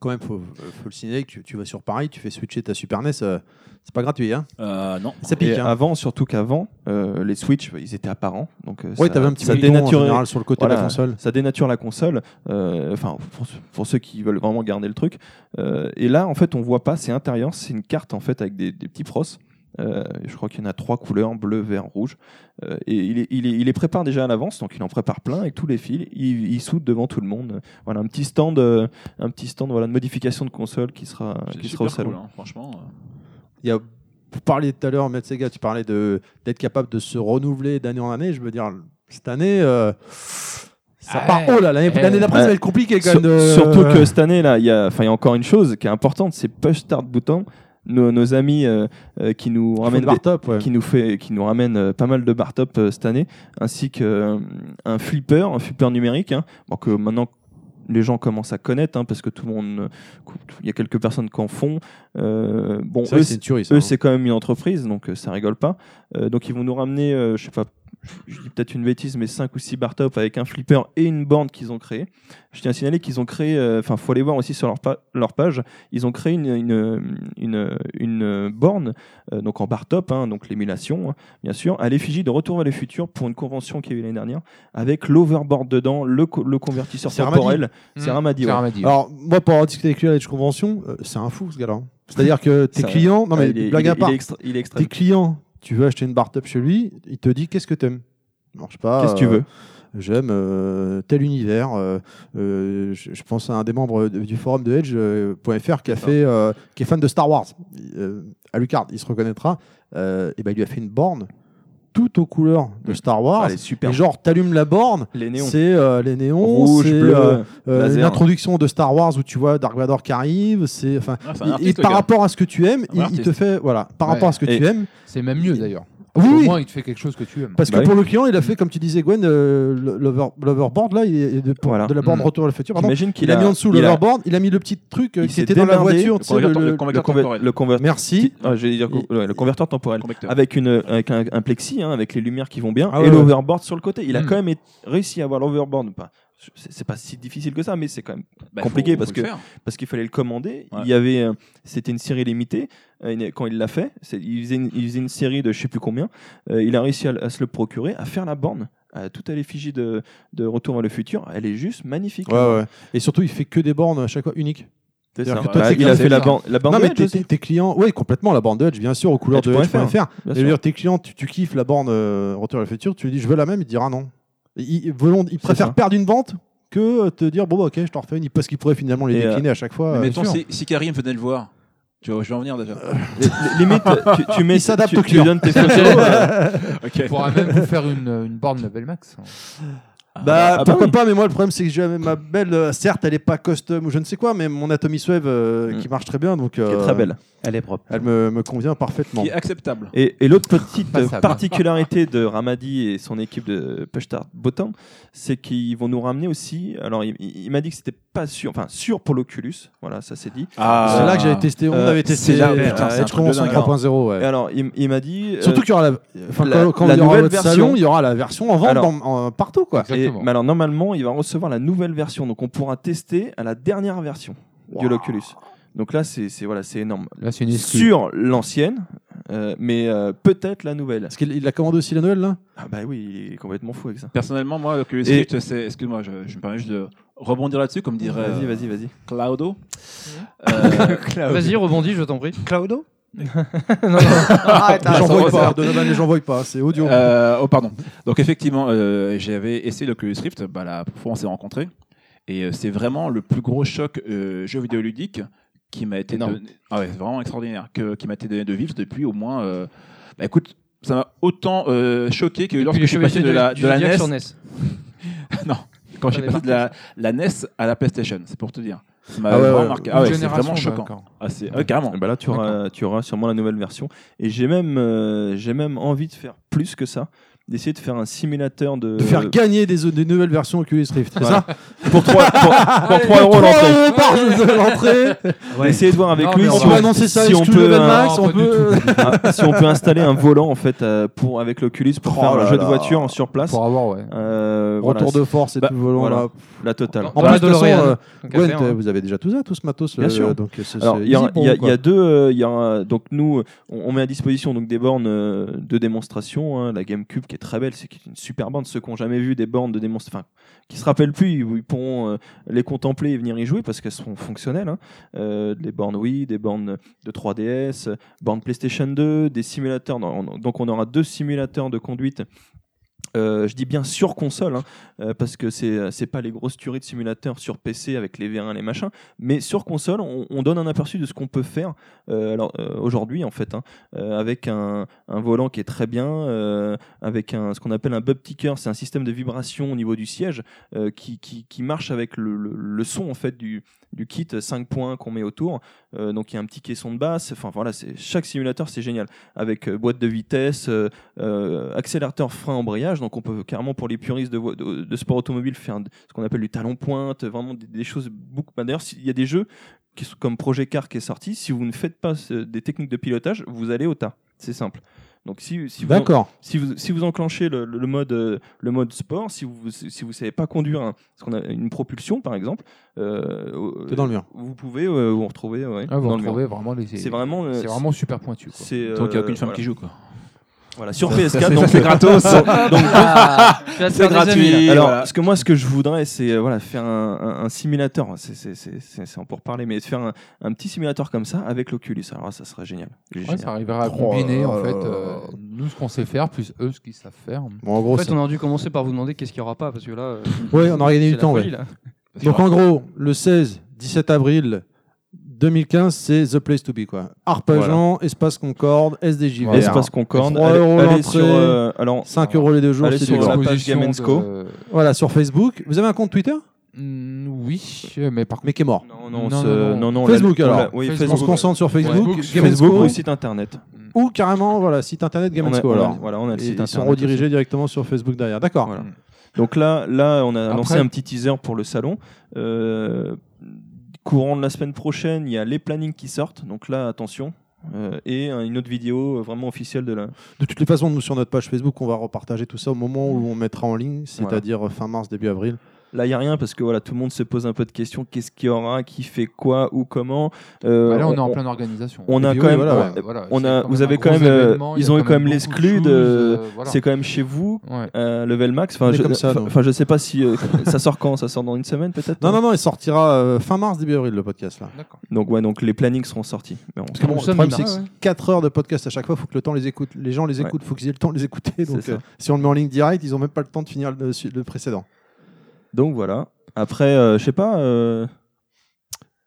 quand même, faut, euh, faut le signaler que tu, tu vas sur Paris, tu fais switcher ta Super NES, euh, c'est pas gratuit, hein
Euh, non.
Ça
Et
pique, hein
avant, surtout qu'avant, euh, les Switch, ils étaient apparents. Donc, euh,
Ouais,
ça-
t'avais un petit
ça
bouton en
dénaturait-
général sur le côté de la
Voilà.
console.
ça dénature la console, euh, enfin pour, pour ceux qui veulent vraiment garder le truc. Euh, et là, en fait, on voit pas, c'est intérieur, c'est une carte en fait avec des, des petits pros. Euh, je crois qu'il y en a trois couleurs bleu, vert, rouge. Euh, et il, est- il est- il les prépare déjà à l'avance, donc il en prépare plein avec tous les fils. Il, il soude devant tout le monde. Voilà un petit stand, euh, un petit stand voilà de modification de console qui sera
C'est
qui
super
sera au salon.
cool, hein, Franchement.
Il y a, vous parliez tout à l'heure, Matt Sega, tu parlais de- d'être capable de se renouveler d'année en année. Je veux dire, cette année, euh, ça
Ah,
part haut là. L'année
eh,
l'année d'après,
ouais.
ça va être compliqué quand
Sur-
même. de-
Surtout que cette année, là, il y a, enfin, il y a encore une chose qui est importante, c'est push start bouton. Nos, nos amis euh, euh, qui nous
Il faut
ramènent
de
des,
bar top, ouais.
qui nous fait, qui nous ramène euh, pas mal de bar top euh, cette année, ainsi que euh, un flipper, un flipper numérique, hein, bon, que maintenant les gens commencent à connaître, hein, parce que tout le monde, euh, il y a quelques personnes qui en font. Euh, bon,
C'est vrai
eux,
que c'est une tuerie, ça,
eux,
hein.
c'est quand même une entreprise, donc euh, ça rigole pas. Euh, donc ils vont nous ramener, euh, je sais pas, je dis peut-être une bêtise, mais 5 ou 6 bar top avec un flipper et une borne qu'ils ont créée. Je tiens à signaler qu'ils ont créé, euh, enfin, faut aller voir aussi sur leur, pa- leur page, ils ont créé une, une, une, une, euh, borne, euh, donc en bar top, hein, donc l'émulation, hein, bien sûr, à l'effigie de Retour vers le futur pour une convention qui a eu l'année dernière, avec l'overboard dedans, le, co- le convertisseur
C'est Ramadi. Mmh.
temporel. C'est
Hmm.
Ramadi,
C'est
ouais.
Ramadi.
Alors, moi, pour avoir discuté avec lui à l'Edge Convention, euh, c'est un fou ce gars-là. C'est-à-dire que tes
Ça-
clients, non mais
Ah, il est-
blague
il est-
à part,
il est extra- il est extrême.
tes clients, tu veux acheter une bar top chez lui, il te dit qu'est-ce que t'aimes Non, je sais pas.
Qu'est-ce que tu
euh,
veux
J'aime euh, tel univers. euh, euh, je, je pense à un des membres de- du forum de Edge.fr qui, a fait, euh, qui est fan de Star Wars. Euh, Alucard, il se reconnaîtra. Euh, et ben, il lui a fait une borne tout aux couleurs de
Mm.
Star Wars.
Ah, elle est super.
et genre, t'allumes la borne,
Les néons.
c'est euh, les néons,
Rouge,
c'est
bleu.
euh, euh,
laser.
l'introduction de Star Wars où tu vois Dark Vador qui arrive. C'est enfin.
c'est
et- et par rapport à ce que tu aimes, il, il
artiste.
te fait voilà. Par
Ouais.
rapport à ce que
Et-
tu aimes,
C'est même mieux d'ailleurs.
oui,
Au
oui,
moins, il te fait quelque chose que tu aimes.
parce que
Bah oui.
pour le client, il a fait comme tu disais, Gwen, euh, le- l'over- l'overboard là, il est de, pour-
Voilà.
de la borne
Mm.
retour à le futur. pardon.
J'imagine qu'il
Il a, mis en dessous
il a-
l'overboard, il a mis le petit truc euh,
il
qui
s'est
était dans la
démerdé.
voiture. tu sais,
Le
le-
converteur-
le-
le
le,
convecteur
conver-
temporel.
le conver-
Merci.
Ah, j'allais dire co- ouais, le converteur temporel
Convecteur.
avec une avec un, un plexi hein, avec les lumières qui vont bien
Ah
et
ouais, Hmm. ouais.
l'overboard sur le côté il a
Mm.
quand même é- réussi à avoir l'overboard pas c'est c'est pas si difficile que ça mais c'est quand même
Bah,
compliqué
faut-
parce
faut le
que-
faire.
parce qu'il fallait le commander
Ouais.
il y avait euh, c'était une série limitée euh, une- quand il l'a fait c'est- il faisait, une, il faisait une série de je sais plus combien Euh, il a réussi à, l- à se le procurer à faire la borne à tout à l'effigie de, de retour vers le futur elle est juste magnifique
Ouais, ouais. Et surtout, il fait que des bornes à chaque fois uniques.
C'est
C'est-à-dire
ça.
que toi,
Bah,
c'est
il a
clair,
fait
c'est
la
clair.
borne la borne
non, mais
Edge
tes-
aussi,
tes tes clients, oui, complètement la borne de Edge, bien sûr, aux couleurs de
Edge.fr.
Edge.fr. Et
bien sûr.
je veux dire, tes clients, tu, tu kiffes la borne euh, retour à le futur, tu lui dis je veux la même, il te dira non. Il, il, volont- il préfère
ça.
perdre une vente que euh, te dire bon, bah, ok, je t'en refais une, parce qu'il pourrait finalement les
Et, euh,
décliner à chaque
Ah,
fois.
Mais
euh,
mettons,
sûr.
si, si Karim venait le voir, tu vois, je vais en venir déjà.
Li- li- Limite, tu, tu mets,
Il s'adapte
tu,
au
tu
client.
donnes tes photos. euh,
ok.
On pourra même vous faire une, euh, une borne level max.
Bah,
Ah bah
pourquoi
oui.
pas, mais moi le problème c'est que j'avais ma belle, euh, certes elle est pas custom ou je ne sais quoi, mais mon Atomy Wave euh,
Mm.
qui marche très bien donc.
qui est
euh,
très belle.
Elle est propre.
Elle me, me convient parfaitement.
Qui est acceptable.
Et, et l'autre petite
Passable.
particularité de Ramadi et son équipe de Pushtart Botan, c'est qu'ils vont nous ramener aussi. Alors, il, il- il m'a dit que c'était pas sûr, enfin sûr pour l'Oculus. Voilà, ça c'est dit.
Ah.
C'est là que j'avais testé, on
Euh,
avait testé
c'est là,
euh,
putain, c'est un
Edge
truc de
Convention
dingue.
3.0. ouais.
Et alors, il, il m'a dit. euh,
Surtout qu'il y aura la, enfin,
la-
quand, quand
la
il y aura
nouvelle
votre
version.
salon, il y aura la version en vente
Alors-
dans- en- partout quoi.
et-
Exactement.
mais alors normalement, il va recevoir la nouvelle version, donc on pourra tester à la dernière version de l'Oculus. Donc là, c'est c'est- voilà, c'est énorme.
Là, c'est une excuse.
Sur l'ancienne, Euh, mais euh, peut-être la nouvelle.
Parce qu'il il a commandé aussi la nouvelle là
Ah bah oui, il est complètement fou avec ça.
Personnellement, moi, le Curious Rift, c'est. Excuse-moi, je, je me permets juste de rebondir là-dessus, comme dirait
Vas-y,
euh,
vas-y, vas-y.
Claudio. Euh,
Vas-y, rebondis, je t'en prie.
Claudio
Ah,
Ah, Les gens
ça
voient
va, ça
pas,
va.
Donovan, les gens voient pas, c'est audio.
Euh, oh, pardon. Donc, effectivement, euh, j'avais essayé l'Oculus Rift, bah, la première fois on s'est rencontrés. Et euh, c'est vraiment le plus gros choc euh, jeu vidéo ludique qui m'a été
Énorme.
donné. Ah ouais, c'est vraiment extraordinaire, que, qui m'a été donné de vivre depuis au moins. euh, bah, écoute, ça m'a autant euh, choqué que lorsque je suis passé de la, de la NES.
sur NES.
non, quand j'ai
Ah,
passé de la, la NES à la PlayStation, c'est pour te dire. Ça m'a vraiment marqué. Ah ouais, c'est vraiment choquant. Ah, c'est ah, carrément.
Et bah là, tu auras, tu auras sûrement la nouvelle version. Et j'ai même, euh, j'ai même envie de faire plus que ça, d'essayer de faire un simulateur de.
de faire gagner des, des nouvelles versions Oculus Rift, c'est
Ouais.
ça
pour 3, pour, pour 3 euros l'entrée.
euros par jeu de l'entrée
Essayer de voir avec
Non,
lui
mais
On
on
si
peut
va-
on,
annoncer ça
si on
exclu
peut,
Level
euh,
Max,
non,
on
pas du
peut...
ah, si on peut installer un volant en fait euh, pour avec l'Oculus pour
Oh
faire un
là
jeu de
là.
voiture en sur place.
Pour avoir, ouais.
Euh, voilà,
Retour de force et
Bah,
tout le volant
voilà.
là.
la totale.
En
Dans
plus, de
la
toute façon,
DeLorean.
euh,
Donc, à
Gwent,
faire,
euh,
hein.
vous avez déjà tout ça, tout ce matos.
Bien
euh,
sûr.
Donc, euh, c'est-
Alors,
c'est
il y, a-
easy pour
il y a-
vous,
il y
quoi.
a deux, euh, il y a un- donc nous, euh, on, on met à disposition donc des bornes euh, de démonstration, hein, la GameCube qui est très belle, c'est qui est une super borne. Ceux qui n'ont jamais vu des bornes de démonstration, enfin, qui se rappellent plus, ils, ils pourront euh, les contempler et venir y jouer parce qu'elles seront fonctionnelles. hein. Euh, des bornes Wii, des bornes de 3DS, euh, bornes PlayStation 2, des simulateurs. Non, on- donc on aura deux simulateurs de conduite. Euh, je dis bien sur console, hein, euh, parce que c'est c'est pas les grosses tueries de simulateurs sur PC avec les V1 les machins, mais sur console, on, on donne un aperçu de ce qu'on peut faire. euh, alors euh, aujourd'hui en fait, hein, euh, avec un, un volant qui est très bien, euh, avec un, ce qu'on appelle un bump ticker, c'est un système de vibration au niveau du siège euh, qui, qui, qui marche avec le, le- le son en fait du du kit 5 points qu'on met autour. Euh, donc il y a un petit caisson de basse. Enfin voilà, c'est chaque simulateur c'est génial avec euh, boîte de vitesse, euh, euh, accélérateur, frein, embrayage. Donc on peut carrément pour les puristes de, vo- de, de sport automobile faire d- ce qu'on appelle du talon pointe, vraiment des, des choses beaucoup. bah, D'ailleurs, il y a des jeux qui sont comme Projet Car qui est sorti. Si vous ne faites pas ce- des techniques de pilotage, vous allez au tas. C'est simple. Donc si, si vous en-
D'accord.
si vous, si vous enclenchez le, le- le mode, euh, le mode sport, si vous si vous savez pas conduire un- ce qu'on a, une propulsion par exemple, euh, euh,
T'es dans le mur.
vous pouvez euh, vous retrouver ouais,
Ah, vous
dans le mur.
retrouvez vraiment les.
C'est vraiment, euh,
C'est vraiment super pointu. Quoi.
c'est euh,
Donc, il n'y a aucune femme
voilà.
qui joue, quoi.
Voilà, sur
Ça, ça,
PS4
c'est-
donc
c'est gratos.
donc,
Tu vas te faire des amis, là.
Alors, ce que moi, ce que je voudrais, c'est euh, voilà, faire un, un- un simulateur. C'est- c'est- C'est c'est- c'est en pour parler, mais faire un, un petit simulateur comme ça avec l'Oculus. Alors, là, ça serait génial.
Ouais,
Génial.
ça arrivera à
Oh
combiner
là
en
là
fait
là
euh,
là.
nous ce qu'on sait faire plus eux ce qu'ils savent faire.
Bon, en gros,
En fait,
c'est-
on aurait dû commencer par vous demander qu'est-ce qu'il y aura pas, parce que là. euh,
Ouais, on aurait gagné du
c'est la
temps,
folie,
ouais.
là.
Donc en gros, le 16, 17 avril 2015, c'est The Place to Be, quoi. Arpajon, Espace Concorde, SDJV.
Voilà.
Espace Concorde.
Trois
allez-
euros
allez
l'entrée.
sur, euh, alors,
5 euros les deux jours,
Allez
c'est
sur
du
la
grand.
page
Exposition
Game Co.
de-
Voilà, sur Facebook. Vous avez un compte Twitter
Hmm, oui, mais par contre.
Mais qui est mort.
non, non,
Non,
ce-
non, non.
non, non,
Facebook,
la-
alors.
la- oui,
Facebook.
On se
Facebook.
concentre sur Facebook,
Facebook,
Game
Facebook
Expo,
ou site internet.
ou carrément voilà, site internet Game
On a-
Expo.
on a-
alors.
Voilà, on a le
Et
site
ils sont
internet
redirigés directement sur Facebook derrière. D'accord.
Voilà. Donc là, là, on a lancé
Après-
un petit teaser pour le salon. Euh, courant de la semaine prochaine, il y a les plannings qui sortent. Donc là, attention. Euh, et euh, une autre vidéo euh, vraiment officielle de la.
De toutes les façons, nous sur notre page Facebook, on va repartager tout ça au moment
Mmh.
où on mettra en ligne, c'est-à-dire euh, fin mars, début avril.
Là, il y a rien parce que voilà, tout le monde se pose un peu de questions. Qu'est-ce qu'il y aura Qui fait quoi Ou comment Euh,
Bah là, on est en
on-
pleine organisation.
on a
Et puis,
quand
oui,
même-
voilà,
on-
voilà,
on
c'est
a- vous
un
avez
gros
quand même, euh,
événement,
ils
il y a
ont eu
quand
quand même
beaucoup
l'exclu
choses,
de-
euh, voilà.
C'est quand même chez vous.
Ouais.
euh, level max. Enfin,
On est
je,
comme ça, nous.
enfin, je sais pas si euh, ça sort quand. Ça sort dans une semaine peut-être.
Non, non, non, il sortira euh, fin mars, début avril le podcast là.
D'accord.
Donc ouais, donc les plannings seront sortis. Mais on-
Parce que bon,
Nous
le
sommes
problème,
là,
c'est que
ouais.
4 heures de podcast à chaque fois, faut que le temps les écoute. Les gens les
Ouais.
écoutent, faut qu'ils aient le temps de les écouter. Donc,
ça.
euh, si on le met en ligne direct, ils ont même pas le temps de finir le, le précédent.
Donc voilà. Après, euh, je sais pas. euh,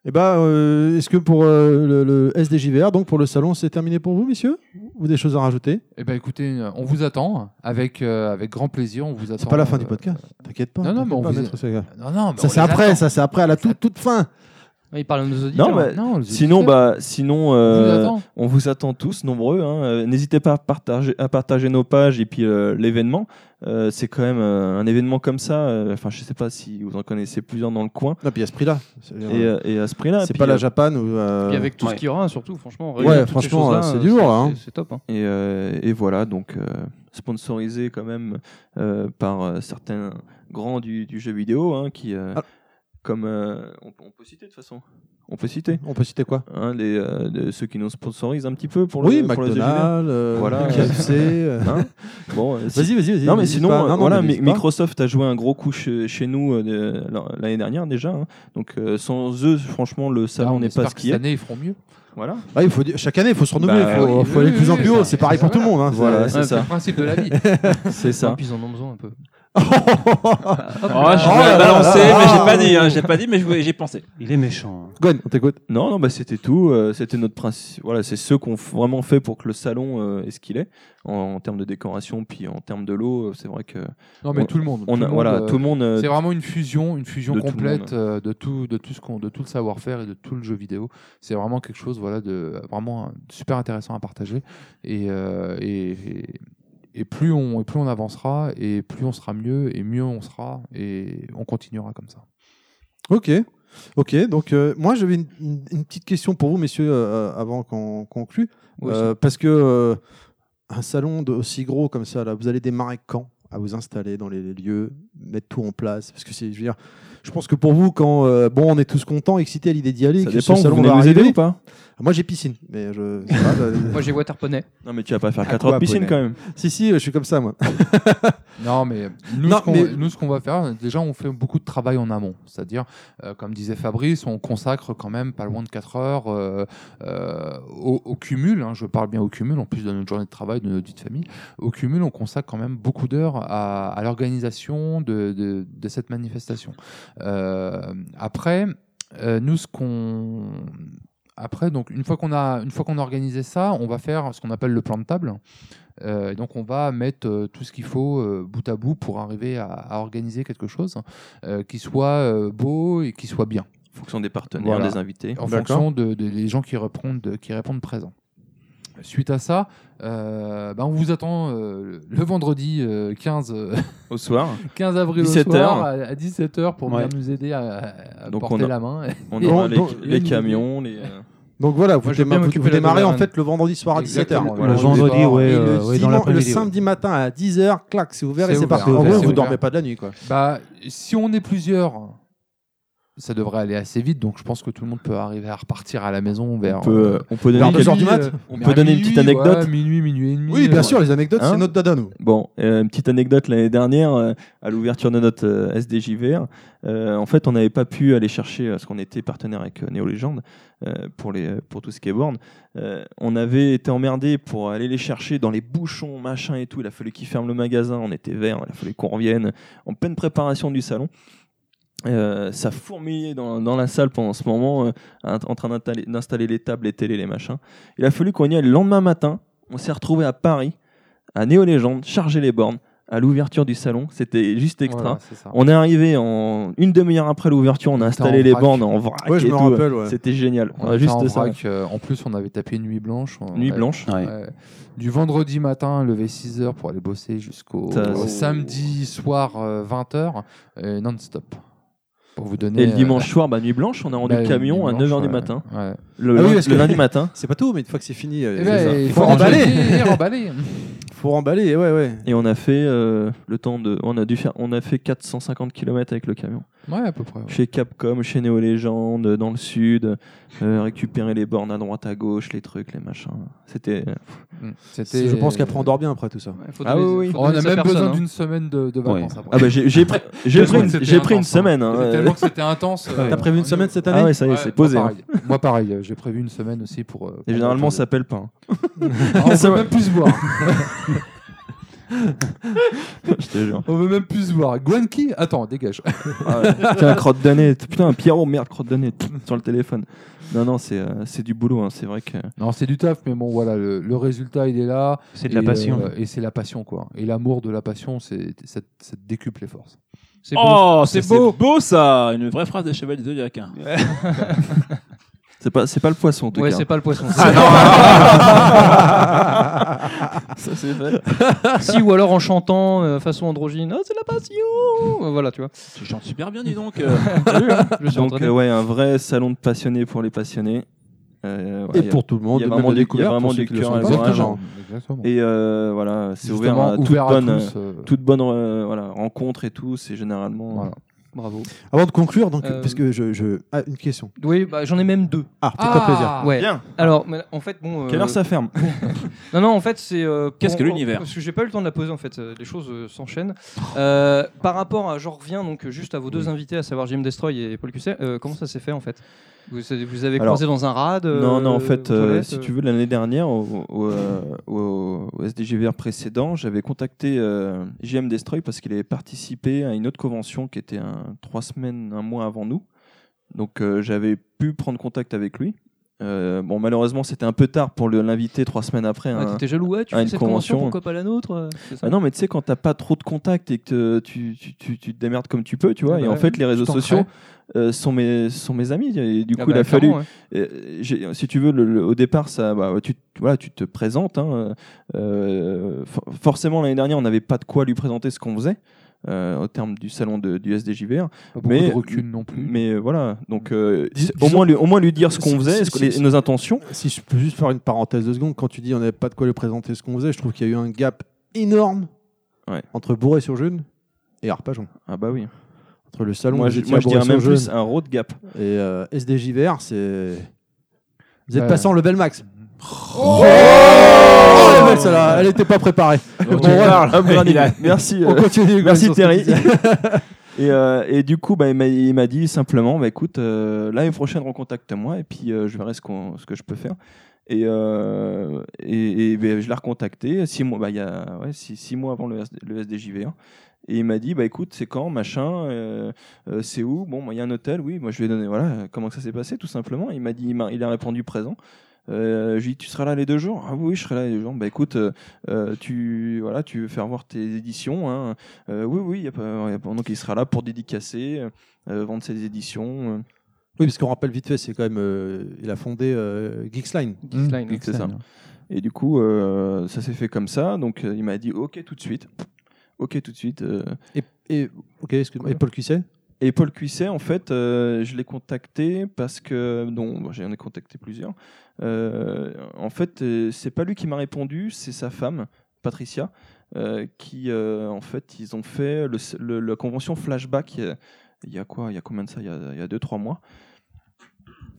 Et bah, est-ce que pour euh, le, le SDJVR, donc pour le salon, c'est terminé pour vous, messieurs Ou des choses à rajouter
Eh ben écoutez, euh, on vous attend avec euh, avec grand plaisir. On vous attend.
C'est pas la fin
euh,
du podcast. T'inquiète pas.
non, non,
t'inquiète
mais on
pas,
vous-
maître Sega.
Non, non, mais
Ça
on
c'est
les
après,
attend.
ça c'est après à la toute toute fin.
Il parle à nos auditeurs.
Non, mais
Non, les
sinon,
auditeurs,
bah, sinon,
on vous
euh,
attend.
on vous attend tous, nombreux. hein. Euh, N'hésitez pas à partager, à partager nos pages et puis euh, l'événement. Euh, c'est quand même euh, un événement comme ça. euh, Enfin, je sais pas si vous en connaissez plusieurs dans le coin.
Non, puis à ce prix-là. C'est
Et, euh, et à ce prix-là.
c'est
puis,
pas la
euh,
Japan ou. euh,
Puis avec tout ce
Ouais.
qu'il y aura, surtout, franchement.
Ouais,
réunir toutes ces
franchement,
choses-là,
c'est du lourd, là, hein.
c'est- C'est top. hein.
Et, euh, et voilà, donc euh, sponsorisé quand même euh, par euh, certains grands du, du jeu vidéo hein, qui. euh,
Ah.
Comme euh, on, on peut citer de toute façon. On peut citer
On peut citer quoi
hein, les, euh, les- ceux qui nous sponsorisent un petit peu pour
Oui,
le pour les EGD.
McDonald's, euh,
Voilà.
KFC. euh.
Hein bon, euh, si-
Vas-y, vas-y, vas-y.
Non, mais
n'hésite
sinon,
pas.
euh,
Non, non,
voilà,
mais n'hésite
Mi-
pas.
Microsoft a joué un gros coup che- chez nous euh, de- alors, l'année dernière déjà. hein. Donc, euh, sans eux, franchement, le salon n'est pas ce
que
qu'il
cette
est.
année, ils feront mieux.
Voilà,
Ah, il faut, dire- chaque année, il faut se renouveler, il
Bah,
faut,
oui,
faut
oui,
aller de
oui,
plus en
oui,
plus haut.
ça-
C'est pareil pour tout le monde. hein,
voilà,
c'est-
c'est
C'est le
ça,
principe de la vie.
c'est
Et
ça.
puis ils en ont besoin un peu.
oh,
Oh, je
là là
l'ai balancé,
là
mais
là.
j'ai pas dit, hein, j'ai pas dit, mais je voulais- j'ai pensé.
Il est méchant. hein.
Gwen, on t'écoute.
Non, non, bah c'était tout. euh, c'était notre principe. Voilà, c'est ce qu'on f- vraiment fait pour que le salon euh, est ce qu'il est en, en termes de décoration, puis en termes de lot. euh, C'est vrai que
Non, mais
On-
tout le monde.
on
tout
a,
le monde,
voilà,
euh,
tout le monde. euh,
C'est vraiment une fusion, une fusion
de tout le monde.
complète euh, de tout, de tout ce qu'on, de tout le savoir-faire et de tout le jeu vidéo. C'est vraiment quelque chose, voilà, de vraiment euh, super intéressant à partager. Et, euh, et, et- et plus on, et plus on avancera, et plus on sera mieux, et mieux on sera, et on continuera comme ça.
Ok. Ok, donc euh, moi j'avais une, une- une petite question pour vous, messieurs, euh, avant qu'on conclue. Euh, parce que euh, un salon de, aussi gros comme ça, là, vous allez démarrer quand à vous installer dans les, les lieux, mettre tout en place Parce que c'est, je veux dire, je pense que pour vous, quand euh, bon, on est tous contents, excités à l'idée d'y aller,
ça
que
dépend.
ce
Vous
salon
venez
va
nous aider
arriver.
ou pas
Moi j'ai piscine, mais je. c'est pas, euh,
Moi j'ai Waterponey.
Non, mais tu vas pas faire
À
4 heures de
quoi,
piscine
poney
quand même.
si si, euh, je suis comme ça moi.
Non, mais nous,
Non,
ce qu'on,
mais-
nous, ce qu'on va faire, déjà, on fait beaucoup de travail en amont. C'est-à-dire, euh, comme disait Fabrice, on consacre quand même pas loin de 4 heures euh, euh, au, au cumul. hein, je parle bien au cumul, en plus de notre journée de travail, de notre vie de famille. Au cumul, on consacre quand même beaucoup d'heures à, à l'organisation de, de- de cette manifestation. Euh, après, euh, nous, ce qu'on. Après, donc, une fois qu'on a, une fois qu'on a organisé ça, on va faire ce qu'on appelle le plan de table. Euh, et donc on va mettre euh, tout ce qu'il faut euh, bout à bout pour arriver à, à organiser quelque chose euh, qui soit euh, beau et qui soit bien,
En fonction des partenaires,
Voilà.
des invités.
en
D'accord.
fonction de- de- des gens qui répondent, qui répondent présents. Suite à ça, euh, ben, on vous attend euh, le vendredi euh, 15, euh,
Au soir,
15 avril au
17 heures.
soir à, 17h pour
Ouais.
venir nous aider à, à
Donc,
porter
on a-
la main.
on
Et-
aura
Donc,
les,
donc,
les
une-
camions, les. euh,
Donc voilà, vous,
Moi, je vais
déma-
bien
vous-
m'occuper
vous
de la
démarrez en
Doberman.
fait le vendredi soir à 17h.
Exactement,
le
voilà.
vendredi,
Et
ouais,
Et
euh,
le,
ouais, dans
diman- le
l'après-midi. ouais.
samedi matin à 10h, clac, c'est ouvert et
C'est
c'est
ouvert,
parti.
c'est
En gros,
ouvert,
vous
c'est
dormez
ouvert.
pas de la nuit quoi.
Bah, si on est plusieurs, ça devrait aller assez vite. Donc, je pense que tout le monde peut arriver à repartir à la maison
on
vers.
peut, euh, on peut donner
vers
quelques-
deux heures du mat.
on peut donner une petite anecdote.
minuit, minuit et demi.
Oui, bien
euh,
sûr, les anecdotes,
Hein
c'est notre dada nous.
Bon, euh, une petite anecdote l'année dernière, euh, à l'ouverture de notre euh, SDJVR, euh, en fait, on n'avait pas pu aller chercher, euh, parce qu'on était partenaire avec euh, Neo Legend euh, pour, les, euh, pour tout ce qui est borne. Euh, on avait été emmerdé pour aller les chercher dans les bouchons, machin et tout. Il a fallu qu'ils ferment le magasin, on était vert, il a fallu qu'on revienne en pleine préparation du salon. Euh, ça fourmillait dans, dans la salle pendant ce moment, euh, en en train d'installer- d'installer les tables, les télés, les machins. Il a fallu qu'on y aille le lendemain matin. On s'est retrouvé à Paris à Néo Légende, charger les bornes à l'ouverture du salon. C'était juste extra.
voilà, c'est ça.
Ah. On est arrivé en une demi-heure après l'ouverture, on a installé
en
les
vrac.
bornes en vrac
Ouais, je
et
me
tout.
rappelle. ouais.
C'était génial.
On
Ouais,
était
juste
en
ça.
vrac, euh, en plus, on avait tapé une nuit blanche. on
Nuit
avait-
blanche.
Ouais.
ouais, Ah, du vendredi matin, levé 6 h pour aller bosser jusqu'au
Ça,
au
c'est-
samedi soir euh, 20h, non-stop. Pour vous donner.
Et le
euh,
dimanche soir, bah, nuit blanche, on a rendu
bah,
le camion à
dimanche,
9h du
ouais,
matin.
ouais.
Le,
Ah oui,
le-
parce
le
que-
lundi matin.
C'est pas tout, mais une fois que c'est fini, euh,
Eh
c'est
ben,
ça.
il
faut remballer.
et remballer.
Faut remballer, ouais, ouais.
Et on a fait euh, le temps de. On a, dû faire, on a fait 450 km avec le camion.
Ouais, à peu près. ouais.
Chez Capcom, chez Neo Légende, dans le sud, euh, récupérer les bornes à droite, à gauche, les trucs, les machins. C'était. euh,
Mm. C'était-
C'est- Je pense qu'après on dort bien après tout ça.
Ouais, faut
Ah
donner-
oui, oui.
faut
On a
donner
même
sa personne,
besoin
hein.
d'une semaine de, de vacances après.
Ah bah j'ai j'ai pris, j'ai
Tellement
pris
que
une,
c'était
j'ai pris une
intense, hein.
semaine. hein.
C'était Tellement que c'était intense. euh,
T'as prévu une
on-
semaine cette année
Ah ouais, ça y est,
Ouais,
c'est posé.
Moi
hein.
pareil, Moi, pareil, euh, j'ai prévu une semaine aussi pour. euh,
Et
pour-
généralement,
pour-
ça pèle pas. hein.
Ah, on veut même plus se voir.
Je te jure.
On veut même plus se voir. Gwen qui Attends, dégage.
Ah ouais. Putain, crotte de nez. Putain, Pierrot, merde, crotte de nez. Sur le téléphone. Non, non, c'est euh, c'est du boulot. hein. C'est vrai que.
Non, c'est du taf, mais bon, voilà, le, le résultat, il est là.
C'est de la
Et,
passion.
euh, et c'est la passion, quoi. Et l'amour de la passion, c'est ça, ça décuple les forces.
C'est beau.
Oh, c'est
C'est
beau, beau ça Une vraie phrase des chevaliers de Zodiac. hein.
C'est pas, c'est pas le poisson, en tout
Ouais,
cas.
c'est pas le poisson.
Ça, c'est fait.
si ou alors en chantant euh, façon androgyne, oh, c'est la passion. Euh, Voilà, tu vois.
Tu chantes super bien, dis donc. euh.
Je me suis
Donc,
entraîné.
euh, ouais, un vrai salon de passionnés pour les passionnés. Euh, ouais,
Et
y a-
pour tout le monde,
il y a
même
vraiment
la
du- il y a
découverte,
vraiment
pour
du
ceux qui le
cœur
sont
et
pas.
vraiment,
Exactement.
hein. Exactement.
Et euh, voilà, c'est ouvert
Justement,
à toute
ouvert à
bonne,
tous, euh,
toute bonne euh, voilà, rencontre et tout. C'est généralement.
Voilà.
Bravo.
Avant de conclure, donc,
Euh,
parce que je, je- Ah, une question.
Oui, bah, j'en ai même deux.
Ah, fais-toi plaisir.
Ouais.
Bien.
Alors, mais en fait, bon. euh,
Quelle heure ça ferme
Non, non, en fait, c'est. euh, pour-
Qu'est-ce que l'univers
Parce que j'ai pas eu le temps de la poser, en fait. euh, Les choses euh, s'enchaînent. Euh, par rapport à. Je reviens donc euh, juste à vos deux invités, à savoir Jim Destroy et Paul Cusset. euh, comment ça s'est fait, en fait vous, vous avez
Alors,
croisé dans un rad euh,
Non, non, en fait,
aux
euh,
toilettes,
si
euh,
tu veux, l'année dernière, au, au, euh, au- au SDGVR précédent, j'avais contacté euh, JM Destroy parce qu'il avait participé à une autre convention qui était un, trois semaines, un mois avant nous. Donc euh, j'avais pu prendre contact avec lui. Euh, bon, malheureusement, c'était un peu tard pour le- l'inviter trois semaines après.
Ouais,
hein.
ah, T'étais jaloux, ouais, tu
à
fais
une
cette convention,
convention.
pourquoi pas la nôtre euh, c'est ça
Ah non, mais tu sais, quand t'as pas trop de contacts et que tu, tu, tu, tu te démerdes comme tu peux, tu vois,
Ah
et
bah
en
ouais,
fait, les réseaux
t'en
sociaux euh, sont, mes, sont mes amis. Et du coup,
Ah bah,
il a fallu.
clairement, ouais.
Euh, j'ai- si tu veux, le- le- au départ, ça, bah, tu, voilà, tu te présentes. hein, euh, for- forcément, l'année dernière, on n'avait pas de quoi lui présenter ce qu'on faisait euh, au terme du salon de, du SDJVR.
Pas beaucoup
Mais-
de recul non plus.
Mais euh, voilà, donc euh,
Mmh. Dis-
au,
disons-
moins lui, au moins lui dire ce qu'on
Si-
faisait,
si-
ce que-
si-
les-
si-
nos intentions.
Si je peux juste faire une parenthèse de seconde, quand tu dis on n'avait pas de quoi lui présenter ce qu'on faisait, je trouve qu'il y a eu un gap énorme
Ouais.
entre Bourré sur Jeune et Arpajon.
Ah bah oui.
Entre le salon
Moi,
où
je,
j'étais
moi,
à
je dirais même
Bourré-sur-Jeune
plus un road gap.
et euh, SDJVR, c'est. Vous êtes
Ouais.
passant le Belmax. Oh, elle est belle, celle-là. Elle n'était pas préparée.
On
tu
va- upgrading. Merci. euh,
On continue.
Merci
Sur ce
Terry.
que tu dis.
et, euh, et du coup, bah, il m'a- il m'a dit simplement, bah, écoute, euh, l'année prochaine, recontacte-moi et puis euh, je verrai ce, qu'on- ce que je peux faire. Et, euh, et, et, bah, je l'ai recontacté six mois, bah, il y a ouais, six, six mois avant le, SD le SDJV1. hein. Et il m'a dit, bah écoute, c'est quand, machin, euh, euh, c'est où Bon, bah, il y a un hôtel, oui, moi je vais donner, voilà, comment ça s'est passé, tout simplement. Il m'a dit, il, m'a- il a répondu présent. Euh, j'ai dit, tu seras là les deux jours Ah oui, je serai là les deux jours. Bah écoute, euh, euh, tu, voilà, tu veux faire voir tes éditions, hein, euh, oui, oui, y a pas- y a pas- donc il sera là pour dédicacer, euh, vendre ses éditions. euh,
Oui, parce qu'on rappelle vite fait, c'est quand même. euh, il a fondé euh, Geeksline.
Geeksline,
Mmh, oui,
hein.
c'est ça. Et du coup, euh, ça s'est fait comme ça. Donc euh, il m'a dit OK tout de suite. OK tout de suite. euh.
Et, et, ok, excuse-moi. Et Paul Cusset
Et Paul Cuisset, en fait, euh, je l'ai contacté parce que. Non, bon, j'en ai contacté plusieurs. Euh, en fait, euh, c'est pas lui qui m'a répondu, c'est sa femme, Patricia, euh, qui, euh, en fait, ils ont fait le, le- la convention Flashback euh, il y a quoi Il y a combien de ça Il y a- il y a 2-3 mois.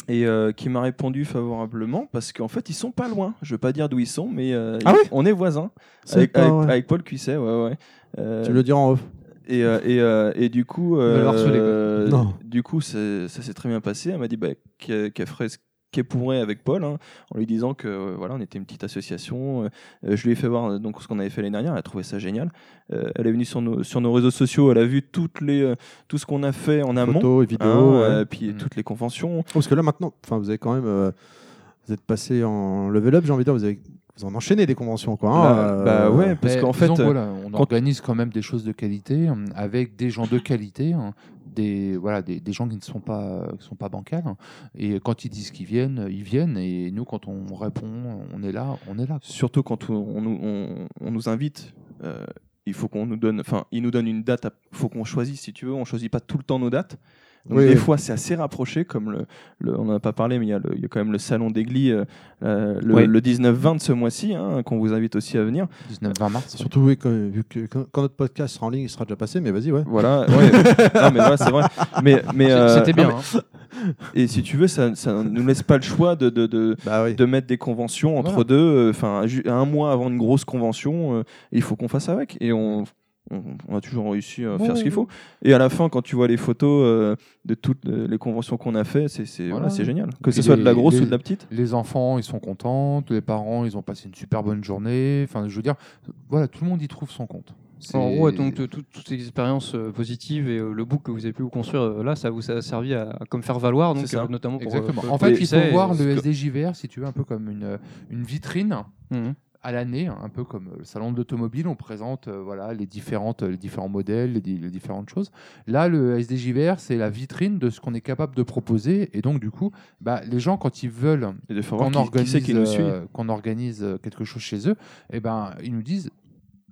Et euh, qui m'a répondu favorablement parce qu'en fait, ils sont pas loin. Je veux pas dire d'où ils sont, mais euh,
Ah
ils-
ouais
on est voisins.
C'est
Avec,
pas
avec-
vrai.
avec Paul Cuisset, ouais, ouais. Euh,
Tu me le diras en off.
et, euh, et, euh, et du coup,
va le harceler,
euh,
quoi. Non.
du coup, c'est- ça s'est très bien passé. Elle m'a dit bah, qu'elle qu'elle ferait ce qu'elle pourrait avec Paul, hein, en lui disant que euh, voilà, on était une petite association. Euh, euh, je lui ai fait voir euh, donc ce qu'on avait fait l'année dernière. Elle a trouvé ça génial. Euh, elle est venue sur nos, sur nos réseaux sociaux. Elle a vu toutes les euh, tout ce qu'on a fait en amont,
Photos et vidéos.
hein,
ouais.
euh, puis
Mm.
toutes les conventions.
Oh, parce que là maintenant, enfin, vous avez quand même, euh, vous êtes passé en level up, j'ai envie de dire, vous avez, vous en enchaînez des conventions, quoi. hein,
Là,
euh,
bah ouais, parce
Mais
qu'en fait,
disons que
euh,
voilà, on
quand-
organise quand même des choses de qualité hein, avec des gens de qualité, hein, des voilà, des, des gens qui ne sont pas qui sont pas bancals. hein. et quand ils disent qu'ils viennent, ils viennent. Et nous, quand on répond, on est là, on est là. quoi.
surtout quand on, on nous- on- on nous invite, euh, il faut qu'on nous donne, enfin, il nous donne une date. Il faut qu'on choisisse, si tu veux. On choisit pas tout le temps nos dates. Donc,
Oui,
des
oui.
fois, c'est assez rapproché, comme le, le- on n'en a pas parlé, mais il y, a le- il y a quand même le salon d'Aigli, euh, euh, le,
Oui.
le 19-20 de ce mois-ci, hein, qu'on vous invite aussi à venir.
19 20 mars. ouais.
Surtout oui, quand, vu que quand, quand notre podcast sera en ligne, il sera déjà passé, mais vas-y, ouais.
Voilà, ouais. non, mais ouais, c'est vrai. Mais, mais, euh,
C'était bien.
non,
hein.
mais- et si tu veux, ça ne nous laisse pas le choix de, de, de,
Bah oui.
de mettre des conventions entre
Voilà.
deux. euh, Enfin, un mois avant une grosse convention, euh, il faut qu'on fasse avec. Et on, on, on a toujours réussi à faire ce qu'il faut. Et à la fin, quand tu vois les photos euh, de toutes euh, les conventions qu'on a fait, c'est c'est- voilà.
Voilà.
c'est génial. Que ce
Puis
soit de la
les-
grosse
les-
ou de la petite.
Les enfants, ils sont contents. Les parents, ils ont passé une super bonne journée. Enfin, je veux dire, voilà, tout le monde y trouve son compte. C'est-
En gros, donc, tout- toutes ces expériences euh, positives et euh, le book que vous avez pu vous construire euh, là, ça vous a servi à, à comme faire valoir, donc,
C'est ça.
euh, notamment pour. euh,
Exactement.
Paul
En fait, il
Cusset
faut
et-
voir le SDJVR, si tu veux, un peu comme une, euh, une vitrine
Mhm.
à l'année, un peu comme euh, le salon de l'automobile, on présente euh, voilà, les, différentes, les différents modèles, les, di- les différentes choses. Là, le SDJVR, c'est la vitrine de ce qu'on est capable de proposer. Et donc, du coup, bah, les gens, quand ils veulent
Et de faire
qu'on
voir qui, qui
organise,
c'est qui nous suit.
euh, qu'on organise euh, quelque chose chez eux, eh ben, ils nous disent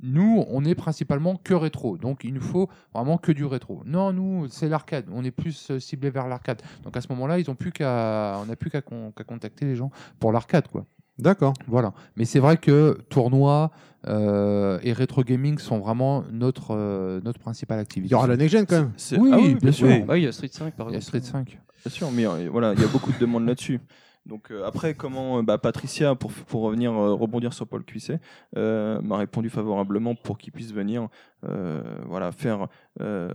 nous, on est principalement que rétro, donc il nous faut vraiment que du rétro. Non, nous, c'est l'arcade, on est plus euh, ciblé vers l'arcade. Donc à ce moment-là, ils ont plus qu'à, on n'a plus qu'à con- qu'à contacter les gens pour l'arcade, quoi.
D'accord.
Voilà. Mais c'est vrai que tournoi euh, et rétro gaming sont vraiment notre, euh, notre principale
Il
activité.
y aura la next-gen quand même.
C'est-
Oui,
ah
bien sûr.
oui,
Ouais, il y a Street 5 par
Il y a
exemple.
Street 5.
Bien sûr, mais euh, voilà, il y a beaucoup de demandes là-dessus. Donc euh, après, comment euh, bah, Patricia, pour, pour revenir euh, rebondir sur Paul Cuisset, euh, m'a répondu favorablement pour qu'il puisse venir euh, voilà, faire euh,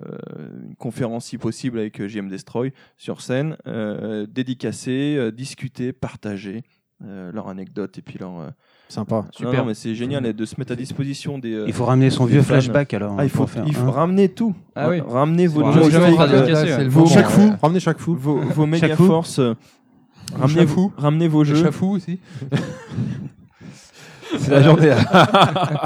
une conférence si possible avec euh, JM Destroy sur scène, euh, dédicacer, euh, discuter, partager euh, leur anecdote et puis leur... euh,
Sympa.
Non, non, mais c'est génial et de se mettre à disposition des... euh,
Il faut ramener son
des
vieux
fans.
flashback alors.
Ah, il faut,
pour faire,
il faut
hein.
ramener tout.
Ah oui.
Ramenez vos
Bon,
joysticks,
jamais faire
euh,
des cassettes.
c'est le
Vos-
moment.
chaque fou, ramenez chaque fou.
vos, vos méga
fou.
forces. euh, Ramenez,
fou.
ramenez vos jeux.
Le Chafou aussi. c'est la journée.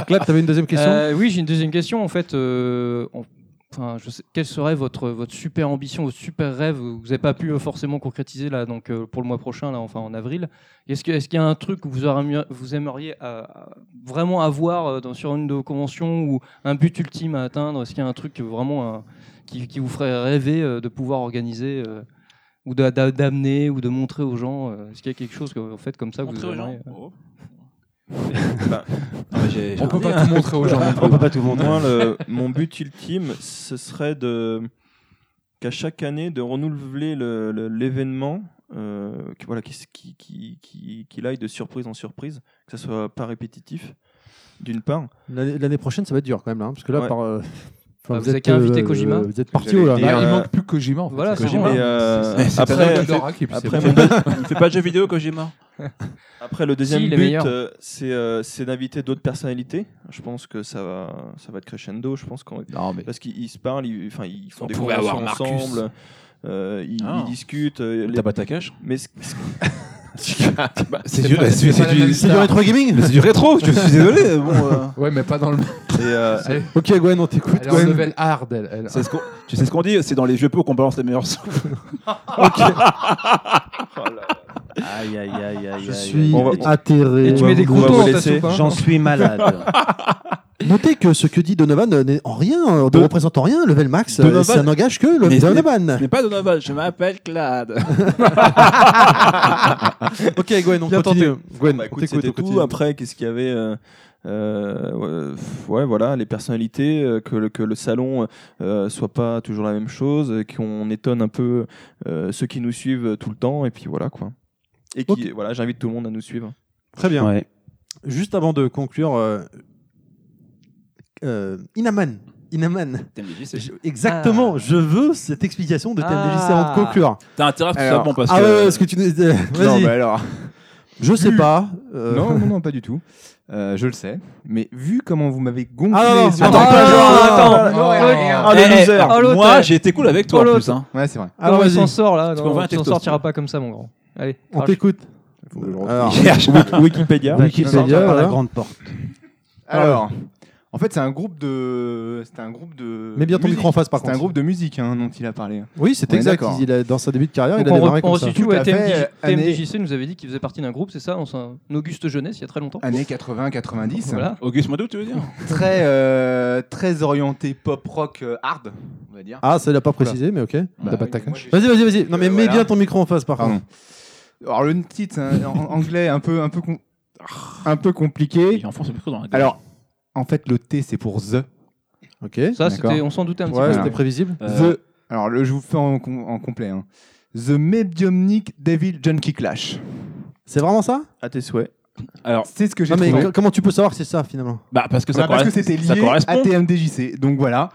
Claude, t'avais une deuxième question
Euh, Oui, j'ai une deuxième question. En fait, euh, on- enfin, je sais- quelle serait votre, votre super ambition, votre super rêve que vous n'avez pas pu euh, forcément concrétiser là, donc, euh, pour le mois prochain, là, enfin en avril Est-ce que- est-ce qu'il y a un truc que vous, aurez mieux- vous aimeriez euh, vraiment avoir euh, dans, sur une de vos conventions ou un but ultime à atteindre Est-ce qu'il y a un truc que vraiment euh, qui, qui vous ferait rêver euh, de pouvoir organiser euh, ou d'a- d'a- d'amener ou de montrer aux gens euh, Est-ce qu'il y a quelque chose que vous faites comme ça que vous
Montrer aux gens.
aimeriez,
Oh.
On peut
hein.
pas tout montrer aux gens. non plus.
Bah, On peut pas tout montrer. Moi, le- mon but ultime, ce serait de qu'à chaque année de renouveler le- le- l'événement, euh, qui- voilà, qui, s- qui, qui, qui- qu'il aille de surprise en surprise, que ça soit pas répétitif, d'une part.
L'année l'année prochaine, ça va être dur quand même. Là, hein, parce que là,
Ouais.
par. euh, enfin,
Ah, vous avez qu'à inviter
euh,
Kojima.
Vous êtes parti haut là.
Et,
Bah,
euh,
il manque plus que Kojima en fait.
Voilà, c'est
Kojima.
bon.
Et, euh,
C'est- c'est
après,
Tadao Dora qui-
après,
c'est-
mon deux-
Il fait pas de jeux vidéo, Kojima.
après, le deuxième
Si, il est
but,
meilleur.
euh, c'est euh, c'est d'inviter d'autres personnalités. Je pense que ça va, ça va être crescendo. Je pense qu'on
Non, mais
parce qu'ils ils se parlent, ils, enfin, ils font
On
des
pourrait avoir
conversations
Marcus.
ensemble, euh, ils,
Ah.
ils discutent. euh, les-
T'as pas ta cache
Mais ce- ce-
C'est du, c'est- c'est
pas la
du-
même
c'est
star.
du rétro gaming. C'est du rétro. Je suis désolé. bon, euh,
Ouais, mais pas dans le.
et, euh,
Elle
Ok, Gwen, on t'écoute.
est en
Gwen.
level hard, elle. elle.
c'est ce qu'on- tu sais ce qu'on dit C'est dans les jeux peu qu'on balance les meilleurs sons.
Aïe, aïe, aïe, aïe, aïe,
Je suis
on va-
atterré.
Et tu mets des
on va
croutons
vous
dans ta
laisser.
soupe, hein
J'en suis malade.
Notez que ce que dit Donovan euh, n'est en rien, euh, ne représente en rien. Level Max, euh,
Donovan-
ça n'engage que le
Mais-
Donovan.
Ce n'est pas Donovan. Je m'appelle Clad.
Ok, Gwen, on
Bien
continue. Gwen,
Bah,
on
écoute,
t'écoute,
c'était
on
tout.
continue.
Après, qu'est-ce qu'il y avait euh, euh, ouais, pff, ouais, voilà, les personnalités, euh, que, le- que le salon euh, soit pas toujours la même chose, euh, qu'on étonne un peu euh, ceux qui nous suivent euh, tout le temps, et puis voilà quoi. Et qui,
Ok.
voilà, j'invite tout le monde à nous suivre.
Très bien.
Ouais.
Juste avant de conclure, euh, euh, Inaman. Inaman.
TMDJ, c'est
Je- exactement,
Ah.
je veux cette explication de TMDJC
Ah.
avant de conclure.
T'as intérêt à tout ça,
Alors,
bon, parce
ah
que.
ouais, ouais, ce que tu nous disais.
Non,
Vas-y.
mais alors.
Je sais pas. euh,
Non, non, non, pas du tout. Euh, je le sais. Mais vu comment vous m'avez gonflé.
Ah, non, non,
sur-
attends, attends,
Ah,
attends.
non,
Ah,
non,
Eh, eh,
loser.
Oh, l'autre.
Moi, j'ai été cool avec toi
Oh,
en
l'autre.
plus. hein.
Ouais, c'est vrai.
Alors,
Comment il
Ah, vas-y,
s'en sort là
qu'on
Non,
va un
Tu t'en
textos,
sortira pas comme ça, mon grand. Allez,
on
Ah,
arrache.
t'écoute.
Faut que je le
Alors,
Wikipédia.
Wikipédia,
par la
voilà.
grande porte.
Alors, en fait, c'est un groupe de. C'était un groupe de.
Mets bien ton
musique.
micro en face, par
C'était
contre.
un groupe de musique hein, dont il a parlé.
Oui, c'est
Ouais,
exact.
d'accord.
Il- il a- dans sa début de carrière,
Donc
Ah, il a
on re-
démarré
on
comme ça.
resitue
Tout
ouais,
à fait,
TMDJ,
euh, année-
TMDJC nous avait dit qu'il faisait partie d'un groupe, c'est ça, en son- en Auguste Jeunesse, il y a très longtemps.
Années 80-90.
Voilà.
Auguste Madou, tu veux dire
Très, euh, très orienté pop rock euh, hard, on va dire.
Ah, ça l'a pas précisé, mais ok.
Bah,
t'as pas
oui,
ta
mais moi,
cache.
j'ai-
Vas-y, vas-y, vas-y. Non, mais
Euh,
mets
voilà.
bien ton micro en face, par contre.
Pardon. Alors, le titre hein, en- anglais un peu, un peu, com- un peu compliqué.
Il enfonce le micro dans la gueule.
Alors, en fait, le T, c'est pour The.
Ok. Ouais,
Ça,
D'accord. Euh,
c'était, on s'en doutait un petit peu.
c'était prévisible.
Euh,
The. Alors, le, je vous fais en, com- en complet. hein. The Mediumnic Devil Junkie Clash.
C'est vraiment ça
À tes souhaits.
Alors,
C'est ce que j'ai
Non, mais
trouvé.
co- comment tu peux savoir que c'est ça, finalement
bah, parce que ça
Bah, parce que
correspond-
c'était
ça
lié
correspond.
à TMDJC. Donc voilà,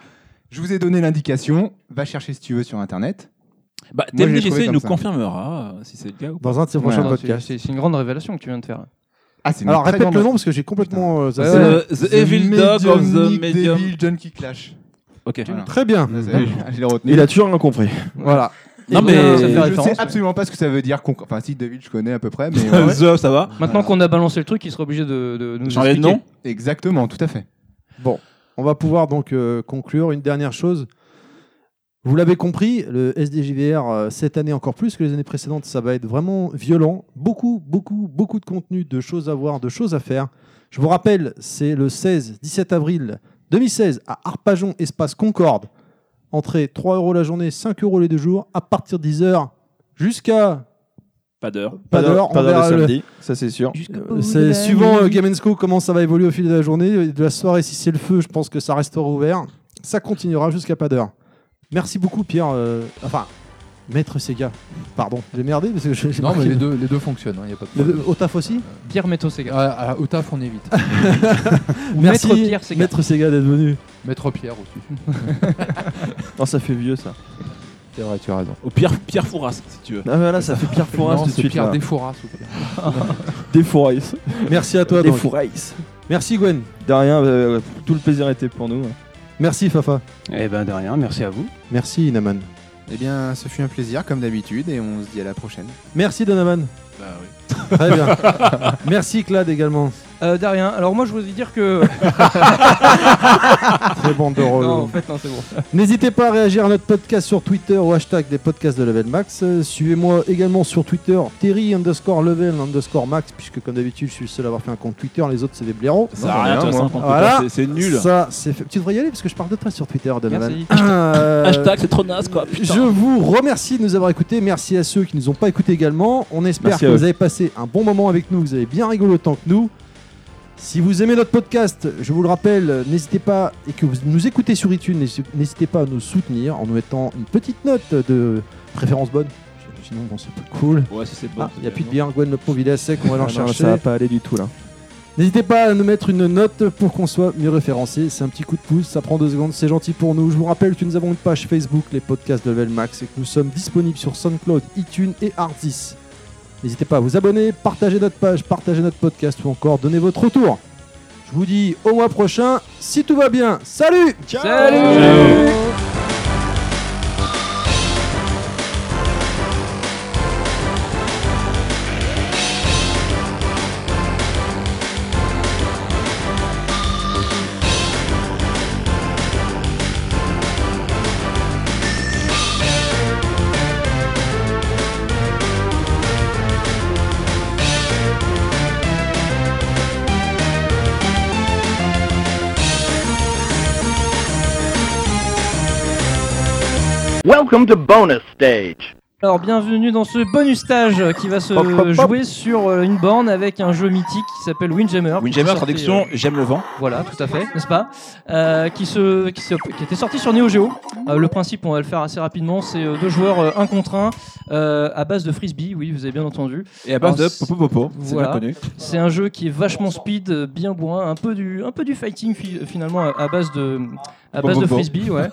je vous ai donné l'indication. Va chercher si tu veux sur Internet.
Bah,
Moi, je l'ai
TMDJC
trouvé comme
nous
ça.
confirmera euh, si c'est le cas ou pas.
Dans un de ses prochains
Ouais.
Alors, c'est-
podcasts.
C'est c'est une grande révélation que tu viens de faire.
Ah, c'est une
Alors
très
répète
grande-
le nom parce que j'ai complètement. euh, ça-
Ouais,
C'est
ça-
le- The Evil Dog of the
Mediumnic
Medium.
Devil Junkie Clash.
Ok. Ah
Voilà.
Très bien.
Je l'ai retenu.
Il a toujours rien compris.
Voilà.
Non,
Et
mais-
ben,
donc, ça fait
Euh, Je
référence,
sais
ouais.
absolument pas ce que ça veut dire. con- Enfin, si David, je connais à peu près, mais euh, ouais.
The, ça va
Maintenant qu'on a balancé le truc, il sera obligé de, de nous
Changer de
expliquer.
nom
exactement, tout à fait.
Bon, on va pouvoir donc euh, conclure. Une dernière chose. Vous l'avez compris, le SDJVR euh, cette année encore plus que les années précédentes, ça va être vraiment violent. Beaucoup, beaucoup, beaucoup de contenu, de choses à voir, de choses à faire. Je vous rappelle, c'est le 16-17 avril 2016 à Arpajon, espace Concorde. Entrée 3 euros la journée, 5 euros les deux jours, à partir de 10 heures jusqu'à
Pas d'heure.
Pas d'heure,
pas
on
d'heure
verra
de
le-
samedi, ça c'est sûr.
Euh, C'est suivant euh, Game Co, comment ça va évoluer au fil de la journée et de la soirée. Si c'est le feu, je pense que ça restera ouvert. Ça continuera jusqu'à pas d'heure. Merci beaucoup, Pierre. euh, enfin, Maître Sega. Pardon, j'ai merdé parce que j'ai j'ai
Non, mais
marqué-
les deux, les deux fonctionnent, il n'y a pas de
Les
problème.
deux- Au taf aussi
Pierre Meto Sega.
Ah, ah, au taf, on évite.
Ou
Merci,
Maître Pierre Sega.
Maître Sega d'être venu.
Maître Pierre aussi.
Non, ça fait vieux ça.
C'est vrai, tu as raison.
Au pire, Pierre Fouras, si tu veux.
Ah, mais là, ça fait Pierre Fouras
non,
tout de
c'est
suite.
Pierre
là.
Desforas. ou Pierre.
Des Fourais.
Merci à toi.
Des
donc.
Fourais.
Merci, Gwen.
De rien, euh, tout le plaisir était pour nous.
Merci, Fafa.
Eh ben de rien, merci à vous.
Merci, Inaman.
Eh bien, ce fut un plaisir, comme d'habitude, et on se dit à la prochaine.
Merci, Donovan.
Bah oui.
Très bien. Merci, Clad également.
Euh, Darien, alors moi je voulais dire que.
Très bon de
non,
relou.
en fait, non, c'est bon.
N'hésitez pas à réagir à notre podcast sur Twitter au hashtag des podcasts de Level Max. Euh, Suivez-moi également sur Twitter, Terry underscore level underscore max, puisque comme d'habitude, je suis le seul à avoir fait un compte Twitter, les autres c'est des blaireaux.
Ça a rien, de toute façon, quand on
Voilà.
peut pas, c'est- c'est nul.
Ça, c'est fait. Tu devrais y aller parce que je parle de toi sur Twitter, Donovan.
Merci.
Euh,
c'est trop naze quoi.
Je vous remercie de nous avoir écoutés. Merci à ceux qui nous ont pas écoutés également. On espère
Merci
que
à eux.
vous avez passé un bon moment avec nous. Vous avez bien rigolé autant que nous. Si vous aimez notre podcast, je vous le rappelle, euh, n'hésitez pas et que vous nous écoutez sur iTunes, n'hési- n'hésitez pas à nous soutenir en nous mettant une petite note de préférence bonne. Sinon, bon, c'est pas cool.
Ouais, si c'est bon.
Ah, il n'y a plus de bière. Gwen, le pauvre, il est à sec. On va l'en chercher.
Ah ça va pas aller du tout là.
N'hésitez pas à nous mettre une note pour qu'on soit mieux référencé. C'est un petit coup de pouce, ça prend deux secondes, c'est gentil pour nous. Je vous rappelle que nous avons une page Facebook, les podcasts de Level Max, et que nous sommes disponibles sur SoundCloud, iTunes et Artis. N'hésitez pas à vous abonner, partager notre page, partager notre podcast ou encore donner votre retour. Je vous dis au mois prochain, si tout va bien. Salut
Salut
Welcome to bonus stage.
Alors bienvenue dans ce bonus stage euh, qui va se
Hop, hop, hop.
jouer sur euh, une borne avec un jeu mythique qui s'appelle Windjammer.
Windjammer,
Qui sortait,
traduction, j'aime le vent.
euh, voilà, tout à fait, n'est-ce pas Euh, qui, se, qui, se- qui était sorti sur Neo Geo. Euh, le principe, on va le faire assez rapidement, c'est euh, deux joueurs euh, un contre un euh, à base de frisbee. Oui, vous avez bien entendu.
Et à base
Alors,
de popo popo, c'est
voilà.
bien connu.
C'est un jeu qui est vachement speed, euh, bien bourrin, un peu du, un peu du fighting fi- euh, finalement à, à base de, à
Bon,
base
bon,
de
bon.
frisbee, ouais.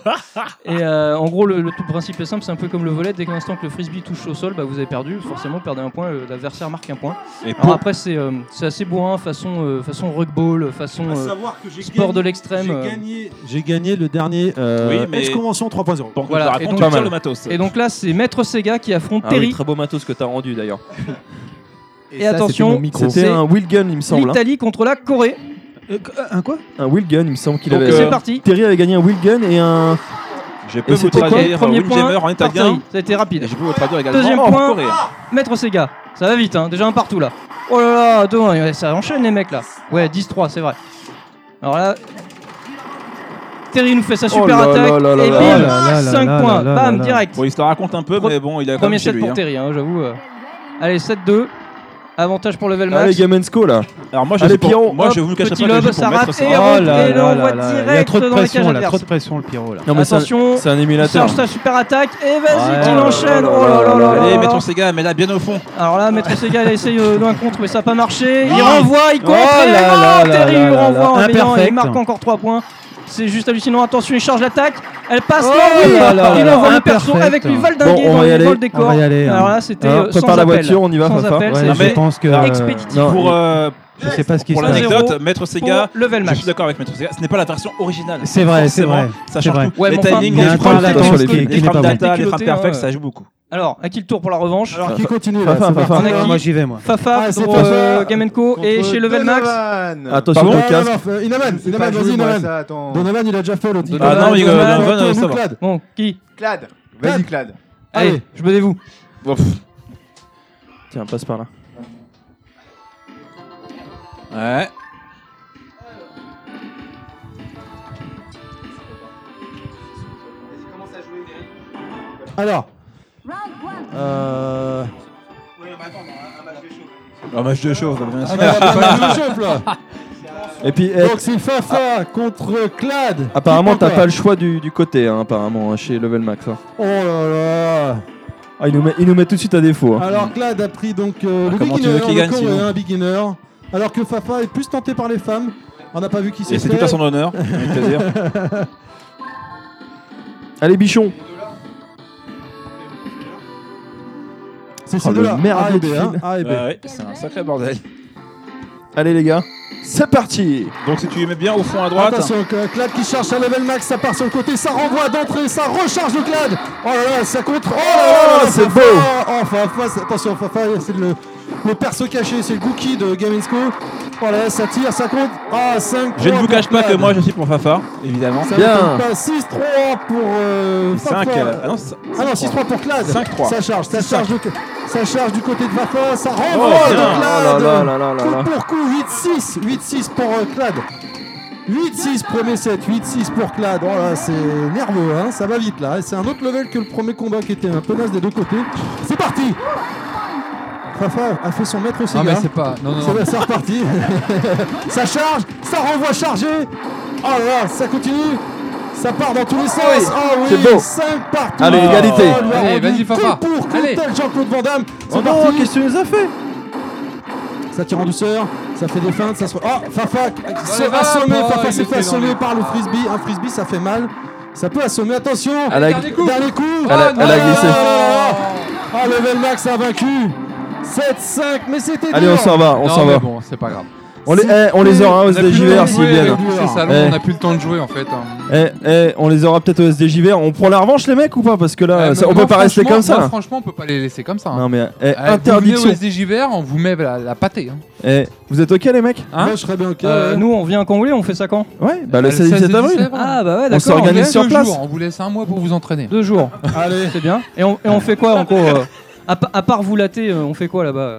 Et euh, en gros, le, le tout principe est simple, c'est un peu comme le volet. Dès qu'à l'instant que le frisbee touche au sol, bah, vous avez perdu. Forcément, vous perdez un point. euh, L'adversaire marque un point.
Et
Alors
pop,
après, c'est, euh, c'est assez bourrin, façon, euh, façon rugball, façon euh,
savoir que j'ai
sport de l'extrême. euh.
gagné.
J'ai gagné le dernier
euh, Oui, mais-
convention 3.0.
pendant que
voilà,
je te
et
raconte,
donc-
tu
pas
tires
mal.
le matos.
Et donc là, c'est Maître Sega qui affronte
Ah
Terry.
oui, très beau matos que t'as rendu d'ailleurs.
et attention,
C'était
c'est
un Will Gun, il me semble. hein.
l'Italie contre la Corée.
un quoi
Un Will Gun, il me semble qu'il
Donc,
avait.
euh,
C'est parti.
Terry avait gagné un Will Gun et un.
Je peux vous
c'était quoi
traduire
Premier
Windjammer euh, en
point. par Terry.
italien.
Ça a été rapide.
Et je peux vous traduire également Oh,
Deuxième
en
point.
coréen.
Maître Sega, ça va vite, hein. déjà un partout là. Oh là là, attends, ouais, ça enchaîne les mecs là. Ouais, 10-3, c'est vrai. Alors là. Terry nous fait sa super
là
attaque.
là là là
et
là
bim,
là là
5
là
points,
là là
bam,
là.
direct.
Bon, il se la raconte un peu,
Pro-
mais bon, il a quand
Premier
même chez
set
lui.
pour
hein.
Terry, hein, j'avoue. euh. Allez, 7-2. Avantage pour level
Allez,
max.
Gamensco là.
Alors moi, je
Allez,
sais pas-
Pierrot,
moi,
Hop,
je vous cache
petit
pas que
lobe,
j'ai
ça
pour
rate
mettre
et
ça.
rentre,
Oh là
et
là
l'envoie
là là,
direct
il y a trop de
dans
pression
la
là,
cage
trop de
adverse.
pression le Pierrot là.
Non, mais c'est un-
Attention,
c'est un
il
émulateur.
change sa super attaque et vas-y
Ouais,
qu'il
là,
enchaîne.
là,
Oh là là là
Allez,
là.
mettons ces gars, mais là, bien au fond.
Alors là, Maître Sega il essaye euh, d'un contre, mais ça n'a pas marché. Il renvoie, il contre,
Oh
et
là
non,
là là
Terry
là
il
là
renvoie
là.
en ayant,
Imperfect.
il marque encore 3 points. C'est juste hallucinant. Attention, il charge l'attaque. Elle passe
Oh
là, oui,
là là
Il
là.
envoie le perso
Imperfect.
avec lui
Bon,
valdinguer
on
dans,
va y
les- dans
aller,
le décor.
on va y aller, hein.
Alors là, c'était
Hein,
euh, sans
prépare la
appel.
voiture, on y va,
sans
Fafa.
appel,
Ouais,
c'est
Non,
je
mais-
pense que.
Non,
expéditif.
non,
Pour euh,
je sais pas ce qui se
pour
passe.
Oh. Zéro
l'anecdote, Maître
pour
Sega,
level
je
max.
suis d'accord avec Maître Sega, ce n'est pas la version originale.
C'est vrai, c'est
Forcément,
vrai,
Ça
c'est vrai.
change tout.
Ouais,
les
mais enfin,
timings,
il y a
les
un
frappes
temps
data,
d'attention
les-
qui- qui
les
n'est
frappes
pas bonne.
data, les frappes
Déculotté, hein,
perfectes,
ouais.
ça joue beaucoup.
Alors, à qui le tour pour la revanche
Ah,
Alors, qui continue là,
Fafa,
c'est
Fafa.
parti.
On a qui
Moi j'y vais moi.
Fafa
Ah, c'est
pour
Fafa
euh, Game Co et chez Level Max.
Attention
Non,
ton
non,
casque.
non, euh, Inaman,
C'est pas
Inaman,
joué,
vas-y,
moi,
Inaman.
ça, attends.
Donovan, il a déjà fait l'autre.
Ah non, il-
Donovan,
Donovan,
toi,
ça
nous,
va.
Clad.
Bon, qui
Clad.
Clad.
Vas-y, Clad.
Allez.
Allez, je me dévoue.
Tiens, passe par là.
Ouais.
Alors. Euh...
Un match de chauffe, bien
Ah
sûr.
bah, bah, bah, je chauffe, là.
Et puis, eh,
Donc c'est Fafa contre Clad.
apparemment, t'as
Pourquoi
pas le choix du, du côté, hein, apparemment, hein, chez Level Max. hein.
Oh là là.
Ah, il nous, met, il nous met tout de suite à défaut. hein.
Alors Clad a pris donc euh,
Ah,
le
comment tu
beginner,
veux qu'il
le
gagne, sinon
coréen beginner, alors que Fafa est plus tenté par les femmes. On n'a pas vu qui
Et
c'était.
c'est tout à son honneur,
ben,
j'ai envie de te dire.
Allez, bichon
C'est
Oh,
ces
le
deux-là. A et
merdier
B.
de
hein,
film.
A et B.
Bah ouais, c'est un sacré bordel.
Allez, les gars, c'est parti
Donc si tu mets bien au fond à droite,
Attention, que- Clad qui cherche à level max, ça part sur le côté, ça renvoie d'entrée, ça recharge le Clad. Oh là là, ça contre. Oh là là, là,
c'est
Fafa.
beau.
Oh, Fafa, c'est- attention, Fafa, c'est le, le perso caché, c'est le Gookie de Game School. Oh là là, ça tire, ça compte. Ah, 5
je ne vous cache pas que moi je suis pour Fafa, évidemment.
Ça
Bien.
m'étonne pas. 6-3 pour euh,
5,
Fafa.
ah non, c'est-
Ah non, 6-3 pour Clad.
5-3.
Ça charge, ça charge, du, ça charge du côté de Vafa, ça renvoie
Oh,
de
bien.
Clad.
Oh là là là là là
Coup
là.
pour coup, 8-6, 8-6 pour euh, Clad. 8-6 premier set, 8-6 pour Clad. Oh là, c'est nerveux, hein, ça va vite là. C'est un autre level que le premier combat qui était un peu naze des deux côtés. C'est parti Fafa a fait son maître au
Non, Ah, mais
Sega.
c'est pas. Non, non,
C'est
non.
c'est reparti. ça charge, ça renvoie chargé. Oh là là, ça continue. Ça part dans tous les sens. Oh oui,
Ah C'est beau.
5 partout.
Allez, égalité.
Oh, le
Allez,
rendu
vas-y, Fafa.
Coup pour coup,
Allez.
tel Jean-Claude Van Damme. C'est
Oh non,
parti.
qu'est-ce que tu nous as fait
Ça tire en douceur, ça fait des feintes, ça se. Oh, Fafa se
Voilà,
assommé,
oh,
Fafa
il
s'est
était
fait
dans
assommer
les-
par le frisbee. Un frisbee, ça fait mal. Ça peut assommer, attention.
Elle a,
Dernier coup.
Dernier coup.
elle
Ah,
a-
Oh
elle a
là
glissé.
là là là là. Ah, level max a vaincu. 7-5, mais c'était
Allez, on
dur.
s'en va, on
Non,
s'en
mais
va.
bon, c'est pas grave.
On les, eh, on les aura au SDJVR s'ils
Ouais,
viennent.
avec tous ces salons,
Eh.
on n'a plus le temps de jouer en fait. hein.
Eh, eh, on les aura peut-être au SDJVR. On prend la revanche, les mecs, ou pas Parce que là,
Euh,
ça-
mais
on peut
moi,
pas rester
franchement-
comme ça.
moi,
là.
Franchement, on peut pas les laisser comme ça. hein.
Eh, Non, mais eh,
Euh, Vous
interdiction.
venez au SDJVR, on vous met la, la pâtée. Hein.
Eh, vous êtes ok, les mecs
Hein
Moi, je serais bien ok.
Euh,
ouais.
Nous, on vient quand on voulez, on fait ça quand
Ouais, bah le
Euh,
16 17 avril.
Ah, bah ouais,
On
d'accord.
s'organise
Organisez
sur place.
on vous laisse un mois pour vous entraîner.
Deux jours,
Allez.
c'est bien. Et on, et on fait quoi encore euh, à, pa- à part vous latter, euh, on fait quoi là-bas euh,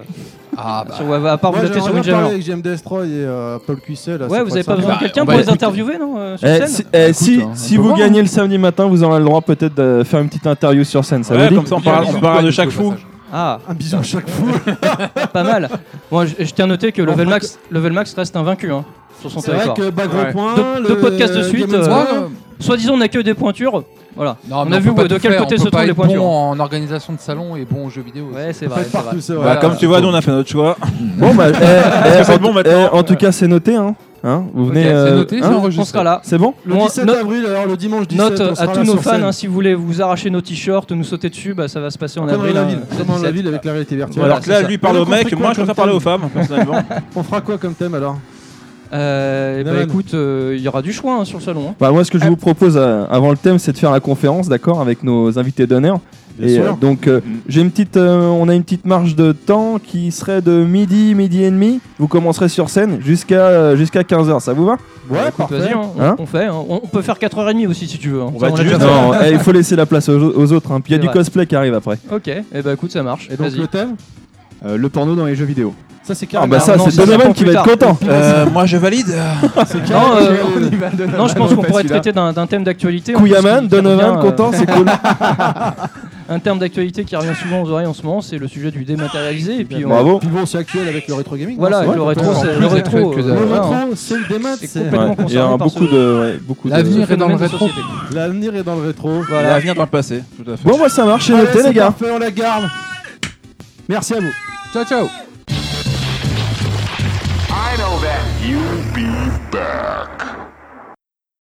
Ah bah.
sur- À part vous
Moi,
latter sur
j'aimerais
une
bien parler
jammer
avec JM Destroy et euh, Paul Cuisset. Là,
Ouais,
ça
vous
pourrait
avez
être
pas
sympa.
besoin de
Bah,
quelqu'un
on
pour
va
les
écouter.
interviewer, non euh, sur
Eh,
scène
si eh,
Écoute,
si,
hein,
si
on peut
vous
voir,
gagnez le samedi matin, vous aurez le droit peut-être de faire une petite interview sur scène. Ça
Ouais,
vous dit
comme ça on parle, on parle de chaque fou.
Ah,
Un bisou à chaque fois.
pas mal. Moi, je, je tiens à noter que
vrai
Level Max, Level Max reste invaincu hein, sur son
C'est vrai
territoire.
que bah, gros
Ouais.
point.
Deux-
le
deux podcasts de suite,
Game and
euh,
Square,
Soit disant, on accueille des pointures. Voilà.
Non,
On
mais
a vu
peut pas
de
tout
quel
faire,
côté
on
se
peut pas
trouvent les
être
pointures.
Bon en organisation de salon et bon aux jeux vidéo. aussi.
Ouais, c'est
faites
vrai. c'est vrai.
partout, c'est
Bah,
vrai.
Bah, comme tu vois, nous on a fait notre choix.
Bon, bah, eh, eh,
c'est
en,
bon
tout-
maintenant.
eh, en tout cas, c'est noté. Hein. Hein, vous
Ok,
venez.
c'est
euh,
noté,
hein
c'est
On
enregistré.
sera là.
c'est bon
Le
Loin-
17
note-
avril, alors le dimanche 17,
Note
on
euh,
sera
à
là
tous
sur
nos fans,
scène.
hein, si vous voulez vous arracher nos t-shirts, nous sauter dessus, bah, ça va se passer en
Comme
avril.
dans la
hein,
ville,
le
comme dans la
17.
ville avec la réalité virtuelle.
Voilà,
Alors que là,
c'est ça.
lui parle
Et
aux
donc, on fait
mecs,
quoi
moi je
comme
préfère parler
thème
aux femmes, personnellement.
On fera quoi comme thème alors
Euh, eh ben,
Nolan.
écoute, euh, il y aura du choix hein, sur le salon. hein.
Bah, moi, ce que je vous propose euh, avant le thème, c'est de faire la conférence, d'accord, avec nos invités d'honneur.
Bien
Et,
sûr.
euh, donc, euh, j'ai une petite, euh, on a une petite marge de temps qui serait de midi, midi et demi. Vous commencerez sur scène jusqu'à euh, jusqu'à 15h. Ça vous va
Ouais,
Écoute, vas-y, hein, on,
Hein
on fait. hein. On, on peut faire 4h30 aussi si tu veux. hein.
On
Ça,
va
l'a
être
déjà fait.
juste.
Non, eh, il faut laisser la place aux, aux autres. hein. Puis il y a
C'est
du
vrai.
cosplay qui arrive après.
Ok, et eh ben écoute, ça marche.
Et donc
Vas-y.
le thème
Euh, le porno dans les jeux vidéo.
Ça c'est
Ah
carrément.
bah
non,
ça,
non,
c'est
ça, ça
Donovan
pour
qui
plus
va être
tard.
content.
Euh, moi je valide.
c'est
Non,
carrément.
euh, non, je pense qu'on pourrait
Facile, hein.
traiter d'un d'un thème d'actualité. hein, parce
Kouyaman,
qu'il- qui
Donovan,
revient, euh,
content, c'est cool.
Un terme d'actualité qui revient souvent aux oreilles en ce moment, c'est le sujet du dématérialisé. Et puis, on-
Bravo.
Puis bon, c'est actuel avec le rétro gaming.
Voilà,
non,
avec le
c'est
rétro,
vrai.
c'est
plus
le rétro.
actuel que
euh,
ça.
Le
voilà, hein.
rétro, c'est le démat.
C'est
c'est-
complètement
Ouais, Il y
concerné
a un
par
beaucoup
ce-
de, ouais, beaucoup de-
L'avenir est dans
phénomène
le
de
rétro.
société.
L'avenir est dans le rétro.
Voilà.
L'avenir dans le passé, tout à fait.
Bon, bah ça marche, c'est
Allez,
noté
c'est
les gars.
parfait, on la garde. Merci à vous.
Ciao, ciao.
I know that. You'll be back.